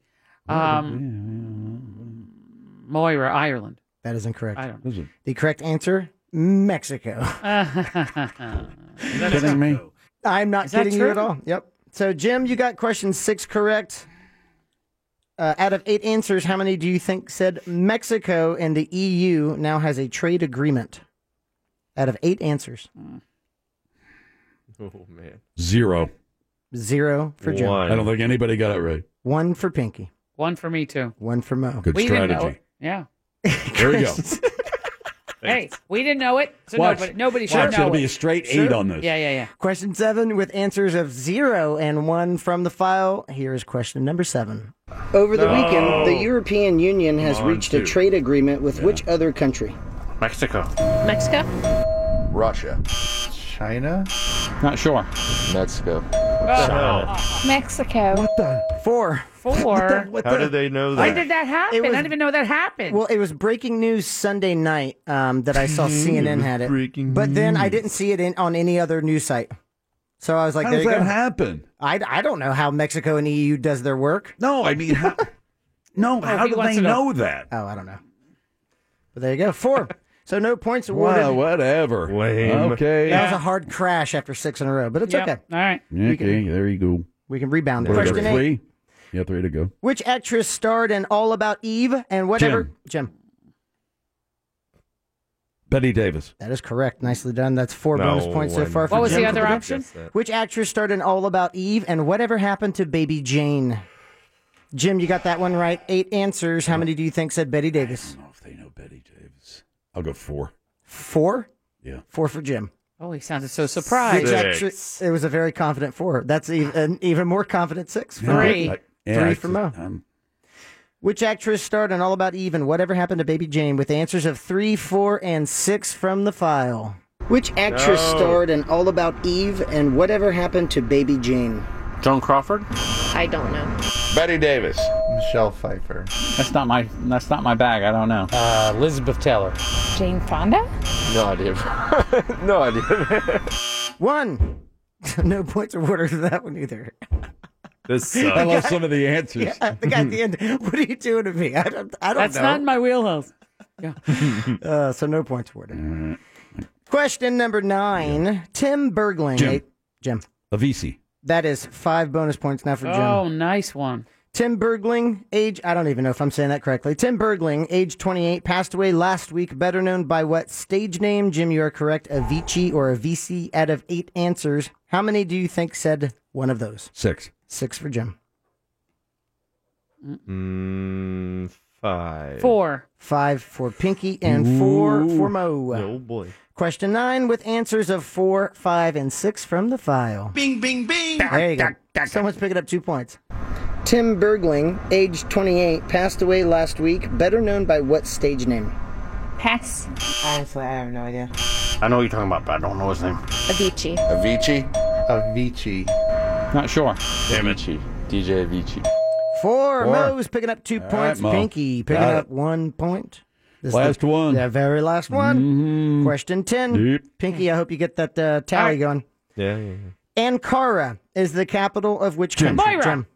[SPEAKER 5] Oh,
[SPEAKER 6] Um, Moira, Ireland.
[SPEAKER 7] That is incorrect.
[SPEAKER 6] I don't
[SPEAKER 5] know.
[SPEAKER 7] The correct answer:
[SPEAKER 6] *laughs*
[SPEAKER 7] Mexico.
[SPEAKER 5] Kidding me?
[SPEAKER 7] I'm not
[SPEAKER 6] Is that
[SPEAKER 7] kidding you at
[SPEAKER 6] true?
[SPEAKER 7] all. Yep. So, Jim, you got question six correct. Uh, out of eight answers, how many do you think said Mexico and the EU now has a trade agreement? Out of eight answers,
[SPEAKER 6] Hmm.
[SPEAKER 8] Oh man.
[SPEAKER 5] Zero.
[SPEAKER 7] zero for Jim,
[SPEAKER 5] I don't think anybody got it right.
[SPEAKER 7] one for Pinky,
[SPEAKER 6] One for me too.
[SPEAKER 7] one for Mo.
[SPEAKER 5] Good
[SPEAKER 6] we didn't know
[SPEAKER 5] strategy.
[SPEAKER 6] it.
[SPEAKER 5] *laughs*
[SPEAKER 6] Yeah.
[SPEAKER 5] There we go.
[SPEAKER 6] *laughs* Hey, we didn't know it, so
[SPEAKER 5] Watch.
[SPEAKER 6] nobody, nobody should
[SPEAKER 5] Watch,
[SPEAKER 6] know
[SPEAKER 5] it'll be
[SPEAKER 6] it.
[SPEAKER 5] a straight
[SPEAKER 6] Sure.
[SPEAKER 5] eight on this.
[SPEAKER 6] Yeah, yeah, yeah.
[SPEAKER 7] Question seven with answers of zero and one from the file. Here is question number seven. Over
[SPEAKER 2] the No. weekend,
[SPEAKER 6] Oh.
[SPEAKER 2] the
[SPEAKER 7] European Union
[SPEAKER 2] has Come on, reached a two. trade
[SPEAKER 7] agreement with which other country?
[SPEAKER 2] Mexico.
[SPEAKER 23] Mexico.
[SPEAKER 2] Russia. China? Not sure. Mexico.
[SPEAKER 5] the
[SPEAKER 23] Mexico. What
[SPEAKER 7] the? Four. *laughs*
[SPEAKER 6] Four.
[SPEAKER 8] How did they know
[SPEAKER 6] When
[SPEAKER 8] that?
[SPEAKER 6] did that happen? I don't even know that happened.
[SPEAKER 7] Well, it was breaking news Sunday night um, that I
[SPEAKER 5] *laughs*
[SPEAKER 7] saw
[SPEAKER 6] Mhm.
[SPEAKER 7] CNN
[SPEAKER 6] It was
[SPEAKER 7] had it.
[SPEAKER 5] breaking
[SPEAKER 7] but then I
[SPEAKER 5] news.
[SPEAKER 7] didn't see it in, on any other news site. So I was like,
[SPEAKER 5] How
[SPEAKER 7] there
[SPEAKER 5] does
[SPEAKER 7] you
[SPEAKER 5] that
[SPEAKER 7] go.
[SPEAKER 5] happen?
[SPEAKER 7] I, I don't know how Mexico and EU does their work.
[SPEAKER 5] No, I mean, how,
[SPEAKER 6] Oh,
[SPEAKER 5] no, how do they know that?
[SPEAKER 7] Oh, I don't know. But there you go.
[SPEAKER 5] *laughs*
[SPEAKER 7] Four. so no points awarded.
[SPEAKER 5] Well, whatever. Okay.
[SPEAKER 7] That was a hard crash after six in a row, but it's okay.
[SPEAKER 6] All right.
[SPEAKER 7] We can,
[SPEAKER 5] Okay, there you go.
[SPEAKER 7] we can rebound.
[SPEAKER 5] There you go.
[SPEAKER 7] Question eight.
[SPEAKER 5] Three. Yeah, three to go.
[SPEAKER 7] Which actress starred in All About Eve and whatever?
[SPEAKER 5] Jim.
[SPEAKER 7] Jim.
[SPEAKER 5] Betty Davis.
[SPEAKER 7] That is correct. Nicely done. That's four
[SPEAKER 5] No,
[SPEAKER 7] bonus points so
[SPEAKER 5] I'm-
[SPEAKER 7] far. For
[SPEAKER 5] What was
[SPEAKER 7] Jim
[SPEAKER 5] the other
[SPEAKER 7] Could've
[SPEAKER 5] option?
[SPEAKER 7] guessed that. Which actress starred in All About Eve and Whatever Happened to Baby Jane? Jim, you got that one right. Eight answers. How many do you think said Betty Davis?
[SPEAKER 5] I'll go four.
[SPEAKER 7] Four.
[SPEAKER 5] Yeah.
[SPEAKER 7] Four for Jim.
[SPEAKER 6] Oh, he sounded so surprised.
[SPEAKER 7] Which actress- it was a very confident four. That's even, an even more confident six. For
[SPEAKER 6] Yeah,
[SPEAKER 7] Three.
[SPEAKER 6] I-
[SPEAKER 5] yeah,
[SPEAKER 7] Three
[SPEAKER 5] I-
[SPEAKER 7] for Mo.
[SPEAKER 5] I'm-
[SPEAKER 7] Which actress starred in All About Eve and Whatever Happened to Baby Jane with answers of three, four, and six from the file? Which actress
[SPEAKER 2] No.
[SPEAKER 7] starred in All About Eve and Whatever Happened to Baby Jane?
[SPEAKER 2] Joan Crawford.
[SPEAKER 23] I don't know.
[SPEAKER 2] Betty Davis.
[SPEAKER 13] Michelle Pfeiffer.
[SPEAKER 2] That's not my. That's not my bag. I don't know. Uh, Elizabeth Taylor.
[SPEAKER 23] Jane Fonda?
[SPEAKER 2] No idea.
[SPEAKER 13] *laughs* no idea.
[SPEAKER 7] One. *laughs* no points awarded for that one either.
[SPEAKER 8] This
[SPEAKER 5] *laughs* I love
[SPEAKER 7] *laughs*
[SPEAKER 5] some of the answers.
[SPEAKER 7] Yeah, the guy at the end. *laughs* What are you doing to me? I don't. I don't
[SPEAKER 6] That's
[SPEAKER 7] know.
[SPEAKER 6] not in my wheelhouse.
[SPEAKER 7] uh, so no points awarded. Question number nine. Tim Bergling.
[SPEAKER 5] Jim.
[SPEAKER 7] Jim. Jim.
[SPEAKER 5] Avicii.
[SPEAKER 7] That is five bonus points now for Jim.
[SPEAKER 6] Oh, nice one.
[SPEAKER 7] Tim Bergling, age, I don't even know if I'm saying that correctly. Tim Bergling, age 28, passed away last week, better known by what stage name? Jim, you are correct. Avicii or Avicii out of eight answers. How many do you think said one of those?
[SPEAKER 5] Six.
[SPEAKER 7] Six for Jim.
[SPEAKER 8] *laughs* Mm, five.
[SPEAKER 6] Four.
[SPEAKER 7] Five for Pinky and four
[SPEAKER 8] Ooh.
[SPEAKER 7] for Mo.
[SPEAKER 8] Oh boy.
[SPEAKER 7] Question nine with answers of four, five, and six from the file.
[SPEAKER 3] Bing, bing, bing.
[SPEAKER 7] There
[SPEAKER 6] *laughs*
[SPEAKER 7] you go. Someone's picking up two points. Tim Bergling, age 28, passed away last week, better known by what stage name?
[SPEAKER 23] Pass.
[SPEAKER 16] Honestly, I have no idea.
[SPEAKER 13] I know what you're talking about, but I don't know his name.
[SPEAKER 23] Avicii.
[SPEAKER 13] Avicii? Avicii.
[SPEAKER 2] Not sure.
[SPEAKER 13] Damn it. DJ Avicii.
[SPEAKER 7] Four.
[SPEAKER 5] Four.
[SPEAKER 7] Mo's picking up two
[SPEAKER 5] All right,
[SPEAKER 7] points.
[SPEAKER 5] Mo.
[SPEAKER 7] Pinky picking
[SPEAKER 5] Got
[SPEAKER 7] up one point. This is
[SPEAKER 5] Last
[SPEAKER 7] the-
[SPEAKER 5] one. Mm-hmm.
[SPEAKER 7] Yeah, very last one. Question 10.
[SPEAKER 5] Yep.
[SPEAKER 7] Pinky, I hope you get that uh, tally going.
[SPEAKER 8] Yeah, yeah, yeah.
[SPEAKER 7] Ankara is the capital of which
[SPEAKER 5] Jim.
[SPEAKER 7] country?
[SPEAKER 5] Myra.
[SPEAKER 7] Jim.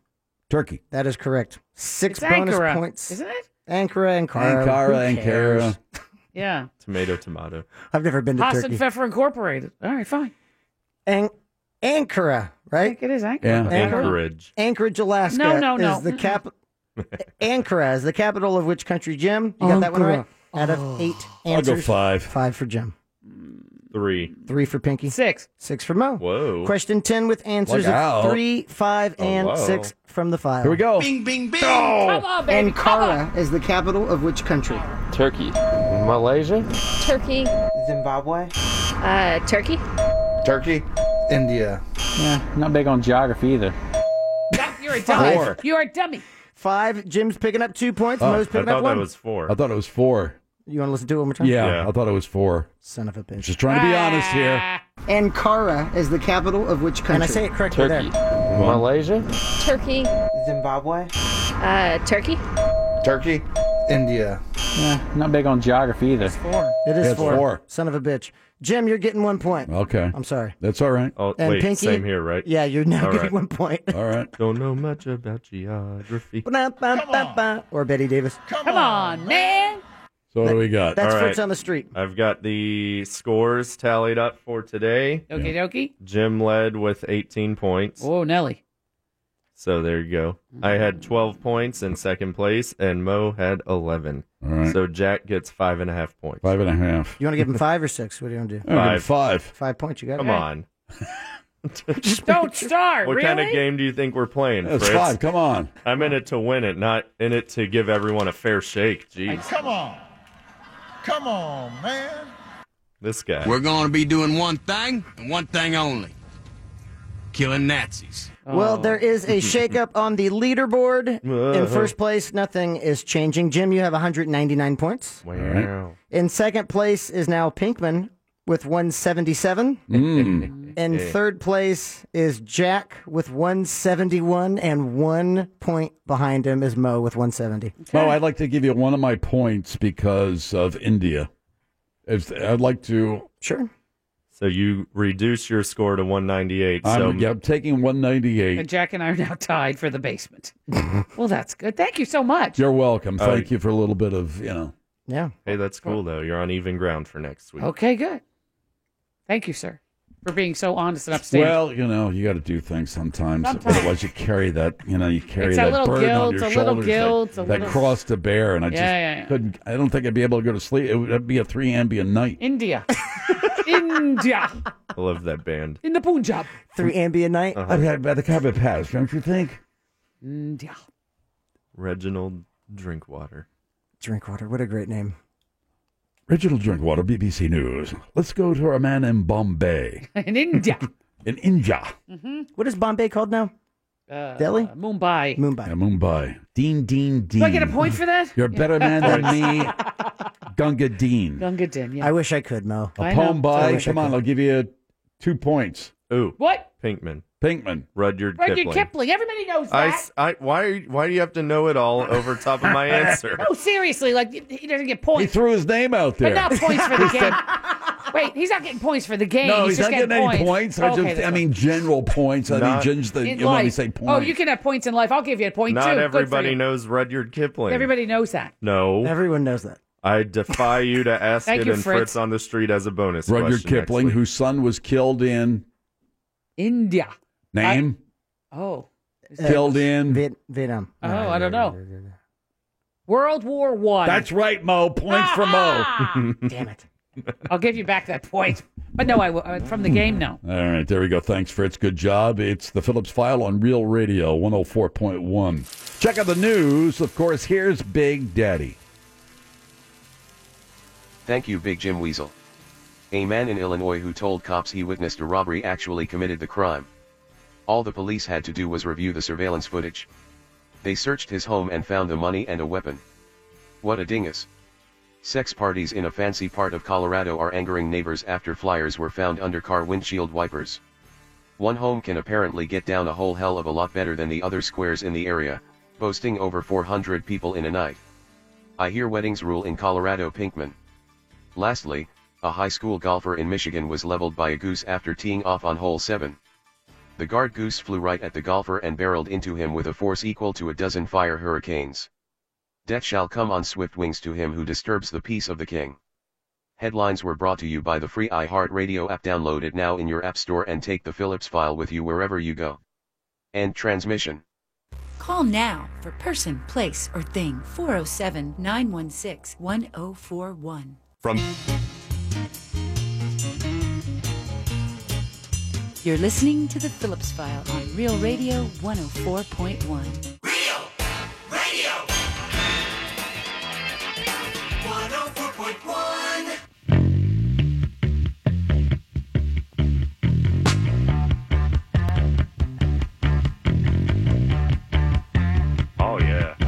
[SPEAKER 5] Turkey.
[SPEAKER 7] That is correct. Six
[SPEAKER 6] It's
[SPEAKER 7] bonus
[SPEAKER 6] Ankara,
[SPEAKER 7] points.
[SPEAKER 6] isn't it?
[SPEAKER 7] Ankara, Ankara.
[SPEAKER 5] Ankara,
[SPEAKER 7] Who cares?
[SPEAKER 5] Ankara.
[SPEAKER 6] Yeah.
[SPEAKER 8] Tomato, tomato.
[SPEAKER 7] I've never been to
[SPEAKER 6] Haas and
[SPEAKER 7] Turkey.
[SPEAKER 6] Pfeffer Incorporated. All right, fine.
[SPEAKER 7] An- Ankara, right?
[SPEAKER 6] It is Ankara.
[SPEAKER 8] Yeah. Anchorage.
[SPEAKER 7] Anchorage, Alaska.
[SPEAKER 6] No, no, no.
[SPEAKER 7] Is the
[SPEAKER 6] Mm-mm.
[SPEAKER 7] cap- Ankara is the capital of which country, Jim? You got that one
[SPEAKER 6] Ankara.
[SPEAKER 7] right? Out of eight
[SPEAKER 5] I'll
[SPEAKER 7] answers.
[SPEAKER 5] go five.
[SPEAKER 7] Five for Jim.
[SPEAKER 8] Three.
[SPEAKER 7] Three for Pinky.
[SPEAKER 6] Six.
[SPEAKER 7] Six for Mo.
[SPEAKER 8] Whoa.
[SPEAKER 7] Question 10 with answers
[SPEAKER 8] Look out.
[SPEAKER 7] of three, five,
[SPEAKER 8] Oh,
[SPEAKER 7] and
[SPEAKER 8] wow.
[SPEAKER 7] six from the file.
[SPEAKER 8] Here we
[SPEAKER 5] Oh.
[SPEAKER 8] go.
[SPEAKER 7] Bing, bing, bing.
[SPEAKER 6] Come on, baby, come
[SPEAKER 7] Ankara is the capital of which country?
[SPEAKER 13] Turkey. Malaysia?
[SPEAKER 23] Turkey.
[SPEAKER 16] Zimbabwe.
[SPEAKER 23] Uh, Turkey?
[SPEAKER 13] Turkey?
[SPEAKER 2] India. Yeah, not big on geography either.
[SPEAKER 6] You're a dummy.
[SPEAKER 5] Four.
[SPEAKER 6] You are a dummy.
[SPEAKER 7] Five. Jim's picking up two points.
[SPEAKER 5] Oh,
[SPEAKER 7] Mo's
[SPEAKER 5] I
[SPEAKER 7] picking
[SPEAKER 5] thought
[SPEAKER 7] up
[SPEAKER 5] that
[SPEAKER 7] one.
[SPEAKER 5] was I thought it was four.
[SPEAKER 7] You want to listen to it one more
[SPEAKER 5] Yeah,
[SPEAKER 7] time?
[SPEAKER 5] I thought it was four.
[SPEAKER 7] Son of a bitch. Ah.
[SPEAKER 5] Just trying to be honest here.
[SPEAKER 7] *laughs* Ankara is the capital of which country? And I say it correctly there.
[SPEAKER 13] Malaysia?
[SPEAKER 23] Turkey.
[SPEAKER 16] Zimbabwe.
[SPEAKER 23] Uh, Turkey?
[SPEAKER 13] Turkey?
[SPEAKER 2] India. Yeah, Eh, not big on geography either.
[SPEAKER 6] Four.
[SPEAKER 7] It is
[SPEAKER 5] It's
[SPEAKER 7] four.
[SPEAKER 5] four.
[SPEAKER 7] Son of a bitch. Jim, you're getting one point.
[SPEAKER 5] Okay.
[SPEAKER 7] I'm sorry.
[SPEAKER 5] That's all right.
[SPEAKER 8] Oh,
[SPEAKER 7] And
[SPEAKER 8] wait,
[SPEAKER 7] Pinky-
[SPEAKER 8] same here, right?
[SPEAKER 7] Yeah, you're now
[SPEAKER 8] All
[SPEAKER 7] getting
[SPEAKER 8] right.
[SPEAKER 7] one point.
[SPEAKER 5] All right.
[SPEAKER 8] Don't know much about geography.
[SPEAKER 7] Ba-da-ba-ba-ba. Or Betty Davis.
[SPEAKER 6] Come, on, man.
[SPEAKER 5] So what do we got?
[SPEAKER 7] That's
[SPEAKER 8] All
[SPEAKER 7] Fritz
[SPEAKER 8] right.
[SPEAKER 7] on the street.
[SPEAKER 8] I've got the scores tallied up for today.
[SPEAKER 6] Okie dokie.
[SPEAKER 8] Jim led with 18 points.
[SPEAKER 6] Oh, Nelly.
[SPEAKER 8] So there you go. I had 12 points in second place, and Mo had 11.
[SPEAKER 5] All right.
[SPEAKER 8] So Jack gets five and a half points.
[SPEAKER 5] Five and a half.
[SPEAKER 7] You want to give him five or six? What do you want to do?
[SPEAKER 5] I'm gonna
[SPEAKER 8] Five.
[SPEAKER 5] give Oh, five.
[SPEAKER 7] Five points. You got it.
[SPEAKER 8] Come on.
[SPEAKER 6] Don't start.
[SPEAKER 8] What
[SPEAKER 6] really?
[SPEAKER 8] kind of game do you think we're playing,
[SPEAKER 5] That's
[SPEAKER 8] Fritz?
[SPEAKER 5] five. Come on.
[SPEAKER 8] I'm in it to win it, not in it to give everyone a fair shake. Jeez,
[SPEAKER 4] Come on. Come on, man.
[SPEAKER 8] this guy.
[SPEAKER 3] We're going to be doing one thing and one thing only killing Nazis.
[SPEAKER 7] *laughs* Well, there is
[SPEAKER 3] *laughs*
[SPEAKER 7] a *laughs* shakeup on the leaderboard.
[SPEAKER 3] Uh-huh.
[SPEAKER 7] In first place, nothing is changing. Jim, you have 199 points.
[SPEAKER 8] Wow.
[SPEAKER 7] In second place is now Pinkman with 177. *laughs*
[SPEAKER 5] Mm.
[SPEAKER 7] In
[SPEAKER 5] Eh.
[SPEAKER 7] third place is Jack with 171, and one point behind him is Mo with 170.
[SPEAKER 6] *laughs*
[SPEAKER 5] Mo, I'd like to give you one of my points because of India. If, I'd like to.
[SPEAKER 7] Sure.
[SPEAKER 8] So you reduce your score to 198. so
[SPEAKER 5] I'm, yeah, I'm taking 198.
[SPEAKER 6] And Jack and I are now tied for the
[SPEAKER 5] *laughs*
[SPEAKER 6] basement. well, that's good. Thank you so much.
[SPEAKER 5] You're welcome.
[SPEAKER 8] Oh,
[SPEAKER 5] Thank you for a little bit of, you know.
[SPEAKER 7] Yeah.
[SPEAKER 8] Hey, that's cool though. You're on even ground for next week.
[SPEAKER 6] Okay, good. Thank you, sir, for being so honest and upstanding.
[SPEAKER 5] Well, you know, you got to do things sometimes.
[SPEAKER 6] Sometimes.
[SPEAKER 5] Otherwise, you carry that, you know, you carry
[SPEAKER 6] It's a
[SPEAKER 5] that
[SPEAKER 6] little
[SPEAKER 5] burden on
[SPEAKER 6] guilt,
[SPEAKER 5] your
[SPEAKER 6] a little
[SPEAKER 5] shoulders
[SPEAKER 6] guilt,
[SPEAKER 5] that,
[SPEAKER 6] a
[SPEAKER 5] that
[SPEAKER 6] little-
[SPEAKER 5] cross to bear, and I
[SPEAKER 6] Yeah,
[SPEAKER 5] just
[SPEAKER 6] yeah, yeah.
[SPEAKER 5] couldn't. I don't think I'd be able to go to sleep. It would that'd be a three ambient night. *laughs*
[SPEAKER 6] India. India.
[SPEAKER 8] I love that band.
[SPEAKER 6] In the Punjab.
[SPEAKER 7] Three ambient night.
[SPEAKER 5] I mean, I- by the time it passed, don't you think?
[SPEAKER 6] India.
[SPEAKER 8] Reginald Drinkwater.
[SPEAKER 7] Drinkwater, what a great name.
[SPEAKER 5] Reginald Drinkwater, BBC News. Let's go to our man in Bombay,
[SPEAKER 6] *laughs* In India.
[SPEAKER 5] in India,
[SPEAKER 6] hmm
[SPEAKER 7] What is Bombay called now?
[SPEAKER 6] Uh,
[SPEAKER 5] Delhi?
[SPEAKER 6] Mumbai.
[SPEAKER 7] Mumbai,
[SPEAKER 5] Mumbai. Dean, Dean, Dean.
[SPEAKER 6] Do I get a point for that?
[SPEAKER 5] You're a better man than me,
[SPEAKER 6] *laughs*
[SPEAKER 5] Gunga Dean.
[SPEAKER 6] Gunga Din, yeah.
[SPEAKER 7] I wish I could, Mo.
[SPEAKER 5] A poem
[SPEAKER 7] I
[SPEAKER 5] by.
[SPEAKER 7] wish I
[SPEAKER 5] Come on,
[SPEAKER 7] could.
[SPEAKER 5] I'll give you two points.
[SPEAKER 8] Ooh.
[SPEAKER 6] What?
[SPEAKER 8] Pinkman.
[SPEAKER 5] Pinkman.
[SPEAKER 8] Rudyard
[SPEAKER 6] Rudyard
[SPEAKER 8] Kipling.
[SPEAKER 6] Kipling. Everybody knows
[SPEAKER 8] I,
[SPEAKER 6] that.
[SPEAKER 8] s- I- why why do you have to know it all over top
[SPEAKER 6] *laughs*
[SPEAKER 8] of my answer?
[SPEAKER 6] No, seriously, like he- he doesn't get
[SPEAKER 5] He
[SPEAKER 6] points.
[SPEAKER 5] threw his name out
[SPEAKER 6] But
[SPEAKER 5] there. *laughs*
[SPEAKER 6] not points for the game. Wait, he's not getting points for the game.
[SPEAKER 5] No,
[SPEAKER 6] he's,
[SPEAKER 5] he's,
[SPEAKER 6] just
[SPEAKER 5] not getting any points. I,
[SPEAKER 6] Okay,
[SPEAKER 5] just,
[SPEAKER 6] that's
[SPEAKER 5] I mean, general points. I
[SPEAKER 8] Not-
[SPEAKER 5] mean, just
[SPEAKER 6] fine.
[SPEAKER 5] the,
[SPEAKER 6] In
[SPEAKER 5] you want me to
[SPEAKER 6] life.
[SPEAKER 5] say points.
[SPEAKER 6] Oh, you can have points in life. I'll give you a point too.
[SPEAKER 8] Not
[SPEAKER 6] Good for
[SPEAKER 8] everybody
[SPEAKER 6] you.
[SPEAKER 8] knows Rudyard Kipling.
[SPEAKER 6] Everybody knows that.
[SPEAKER 8] No.
[SPEAKER 7] Everyone knows that.
[SPEAKER 8] I defy you to ask
[SPEAKER 6] Thank
[SPEAKER 8] it
[SPEAKER 6] you,
[SPEAKER 8] in
[SPEAKER 6] Fritz.
[SPEAKER 8] Fritz. on the Street as a bonus
[SPEAKER 5] Rudyard
[SPEAKER 8] question next
[SPEAKER 5] Kipling,
[SPEAKER 8] week.
[SPEAKER 5] whose son was killed in
[SPEAKER 6] India.
[SPEAKER 5] name,
[SPEAKER 6] Oh.
[SPEAKER 5] Uh,
[SPEAKER 7] uh,
[SPEAKER 5] killed in.
[SPEAKER 7] Viet- Vietnam.
[SPEAKER 6] Oh, I don't know. World War One. Ah,
[SPEAKER 5] That's right, Mo. Points for Mo.
[SPEAKER 7] *laughs* Damn it.
[SPEAKER 6] I'll give you back that point. But no, I w- uh, from the game. No.
[SPEAKER 5] All right, there we go. Thanks, Fritz. Good job. It's the Phillips File on Real Radio 104.1. Check out the news. Of course, here's Big Daddy.
[SPEAKER 10] Thank you, Big Jim Weasel. A man in Illinois who told cops he witnessed a robbery actually committed the crime. All the police had to do was review the surveillance footage. They searched his home and found the money and a weapon. What a dingus. Sex parties in a fancy part of Colorado are angering neighbors after flyers were found under car windshield wipers. One home can apparently get down a whole hell of a lot better than the other squares in the area, boasting over 400 people in a night. I hear weddings rule in Colorado Pinkman. Lastly, a high school golfer in Michigan was leveled by a goose after teeing off on hole 7. The guard goose flew right at the golfer and barreled into him with a force equal to a dozen fire hurricanes. Death shall come on swift wings to him who disturbs the peace of the king. Headlines were brought to you by the free iHeartRadio app. Download it now in your app store and take the Phillips file with you wherever you go. End transmission.
[SPEAKER 14] Call now for person, place, or thing 407 916 1041.
[SPEAKER 21] From
[SPEAKER 14] You're listening to The Phillips File on Real Radio 104.1.
[SPEAKER 4] 104.1.
[SPEAKER 18] Oh yeah.
[SPEAKER 4] Oh, oh, Oh, Oh,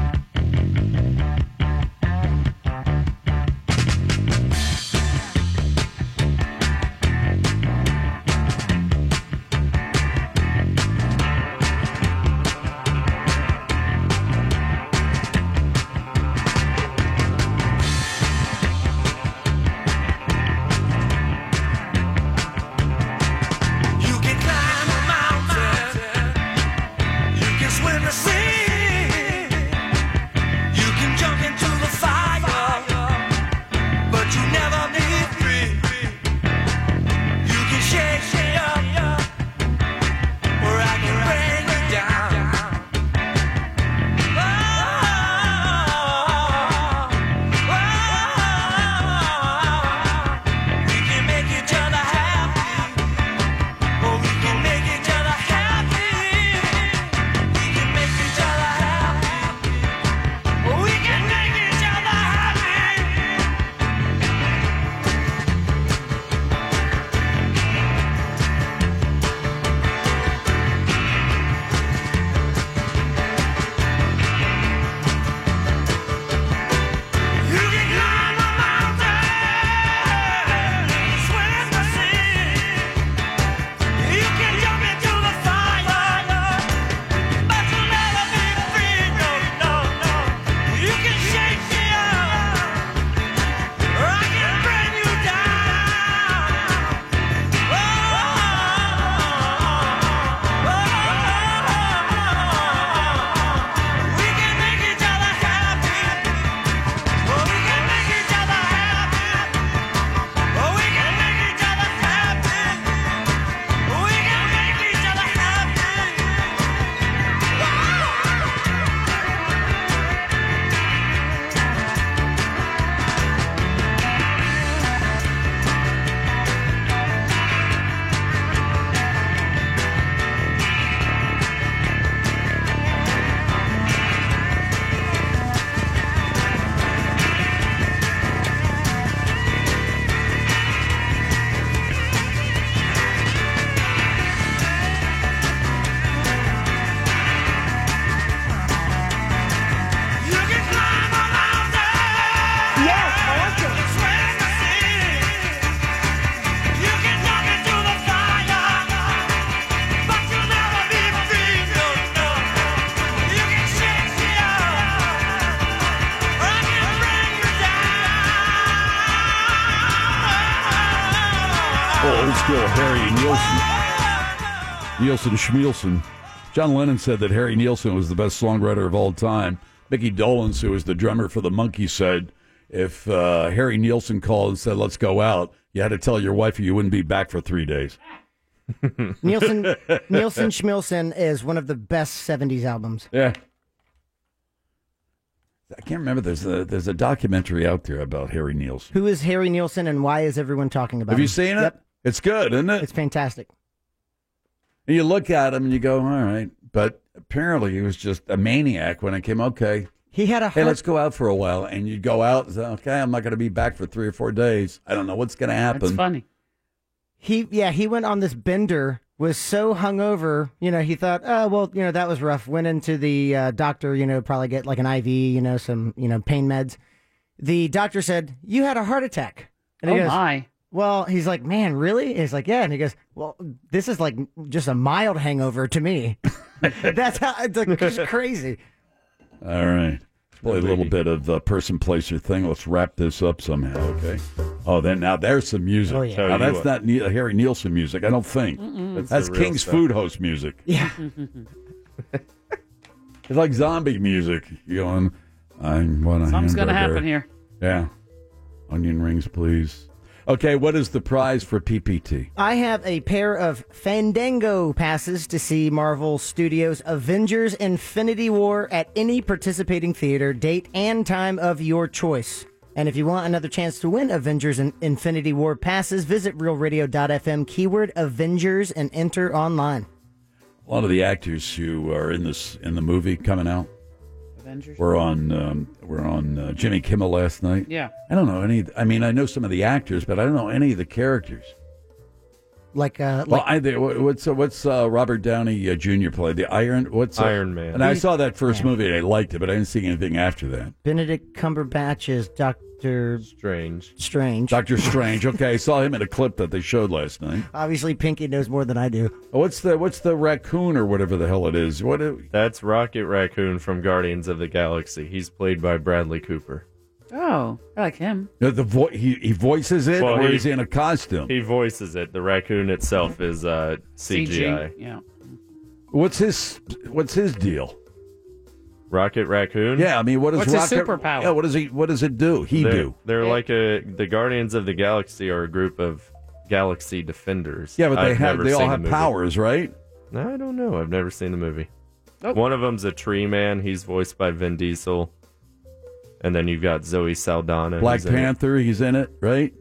[SPEAKER 5] Oh, old school Harry Nielsen. Nielsen Schmielsen. John Lennon said that Harry Nielsen was the best songwriter of all time. Mickey Dolenz, who was the drummer for the Monkees, said if uh, Harry Nielsen called and said, let's go out, you had to tell your wife you wouldn't be back for three days.
[SPEAKER 7] *laughs*
[SPEAKER 5] *laughs*
[SPEAKER 7] Nielsen Nielsen Schmielsen is one of the best '70s albums.
[SPEAKER 5] Yeah. I can't remember. There's a, there's a documentary out there about Harry Nielsen.
[SPEAKER 7] Who is Harry Nielsen, and why is everyone talking about?
[SPEAKER 5] Have you
[SPEAKER 7] him?
[SPEAKER 5] seen it?
[SPEAKER 7] Yep,
[SPEAKER 5] It's good, isn't it?
[SPEAKER 7] it's fantastic.
[SPEAKER 5] And you look at him and you go, all right. But apparently he was just a maniac when it came, okay.
[SPEAKER 7] He had a
[SPEAKER 5] Hey, let's go out for a while. And you'd go out and say, okay, I'm not going to be back for three or four days. I don't know what's going to happen.
[SPEAKER 7] That's funny. He yeah he went on this bender. Was so hungover, you know. He thought, oh well, you know that was rough. Went into the uh, doctor, you know, probably get like an IV, you know, some you know pain meds. The doctor said you had a heart attack. And he
[SPEAKER 6] Oh,
[SPEAKER 7] goes,
[SPEAKER 6] my.
[SPEAKER 7] Well, he's like, man, really? And he's like, yeah. And he goes, well, this is like just a mild hangover to me. *laughs* That's how it's like just crazy.
[SPEAKER 5] All right. Let's play a little bit of uh, person, place, or thing. Let's wrap this up somehow, okay? Oh, then now there's some music.
[SPEAKER 7] Oh, yeah.
[SPEAKER 5] Now,
[SPEAKER 7] Tell you what.
[SPEAKER 5] that's not ne- Harry Nielsen music, I don't think.
[SPEAKER 7] Mm-mm.
[SPEAKER 5] That's,
[SPEAKER 7] That's
[SPEAKER 5] that's
[SPEAKER 7] the real
[SPEAKER 5] King's
[SPEAKER 7] stuff.
[SPEAKER 5] Food Host music.
[SPEAKER 7] Yeah.
[SPEAKER 5] It's like zombie music. You're going, I want to.
[SPEAKER 6] Something's gonna happen here.
[SPEAKER 5] Yeah. Onion rings, please. Okay, what is the prize for PPT?
[SPEAKER 7] I have a pair of Fandango passes to see Marvel Studios' Avengers Infinity War at any participating theater, date and time of your choice. And if you want another chance to win Avengers and Infinity War passes, visit realradio.fm, keyword Avengers, and enter online.
[SPEAKER 5] A lot of the actors who are in this in the movie coming out.
[SPEAKER 6] Avengers.
[SPEAKER 5] We're on um, we're on uh, Jimmy Kimmel last night.
[SPEAKER 6] Yeah.
[SPEAKER 5] I don't know any. I mean, I know some of the actors, but I don't know any of the characters.
[SPEAKER 7] Like, uh,
[SPEAKER 5] Well,
[SPEAKER 7] like
[SPEAKER 5] I, they- what- what's uh, what's uh, Robert Downey uh, Jr. play? The Iron what's uh,
[SPEAKER 8] Iron Man.
[SPEAKER 5] And I saw that first movie and I liked it, but I didn't see anything after that.
[SPEAKER 7] Benedict Cumberbatch is Doctor
[SPEAKER 8] Strange.
[SPEAKER 7] Strange.
[SPEAKER 5] Doctor Strange. Okay, I saw him in a clip that they showed last night.
[SPEAKER 7] Obviously, Pinky knows more than I do.
[SPEAKER 5] Oh, What's the what's the raccoon or whatever the hell it is? What do-
[SPEAKER 8] That's Rocket Raccoon from Guardians of the Galaxy. He's played by Bradley Cooper.
[SPEAKER 6] Oh, I like him.
[SPEAKER 5] Uh, the, the vo- he he voices it
[SPEAKER 8] Well,
[SPEAKER 5] or
[SPEAKER 8] he-
[SPEAKER 5] is he in a costume?
[SPEAKER 8] He voices it. The raccoon itself is uh, CGI.
[SPEAKER 6] Yeah.
[SPEAKER 5] What's his what's his deal?
[SPEAKER 8] Rocket Raccoon.
[SPEAKER 5] Yeah, I mean, what is Rocket, Yeah, what does he what does it do? He
[SPEAKER 8] they're,
[SPEAKER 5] do.
[SPEAKER 8] They're like a the Guardians of the Galaxy are a group of galaxy defenders.
[SPEAKER 5] Yeah, but they
[SPEAKER 8] I've
[SPEAKER 5] have
[SPEAKER 8] never
[SPEAKER 5] they all
[SPEAKER 8] seen the
[SPEAKER 5] have
[SPEAKER 8] movie.
[SPEAKER 5] powers, right?
[SPEAKER 8] No, I don't know. I've never seen the movie.
[SPEAKER 6] Nope.
[SPEAKER 8] One of them's a tree man. He's voiced by Vin Diesel. And then you've got Zoe Saldana.
[SPEAKER 5] Black
[SPEAKER 8] who's in it.
[SPEAKER 5] Panther, he's in it, right?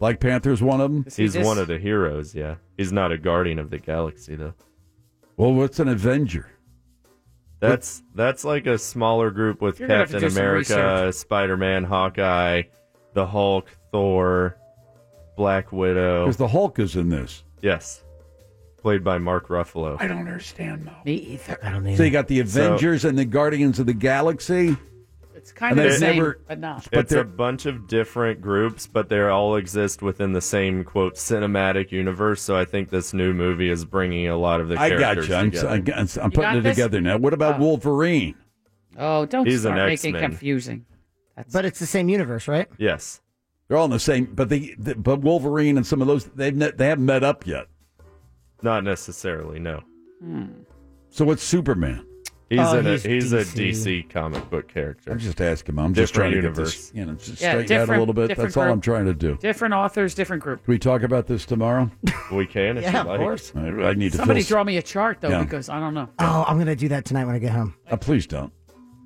[SPEAKER 5] Black Panther's one of them.
[SPEAKER 8] He's one of the heroes. Yeah, he's not a Guardian of the Galaxy though.
[SPEAKER 5] Well, what's an Avenger?
[SPEAKER 8] That's that's like a smaller group with
[SPEAKER 5] You're gonna have to
[SPEAKER 8] Captain
[SPEAKER 5] do some
[SPEAKER 8] America,
[SPEAKER 5] research.
[SPEAKER 8] Spider Man, Hawkeye, the Hulk, Thor, Black Widow.
[SPEAKER 5] Because the Hulk is in this.
[SPEAKER 8] Yes, played by Mark Ruffalo.
[SPEAKER 5] I don't understand, Mo.
[SPEAKER 6] Me either.
[SPEAKER 7] I don't
[SPEAKER 5] So you got the Avengers and the Guardians of the Galaxy.
[SPEAKER 6] It's kind of
[SPEAKER 5] And
[SPEAKER 6] the
[SPEAKER 5] they
[SPEAKER 6] same,
[SPEAKER 5] never-
[SPEAKER 6] but not.
[SPEAKER 8] it's a bunch of different groups, but they all exist within the same quote cinematic universe. So I think this new movie is bringing a lot of the
[SPEAKER 5] I got
[SPEAKER 8] characters
[SPEAKER 5] you. I'm,
[SPEAKER 8] together.
[SPEAKER 5] I'm, I'm
[SPEAKER 6] You got
[SPEAKER 5] putting it
[SPEAKER 6] this?
[SPEAKER 5] together now. What about Wolverine?
[SPEAKER 6] Oh, don't
[SPEAKER 5] He's an
[SPEAKER 6] start making
[SPEAKER 5] X-Men.
[SPEAKER 6] confusing.
[SPEAKER 7] But it's the same universe, right?
[SPEAKER 8] Yes,
[SPEAKER 5] they're all in the same. But they, the, but Wolverine and some of those they've ne- they haven't met up yet.
[SPEAKER 8] Not necessarily. No,
[SPEAKER 6] Hmm.
[SPEAKER 5] So what's Superman?
[SPEAKER 8] he's
[SPEAKER 6] Oh,
[SPEAKER 7] Oh,
[SPEAKER 8] in a, he's a DC comic book character.
[SPEAKER 5] I'm just asking. Mom. I'm just
[SPEAKER 8] Different
[SPEAKER 5] trying
[SPEAKER 8] universe.
[SPEAKER 5] to get this, you know, just
[SPEAKER 6] Yeah,
[SPEAKER 5] straighten out a
[SPEAKER 6] different-
[SPEAKER 5] little bit.
[SPEAKER 6] different
[SPEAKER 5] That's all I'm
[SPEAKER 6] group.
[SPEAKER 5] trying to do. Can
[SPEAKER 6] Different authors, different group.
[SPEAKER 5] we talk about this tomorrow?
[SPEAKER 8] *laughs* we can.
[SPEAKER 6] if Yeah, you of like. course.
[SPEAKER 5] I, I need to.
[SPEAKER 6] Somebody
[SPEAKER 5] feel,
[SPEAKER 6] draw me a chart though,
[SPEAKER 5] Yeah.
[SPEAKER 6] because I don't know.
[SPEAKER 7] Oh, I'm gonna do that tonight when I get home.
[SPEAKER 5] Uh, please don't.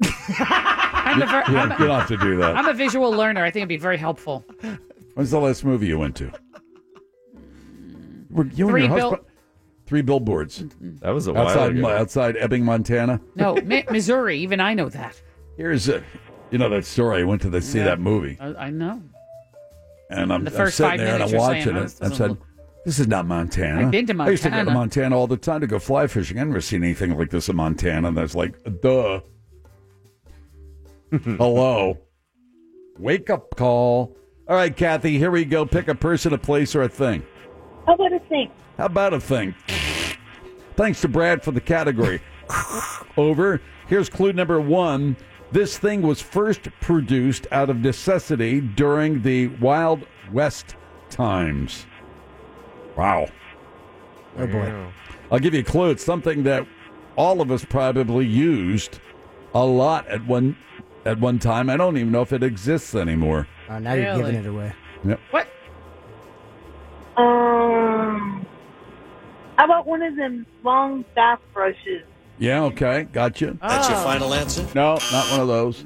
[SPEAKER 6] I'm a, ver-
[SPEAKER 5] you,
[SPEAKER 6] I'm,
[SPEAKER 5] don't, you
[SPEAKER 6] a,
[SPEAKER 5] don't have to do that.
[SPEAKER 6] I'm a visual learner. I think it'd be very helpful.
[SPEAKER 5] When's the last movie you went to? Were you
[SPEAKER 6] Three
[SPEAKER 5] and your
[SPEAKER 6] bill-
[SPEAKER 5] husband? Three billboards. That
[SPEAKER 8] was a
[SPEAKER 6] while
[SPEAKER 5] outside
[SPEAKER 6] ago.
[SPEAKER 5] outside Ebbing, Montana.
[SPEAKER 6] No,
[SPEAKER 5] *laughs*
[SPEAKER 6] Mi- Missouri. Even I know that.
[SPEAKER 5] Here's a, you know that story. I went to the, see
[SPEAKER 6] Yeah.
[SPEAKER 5] that movie,
[SPEAKER 6] I, I know.
[SPEAKER 5] and I'm,
[SPEAKER 6] The
[SPEAKER 5] I'm
[SPEAKER 6] first
[SPEAKER 5] sitting
[SPEAKER 6] five
[SPEAKER 5] there and I'm
[SPEAKER 6] minutes you're saying,
[SPEAKER 5] watching
[SPEAKER 6] "Oh,
[SPEAKER 5] it.
[SPEAKER 6] this
[SPEAKER 5] I'm
[SPEAKER 6] doesn't
[SPEAKER 5] saying, "This is not Montana."
[SPEAKER 6] I've been to
[SPEAKER 5] I used to go to
[SPEAKER 6] Montana.
[SPEAKER 5] Montana all the time to go fly fishing. I never seen anything like this in Montana. And I was like, "Duh." *laughs* Hello, wake up call. All right, Kathy, here we go. Pick a person, a place, or a thing.
[SPEAKER 11] How about a thing?
[SPEAKER 5] How about a thing? Thanks to Brad for
[SPEAKER 11] *laughs*
[SPEAKER 5] the category. Over. Here's clue number one. This thing was first produced out of necessity during the Wild West times. Wow.
[SPEAKER 7] Oh, boy.
[SPEAKER 5] I'll give you a clue. It's something that all of us probably used a lot at one at one time. I don't even know if it exists anymore.
[SPEAKER 7] Oh, now you're giving it away.
[SPEAKER 5] Yep.
[SPEAKER 11] Um, how about one of them long bath brushes?
[SPEAKER 5] Yeah, okay. Gotcha.
[SPEAKER 11] That's your Oh. final
[SPEAKER 5] answer? No, not one of those.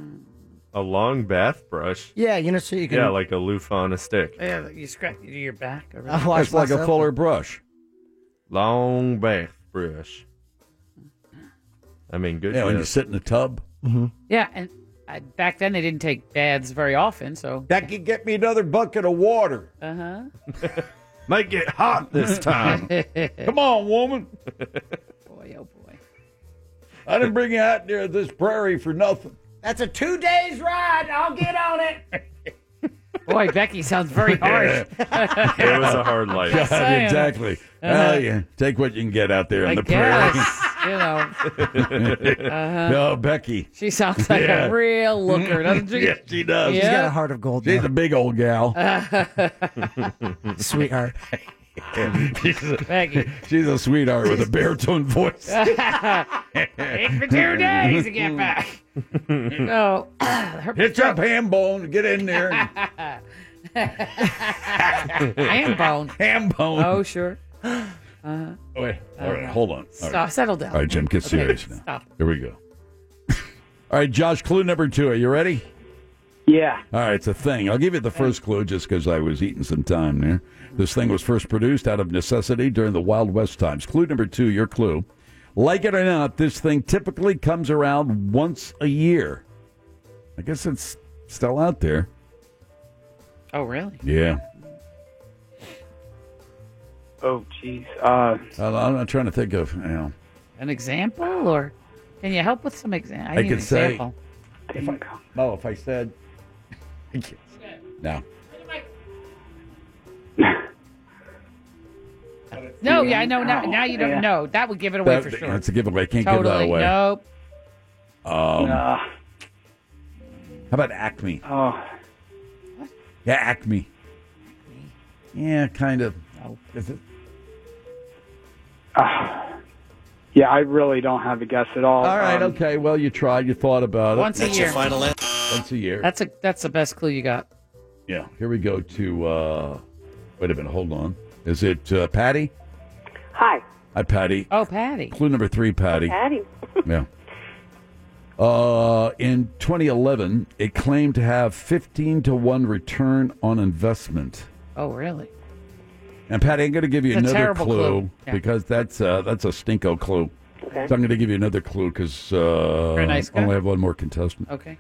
[SPEAKER 8] A long bath brush.
[SPEAKER 7] Yeah, you know, so you can.
[SPEAKER 8] Yeah, like a loofah on a stick.
[SPEAKER 6] Yeah, you scratch your back. Or
[SPEAKER 7] I watched
[SPEAKER 8] It's like a
[SPEAKER 7] myself.
[SPEAKER 8] fuller-
[SPEAKER 5] Brush.
[SPEAKER 8] Long bath brush. I mean, good.
[SPEAKER 5] Yeah, when you
[SPEAKER 8] guess.
[SPEAKER 5] sit in the tub.
[SPEAKER 6] Yeah, and I, back then they didn't take baths very often, so.
[SPEAKER 5] That could get me another bucket of water.
[SPEAKER 6] Uh huh.
[SPEAKER 8] *laughs* Make it hot this
[SPEAKER 6] *laughs*
[SPEAKER 8] time.
[SPEAKER 5] Come on, woman.
[SPEAKER 6] boy, oh boy.
[SPEAKER 5] I didn't bring you out near this prairie for nothing.
[SPEAKER 7] That's a two days ride. I'll get on it.
[SPEAKER 6] *laughs* Boy, Becky sounds
[SPEAKER 5] *laughs*
[SPEAKER 6] very harsh.
[SPEAKER 5] It
[SPEAKER 8] was a
[SPEAKER 6] *laughs*
[SPEAKER 8] hard life.
[SPEAKER 5] *laughs* Yeah,
[SPEAKER 6] Just saying.
[SPEAKER 5] exactly.
[SPEAKER 6] Uh-huh.
[SPEAKER 5] Well, yeah, take what you can get out there on
[SPEAKER 6] I
[SPEAKER 5] the
[SPEAKER 6] guess, you know.
[SPEAKER 5] *laughs* prairie.
[SPEAKER 6] Uh-huh.
[SPEAKER 5] No, Becky.
[SPEAKER 6] She sounds like
[SPEAKER 5] Yeah.
[SPEAKER 6] a real looker,
[SPEAKER 5] *laughs*
[SPEAKER 6] doesn't she?
[SPEAKER 5] yeah, she does.
[SPEAKER 6] Yeah.
[SPEAKER 7] heart of gold.
[SPEAKER 5] She's a big
[SPEAKER 6] *laughs*
[SPEAKER 5] old gal.
[SPEAKER 7] sweetheart.
[SPEAKER 5] she's, a,
[SPEAKER 6] Becky.
[SPEAKER 5] she's a sweetheart
[SPEAKER 6] *laughs*
[SPEAKER 5] with a baritone voice.
[SPEAKER 6] Take me two days to get
[SPEAKER 5] *laughs*
[SPEAKER 6] back. Oh, No. her
[SPEAKER 5] Hit your ham bone. Get in there.
[SPEAKER 6] *laughs* Ham
[SPEAKER 5] *laughs*
[SPEAKER 6] bone.
[SPEAKER 5] Ham bone.
[SPEAKER 6] Oh, sure. Uh-huh.
[SPEAKER 5] Oh, wait. All right,
[SPEAKER 6] Uh,
[SPEAKER 5] hold on. All
[SPEAKER 6] Stop.
[SPEAKER 5] right.
[SPEAKER 6] Settle down.
[SPEAKER 5] All right, Jim, get
[SPEAKER 6] Okay,
[SPEAKER 5] serious now.
[SPEAKER 6] Stop.
[SPEAKER 5] Here we go. All right, Josh, clue number two. Are you ready?
[SPEAKER 12] Yeah.
[SPEAKER 5] All right, it's a thing. I'll give you the first clue just because I was eating some time there. This thing was first produced out of necessity during the Wild West times. Clue number two, your clue. Like it or not, this thing typically comes around once a year. I guess it's still out there.
[SPEAKER 6] Oh, really?
[SPEAKER 5] Yeah.
[SPEAKER 12] Oh, jeez. Uh,
[SPEAKER 5] I'm I'm not trying to think of, you know.
[SPEAKER 6] An example, or can you help with some example? I,
[SPEAKER 5] I
[SPEAKER 6] need
[SPEAKER 5] could
[SPEAKER 6] an
[SPEAKER 5] say-
[SPEAKER 6] example.
[SPEAKER 5] If I, oh, if I said. *laughs* No.
[SPEAKER 6] No, yeah, I know. Now, now you don't
[SPEAKER 12] Yeah.
[SPEAKER 6] know. That would give it away
[SPEAKER 5] That-
[SPEAKER 6] for sure.
[SPEAKER 5] That's a giveaway. I can't
[SPEAKER 6] totally.
[SPEAKER 5] give that away.
[SPEAKER 6] Nope.
[SPEAKER 5] Um,
[SPEAKER 12] Nah.
[SPEAKER 5] How about Acme?
[SPEAKER 12] Oh.
[SPEAKER 5] Yeah, Acme. Yeah, kind of. Is it?
[SPEAKER 12] yeah, I really don't have a guess at all.
[SPEAKER 5] All right,
[SPEAKER 12] Um,
[SPEAKER 5] okay. Well, you tried. You thought about it.
[SPEAKER 6] Once a That's your year. final
[SPEAKER 5] answer. Once a year.
[SPEAKER 6] That's a that's the best clue you got.
[SPEAKER 5] yeah. Here we go to. Uh, wait a minute. Hold on. Is it uh, Patty?
[SPEAKER 12] Hi.
[SPEAKER 5] Hi, Patty.
[SPEAKER 6] Oh, Patty.
[SPEAKER 5] Clue number three,
[SPEAKER 6] Oh,
[SPEAKER 5] Patty.
[SPEAKER 12] Patty.
[SPEAKER 5] yeah. Uh, in 2011, it claimed to have 15 to 1 return on investment.
[SPEAKER 6] Oh, really?
[SPEAKER 5] And Patty, I'm going to give you
[SPEAKER 6] It's a
[SPEAKER 5] another
[SPEAKER 6] terrible
[SPEAKER 5] clue,
[SPEAKER 6] clue. Yeah.
[SPEAKER 5] because that's uh, that's a stinko clue.
[SPEAKER 6] Okay.
[SPEAKER 5] So I'm going to give you another clue because uh,
[SPEAKER 6] Very nice
[SPEAKER 5] I
[SPEAKER 6] guy.
[SPEAKER 5] only have one more contestant.
[SPEAKER 6] Okay.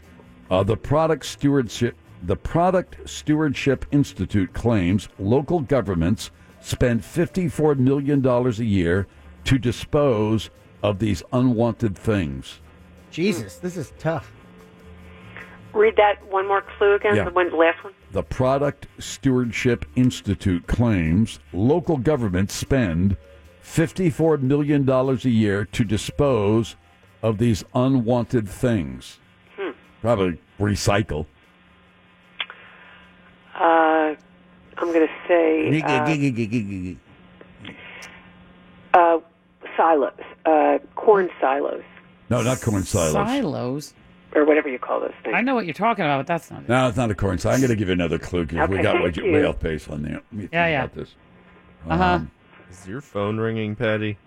[SPEAKER 5] Uh, the product stewardship the Product Stewardship Institute claims local governments spend 54 million dollars a year to dispose of these unwanted things.
[SPEAKER 7] Jesus, this is tough.
[SPEAKER 12] Read that one more clue again.
[SPEAKER 5] Yeah.
[SPEAKER 12] The one, last one.
[SPEAKER 5] The Product Stewardship Institute claims local governments spend $54 million a year to dispose of these unwanted things.
[SPEAKER 12] Hmm.
[SPEAKER 5] Probably recycle.
[SPEAKER 12] Uh, I'm going to say uh, uh, silos, uh, corn silos,
[SPEAKER 5] No, not corn silos.
[SPEAKER 6] Silos.
[SPEAKER 12] or whatever you call those things.
[SPEAKER 6] I know what you're talking about, but that's not. it.
[SPEAKER 5] No, it's not a corn silo. I'm going to give you another clue because we
[SPEAKER 12] Okay,
[SPEAKER 5] got
[SPEAKER 12] thank
[SPEAKER 5] what you
[SPEAKER 12] you.
[SPEAKER 5] way off base on there. Let me think
[SPEAKER 12] Yeah, yeah.
[SPEAKER 5] about this.
[SPEAKER 6] Uh-huh.
[SPEAKER 5] Um,
[SPEAKER 8] Is your phone ringing, Patty?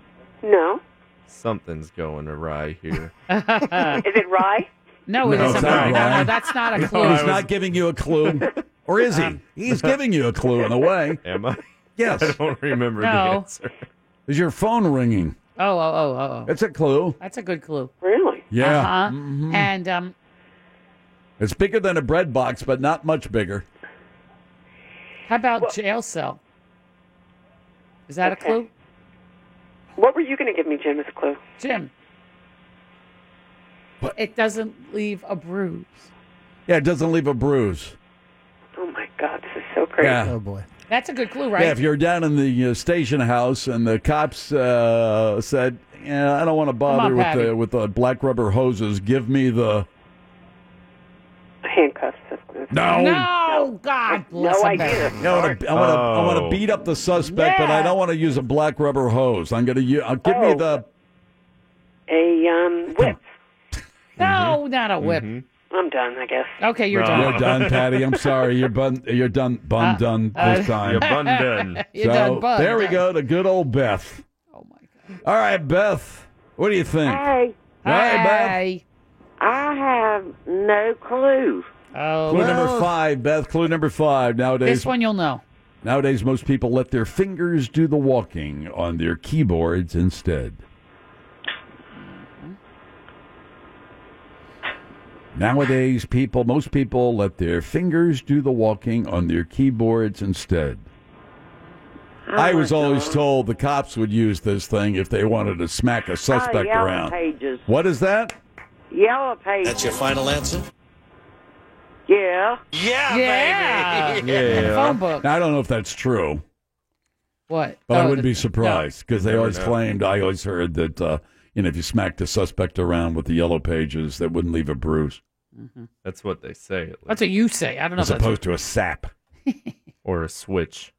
[SPEAKER 12] No.
[SPEAKER 8] Something's going awry
[SPEAKER 7] *laughs*
[SPEAKER 8] here.
[SPEAKER 12] Is it rye?
[SPEAKER 6] No, it
[SPEAKER 8] No,
[SPEAKER 6] is
[SPEAKER 8] it's
[SPEAKER 6] not.
[SPEAKER 8] not
[SPEAKER 6] No, no,
[SPEAKER 8] Ryan.
[SPEAKER 6] that's not a
[SPEAKER 5] *laughs* No,
[SPEAKER 6] clue.
[SPEAKER 5] he's not giving you a clue.
[SPEAKER 12] *laughs*
[SPEAKER 5] Or is he?
[SPEAKER 12] Um,
[SPEAKER 5] He's giving you a clue in a way.
[SPEAKER 8] *laughs* Am I?
[SPEAKER 5] Yes.
[SPEAKER 8] I don't remember the
[SPEAKER 6] No.
[SPEAKER 8] answer.
[SPEAKER 5] Is your phone ringing?
[SPEAKER 6] Oh, oh, oh, oh, oh.
[SPEAKER 5] That's a clue.
[SPEAKER 6] That's a good clue.
[SPEAKER 12] Really?
[SPEAKER 5] Yeah. Mm-hmm.
[SPEAKER 6] Uh-huh. And um,
[SPEAKER 5] It's bigger than a bread box, but not much bigger.
[SPEAKER 6] how about jail cell? Is that a clue,
[SPEAKER 12] What were you going to give me, Jim, as a clue?
[SPEAKER 6] Jim? It doesn't leave a bruise.
[SPEAKER 5] Yeah, it doesn't leave a bruise.
[SPEAKER 12] Oh my God, this is so crazy.
[SPEAKER 5] Yeah.
[SPEAKER 7] boy.
[SPEAKER 6] That's a good clue, right?
[SPEAKER 5] Yeah, if you're down in the uh, station house and the cops uh, said, yeah, "I don't want to bother
[SPEAKER 12] on,
[SPEAKER 5] with
[SPEAKER 12] Patty.
[SPEAKER 5] the with the black rubber hoses. Give me the
[SPEAKER 12] Handcuffs.
[SPEAKER 5] no,
[SPEAKER 12] No.
[SPEAKER 6] Oh God, bless America.
[SPEAKER 5] I want to. I want to. I
[SPEAKER 9] Oh.
[SPEAKER 12] Oh.
[SPEAKER 5] want to beat up the suspect, but I don't want to use a black rubber hose. I'm going to. use. Uh, give
[SPEAKER 12] Oh.
[SPEAKER 5] me the.
[SPEAKER 12] A um, whip.
[SPEAKER 6] No, not a whip.
[SPEAKER 12] Mm-hmm. I'm done, I guess.
[SPEAKER 6] Okay, you're
[SPEAKER 5] No.
[SPEAKER 6] done.
[SPEAKER 5] You're done, Patty. I'm sorry. You're bun. You're done. Bun
[SPEAKER 6] Uh,
[SPEAKER 5] done
[SPEAKER 6] uh,
[SPEAKER 5] this time.
[SPEAKER 6] You're bun done. *laughs* You're
[SPEAKER 5] so
[SPEAKER 6] done bun
[SPEAKER 5] there we
[SPEAKER 6] done.
[SPEAKER 5] go to good old Beth. Oh my God. All right, Beth. What do you think?
[SPEAKER 12] Hey.
[SPEAKER 5] Hey, Beth.
[SPEAKER 12] I have no clue.
[SPEAKER 6] Oh,
[SPEAKER 5] Clue number five, Beth. Clue number five. Nowadays,
[SPEAKER 6] This one you'll know.
[SPEAKER 5] Nowadays, most people let their fingers do the walking on their keyboards instead. Nowadays, people, most people let their fingers do the walking on their keyboards instead. I was always told the cops would use this thing if they wanted to smack a suspect
[SPEAKER 12] yellow
[SPEAKER 5] around.
[SPEAKER 12] pages.
[SPEAKER 5] What is that?
[SPEAKER 12] Yellow pages.
[SPEAKER 5] answer?
[SPEAKER 12] Yeah. Yeah,
[SPEAKER 6] yeah.
[SPEAKER 5] *laughs*
[SPEAKER 6] book.
[SPEAKER 5] Now, I don't know if that's true.
[SPEAKER 6] What?
[SPEAKER 5] But I
[SPEAKER 6] Oh,
[SPEAKER 5] wouldn't
[SPEAKER 6] *laughs* the-
[SPEAKER 5] be surprised because they
[SPEAKER 6] Never
[SPEAKER 5] always
[SPEAKER 6] know.
[SPEAKER 5] claimed. I always heard that uh, you know if you smacked a suspect around with the yellow pages, that wouldn't leave a bruise.
[SPEAKER 8] That's what they say. at
[SPEAKER 6] That's what you say. I don't know.
[SPEAKER 5] Mm-hmm. As
[SPEAKER 6] if that's-
[SPEAKER 5] opposed to a sap
[SPEAKER 8] or a switch.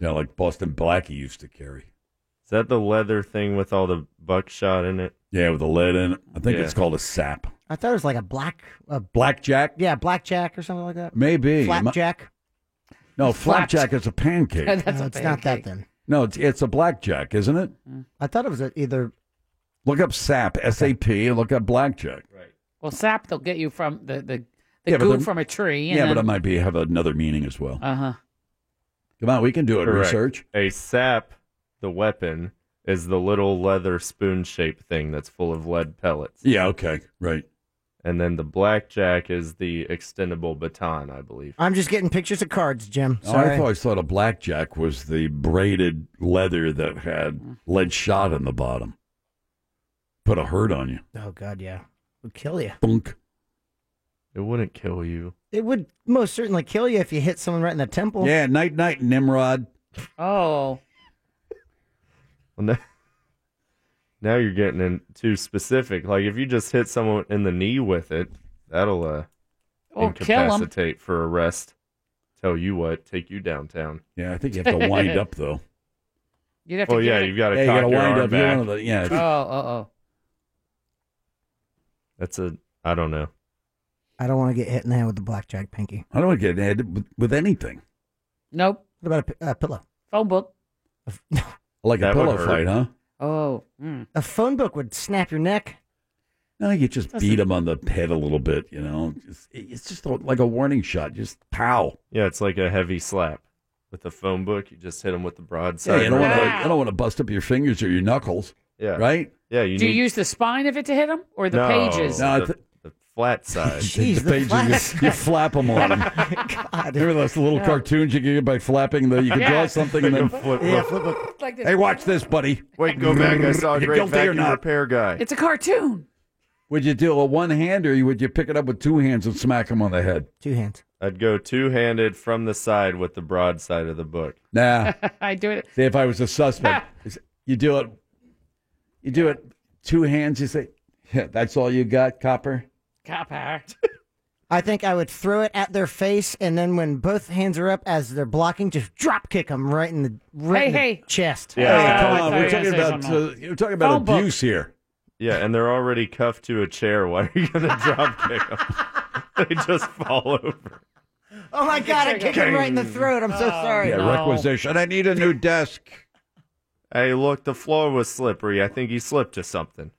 [SPEAKER 5] Yeah, like Boston Blackie used to carry.
[SPEAKER 8] Is that the leather thing with all the buckshot in it?
[SPEAKER 5] Yeah, with the lead in it. I think it's
[SPEAKER 8] Yeah.
[SPEAKER 5] called a sap.
[SPEAKER 7] I thought it was like a black, a,
[SPEAKER 5] Blackjack,
[SPEAKER 7] yeah, blackjack or something like that.
[SPEAKER 5] maybe. Am I-
[SPEAKER 7] Flapjack.
[SPEAKER 5] No,
[SPEAKER 7] Flapped.
[SPEAKER 5] flapjack is
[SPEAKER 6] *laughs*
[SPEAKER 5] a pancake.
[SPEAKER 7] No, it's not that then.
[SPEAKER 5] No, it's it's a blackjack, isn't it?
[SPEAKER 6] Mm.
[SPEAKER 7] I thought it was a, either.
[SPEAKER 5] Look up sap, S A P, and look up blackjack.
[SPEAKER 6] Well, sap they'll get you from the the, the
[SPEAKER 5] Yeah, but
[SPEAKER 6] goo
[SPEAKER 5] the-
[SPEAKER 6] from a tree.
[SPEAKER 5] Yeah, but it might be have another meaning as well.
[SPEAKER 6] Uh huh.
[SPEAKER 5] Come on, we can do it.
[SPEAKER 8] Correct.
[SPEAKER 5] Research.
[SPEAKER 8] A sap, the weapon, is the little leather spoon shaped thing that's full of lead pellets.
[SPEAKER 5] Yeah, okay, right.
[SPEAKER 8] And then the blackjack is the extendable baton, I believe.
[SPEAKER 7] I'm just getting pictures of cards, Jim.
[SPEAKER 5] Oh,
[SPEAKER 7] Sorry.
[SPEAKER 5] I've always thought a blackjack was the braided leather that had lead shot in the bottom. Put a hurt on you.
[SPEAKER 7] oh God, yeah, would kill you.
[SPEAKER 5] Thunk.
[SPEAKER 8] It wouldn't kill you.
[SPEAKER 7] It would most certainly kill you if you hit someone right in the temple.
[SPEAKER 5] Yeah, night night Nimrod.
[SPEAKER 6] Oh.
[SPEAKER 8] Well, now, *laughs* now you're getting in too specific. Like if you just hit someone in the knee with it, that'll uh,
[SPEAKER 6] Or kill 'em.
[SPEAKER 8] incapacitate for arrest. Tell you what, take you downtown.
[SPEAKER 5] Yeah, I think you have to wind up though.
[SPEAKER 6] *laughs* You'd have
[SPEAKER 8] Well,
[SPEAKER 6] to
[SPEAKER 8] Oh, yeah,
[SPEAKER 6] get it-
[SPEAKER 8] you've got to
[SPEAKER 5] Yeah, you
[SPEAKER 8] cock
[SPEAKER 5] gotta
[SPEAKER 8] your
[SPEAKER 5] wind
[SPEAKER 8] arm
[SPEAKER 5] up. You're
[SPEAKER 8] back.
[SPEAKER 5] one of the- yeah.
[SPEAKER 6] Oh, oh,
[SPEAKER 8] That's a I don't know.
[SPEAKER 7] I don't want to get hit in the head with a blackjack pinky.
[SPEAKER 5] I don't want to get hit with, with anything.
[SPEAKER 6] Nope.
[SPEAKER 7] What about a pi- a, pillow?
[SPEAKER 6] Phone book.
[SPEAKER 5] Like
[SPEAKER 7] That
[SPEAKER 5] a
[SPEAKER 7] would
[SPEAKER 5] pillow
[SPEAKER 7] hurt.
[SPEAKER 5] fight, huh?
[SPEAKER 6] Oh.
[SPEAKER 7] A phone book would snap your neck.
[SPEAKER 5] No, you just
[SPEAKER 7] Doesn't-
[SPEAKER 5] beat him on the head a little bit, you know. It's, it's just a, like a warning shot. Just pow.
[SPEAKER 8] Yeah, it's like a heavy slap. With the phone book, you just hit them with the
[SPEAKER 5] Yeah,
[SPEAKER 8] broadside.
[SPEAKER 5] you don't want
[SPEAKER 8] right
[SPEAKER 5] to,
[SPEAKER 8] away.
[SPEAKER 5] I don't want to bust up your fingers or your knuckles.
[SPEAKER 8] Yeah.
[SPEAKER 5] Right?
[SPEAKER 8] Yeah, you
[SPEAKER 6] Do you
[SPEAKER 8] need
[SPEAKER 6] use the spine of it to hit them, or the
[SPEAKER 8] No,
[SPEAKER 6] pages?
[SPEAKER 5] No, I
[SPEAKER 8] the,
[SPEAKER 5] thi-
[SPEAKER 8] the flat side.
[SPEAKER 5] *laughs* Jeez, the pages,
[SPEAKER 6] flat-
[SPEAKER 5] you, you flap
[SPEAKER 8] *laughs*
[SPEAKER 5] them on 'em. Remember those little
[SPEAKER 6] Yeah.
[SPEAKER 5] cartoons you could get by flapping the you could draw
[SPEAKER 6] Yeah.
[SPEAKER 8] *laughs*
[SPEAKER 6] *laughs*
[SPEAKER 5] something and then
[SPEAKER 8] flip.
[SPEAKER 7] Yeah, flip it.
[SPEAKER 6] Like this.
[SPEAKER 5] Hey, watch this, buddy.
[SPEAKER 8] Wait, go back. I saw a
[SPEAKER 5] You
[SPEAKER 8] great
[SPEAKER 5] guilty or
[SPEAKER 8] vacuum
[SPEAKER 5] not?
[SPEAKER 8] repair guy.
[SPEAKER 6] It's a cartoon. *laughs*
[SPEAKER 5] Would you do a one hand or would you pick it up with two hands and smack him on the head?
[SPEAKER 7] Two hands.
[SPEAKER 8] I'd go two handed from the side with the broadside of the book.
[SPEAKER 5] Nah.
[SPEAKER 6] I do it.
[SPEAKER 5] See, if I was
[SPEAKER 6] *laughs*
[SPEAKER 5] a suspect, you do it. You do it two hands. You say, yeah, "That's all you got, copper."
[SPEAKER 6] Copper.
[SPEAKER 7] I think I would throw it at their face, and then when both hands are up as they're blocking, just drop kick them right in the right
[SPEAKER 6] Hey,
[SPEAKER 7] in the
[SPEAKER 6] hey.
[SPEAKER 7] chest.
[SPEAKER 5] Hey, come on, we're talking about uh, we're talking about
[SPEAKER 7] Phone book.
[SPEAKER 5] abuse here.
[SPEAKER 8] Yeah, and they're already cuffed to a chair. Why are you going
[SPEAKER 5] *laughs*
[SPEAKER 8] to drop kick 'em? they just fall over.
[SPEAKER 7] Oh my god, I kicked him right in the throat. I'm
[SPEAKER 6] Oh.
[SPEAKER 7] so sorry.
[SPEAKER 5] yeah, requisition. I need a new desk.
[SPEAKER 8] Hey, look, the floor was slippery. I think he slipped to something.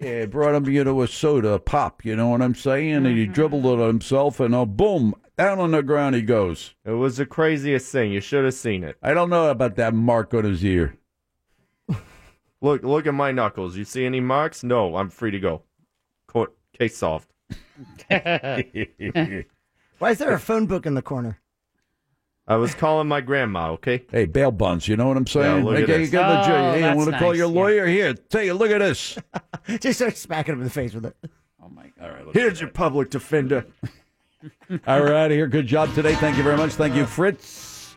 [SPEAKER 5] Yeah, brought him you know a soda pop. You know what I'm saying? And
[SPEAKER 8] Mm-hmm.
[SPEAKER 5] he dribbled it on himself, and oh, boom, down on the ground he goes.
[SPEAKER 8] It was the craziest thing. You should have seen it.
[SPEAKER 5] I don't know about that mark on his ear.
[SPEAKER 8] Look, look at my knuckles. You see any marks? No, I'm free to go. Court case
[SPEAKER 7] *laughs*
[SPEAKER 8] solved. *laughs*
[SPEAKER 7] Why is there a phone book in the corner?
[SPEAKER 8] I was calling my grandma. Okay.
[SPEAKER 5] Hey, bail bonds. You know what I'm saying?
[SPEAKER 8] look at
[SPEAKER 5] Okay,
[SPEAKER 8] this.
[SPEAKER 5] uh, you got the-
[SPEAKER 8] Oh,
[SPEAKER 5] hey,
[SPEAKER 8] that's
[SPEAKER 5] want to call
[SPEAKER 8] nice,
[SPEAKER 5] your
[SPEAKER 8] yeah.
[SPEAKER 5] lawyer here? Tell you, look at this. Oh,
[SPEAKER 7] Just start smacking him in the face with it.
[SPEAKER 8] Here's your public defender.
[SPEAKER 5] *laughs* All right, out of here. Good job today. Thank you very much. Thank you, Fritz.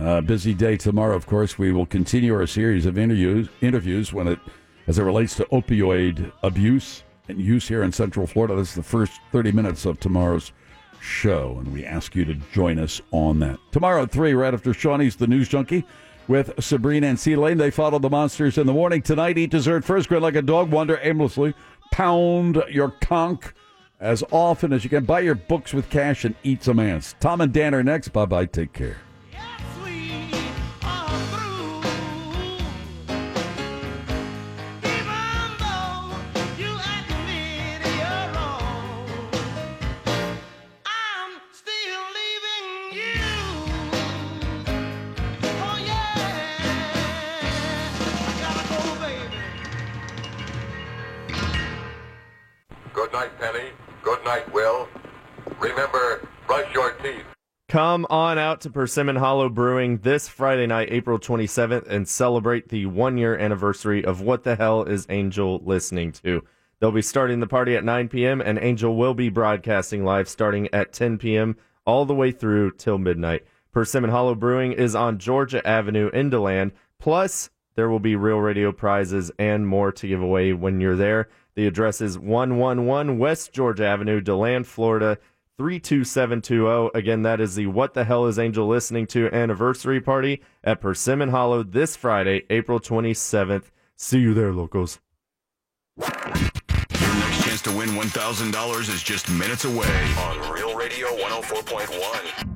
[SPEAKER 5] Uh, busy day tomorrow, of course. We will continue our series of interviews, interviews when it, as it relates to opioid abuse and use here in Central Florida. This is the first 30 minutes of tomorrow's show, and we ask you to join us on that. Tomorrow at 3, right after Shawnee's The News Junkie with Sabrina and C Lane. They follow the monsters in the morning. Tonight, eat dessert first, grin like a dog, wander aimlessly, pound your conch as often as you can. Buy your books with cash and eat some ants. Tom and Dan are next. Bye bye. Take care.
[SPEAKER 17] Good night, Penny. Good night, Will. Remember, brush your teeth.
[SPEAKER 8] Come on out to Persimmon Hollow Brewing this Friday night, April 27th, and celebrate the one year anniversary of What the Hell is Angel Listening to? They'll be starting the party at 9 p.m., and Angel will be broadcasting live starting at 10 p.m. all the way through till midnight. Persimmon Hollow Brewing is on Georgia Avenue in DeLand. Plus, there will be real radio prizes and more to give away when you're there. The address is 111 West Georgia Avenue, DeLand, Florida, 32720. oh. Again, that is the What the Hell is Angel Listening to anniversary party at Persimmon Hollow this Friday, April 27th. See you there, locals.
[SPEAKER 9] Your next oh chance to win $1,000 is just minutes away on Real Radio 104.1.